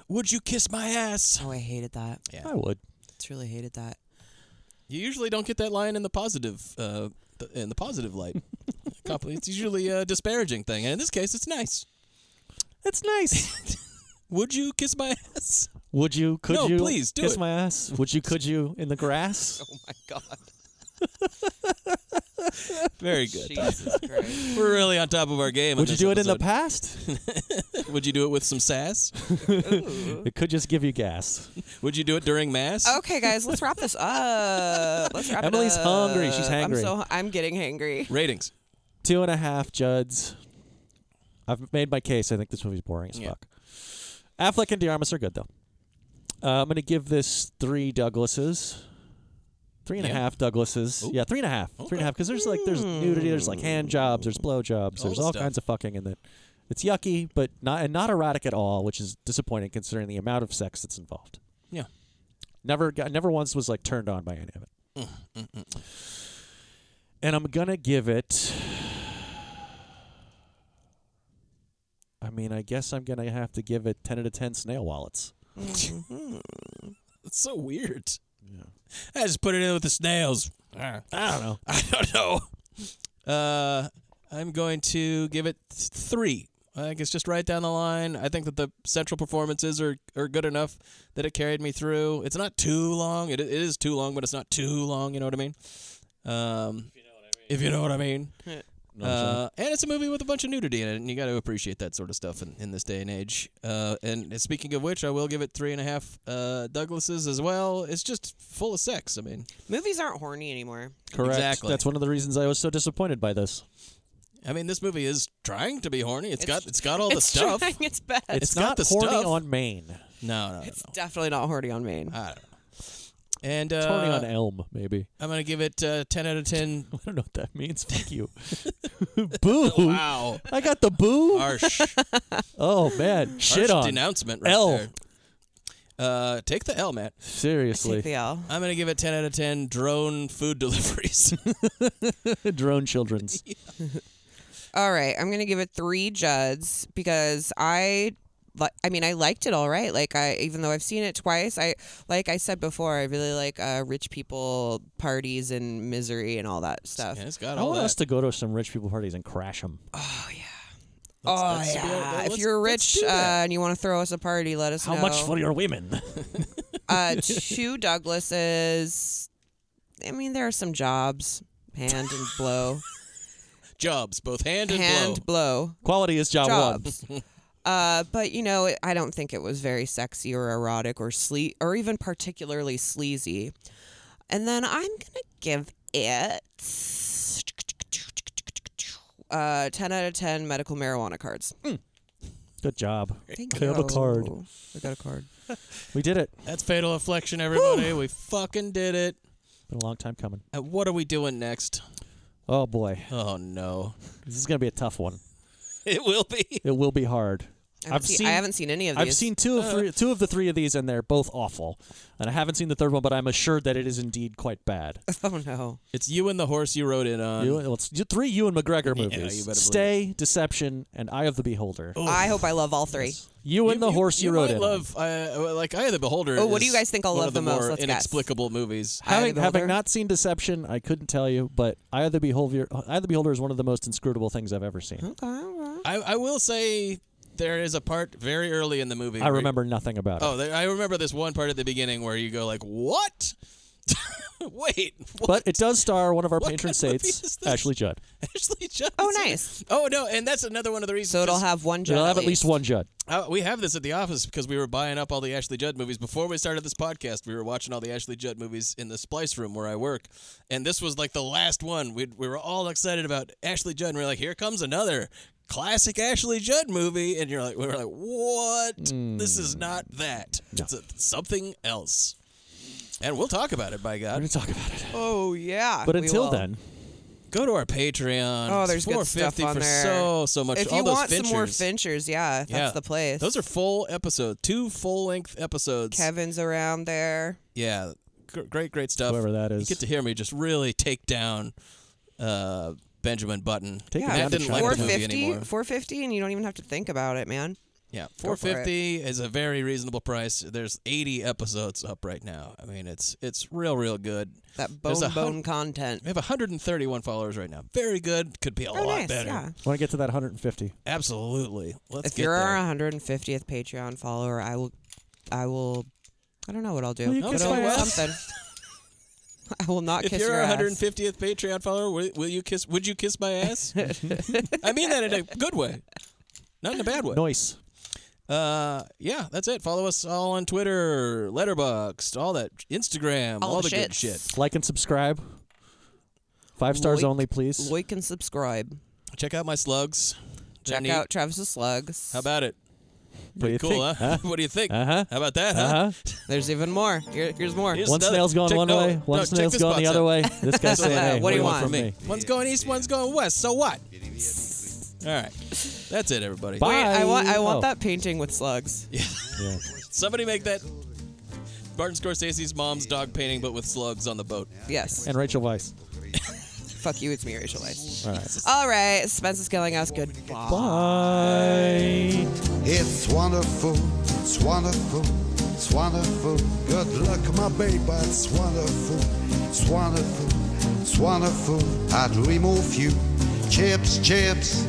[SPEAKER 2] Would you kiss my ass?
[SPEAKER 1] Oh, I hated that.
[SPEAKER 2] Yeah. I would.
[SPEAKER 1] Truly hated that.
[SPEAKER 2] You usually don't get that line in the positive, uh, th- in the positive light. Compli- it's usually a disparaging thing, and in this case, it's nice.
[SPEAKER 3] It's nice.
[SPEAKER 2] Would you kiss my ass?
[SPEAKER 3] Would you? Could
[SPEAKER 2] No,
[SPEAKER 3] you?
[SPEAKER 2] please, do
[SPEAKER 3] kiss
[SPEAKER 2] it.
[SPEAKER 3] my ass. Would you? Could you? In the grass.
[SPEAKER 1] Oh my god.
[SPEAKER 2] Very good.
[SPEAKER 1] Jesus Christ.
[SPEAKER 2] We're really on top of our game. on
[SPEAKER 3] Would you
[SPEAKER 2] this
[SPEAKER 3] do it in the
[SPEAKER 2] episode. Would you do it with some sass?
[SPEAKER 3] it could just give you gas.
[SPEAKER 2] Would you do it during mass?
[SPEAKER 3] Oh.
[SPEAKER 1] Okay, guys, let's wrap this up. Let's wrap
[SPEAKER 3] Emily's
[SPEAKER 1] it up.
[SPEAKER 3] hungry. She's
[SPEAKER 1] I'm
[SPEAKER 3] hangry.
[SPEAKER 1] so I'm getting hangry.
[SPEAKER 2] Ratings.
[SPEAKER 3] Two and a half Juds. I've made my case. I think this movie's boring as
[SPEAKER 2] Yeah.
[SPEAKER 3] fuck. Affleck and Diarmas are good though. Uh, I'm gonna give this three Douglases. Three and a
[SPEAKER 21] Yeah. Hmm.
[SPEAKER 3] half Douglases. Yeah, three and a half. Three and a half. Because there's like there's nudity, there's like hand jobs, there's blow jobs,
[SPEAKER 21] All
[SPEAKER 3] there's
[SPEAKER 21] the
[SPEAKER 3] all
[SPEAKER 21] stuff.
[SPEAKER 3] kinds of fucking in it. It's yucky, but not and not erotic at all, which is disappointing considering the amount of sex that's involved.
[SPEAKER 2] Yeah.
[SPEAKER 3] Never got, never once was like turned on by any of it.
[SPEAKER 2] Mm,
[SPEAKER 3] And I'm gonna give it. I mean, I guess I'm gonna have to give it ten out of ten snail wallets.
[SPEAKER 2] That's so weird. I just put it in with the snails. I
[SPEAKER 3] don't know.
[SPEAKER 2] I don't know. Uh, I'm going to give it th- three. I think it's just right down the line. I think that the central performances are, are good enough that it carried me through. It's not too long. It, i- it is too long, but it's not too long. You know what I mean? Um, if you know what I mean.
[SPEAKER 1] Yeah.
[SPEAKER 3] Know what I'm saying?
[SPEAKER 2] Uh, and it's a movie with a bunch of nudity in it, and you got to appreciate that sort of stuff in, in this day and age. Uh, and speaking of which, I will give it three and a half uh, Douglases as well. It's just full of sex. I mean,
[SPEAKER 1] Movies aren't horny anymore.
[SPEAKER 3] Correct.
[SPEAKER 2] Exactly.
[SPEAKER 3] That's one of the reasons I was so disappointed by this.
[SPEAKER 2] I mean, this movie is trying to be horny. it's got it's got all the stuff.
[SPEAKER 1] Trying its best.
[SPEAKER 2] It's
[SPEAKER 3] It's,
[SPEAKER 2] got
[SPEAKER 3] not
[SPEAKER 2] the
[SPEAKER 3] horny
[SPEAKER 2] stuff.
[SPEAKER 3] on Maine.
[SPEAKER 2] No, no, no.
[SPEAKER 1] It's definitely not horny on Maine.
[SPEAKER 2] I don't know. And
[SPEAKER 3] It's horny on
[SPEAKER 2] uh,
[SPEAKER 3] Elm, maybe.
[SPEAKER 2] I'm gonna give it uh, ten out of ten.
[SPEAKER 3] I don't know what that means. Fuck you. boo.
[SPEAKER 2] Wow.
[SPEAKER 3] I got the boo.
[SPEAKER 2] Harsh.
[SPEAKER 3] oh man. Shit
[SPEAKER 2] Harsh
[SPEAKER 3] on
[SPEAKER 2] denouncement right
[SPEAKER 3] L.
[SPEAKER 2] there. Uh, take the L, Matt.
[SPEAKER 3] Seriously.
[SPEAKER 1] L.
[SPEAKER 2] I'm gonna give it ten out of ten. Drone food deliveries.
[SPEAKER 3] Drone children's.
[SPEAKER 1] All right, I'm gonna give it three Juds because I, li- I mean, I liked it all right. Like I, even though I've seen it twice, I like I said before, I really like uh, rich people parties and misery and all that stuff.
[SPEAKER 2] Yeah, it's got
[SPEAKER 3] I want us to go to some rich people parties and crash them.
[SPEAKER 1] oh
[SPEAKER 2] let's-
[SPEAKER 1] yeah,
[SPEAKER 2] let's-
[SPEAKER 1] if you're
[SPEAKER 2] let's
[SPEAKER 1] rich
[SPEAKER 2] do
[SPEAKER 1] uh,
[SPEAKER 2] that.
[SPEAKER 1] and you want to throw us a party, let us
[SPEAKER 3] How
[SPEAKER 1] know.
[SPEAKER 3] much for your women?
[SPEAKER 1] uh, two Douglases. I mean, there are some jobs, hand and blow,
[SPEAKER 2] Jobs, both hand and
[SPEAKER 1] hand
[SPEAKER 2] blow.
[SPEAKER 1] blow.
[SPEAKER 3] Quality is job
[SPEAKER 1] jobs. Uh, but you know, it, I don't think it was very sexy or erotic or sle- or even particularly sleazy. And then I'm gonna give it uh, ten out of ten medical marijuana cards.
[SPEAKER 3] Good job.
[SPEAKER 1] Thank
[SPEAKER 3] I have a
[SPEAKER 1] you.
[SPEAKER 3] card.
[SPEAKER 1] I got a card.
[SPEAKER 3] We did it.
[SPEAKER 2] That's fatal affliction, everybody. We fucking did it.
[SPEAKER 3] Been a long time coming.
[SPEAKER 2] Uh, what are we doing next?
[SPEAKER 3] Oh boy,
[SPEAKER 2] Oh no,
[SPEAKER 3] this is gonna be a tough one.
[SPEAKER 2] it will be.
[SPEAKER 3] It will be hard.
[SPEAKER 1] I haven't seen- I haven't seen any of
[SPEAKER 3] I've
[SPEAKER 1] these.
[SPEAKER 3] seen two of three, two of the three of these, and they're both awful. And I haven't seen the third one, but I'm assured that it is indeed quite bad.
[SPEAKER 1] Oh no.
[SPEAKER 2] It's you and the horse you rode it on.
[SPEAKER 3] You,
[SPEAKER 1] Um,
[SPEAKER 3] well, it's y- three Ewan McGregor
[SPEAKER 2] Yeah, you
[SPEAKER 3] movies:
[SPEAKER 2] better believe
[SPEAKER 3] Stay, Deception, and Eye of the Beholder.
[SPEAKER 1] I hope I love all three.
[SPEAKER 3] You and the horse you,
[SPEAKER 2] you
[SPEAKER 3] rode
[SPEAKER 2] might
[SPEAKER 3] in. on.
[SPEAKER 2] love, uh, like Eye of the Beholder.
[SPEAKER 1] Oh, what do you
[SPEAKER 2] is
[SPEAKER 1] guys think I'll
[SPEAKER 2] one
[SPEAKER 1] love
[SPEAKER 2] of the
[SPEAKER 1] the most?
[SPEAKER 2] more
[SPEAKER 1] Let's guess.
[SPEAKER 2] inexplicable movies.
[SPEAKER 1] Eye of
[SPEAKER 3] Having,
[SPEAKER 1] the
[SPEAKER 3] having
[SPEAKER 1] Beholder?
[SPEAKER 3] not seen Deception, I couldn't tell you, but Eye of the Beholder, Eye of the Beholder is one of the most inscrutable things I've ever seen.
[SPEAKER 2] I, I will say there is a part very early in the movie.
[SPEAKER 3] I
[SPEAKER 2] where-
[SPEAKER 3] remember nothing about it.
[SPEAKER 2] Oh, there, I remember this one part at the beginning where you go like, "What? Wait,
[SPEAKER 3] But it does star one of our
[SPEAKER 2] What
[SPEAKER 3] patron
[SPEAKER 2] kind of movie is
[SPEAKER 3] saints,
[SPEAKER 2] this?
[SPEAKER 3] Ashley Judd.
[SPEAKER 2] Ashley Johnson."
[SPEAKER 1] Oh, nice.
[SPEAKER 2] Oh no, and that's another one of the reasons.
[SPEAKER 1] So it'll
[SPEAKER 2] 'cause-
[SPEAKER 1] have one.
[SPEAKER 3] It'll
[SPEAKER 1] Judd
[SPEAKER 3] have at least one Judd.
[SPEAKER 2] Uh, we have this at the office because we were buying up all the Ashley Judd movies. Before we started this podcast, we were watching all the Ashley Judd movies in the splice room where I work. And this was like the last one. We'd, we were all excited about Ashley Judd. And we are like, here comes another classic Ashley Judd movie. And you're like, we were like, what? This is
[SPEAKER 1] Hmm.
[SPEAKER 2] not that. It's a, something else. And we'll talk about it, by God.
[SPEAKER 3] We're going to talk about it.
[SPEAKER 1] Oh yeah.
[SPEAKER 3] But
[SPEAKER 1] we
[SPEAKER 3] until
[SPEAKER 1] will.
[SPEAKER 3] then,
[SPEAKER 2] Go to our Patreon.
[SPEAKER 1] Oh,
[SPEAKER 2] It's
[SPEAKER 1] there's good stuff
[SPEAKER 2] 450
[SPEAKER 1] on
[SPEAKER 2] for
[SPEAKER 1] there.
[SPEAKER 2] so so much.
[SPEAKER 1] If
[SPEAKER 2] All
[SPEAKER 1] you
[SPEAKER 2] those
[SPEAKER 1] want some more Finchers,
[SPEAKER 2] Finchers.
[SPEAKER 1] yeah, that's
[SPEAKER 2] Yeah.
[SPEAKER 1] the place.
[SPEAKER 2] Those are full episodes, two full length episodes.
[SPEAKER 1] Kevin's around there.
[SPEAKER 2] Yeah, Gr- great, great stuff.
[SPEAKER 16] Whoever that
[SPEAKER 2] you
[SPEAKER 16] is.
[SPEAKER 2] get to hear me just really take down uh, Benjamin Button.
[SPEAKER 16] Take
[SPEAKER 2] Matt didn't like the movie
[SPEAKER 1] 450,
[SPEAKER 2] anymore.
[SPEAKER 1] 450, and you don't even have to think about it, man.
[SPEAKER 2] Yeah,
[SPEAKER 1] Go for it.
[SPEAKER 2] 450 is a very reasonable price. There's 80 episodes up right now. I mean, it's it's real, real good.
[SPEAKER 1] That
[SPEAKER 2] There's a
[SPEAKER 1] bone
[SPEAKER 2] hun-
[SPEAKER 1] bone content.
[SPEAKER 2] We have 131 followers right now. Very good. Could be a
[SPEAKER 1] Oh,
[SPEAKER 2] lot
[SPEAKER 1] nice,
[SPEAKER 2] better.
[SPEAKER 1] yeah.
[SPEAKER 16] want to get to that 150.
[SPEAKER 2] Absolutely. Let's
[SPEAKER 1] if
[SPEAKER 2] get
[SPEAKER 1] you're
[SPEAKER 2] there.
[SPEAKER 1] our 150th Patreon follower, I will, I will, I don't know what I'll do.
[SPEAKER 2] Will you
[SPEAKER 1] But
[SPEAKER 2] kiss
[SPEAKER 1] I'll
[SPEAKER 2] my
[SPEAKER 1] do
[SPEAKER 2] ass?
[SPEAKER 1] something. I will not
[SPEAKER 2] if
[SPEAKER 1] kiss
[SPEAKER 2] you're
[SPEAKER 1] your
[SPEAKER 2] our
[SPEAKER 1] ass.
[SPEAKER 2] 150th Patreon follower, will, will you kiss? Would you kiss my ass? I mean that in a good way, not in a bad way.
[SPEAKER 16] Noise.
[SPEAKER 2] Uh, yeah, that's it. Follow us all on Twitter, Letterboxd, all that, Instagram, all,
[SPEAKER 1] All the
[SPEAKER 2] good
[SPEAKER 1] shits.
[SPEAKER 2] shit.
[SPEAKER 16] Like and subscribe. Five stars
[SPEAKER 1] Like-
[SPEAKER 16] only, please.
[SPEAKER 1] Like and subscribe.
[SPEAKER 2] Check out my slugs. They're
[SPEAKER 1] Check
[SPEAKER 2] neat.
[SPEAKER 1] out Travis's slugs.
[SPEAKER 2] How about it?
[SPEAKER 16] What do you
[SPEAKER 2] cool,
[SPEAKER 16] think, huh?
[SPEAKER 2] huh? What do you think?
[SPEAKER 16] Uh-huh.
[SPEAKER 2] How about that, huh?
[SPEAKER 16] Uh-huh.
[SPEAKER 1] There's even more. Here, here's more.
[SPEAKER 2] Here's
[SPEAKER 16] One
[SPEAKER 2] another-
[SPEAKER 16] snail's going
[SPEAKER 2] check-
[SPEAKER 16] one
[SPEAKER 2] no,
[SPEAKER 16] way, one
[SPEAKER 2] no, check
[SPEAKER 16] snail's
[SPEAKER 2] this
[SPEAKER 16] going the
[SPEAKER 2] box
[SPEAKER 16] other
[SPEAKER 2] out.
[SPEAKER 16] way. This guy's saying, hey,
[SPEAKER 1] what do you want
[SPEAKER 16] from me?
[SPEAKER 2] One's going east, one's going west. So what? All right. That's it, everybody.
[SPEAKER 1] Wait, I want I want
[SPEAKER 2] Oh.
[SPEAKER 1] that painting with slugs.
[SPEAKER 2] Yeah. Somebody make that Martin Scorsese's mom's dog painting, but with slugs on the boat.
[SPEAKER 1] Yes.
[SPEAKER 16] And Rachel Weiss.
[SPEAKER 1] Fuck you, it's me, Rachel Weiss.
[SPEAKER 16] All right.
[SPEAKER 1] All right, Spence is killing us. Goodbye.
[SPEAKER 16] Bye.
[SPEAKER 20] It's wonderful, it's wonderful, it's wonderful. Good luck, my baby, it's wonderful, it's wonderful, it's wonderful. I'd remove you. Chips, chips.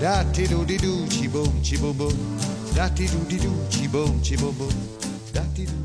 [SPEAKER 20] Da ti do di do, chi boom, chi boom boom. Da ti do di do, chi boom, chi boom boom. Da ti do.